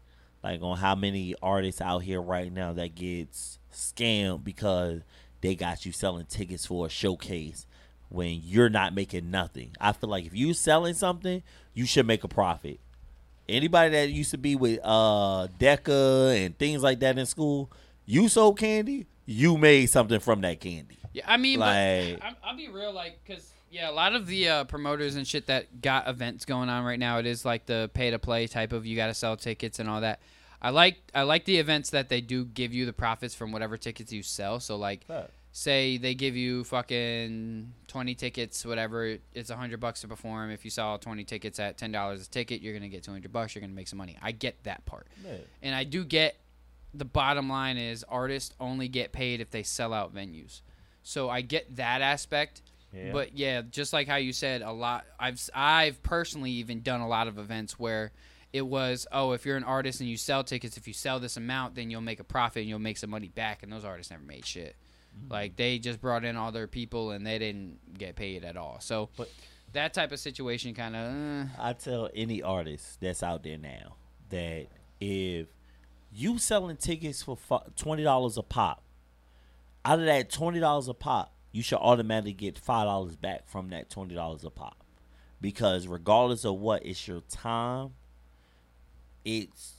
[SPEAKER 2] like on how many artists out here right now that gets scammed because they got you selling tickets for a showcase when you're not making nothing. I feel like if you selling something, you should make a profit. Anybody that used to be with uh Decca and things like that in school, you sold candy, you made something from that candy.
[SPEAKER 1] Yeah, I mean, but
[SPEAKER 2] Like-
[SPEAKER 1] I'm, I'll be real, like, because yeah, a lot of the uh, promoters and shit that got events going on right now, it is like the pay to play type of you got to sell tickets and all that. I like I like the events that they do give you the profits from whatever tickets you sell. So like, say they give you fucking twenty tickets, whatever. It's a hundred bucks to perform. If you sell twenty tickets at ten dollars a ticket, you're gonna get two hundred bucks. You're gonna make some money. I get that part, and I do get the bottom line is artists only get paid if they sell out venues. So I get that aspect. But yeah, just like how you said, a lot. I've I've personally even done a lot of events where it was, oh, if you're an artist and you sell tickets, if you sell this amount, then you'll make a profit and you'll make some money back. And those artists never made shit. Like they just brought in all their people and they didn't get paid at all. So that type of situation kind of. Uh,
[SPEAKER 2] I tell any artist that's out there now that if You selling tickets for fu- twenty dollars a pop. Out of that twenty dollars a pop, you should automatically get five dollars back from that twenty dollars a pop, because regardless of what, it's your time. It's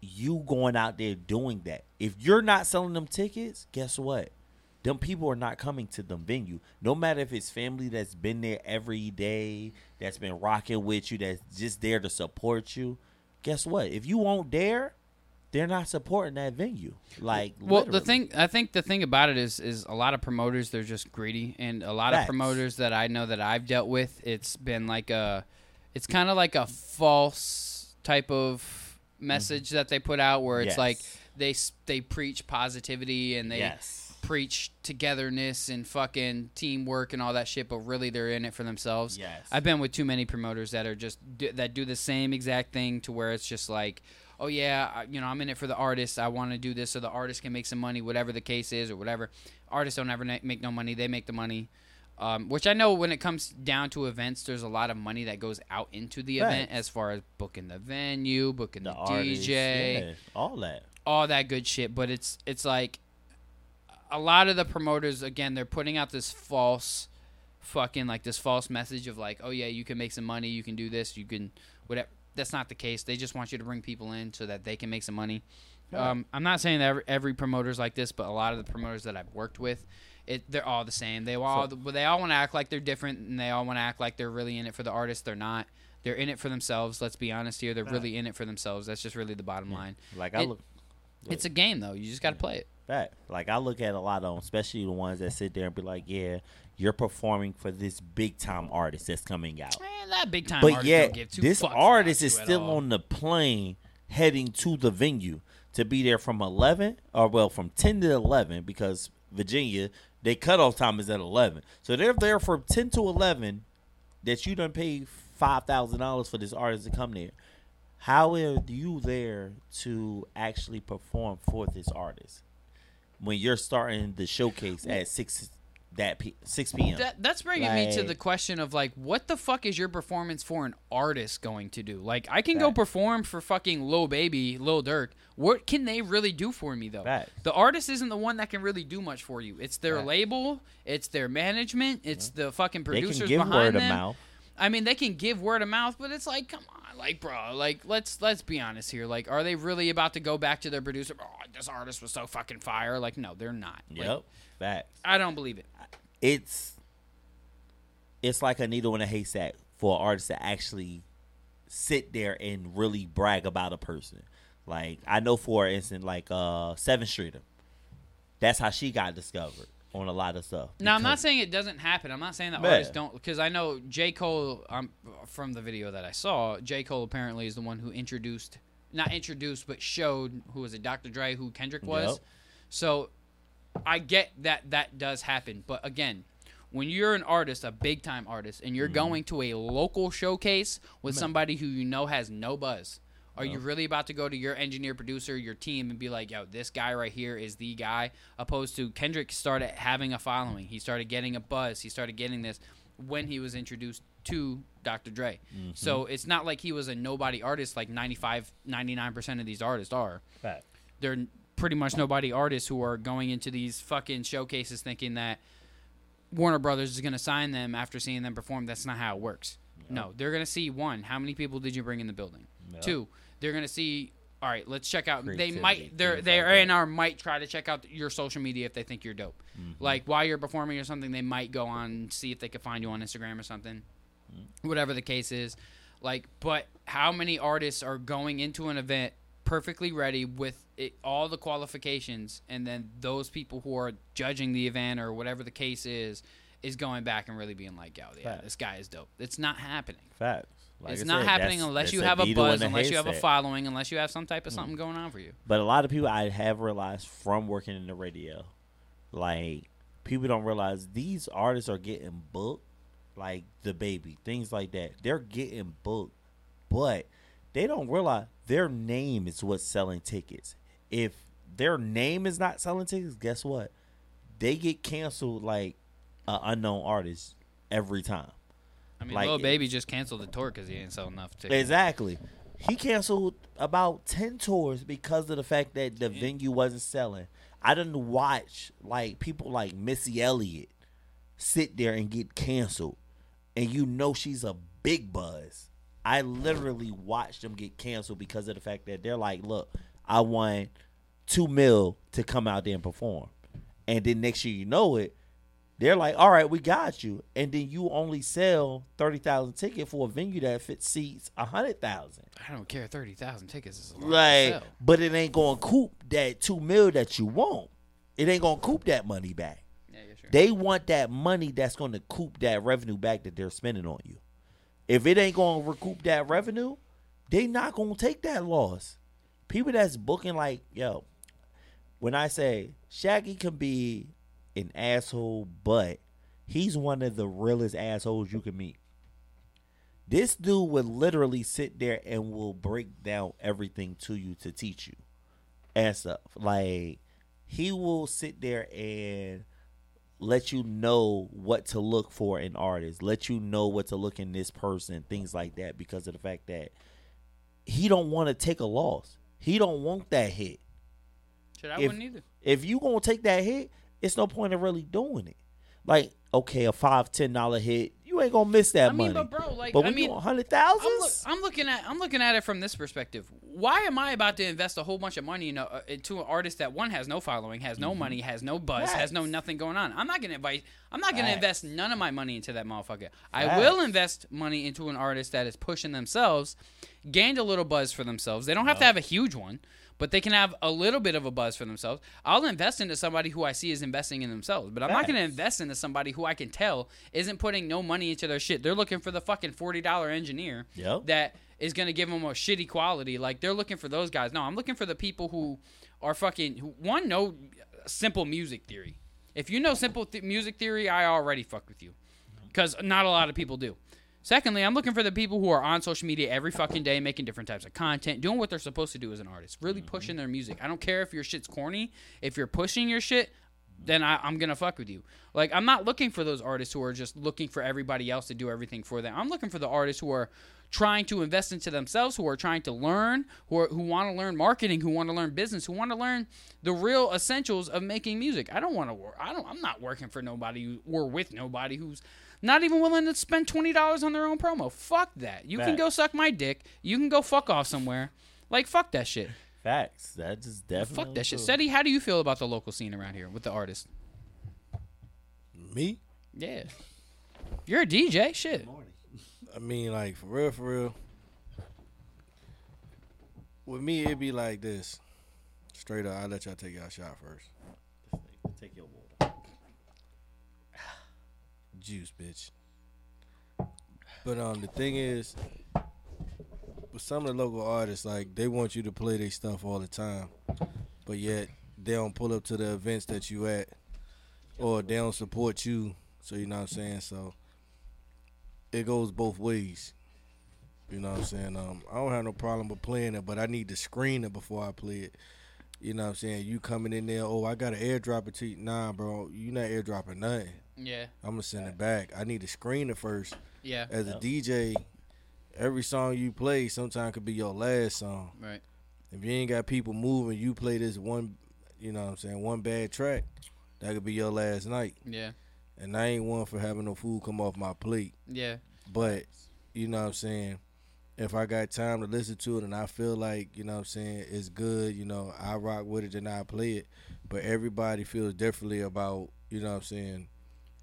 [SPEAKER 2] you going out there doing that. If you're not selling them tickets, guess what? Them people are not coming to the venue. No matter if it's family that's been there every day, that's been rocking with you, that's just there to support you. Guess what? If you won't dare, they're not supporting that venue. Like,
[SPEAKER 1] Well, the
[SPEAKER 2] literally.
[SPEAKER 1] thing I think the thing about it is is a lot of promoters they're just greedy, and a lot
[SPEAKER 2] Facts.
[SPEAKER 1] of promoters that I know that I've dealt with, it's been like a, it's kind of like a false type of message that they put out where it's
[SPEAKER 2] Mm-hmm. Yes.
[SPEAKER 1] like they s- they preach positivity and they
[SPEAKER 2] yes,
[SPEAKER 1] preach togetherness and fucking teamwork and all that shit, but really they're in it for themselves.
[SPEAKER 2] Yes.
[SPEAKER 1] I've been with too many promoters that are just d- that do the same exact thing to where it's just like, oh yeah, I- you know, I'm in it for the artists. I want to do this so the artists can make some money, whatever the case is or whatever. Artists don't ever na- make no money; they make the money. Um, which I know when it comes down to events, there's a lot of money that goes out into the event
[SPEAKER 2] Facts.
[SPEAKER 1] as far as booking the venue, booking the,
[SPEAKER 2] the artists,
[SPEAKER 1] DJ,
[SPEAKER 2] yeah, all that.
[SPEAKER 1] all that good shit. But it's it's like a lot of the promoters again, they're putting out this false fucking like this false message of like, oh yeah, you can make some money, you can do this, you can whatever. That's not the case. They just want you to bring people in so that they can make some money. Um, I'm not saying that every, every promoter's like this, but a lot of the promoters that I've worked with, it they're all the same. They all they all want to act like they're different, and they all want to act like they're really in it for the artist. They're not. They're in it for themselves. Let's be honest here. They're really in it for themselves. That's just really the bottom line.
[SPEAKER 2] Like I
[SPEAKER 1] It-
[SPEAKER 2] look,
[SPEAKER 1] It's a game though. You just got to play it.
[SPEAKER 2] Fact. Like I look at a lot of them, especially the ones that sit there and be like, "Yeah, you're performing for this big time artist that's coming out."
[SPEAKER 1] Man, Eh, that big time.
[SPEAKER 2] But
[SPEAKER 1] artist
[SPEAKER 2] yet,
[SPEAKER 1] don't give two
[SPEAKER 2] this
[SPEAKER 1] fucks
[SPEAKER 2] artist
[SPEAKER 1] about
[SPEAKER 2] is
[SPEAKER 1] you at
[SPEAKER 2] still
[SPEAKER 1] all.
[SPEAKER 2] on the plane heading to the venue to be there from 11, or well, from 10 to 11, because Virginia, they cutoff time is at 11. So they're there from 10 to 11 that you done paid $5,000 for this artist to come there. How are you there to actually perform for this artist when you're starting the showcase at 6 that p- 6 p.m.?
[SPEAKER 1] That, that's bringing me to
[SPEAKER 2] Like-
[SPEAKER 1] the question of like, what the fuck is your performance for an artist going to do? Like, I can go
[SPEAKER 2] Facts.
[SPEAKER 1] perform for fucking Lil Baby, Lil Durk. What can they really do for me though?
[SPEAKER 2] Facts.
[SPEAKER 1] The artist isn't the one that can really do much for you. It's their label, it's their management, it's the fucking
[SPEAKER 2] they
[SPEAKER 1] producers
[SPEAKER 2] can give
[SPEAKER 1] behind
[SPEAKER 2] word
[SPEAKER 1] them.
[SPEAKER 2] of mouth.
[SPEAKER 1] I mean, they can give word of mouth, but it's like, come on, like, bro, like, let's let's be honest here. Like, are they really about to go back to their producer? Oh, this artist was so fucking fire. Like, no, they're not. Like,
[SPEAKER 2] Yep. Facts.
[SPEAKER 1] I don't believe it.
[SPEAKER 2] it's it's like a needle in a haystack for an artist to actually sit there and really brag about a person. Like I know for instance, like uh Seventh Streeter. That's how she got discovered on a lot of stuff.
[SPEAKER 1] Now, I'm not
[SPEAKER 2] because-
[SPEAKER 1] saying it doesn't happen. I'm not saying that
[SPEAKER 2] Yeah.
[SPEAKER 1] artists don't, because I know J. Cole, um, from the video that I saw, J. Cole apparently is the one who introduced, not introduced, but showed who was it, Dr. Dre, who Kendrick was.
[SPEAKER 2] Yep.
[SPEAKER 1] So I get that that does happen. But again, when you're an artist, a big time artist, and you're going to a local showcase with somebody who you know has no buzz, are you really about to go to your engineer, producer, your team, and be like, yo, this guy right here is the guy? Opposed to Kendrick started having a following. He started getting a buzz. He started getting this when he was introduced to Dr. Dre. So it's not like he was a nobody artist like 95, 99% of these artists are they're pretty much nobody artists who are going into these fucking showcases thinking that Warner Brothers is going to sign them after seeing them perform. That's not how it works. No, they're going to see one, how many people did you bring in the building? Two, they're going to see all right, let's check out. they
[SPEAKER 2] Creativity,
[SPEAKER 1] might, they're,
[SPEAKER 2] things
[SPEAKER 1] they
[SPEAKER 2] like
[SPEAKER 1] are in
[SPEAKER 2] that.
[SPEAKER 1] our might try to check out your social media if they think you're dope.
[SPEAKER 2] Mm-hmm.
[SPEAKER 1] Like while you're performing or something, they might go on and see if they could find you on Instagram or something whatever the case is. Like, but how many artists are going into an event perfectly ready with it, all the qualifications, and then those people who are judging the event or whatever the case is, is going back and really being like, "Yo, yeah,
[SPEAKER 2] Facts.
[SPEAKER 1] this guy is dope." It's not happening.
[SPEAKER 2] facts. Like
[SPEAKER 1] it's
[SPEAKER 2] I
[SPEAKER 1] not
[SPEAKER 2] said,
[SPEAKER 1] happening
[SPEAKER 2] that's-
[SPEAKER 1] unless
[SPEAKER 2] that's
[SPEAKER 1] you have a
[SPEAKER 2] needle in
[SPEAKER 1] buzz, unless you have a
[SPEAKER 2] haystack.
[SPEAKER 1] following, unless you have some
[SPEAKER 2] Hmm.
[SPEAKER 1] type of something going on for you.
[SPEAKER 2] But a lot of people I have realized from working in the radio, like people don't realize these artists are getting booked, like the baby, things like that. They're getting booked, but they don't realize their name is what's selling tickets. If their name is not selling tickets, guess what? They get canceled like an unknown artist every time.
[SPEAKER 1] I mean,
[SPEAKER 2] Like
[SPEAKER 1] Lil
[SPEAKER 2] it-
[SPEAKER 1] Baby just canceled the tour because he didn't sell enough tickets.
[SPEAKER 2] Exactly. He canceled about ten tours because of the fact that the venue wasn't selling. I didn't watch like people like Missy Elliott sit there and get canceled, and you know she's a big buzz. I literally watched them get canceled because of the fact that they're like, "Look, I want two mil to come out there and perform," and then next year you know it, they're like, all right, we got you. And then you only sell 30,000 tickets for a venue that fits seats 100,000.
[SPEAKER 1] I don't care. Thirty thousand tickets is a lot. to
[SPEAKER 2] Like,
[SPEAKER 1] sell.
[SPEAKER 2] but it ain't going to coop that 2 mil that you want. It ain't going to coop that money back.
[SPEAKER 1] yeah, yeah, sure.
[SPEAKER 2] They want that money that's going to coop that revenue back that they're spending on you. If it ain't going to recoup that revenue, they not going to take that loss. People that's booking like, yo, when I say Shaggy can be an asshole, but he's one of the realest assholes you can meet. This dude would literally sit there and will break down everything to you to teach you and stuff. Like he will sit there and let you know what to look for in artists, let you know what to look in this person, things like that, because of the fact that he don't want to take a loss. He don't want that hit
[SPEAKER 1] Shit, I
[SPEAKER 2] if-
[SPEAKER 1] wouldn't either.
[SPEAKER 2] if you gonna take that hit, it's no point in really doing it. Like, okay, a five ten dollar hit, you ain't gonna miss that
[SPEAKER 1] I mean,
[SPEAKER 2] money.
[SPEAKER 1] but bro, like
[SPEAKER 2] But
[SPEAKER 1] I
[SPEAKER 2] when
[SPEAKER 1] mean,
[SPEAKER 2] you want hundred
[SPEAKER 1] I'm, look,
[SPEAKER 2] thousands,
[SPEAKER 1] I'm looking at I'm looking at it from this perspective. Why am I about to invest a whole bunch of money in a, uh, into an artist that one has no following, has no money, has no buzz, has no
[SPEAKER 2] Mm-hmm. Facts.
[SPEAKER 1] nothing going on? I'm not gonna invite. I'm not gonna
[SPEAKER 2] Facts.
[SPEAKER 1] invest none of my money into that motherfucker. I will
[SPEAKER 2] Facts.
[SPEAKER 1] invest money into an artist that is pushing themselves, gained a little buzz for themselves. They don't have to have a huge one. But they can have a little bit of a buzz for themselves. I'll invest into somebody who I see is investing in themselves, but I'm not going to
[SPEAKER 2] Facts.
[SPEAKER 1] invest into somebody who I can tell isn't putting no money into their shit. They're looking for the fucking forty dollar engineer
[SPEAKER 2] Yep.
[SPEAKER 1] that is going to give them a shitty quality. Like they're looking for those guys. No, I'm looking for the people who are fucking who one know simple music theory. If you know simple th- music theory, I already fuck with you because not a lot of people do. Secondly, I'm looking for the people who are on social media every fucking day, making different types of content, doing what they're supposed to do as an artist, really pushing their music. I don't care if your shit's corny. If you're pushing your shit, then I, I'm gonna fuck with you. Like I'm not looking for those artists who are just looking for everybody else to do everything for them. I'm looking for the artists who are trying to invest into themselves, who are trying to learn, who are, who want to learn marketing, who want to learn business, who want to learn the real essentials of making music. I don't want to work. I don't. I'm not working for nobody who- or with nobody who's not even willing to spend twenty dollars on their own promo. Fuck that. You can go
[SPEAKER 2] Facts.
[SPEAKER 1] suck my dick. You can go fuck off somewhere. Like fuck that shit.
[SPEAKER 2] facts. That just definitely
[SPEAKER 1] Fuck that shit.
[SPEAKER 2] true.
[SPEAKER 1] Seti, how do you feel about the local scene around here with the artists?
[SPEAKER 4] Me?
[SPEAKER 1] Yeah. You're a DJ, shit.
[SPEAKER 4] I mean, like for real, for real. With me, it'd be like this. Straight up, I let y'all take y'all shot first.
[SPEAKER 2] Take your water.
[SPEAKER 4] Juice, bitch. But um, the thing is, with some of the local artists, like they want you to play their stuff all the time, but yet they don't pull up to the events that you at, or they don't support you. So you know what I'm saying. So it goes both ways. You know what I'm saying. Um, I don't have no problem with playing it, but I need to screen it before I play it. You know what I'm saying. You coming in there? Oh, I got to airdrop it to you. Nah, bro, you not airdropping nothing.
[SPEAKER 1] Yeah.
[SPEAKER 4] I'm gonna send it back. I need to screen it first.
[SPEAKER 1] Yeah.
[SPEAKER 4] As a DJ, every song you play sometimes could be your last song.
[SPEAKER 1] Right.
[SPEAKER 4] If you ain't got people moving, you play this one, you know what I'm saying, one bad track, that could be your last night.
[SPEAKER 1] Yeah.
[SPEAKER 4] And I ain't one for having no food come off my plate.
[SPEAKER 1] Yeah.
[SPEAKER 4] But you know what I'm saying? If I got time to listen to it and I feel like, you know what I'm saying, it's good, you know, I rock with it and I play it. But everybody feels differently about, you know what I'm saying,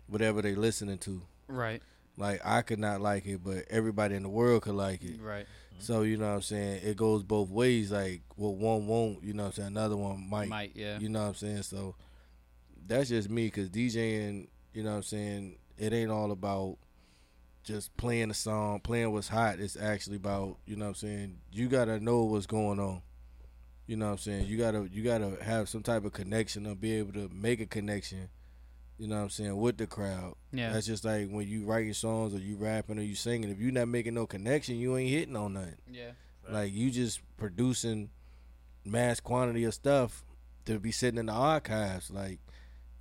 [SPEAKER 4] whatever they listening to.
[SPEAKER 1] Right.
[SPEAKER 4] Like I could not like it, but everybody in the world could like it.
[SPEAKER 1] Right.
[SPEAKER 4] So you know what I'm saying? It goes both ways. Like what one won't, you know what I'm saying? Another one might.
[SPEAKER 1] Might, yeah.
[SPEAKER 4] You know what I'm saying? So that's just me cuz DJing, you know what I'm saying? It ain't all about just playing a song, playing what's hot. It's actually about, you know what I'm saying? You got to know what's going on. You know what I'm saying? You got to you got to have some type of connection or be able to make a connection. You know what I'm saying? With the crowd.
[SPEAKER 1] Yeah.
[SPEAKER 4] That's just like when you writing songs or you rapping or you singing. If you not making no connection, you ain't hitting on nothing.
[SPEAKER 1] yeah.
[SPEAKER 4] Like you just producing mass quantity of stuff to be sitting in the archives. Like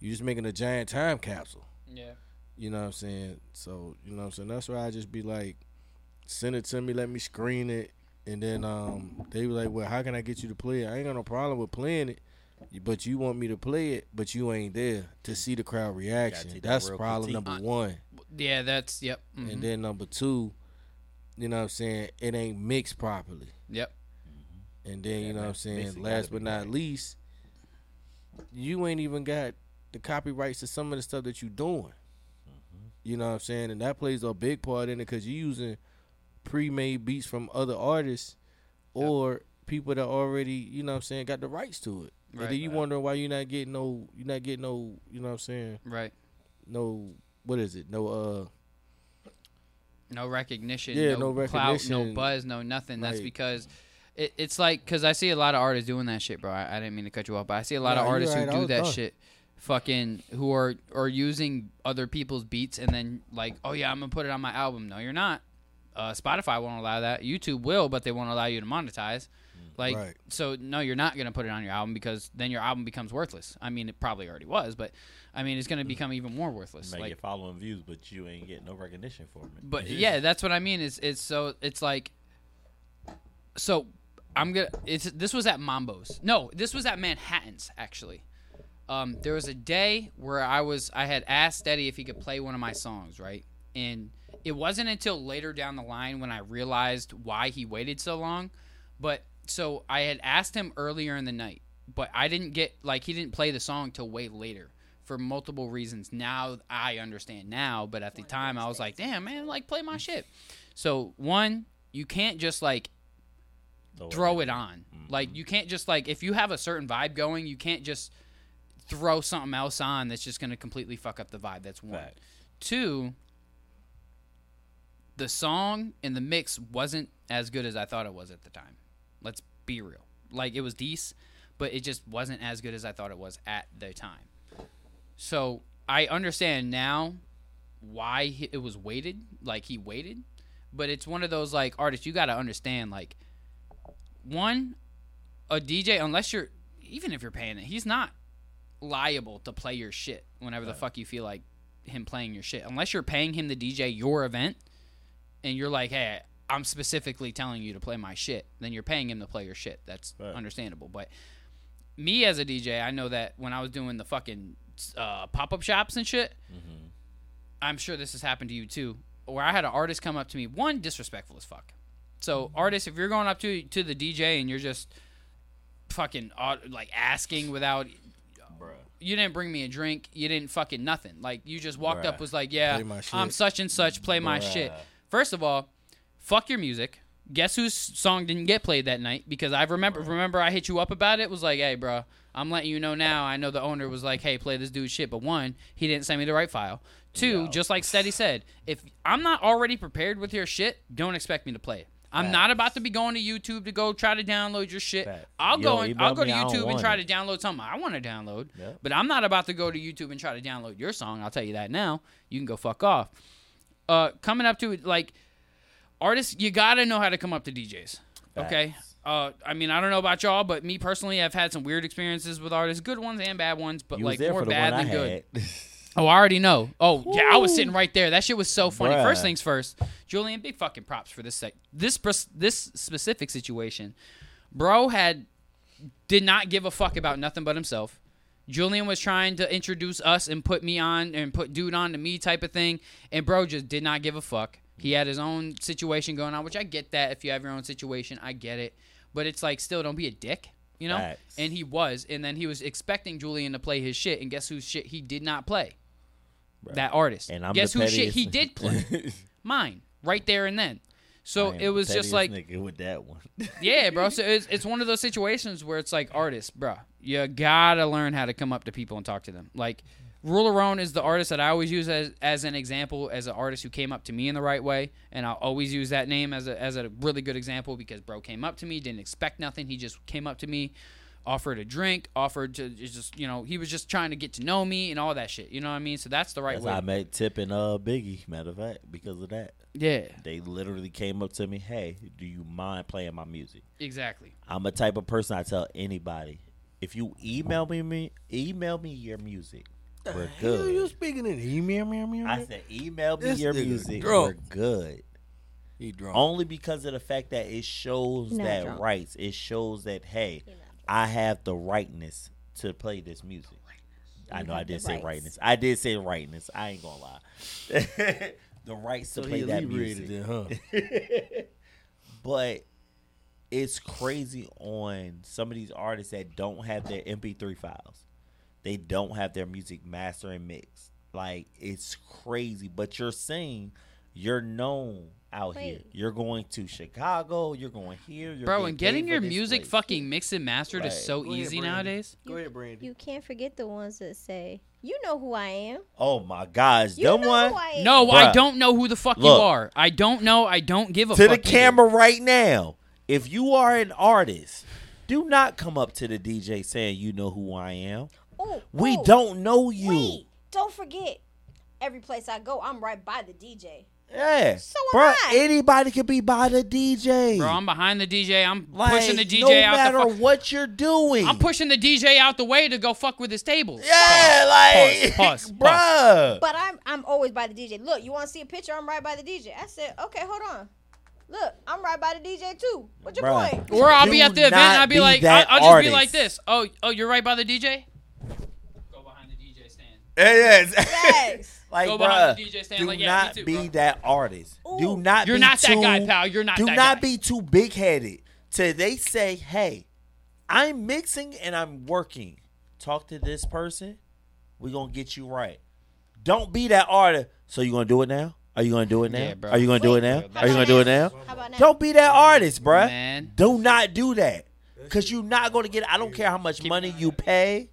[SPEAKER 4] you just making a giant time capsule.
[SPEAKER 1] Yeah.
[SPEAKER 4] You know what I'm saying? So you know what I'm saying. That's why I just be like, send it to me. Let me screen it. And then um, they were like, "Well, how can I get you to play it? I ain't got no problem with playing it, but you want me to play it, but you ain't there to see the crowd reaction.
[SPEAKER 8] take that
[SPEAKER 4] That's
[SPEAKER 8] real
[SPEAKER 4] problem
[SPEAKER 8] critique.
[SPEAKER 4] number one.
[SPEAKER 1] Yeah, that's yep. mhm,
[SPEAKER 4] And then number two, you know what I'm saying? It ain't mixed properly.
[SPEAKER 1] yep.
[SPEAKER 4] And then you know what I'm
[SPEAKER 8] mixing
[SPEAKER 4] saying.
[SPEAKER 8] gotta
[SPEAKER 4] Last
[SPEAKER 8] be
[SPEAKER 4] but not least, you ain't even got the copyrights to some of the stuff that you doing. You know what I'm saying, and that plays a big part in it because you're using pre-made beats from other artists or people that already you know what I'm saying got the rights to it. and
[SPEAKER 1] Right.
[SPEAKER 4] then you wondering why you're not getting no, you're not getting no, you know what I'm saying,
[SPEAKER 1] Right.
[SPEAKER 4] no, what is it, no, uh,
[SPEAKER 1] No recognition.
[SPEAKER 4] Yeah,
[SPEAKER 1] no,
[SPEAKER 4] no
[SPEAKER 1] Clout, no
[SPEAKER 4] recognition.
[SPEAKER 1] buzz. No nothing. That's
[SPEAKER 4] Like-
[SPEAKER 1] because. It, it's like because I see a lot of artists doing that shit, bro. I, I didn't mean to cut you off, but I see a lot
[SPEAKER 4] Nah,
[SPEAKER 1] of
[SPEAKER 4] you
[SPEAKER 1] artists
[SPEAKER 4] right.
[SPEAKER 1] who
[SPEAKER 4] I
[SPEAKER 1] do
[SPEAKER 4] was
[SPEAKER 1] that
[SPEAKER 4] done.
[SPEAKER 1] shit, fucking who are are using other people's beats and then like, oh yeah, I'm gonna put it on my album. No, you're not. Uh, Spotify won't allow that. YouTube will, but they won't allow you to monetize. Like,
[SPEAKER 4] Mm. Right.
[SPEAKER 1] so no, you're not gonna put it on your album because then your album becomes worthless. I mean, it probably already was, but I mean, it's gonna
[SPEAKER 4] Mm.
[SPEAKER 1] become even more worthless.
[SPEAKER 2] Make
[SPEAKER 1] like,
[SPEAKER 2] it following views, but you ain't getting no recognition for it.
[SPEAKER 1] but yeah, that's what I mean. Is it's so it's like so I'm gonna it's this was at Mambo's. No, this was at Manhattan's actually. Um, there was a day where I was I had asked Eddie if he could play one of my songs, right? And it wasn't until later down the line when I realized why he waited so long. But so I had asked him earlier in the night, but I didn't get like he didn't play the song till way later for multiple reasons. Now I understand now, but at the time I was like, damn man, like play my shit. So one, you can't just like throw it on. Like you can't just like if you have a certain vibe going, you can't just throw something else on that's just going to completely fuck up the vibe. That's one.
[SPEAKER 2] Fact.
[SPEAKER 1] Two, the song and the mix wasn't as good as I thought it was at the time. Let's be real. Like it was decent, but it just wasn't as good as I thought it was at the time. So I understand now why he- it was waited, like he waited, but it's one of those like artists you got to understand like one a DJ unless you're even if you're paying it, he's not liable to play your shit whenever the fuck you feel like him playing your shit. Unless you're paying him to DJ your event and you're like, "Hey, I'm specifically telling you to play my shit." Then you're paying him to play your shit. That's
[SPEAKER 2] Right.
[SPEAKER 1] understandable, but me as a DJ, I know that when I was doing the fucking uh, pop up shops and shit, I'm sure this has happened to you too, where I had an artist come up to me, one disrespectful as fuck. So artists, if you're going up to to the DJ and you're just fucking au- like asking without, you didn't bring me a drink, you didn't fucking nothing. Like you just walked up
[SPEAKER 2] Bruh.
[SPEAKER 1] was like, yeah,
[SPEAKER 4] Play my
[SPEAKER 1] I'm
[SPEAKER 4] shit.
[SPEAKER 1] such and such, play my shit. First of all, fuck your music. Guess whose song didn't get played that night? Because I remember remember I hit you up about it. Was like, hey, bro, I'm letting you know now. I know the owner was like, hey, play this dude's shit. But one, he didn't send me the right file. Two, just like Steady said, if I'm not already prepared with your shit, don't expect me to play it. I'm not about to be going to YouTube to go try to download your shit.
[SPEAKER 2] Facts.
[SPEAKER 1] I'll
[SPEAKER 2] Yo,
[SPEAKER 1] go and,
[SPEAKER 2] email
[SPEAKER 1] I'll go
[SPEAKER 2] me,
[SPEAKER 1] to
[SPEAKER 2] I don't
[SPEAKER 1] YouTube and
[SPEAKER 2] want
[SPEAKER 1] try
[SPEAKER 2] it.
[SPEAKER 1] to download something I want to download.
[SPEAKER 2] Yeah.
[SPEAKER 1] But I'm not about to go to YouTube and try to download your song. I'll tell you that now. You can go fuck off. Uh, coming up to it, like artists, you gotta know how to come up to DJs. Okay. Uh, I mean, I don't know about y'all, but me personally, I've had some weird experiences with artists, good ones and bad ones, but
[SPEAKER 2] You was
[SPEAKER 1] like
[SPEAKER 2] there
[SPEAKER 1] more
[SPEAKER 2] for the
[SPEAKER 1] bad
[SPEAKER 2] one I
[SPEAKER 1] than good.
[SPEAKER 2] had.
[SPEAKER 1] Oh, I already know. Oh, yeah, I was sitting right there. That shit was so funny.
[SPEAKER 2] Bruh.
[SPEAKER 1] First things first, Julian, big fucking props for this sec. This pres- this specific situation, bro had did not give a fuck about nothing but himself. Julian was trying to introduce us and put me on and put dude on to me type of thing, and bro just did not give a fuck. He had his own situation going on, which I get that. If you have your own situation, I get it. But it's like, still, don't be a dick, you know.
[SPEAKER 2] Facts.
[SPEAKER 1] And he was, and then he was expecting Julian to play his shit, and guess whose shit he did not play? That artist.
[SPEAKER 2] And I'm
[SPEAKER 1] guess
[SPEAKER 2] the
[SPEAKER 1] whose shit
[SPEAKER 2] pettiest-
[SPEAKER 1] he did play? Mine, right there and then. So
[SPEAKER 2] I am
[SPEAKER 1] it was
[SPEAKER 2] the
[SPEAKER 1] just
[SPEAKER 2] pettiest
[SPEAKER 1] like
[SPEAKER 2] nigga with that one.
[SPEAKER 1] yeah, bro. So it's, it's one of those situations where it's like artists, bro. You gotta learn how to come up to people and talk to them. Like Rulerone is the artist that I always use as, as an example as an artist who came up to me in the right way, and I'll always use that name as a as a really good example because bro came up to me, didn't expect nothing. He just came up to me, offered a drink, offered to it's just you know he was just trying to get to know me and all that shit. You know what I mean? So that's the right
[SPEAKER 2] That's
[SPEAKER 1] way.
[SPEAKER 2] how I met Tip and uh, Biggie. Matter of fact, because of that,
[SPEAKER 1] yeah,
[SPEAKER 2] they literally came up to me, "Hey, do you mind playing my music?"
[SPEAKER 1] exactly.
[SPEAKER 2] I'm a type of person I tell anybody, if you email me, me email me your music, we're
[SPEAKER 4] You
[SPEAKER 2] good.
[SPEAKER 4] speaking in email, meow, meow, meow.
[SPEAKER 2] I said, email me
[SPEAKER 4] This
[SPEAKER 2] your
[SPEAKER 4] nigga
[SPEAKER 2] music,
[SPEAKER 4] drunk.
[SPEAKER 2] we're good.
[SPEAKER 4] He drunk.
[SPEAKER 2] only because of the fact that it shows
[SPEAKER 3] Not
[SPEAKER 2] that
[SPEAKER 3] drunk.
[SPEAKER 2] rights. It shows that hey,
[SPEAKER 3] not drunk.
[SPEAKER 2] I have the rightness to play this music. I know I
[SPEAKER 3] have the
[SPEAKER 2] did say
[SPEAKER 3] rights.
[SPEAKER 2] rightness. I did say rightness. I ain't gonna lie. the rights to
[SPEAKER 4] So
[SPEAKER 2] play
[SPEAKER 4] he
[SPEAKER 2] that
[SPEAKER 4] alleviated
[SPEAKER 2] music,
[SPEAKER 4] it, huh?
[SPEAKER 2] but it's crazy on some of these artists that don't have their MP3 files. They don't have their music master and mixed. Like it's crazy, but you're saying you're known out here.
[SPEAKER 3] Wait.
[SPEAKER 2] You're going to Chicago. You're going here. You're
[SPEAKER 1] Bro,
[SPEAKER 2] getting
[SPEAKER 1] and getting
[SPEAKER 2] paid for
[SPEAKER 1] your
[SPEAKER 2] this
[SPEAKER 1] music
[SPEAKER 2] place.
[SPEAKER 1] fucking mixed and mastered
[SPEAKER 2] Right.
[SPEAKER 1] is so
[SPEAKER 4] Go ahead,
[SPEAKER 1] easy
[SPEAKER 4] Brandon.
[SPEAKER 1] nowadays.
[SPEAKER 4] Go ahead, Brandy.
[SPEAKER 3] You can't forget the ones that say, "You know who I am."
[SPEAKER 2] Oh my gosh,
[SPEAKER 3] You
[SPEAKER 2] them
[SPEAKER 3] know
[SPEAKER 2] one
[SPEAKER 3] who I am.
[SPEAKER 1] No,
[SPEAKER 2] Bruh.
[SPEAKER 1] I don't know who the fuck
[SPEAKER 2] Look.
[SPEAKER 1] you are. I don't know. I don't give a
[SPEAKER 2] to the
[SPEAKER 1] fuck. either.
[SPEAKER 2] camera right now. If you are an artist, do not come up to the DJ saying you know who I am.
[SPEAKER 3] Ooh,
[SPEAKER 2] We
[SPEAKER 3] ooh,
[SPEAKER 2] don't know you.
[SPEAKER 3] Wait, don't forget. Every place I go, I'm right by the DJ.
[SPEAKER 2] Yeah.
[SPEAKER 3] So am
[SPEAKER 2] Bruh,
[SPEAKER 3] I.
[SPEAKER 2] anybody could be by the DJ.
[SPEAKER 1] Bro, I'm behind the DJ. I'm
[SPEAKER 2] Like,
[SPEAKER 1] pushing the DJ
[SPEAKER 2] no
[SPEAKER 1] out
[SPEAKER 2] matter
[SPEAKER 1] the fu-
[SPEAKER 2] what you're doing.
[SPEAKER 1] I'm pushing the DJ out the way to go fuck with his tables.
[SPEAKER 2] Yeah, like,
[SPEAKER 1] pause, pause.
[SPEAKER 2] bruh.
[SPEAKER 3] But I'm I'm always by the DJ. Look, you want to see a picture? I'm right by the DJ. I said, okay, hold on. Look, I'm right by the DJ too. What's your
[SPEAKER 2] Bruh.
[SPEAKER 3] point?
[SPEAKER 1] Or I'll
[SPEAKER 2] Do
[SPEAKER 1] be at the event.
[SPEAKER 2] not
[SPEAKER 1] and I'll be,
[SPEAKER 2] be
[SPEAKER 1] like, I-
[SPEAKER 2] that
[SPEAKER 1] I'll, just be like
[SPEAKER 2] artist.
[SPEAKER 1] this. Oh, oh, you're right by the DJ. Go behind the DJ stand.
[SPEAKER 2] It is.
[SPEAKER 3] Facts.
[SPEAKER 2] like,
[SPEAKER 1] Go behind
[SPEAKER 2] bruh,
[SPEAKER 1] the DJ stand,
[SPEAKER 2] do
[SPEAKER 1] like, yeah, me
[SPEAKER 2] not
[SPEAKER 1] too,
[SPEAKER 2] be
[SPEAKER 1] bro.
[SPEAKER 2] that artist. Do
[SPEAKER 3] Ooh.
[SPEAKER 2] not
[SPEAKER 1] You're
[SPEAKER 2] be
[SPEAKER 1] not that guy,
[SPEAKER 2] too-
[SPEAKER 1] pal. You're not
[SPEAKER 2] Do
[SPEAKER 1] that
[SPEAKER 2] not
[SPEAKER 1] guy.
[SPEAKER 2] be too big headed. Till they say, hey, I'm mixing and I'm working. Talk to this person. We're going to get you right. Don't be that artist. So you going to do it now? Are you going to do it now?
[SPEAKER 1] Yeah, bro.
[SPEAKER 2] Are you going to do it now?
[SPEAKER 1] Wait,
[SPEAKER 2] Are you going to do it now?
[SPEAKER 3] How about now?
[SPEAKER 2] Don't be that artist, bruh.
[SPEAKER 1] Man.
[SPEAKER 2] Do not do that. Because you're not going to get I don't care how much money you pay.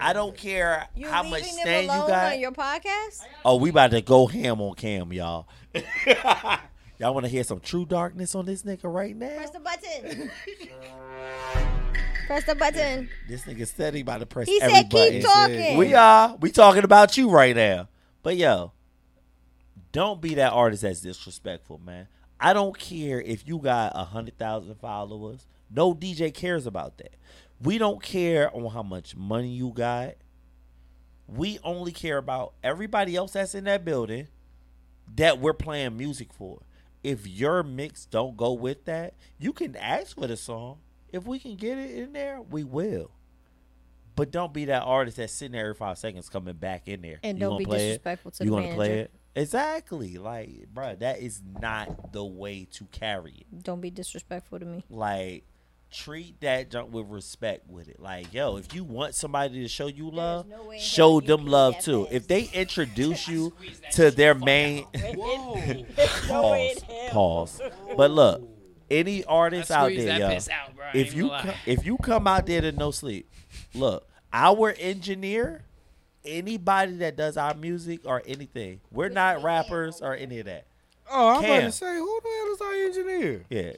[SPEAKER 2] I don't care
[SPEAKER 3] you
[SPEAKER 2] how
[SPEAKER 3] leaving
[SPEAKER 2] much
[SPEAKER 3] them
[SPEAKER 2] stand you
[SPEAKER 3] alone
[SPEAKER 2] got.
[SPEAKER 3] on your podcast?
[SPEAKER 2] Oh, we about to go ham on Cam, y'all. y'all want to hear some true darkness on this nigga right now?
[SPEAKER 3] Press the button. Press the button.
[SPEAKER 2] This nigga steady about to press
[SPEAKER 3] He
[SPEAKER 2] every
[SPEAKER 3] said,
[SPEAKER 2] button.
[SPEAKER 3] keep talking.
[SPEAKER 2] We are. We talking about you right now. But yo, don't be that artist that's disrespectful, man. I don't care if you got a hundred thousand followers. No DJ cares about that. We don't care on how much money you got. We only care about everybody else that's in that building that we're playing music for. If your mix don't go with that, you can ask for the song. If we can get it in there, we will. But don't be that artist that's sitting there every five seconds coming back in there.
[SPEAKER 3] And
[SPEAKER 2] You
[SPEAKER 3] don't
[SPEAKER 2] gonna
[SPEAKER 3] be
[SPEAKER 2] play it?
[SPEAKER 3] disrespectful to
[SPEAKER 2] You
[SPEAKER 3] the
[SPEAKER 2] gonna play
[SPEAKER 3] manager.
[SPEAKER 2] it? Exactly. Like, bruh, that is not the way to carry it
[SPEAKER 3] Don't be disrespectful to me.
[SPEAKER 2] like treat that junk with respect with it like yo if you want somebody to show you love
[SPEAKER 3] no way in hell
[SPEAKER 2] show
[SPEAKER 3] you
[SPEAKER 2] them
[SPEAKER 3] can be
[SPEAKER 2] love
[SPEAKER 3] that
[SPEAKER 2] too
[SPEAKER 3] fast.
[SPEAKER 2] if they introduce you to their main pause pause but look any artist
[SPEAKER 1] I
[SPEAKER 2] out
[SPEAKER 1] squeezed
[SPEAKER 2] there
[SPEAKER 1] that
[SPEAKER 2] yo,
[SPEAKER 1] piss out, bro. I ain't
[SPEAKER 2] if you
[SPEAKER 1] gonna
[SPEAKER 2] co-
[SPEAKER 1] lie.
[SPEAKER 2] if you come out there to no sleep look our engineer anybody that does our music or anything we're not rappers or any of that
[SPEAKER 4] Oh, I'm about
[SPEAKER 2] Cam.
[SPEAKER 4] to say, who the hell is our engineer?
[SPEAKER 2] yeah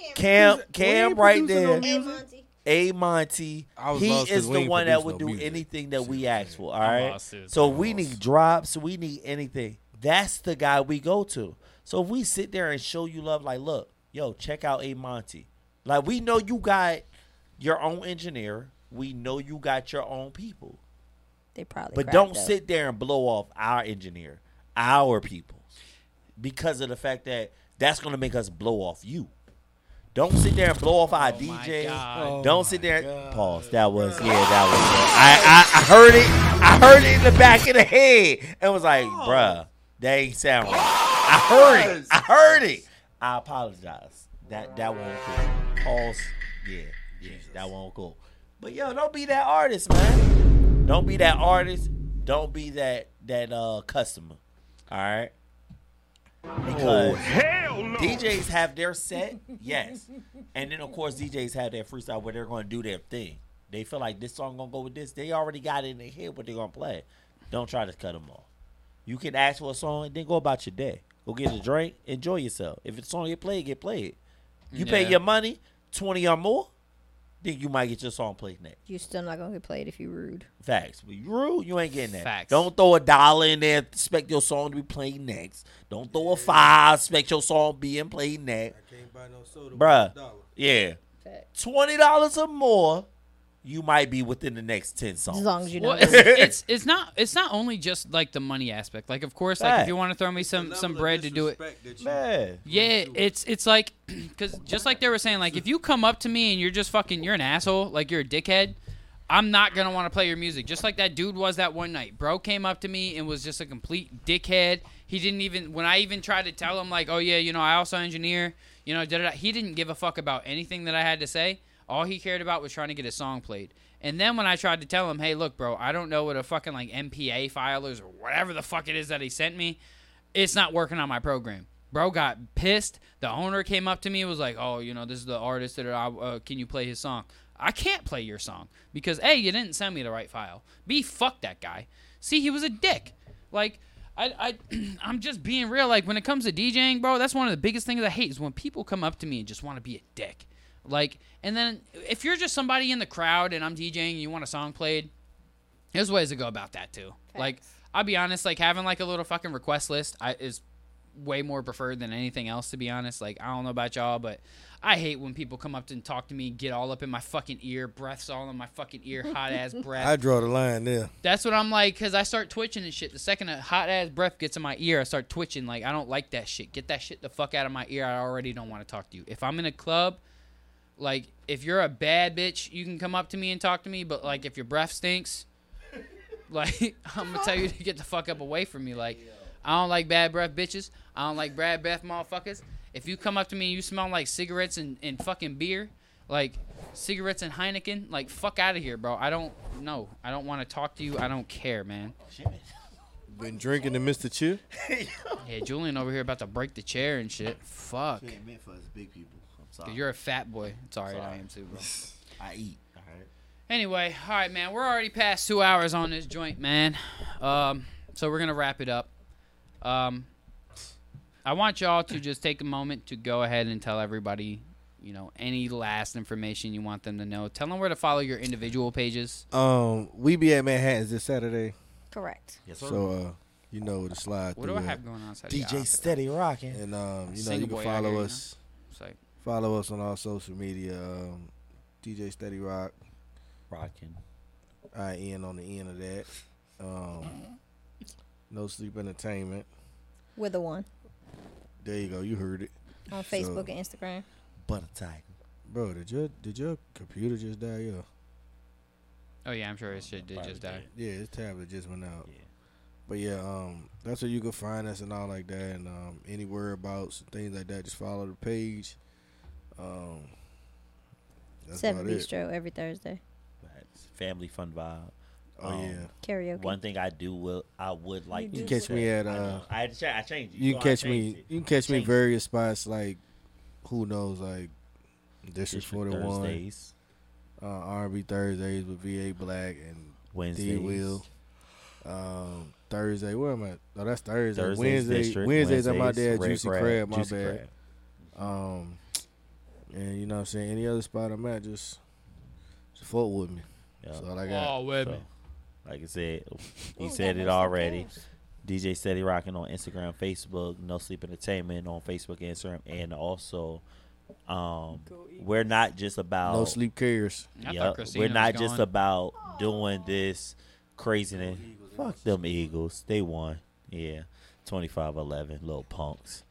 [SPEAKER 2] cam
[SPEAKER 4] He's- well,
[SPEAKER 3] Cam.
[SPEAKER 4] he
[SPEAKER 2] cam
[SPEAKER 4] ain't
[SPEAKER 2] right
[SPEAKER 4] producing no
[SPEAKER 2] there
[SPEAKER 4] music.
[SPEAKER 3] Hey,
[SPEAKER 2] a
[SPEAKER 4] Music?
[SPEAKER 3] Monty.
[SPEAKER 2] Monty.
[SPEAKER 4] I was
[SPEAKER 2] He
[SPEAKER 4] lost 'cause
[SPEAKER 2] is
[SPEAKER 4] we
[SPEAKER 2] the
[SPEAKER 4] ain't
[SPEAKER 2] one that
[SPEAKER 4] produced
[SPEAKER 2] would
[SPEAKER 4] no
[SPEAKER 2] do
[SPEAKER 4] music.
[SPEAKER 2] anything that we ask for. All right.
[SPEAKER 1] lost, sis.
[SPEAKER 2] So
[SPEAKER 1] I'm
[SPEAKER 2] we need drops. We need anything. That's the guy we go to. So if we sit there and show you love, like, look, yo, check out A Monty. Like we know you got your own engineer. We know you got your own people.
[SPEAKER 3] They probably.
[SPEAKER 2] But
[SPEAKER 3] cracked
[SPEAKER 2] don't
[SPEAKER 3] up.
[SPEAKER 2] sit there and blow off our engineer, our people, because of the fact that that's going to make us blow off you. Don't sit there and blow off our DJs.
[SPEAKER 1] God.
[SPEAKER 2] don't sit there. Pause. That was yeah. That was. I, I I heard it. I heard it in the back of the head and was like, bruh, that ain't sound right. I heard it. I heard it. I apologize. That that won't cool. Pause. Yeah. Yeah. That won't cool. But yo, don't be that artist, man. Don't be that artist. Don't be that that uh customer. All right. Because DJs have their set, yes, and then of course DJs have their freestyle where they're going to do their thing. They feel like this song gonna go with this. They already got it in their head what they're gonna play. Don't try to cut them off. You can ask for a song and then go about your day. Go get a drink, enjoy yourself. If it's a song you play, get played. You pay
[SPEAKER 1] Yeah.
[SPEAKER 2] your money, twenty or more, then you might get your song played next.
[SPEAKER 3] You're still not gonna get played if you rude.
[SPEAKER 2] Facts. But you rude, you ain't getting that.
[SPEAKER 1] Facts.
[SPEAKER 2] Don't throw a dollar in there, expect your song to be played next. Don't throw a five, expect your song being played next.
[SPEAKER 4] Can't buy no soda.
[SPEAKER 2] Bruh. Yeah. Twenty dollars or more, you might be within the next ten songs.
[SPEAKER 3] As long as you know.
[SPEAKER 1] Well,
[SPEAKER 3] those.
[SPEAKER 1] it's, it's it's not it's not only just like the money aspect. Like, of course, like if
[SPEAKER 2] Right.
[SPEAKER 1] you want to throw me some some bread to do it,
[SPEAKER 2] Man.
[SPEAKER 1] yeah, it's it's like because just like they were saying, like if you come up to me and you're just fucking, you're an asshole, like you're a dickhead. I'm not gonna want to play your music. Just like that dude was that one night. Bro came up to me and was just a complete dickhead. He didn't even when I even tried to tell him like, oh yeah, you know, I also engineer. You know, da da. da," He didn't give a fuck about anything that I had to say. All he cared about was trying to get his song played. And then when I tried to tell him, hey, look, bro, I don't know what a fucking like MPA file is or whatever the fuck it is that he sent me it's not working on my program. Bro got pissed. The owner came up to me and was like, "Oh, you know, this is the artist that I uh, can you play his song? I can't play your song because a you didn't send me the right file. B fuck that guy. C he was a dick. Like I I I'm just being real. Like when it comes to DJing, bro, that's one of the biggest things I hate is when people come up to me and just want to be a dick. Like and then if you're just somebody in the crowd and I'm DJing, and you want a song played, there's ways to go about that too. Like I'll be honest, like having like a little fucking request list I, is way more preferred than anything else. To be honest, like I don't know about y'all, but I hate when people come up and talk to me, get all up in my fucking ear, breaths all in my fucking ear, hot ass breath.
[SPEAKER 4] I draw the line there.
[SPEAKER 1] That's what I'm like, cause I start twitching and shit. The second a hot ass breath gets in my ear, I start twitching. Like I don't like that shit. Get that shit the fuck out of my ear. I already don't want to talk to you. If I'm in a club, like if you're a bad bitch, you can come up to me and talk to me. But like if your breath stinks, like I'm gonna tell you to get the fuck up away from me. Like I don't like bad breath bitches. I don't like bad breath motherfuckers. If you come up to me and you smell like cigarettes and, and fucking beer, like cigarettes and Heineken, like fuck out of here, bro. I don't no. I don't want to talk to you. I don't care, man.
[SPEAKER 4] Been drinking to Mr. Chew.
[SPEAKER 1] Yeah, Julian over here about to break the chair and shit. Fuck.
[SPEAKER 10] It ain't meant for us big people. I'm sorry.
[SPEAKER 1] You're a fat boy. It's alright, I
[SPEAKER 10] Sorry.
[SPEAKER 1] am too, bro.
[SPEAKER 10] I eat. All right.
[SPEAKER 1] Anyway, all right, man. We're already past two hours on this joint, man. Um, so we're gonna wrap it up. Um, I want y'all to just take a moment to go ahead and tell everybody, you know, any last information you want them to know. Tell them where to follow your individual pages.
[SPEAKER 4] Um, we be at Manhattan's this Saturday,
[SPEAKER 3] Correct.
[SPEAKER 10] Yes, sir.
[SPEAKER 4] so uh, you know to slide
[SPEAKER 1] What do
[SPEAKER 4] through.
[SPEAKER 1] I
[SPEAKER 4] it.
[SPEAKER 1] have going on? Saturday?
[SPEAKER 2] DJ
[SPEAKER 1] Ah,
[SPEAKER 2] Steady Rocking.
[SPEAKER 4] And um, you know
[SPEAKER 1] Single
[SPEAKER 4] you
[SPEAKER 1] boy
[SPEAKER 4] can
[SPEAKER 1] out here,
[SPEAKER 4] follow
[SPEAKER 1] you
[SPEAKER 4] us.
[SPEAKER 1] it's like-
[SPEAKER 4] Follow us on all social media. Um, DJ Steady Rock.
[SPEAKER 2] Rocking.
[SPEAKER 4] I N on the end of that. Um, no Sleep Entertainment.
[SPEAKER 3] With a one
[SPEAKER 4] There you go. You heard it,
[SPEAKER 3] on Facebook and Instagram.
[SPEAKER 2] Butter Tiger.
[SPEAKER 4] bro. Did your did your computer just die? Yeah.
[SPEAKER 1] Oh yeah, I'm sure his shit did just die.
[SPEAKER 4] Yeah, his tablet just went out.
[SPEAKER 10] Yeah.
[SPEAKER 4] But yeah, um, that's where you can find us and all like that, and um, any whereabouts and things like that. Just follow the page. Um, that's
[SPEAKER 3] Seven
[SPEAKER 4] about it.
[SPEAKER 3] Bistro every Thursday.
[SPEAKER 2] That's Family fun vibe.
[SPEAKER 4] Oh
[SPEAKER 2] Um,
[SPEAKER 4] yeah,
[SPEAKER 3] Karaoke.
[SPEAKER 2] One thing I do will I would like
[SPEAKER 4] you
[SPEAKER 2] to
[SPEAKER 4] can catch me
[SPEAKER 2] say-
[SPEAKER 4] at
[SPEAKER 2] I
[SPEAKER 4] uh,
[SPEAKER 2] know. I, had to cha- I changed it.
[SPEAKER 4] you can
[SPEAKER 2] know I
[SPEAKER 4] catch
[SPEAKER 2] changed
[SPEAKER 4] me.
[SPEAKER 2] it.
[SPEAKER 4] You can catch me
[SPEAKER 2] Change it.
[SPEAKER 4] various spots like, who knows, like District
[SPEAKER 2] District
[SPEAKER 4] Forty One,
[SPEAKER 2] Thursdays,
[SPEAKER 4] uh, R&B Thursdays with VA Black and
[SPEAKER 2] Wednesdays,
[SPEAKER 4] D Will. Um, Thursday, where am I? Oh, that's Thursday.
[SPEAKER 2] Thursdays,
[SPEAKER 4] Wednesday,
[SPEAKER 2] District,
[SPEAKER 4] Wednesdays, I'm out there at
[SPEAKER 2] Red
[SPEAKER 4] Juicy Crab. My
[SPEAKER 2] Juicy
[SPEAKER 4] bad.
[SPEAKER 2] Crab.
[SPEAKER 4] Um, and you know what I'm saying? Any other spot I'm at, just, just fuck with me.
[SPEAKER 2] Yeah.
[SPEAKER 4] That's all I got.
[SPEAKER 1] Oh, wait a
[SPEAKER 2] So,
[SPEAKER 1] minute.
[SPEAKER 2] like I said, he
[SPEAKER 11] Ooh,
[SPEAKER 2] said
[SPEAKER 11] that
[SPEAKER 2] it
[SPEAKER 11] makes
[SPEAKER 2] already.
[SPEAKER 11] sense.
[SPEAKER 2] DJ Steady Rocking on Instagram, Facebook, No Sleep Entertainment on Facebook, Instagram, and also, um,
[SPEAKER 12] Go eat.
[SPEAKER 2] we're not just about
[SPEAKER 4] No sleep cares.
[SPEAKER 1] I
[SPEAKER 2] Yup,
[SPEAKER 1] thought Christina
[SPEAKER 2] we're not
[SPEAKER 1] was
[SPEAKER 2] just
[SPEAKER 1] gone.
[SPEAKER 2] about doing this craziness. Fuck them Eagles, they won. Yeah, 25-11, little punks.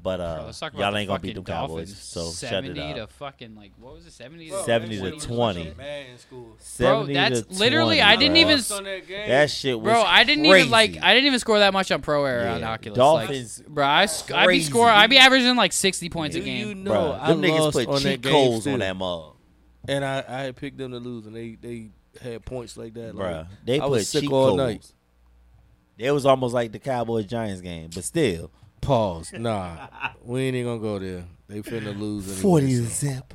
[SPEAKER 2] But
[SPEAKER 1] Bro,
[SPEAKER 2] uh,
[SPEAKER 1] let's talk about
[SPEAKER 2] y'all
[SPEAKER 1] the
[SPEAKER 2] ain't gonna beat
[SPEAKER 1] fucking
[SPEAKER 2] them Cowboys,
[SPEAKER 1] Dolphins.
[SPEAKER 2] so shut
[SPEAKER 1] seventy
[SPEAKER 2] it up.
[SPEAKER 1] to fucking like what was it, seventy? to-
[SPEAKER 2] 70 to 20.
[SPEAKER 1] Bro,
[SPEAKER 2] 70
[SPEAKER 1] that's
[SPEAKER 2] to
[SPEAKER 1] literally.
[SPEAKER 2] 20,
[SPEAKER 1] I didn't
[SPEAKER 2] bro.
[SPEAKER 1] even.
[SPEAKER 2] That shit was
[SPEAKER 1] Bro, I didn't even like.
[SPEAKER 2] crazy.
[SPEAKER 1] I didn't even score that much on Pro Air on
[SPEAKER 2] Yeah,
[SPEAKER 1] Oculus.
[SPEAKER 2] Dolphins
[SPEAKER 1] like, bro, I sc- I be
[SPEAKER 2] crazy.
[SPEAKER 1] score. I be averaging like sixty points a
[SPEAKER 4] Do you
[SPEAKER 1] game.
[SPEAKER 4] know
[SPEAKER 2] Bro,
[SPEAKER 4] I
[SPEAKER 2] them niggas
[SPEAKER 4] lost
[SPEAKER 2] put
[SPEAKER 4] on
[SPEAKER 2] cheat
[SPEAKER 4] that game
[SPEAKER 2] codes
[SPEAKER 4] still,
[SPEAKER 2] on that mug.
[SPEAKER 4] and I, I had picked them to lose, and they they had points like that.
[SPEAKER 2] Bruh,
[SPEAKER 4] Like,
[SPEAKER 2] they
[SPEAKER 4] I
[SPEAKER 2] put
[SPEAKER 4] was sick
[SPEAKER 2] cheat
[SPEAKER 4] all
[SPEAKER 2] codes.
[SPEAKER 4] night.
[SPEAKER 2] It was almost like the Cowboys Giants game, but still,
[SPEAKER 4] Pause. Nah, we ain't even gonna go there. They finna lose. Anyway,
[SPEAKER 2] forty to
[SPEAKER 4] so.
[SPEAKER 2] zip.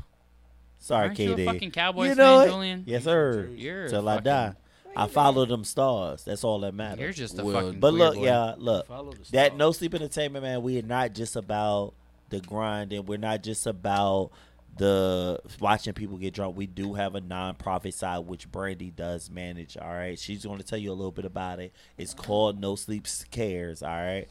[SPEAKER 2] Sorry,
[SPEAKER 1] Aren't you a
[SPEAKER 2] KD.
[SPEAKER 1] fucking Cowboys
[SPEAKER 2] You know
[SPEAKER 1] fan,
[SPEAKER 2] it.
[SPEAKER 1] Julian?
[SPEAKER 2] Yes, sir.
[SPEAKER 1] You're a
[SPEAKER 2] Till I
[SPEAKER 1] fucking-
[SPEAKER 2] die, I follow them stars. That's all that matters.
[SPEAKER 1] You're just a
[SPEAKER 4] Well,
[SPEAKER 1] fucking.
[SPEAKER 2] But
[SPEAKER 1] weird
[SPEAKER 2] look,
[SPEAKER 1] boy.
[SPEAKER 2] yeah, look.
[SPEAKER 4] Follow the
[SPEAKER 2] That
[SPEAKER 4] stars.
[SPEAKER 2] no sleep entertainment, man. We are not just about the grind, and we're not just about the watching people get drunk. We do have a nonprofit side, which Brandy does manage. All right, she's going to tell you a little bit about it. It's called No Sleep Cares. All right.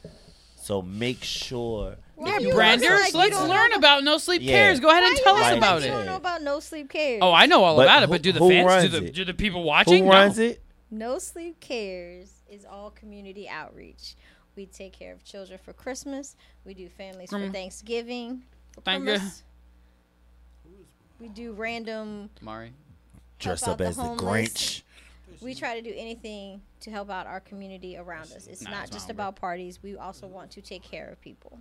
[SPEAKER 2] So make sure.
[SPEAKER 3] Why
[SPEAKER 2] you
[SPEAKER 3] you
[SPEAKER 2] Branders,
[SPEAKER 3] acting like you
[SPEAKER 1] let's
[SPEAKER 3] don't
[SPEAKER 1] learn
[SPEAKER 3] know-
[SPEAKER 1] about No Sleep
[SPEAKER 2] Yeah.
[SPEAKER 1] Cares. Go ahead
[SPEAKER 3] why
[SPEAKER 1] and
[SPEAKER 3] you
[SPEAKER 1] tell us
[SPEAKER 3] acting
[SPEAKER 2] Right.
[SPEAKER 1] about
[SPEAKER 3] like You don't
[SPEAKER 2] it.
[SPEAKER 3] know about no sleep cares.
[SPEAKER 1] Oh, I know all
[SPEAKER 2] But
[SPEAKER 1] about it,
[SPEAKER 2] who-
[SPEAKER 1] but do the
[SPEAKER 2] who
[SPEAKER 1] fans, do
[SPEAKER 2] runs
[SPEAKER 1] the,
[SPEAKER 2] it?
[SPEAKER 1] do the people
[SPEAKER 2] Who
[SPEAKER 1] watching?
[SPEAKER 2] runs
[SPEAKER 1] no.
[SPEAKER 2] it?
[SPEAKER 3] No Sleep Cares is all community outreach. We take care of children for Christmas. We do families for
[SPEAKER 1] Grandma.
[SPEAKER 3] Thanksgiving. for
[SPEAKER 1] Thank you.
[SPEAKER 3] Christmas. We do random.
[SPEAKER 1] Mari.
[SPEAKER 2] Dress up
[SPEAKER 3] Help out the
[SPEAKER 2] as the Grinch.
[SPEAKER 3] homeless. We try to do anything to help out our community around us. It's
[SPEAKER 1] Nah,
[SPEAKER 3] not
[SPEAKER 1] that's
[SPEAKER 3] just
[SPEAKER 1] wrong,
[SPEAKER 3] about parties. We also want to take care of people.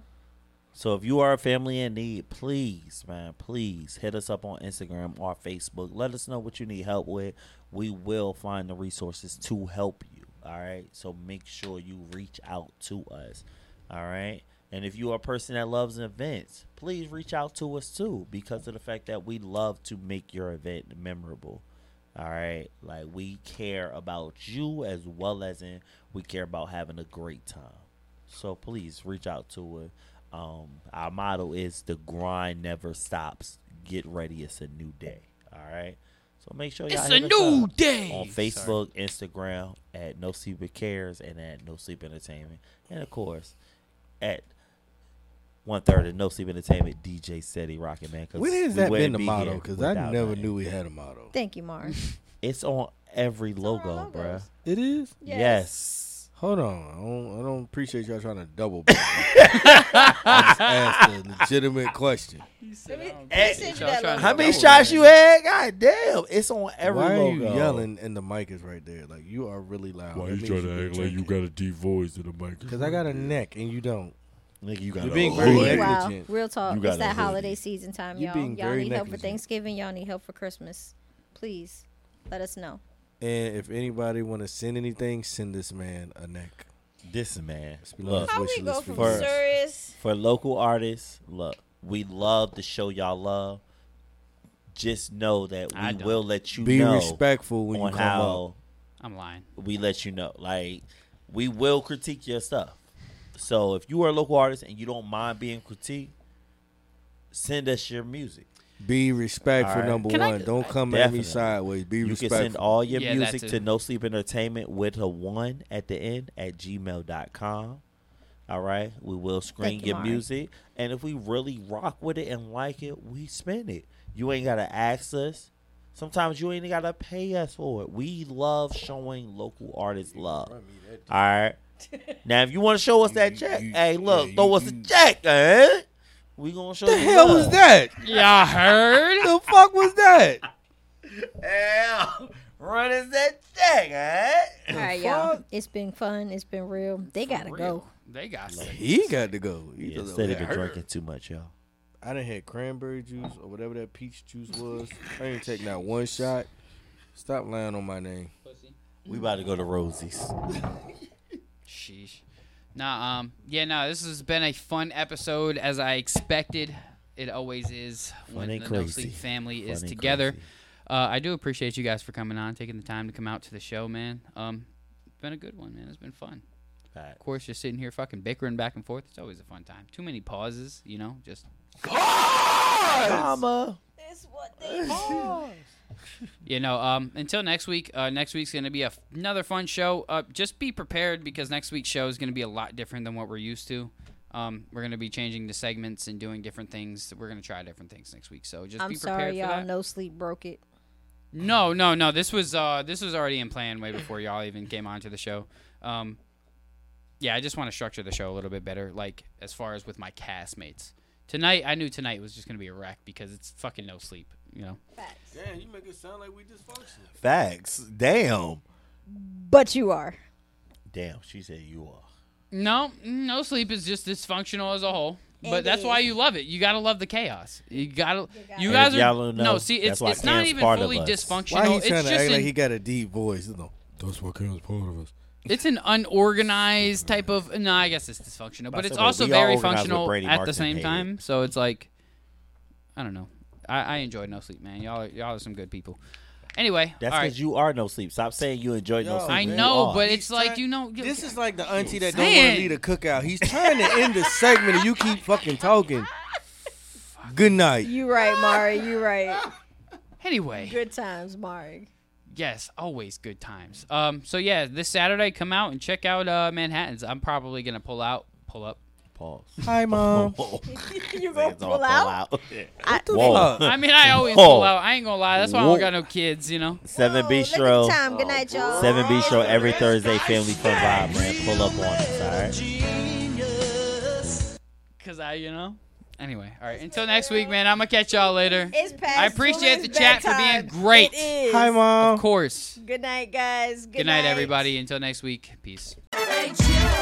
[SPEAKER 2] So if you are a family in need, please, man, please hit us up on Instagram or Facebook. Let us know what you need help with. We will find the resources to help you. All right. So make sure you reach out to us. All right. And if you are a person that loves events, please reach out to us too because of the fact that we love to make your event memorable. All right. Like we care about you as well as in we care about having a great time. So please reach out to us. Um, our motto is the grind never stops. Get ready, it's a new day. All right. So make sure y'all
[SPEAKER 1] It's
[SPEAKER 2] hit
[SPEAKER 1] a
[SPEAKER 2] us
[SPEAKER 1] new
[SPEAKER 2] up
[SPEAKER 1] day.
[SPEAKER 2] on Facebook, Instagram at No Sleep But Cares and at No Sleep Entertainment, and of course at one third of No Sleep Entertainment DJ Steady Rocket Man. 'cause
[SPEAKER 4] When
[SPEAKER 2] we
[SPEAKER 4] has that
[SPEAKER 2] wouldn't
[SPEAKER 4] been the
[SPEAKER 2] be
[SPEAKER 4] motto?
[SPEAKER 2] here
[SPEAKER 4] Because I
[SPEAKER 2] without
[SPEAKER 4] never
[SPEAKER 2] that.
[SPEAKER 4] knew we had a motto.
[SPEAKER 3] Thank you, Mars.
[SPEAKER 2] it's on every
[SPEAKER 3] on our
[SPEAKER 2] logo, bruh.
[SPEAKER 3] logos.
[SPEAKER 4] It is.
[SPEAKER 2] Yes.
[SPEAKER 4] Hold on, I don't, I don't appreciate y'all trying to double. back. I just asked a legitimate question.
[SPEAKER 3] I sent you that logo.
[SPEAKER 2] How many shots you had? God damn! It's on every
[SPEAKER 4] Why are you
[SPEAKER 2] logo.
[SPEAKER 4] yelling and the mic is right there? Like you are really loud.
[SPEAKER 13] Why you trying to act like you got a deep voice in the mic?
[SPEAKER 4] Because I got a neck and you don't.
[SPEAKER 2] Nigga, you got
[SPEAKER 4] You're
[SPEAKER 2] a
[SPEAKER 4] being very
[SPEAKER 2] hoodie.
[SPEAKER 4] negative.
[SPEAKER 3] Wow,
[SPEAKER 4] negligent.
[SPEAKER 3] real talk.
[SPEAKER 2] You
[SPEAKER 3] It's
[SPEAKER 2] gotta
[SPEAKER 3] that
[SPEAKER 2] hoodie.
[SPEAKER 3] holiday season time,
[SPEAKER 4] You
[SPEAKER 3] y'all.
[SPEAKER 4] being
[SPEAKER 3] Y'all
[SPEAKER 4] very
[SPEAKER 3] need help for
[SPEAKER 4] negligent.
[SPEAKER 3] Thanksgiving. Y'all need help for Christmas. Please let us know.
[SPEAKER 4] And if anybody want to send anything, send this man a neck.
[SPEAKER 2] This man,
[SPEAKER 4] Let's be
[SPEAKER 2] look
[SPEAKER 4] honest.
[SPEAKER 3] How
[SPEAKER 4] wish
[SPEAKER 3] we
[SPEAKER 4] list
[SPEAKER 3] go
[SPEAKER 4] for
[SPEAKER 3] from
[SPEAKER 2] you.
[SPEAKER 3] serious?
[SPEAKER 2] for local artists. Look, we love to show y'all love. Just know that
[SPEAKER 1] I
[SPEAKER 2] we
[SPEAKER 1] don't.
[SPEAKER 2] will let you
[SPEAKER 4] Be
[SPEAKER 2] know
[SPEAKER 4] respectful when you
[SPEAKER 2] on
[SPEAKER 4] come up.
[SPEAKER 2] how
[SPEAKER 1] I'm lying.
[SPEAKER 2] we let you know. Like we will critique your stuff. So if you are a local artist and you don't mind being critiqued, send us your music.
[SPEAKER 4] Be respectful.
[SPEAKER 2] All right.
[SPEAKER 4] Number
[SPEAKER 1] Can I
[SPEAKER 4] one,
[SPEAKER 1] do-
[SPEAKER 4] don't come
[SPEAKER 2] Definitely.
[SPEAKER 4] at me sideways. Be
[SPEAKER 2] You can
[SPEAKER 4] respectful.
[SPEAKER 2] send all your
[SPEAKER 1] Yeah, that
[SPEAKER 2] music
[SPEAKER 1] too.
[SPEAKER 2] to No Sleep Entertainment with a one at the end at gmail.com. All right. We will screen
[SPEAKER 3] Thank you,
[SPEAKER 2] your
[SPEAKER 3] Mari.
[SPEAKER 2] music. And if we really rock with it and like it, we spend it. You ain't got to ask us. Sometimes you ain't got to pay us for it. We love showing local artists love. All right. Now, if you want to show us that check, hey, look, throw us a check, eh? We gonna show
[SPEAKER 4] the
[SPEAKER 2] you
[SPEAKER 4] hell was
[SPEAKER 2] love.
[SPEAKER 4] that?
[SPEAKER 1] Y'all heard?
[SPEAKER 4] The fuck was that?
[SPEAKER 2] Hell, run us that check, eh?
[SPEAKER 3] All right, y'all. It's been fun. It's been real. They gotta go.
[SPEAKER 1] They got sick.
[SPEAKER 4] He got to go. He
[SPEAKER 2] Yeah,
[SPEAKER 4] just
[SPEAKER 2] instead of
[SPEAKER 4] over
[SPEAKER 2] been
[SPEAKER 4] there.
[SPEAKER 2] drinking too much, y'all.
[SPEAKER 4] I done had cranberry juice or whatever that peach juice was. I didn't take not one shot. Stop lying on my name.
[SPEAKER 2] We about to go to Rosie's.
[SPEAKER 1] Sheesh. Nah, um, yeah, nah, this has been a fun episode as I expected. It always is when the
[SPEAKER 2] and
[SPEAKER 1] No
[SPEAKER 2] crazy.
[SPEAKER 1] Sleep family
[SPEAKER 2] Fun
[SPEAKER 1] is
[SPEAKER 2] and
[SPEAKER 1] together.
[SPEAKER 2] crazy.
[SPEAKER 1] Uh, I do appreciate you guys for coming on, taking the time to come out to the show, man. Um, it's been a good one, man. It's been fun. Of course, just sitting here fucking bickering back and forth. It's always a fun time. Too many pauses, you know, just
[SPEAKER 2] Mama.
[SPEAKER 14] That's what they
[SPEAKER 1] You know, um, until next week. Uh, next week's going to be a f- another fun show. Uh, just be prepared because next week's show is going to be a lot different than what we're used to. Um, we're going to be changing the segments and doing different things. We're going to try different things next week. So just
[SPEAKER 3] I'm
[SPEAKER 1] be prepared
[SPEAKER 3] sorry,
[SPEAKER 1] for
[SPEAKER 3] y'all.
[SPEAKER 1] that.
[SPEAKER 3] No sleep broke it.
[SPEAKER 1] No, Oh, no, no. This was uh, this was already in plan way before y'all even came onto the show. Um, yeah, I just want to structure the show a little bit better, like as far as with my castmates. Tonight, I knew tonight was just going to be a wreck because it's fucking no sleep. You know.
[SPEAKER 4] Damn, you make it sound like we dysfunctional.
[SPEAKER 2] Facts. Damn.
[SPEAKER 3] But you are.
[SPEAKER 2] Damn. She said you are.
[SPEAKER 1] No, no sleep is just dysfunctional as a whole. But
[SPEAKER 3] It
[SPEAKER 1] that's why
[SPEAKER 3] is.
[SPEAKER 1] you love it. You gotta love the chaos. You gotta. You
[SPEAKER 2] And
[SPEAKER 1] guys
[SPEAKER 2] if
[SPEAKER 1] are
[SPEAKER 2] y'all don't
[SPEAKER 1] no.
[SPEAKER 2] know,
[SPEAKER 1] See,
[SPEAKER 2] that's
[SPEAKER 1] it's
[SPEAKER 2] why
[SPEAKER 1] it's not
[SPEAKER 2] Cam's
[SPEAKER 1] even
[SPEAKER 2] part of
[SPEAKER 1] fully
[SPEAKER 2] us.
[SPEAKER 4] Why
[SPEAKER 1] dysfunctional.
[SPEAKER 4] he trying
[SPEAKER 1] It's
[SPEAKER 4] to act
[SPEAKER 1] just
[SPEAKER 4] like he
[SPEAKER 1] an,
[SPEAKER 4] got a deep voice? You know,
[SPEAKER 13] That's what counts part of us.
[SPEAKER 1] it's an unorganized type of. No, I guess it's dysfunctional, but
[SPEAKER 2] That's
[SPEAKER 1] it's
[SPEAKER 2] okay.
[SPEAKER 1] also
[SPEAKER 2] We all
[SPEAKER 1] very
[SPEAKER 2] organized with
[SPEAKER 1] functional
[SPEAKER 2] Brady
[SPEAKER 1] at the
[SPEAKER 2] Martin
[SPEAKER 1] same
[SPEAKER 2] hated.
[SPEAKER 1] time. So it's like, I don't know. I, I enjoy no sleep, man. Y'all are, y'all are some good people. Anyway,
[SPEAKER 2] That's
[SPEAKER 1] all
[SPEAKER 2] because
[SPEAKER 1] right.
[SPEAKER 2] you are no sleep. Stop saying you enjoy no
[SPEAKER 4] Yo,
[SPEAKER 2] sleep.
[SPEAKER 1] I
[SPEAKER 2] You
[SPEAKER 1] know,
[SPEAKER 2] are.
[SPEAKER 1] but it's like you know.
[SPEAKER 4] this is like the auntie that don't want
[SPEAKER 1] saying.
[SPEAKER 4] to lead a cookout. He's trying to end the segment, and you keep fucking talking. Good night.
[SPEAKER 3] You right, Mari. You right.
[SPEAKER 1] anyway.
[SPEAKER 3] Good times, Mari.
[SPEAKER 1] Yes, always good times. Um, so yeah, this Saturday come out and check out uh, Manhattan's. I'm probably gonna pull out, pull up,
[SPEAKER 2] Pause.
[SPEAKER 4] Hi, mom.
[SPEAKER 3] you
[SPEAKER 2] Niggas
[SPEAKER 3] gonna
[SPEAKER 2] all
[SPEAKER 3] pull out? I,
[SPEAKER 2] Whoa.
[SPEAKER 1] I mean, I always
[SPEAKER 2] Whoa.
[SPEAKER 1] pull out. I ain't gonna lie. That's why I
[SPEAKER 2] Whoa.
[SPEAKER 1] don't got no kids. You know.
[SPEAKER 2] Seven
[SPEAKER 3] Whoa,
[SPEAKER 2] Bistro.
[SPEAKER 3] Look at the time. Good night, y'all.
[SPEAKER 2] Seven B Show every Thursday, family fun vibe, man. Pull up on us, all right?
[SPEAKER 1] Cause I, you know. Anyway, all right. Until next week, man. I'm gonna catch y'all later.
[SPEAKER 3] It's past.
[SPEAKER 1] I appreciate
[SPEAKER 3] Julie's
[SPEAKER 1] the chat for being
[SPEAKER 3] bedtime.
[SPEAKER 1] great.
[SPEAKER 3] It is.
[SPEAKER 4] Hi, mom.
[SPEAKER 1] Of course.
[SPEAKER 3] Good night, guys. Good,
[SPEAKER 1] Good night, everybody. Until next week. Peace.
[SPEAKER 15] Hey, Jimmy.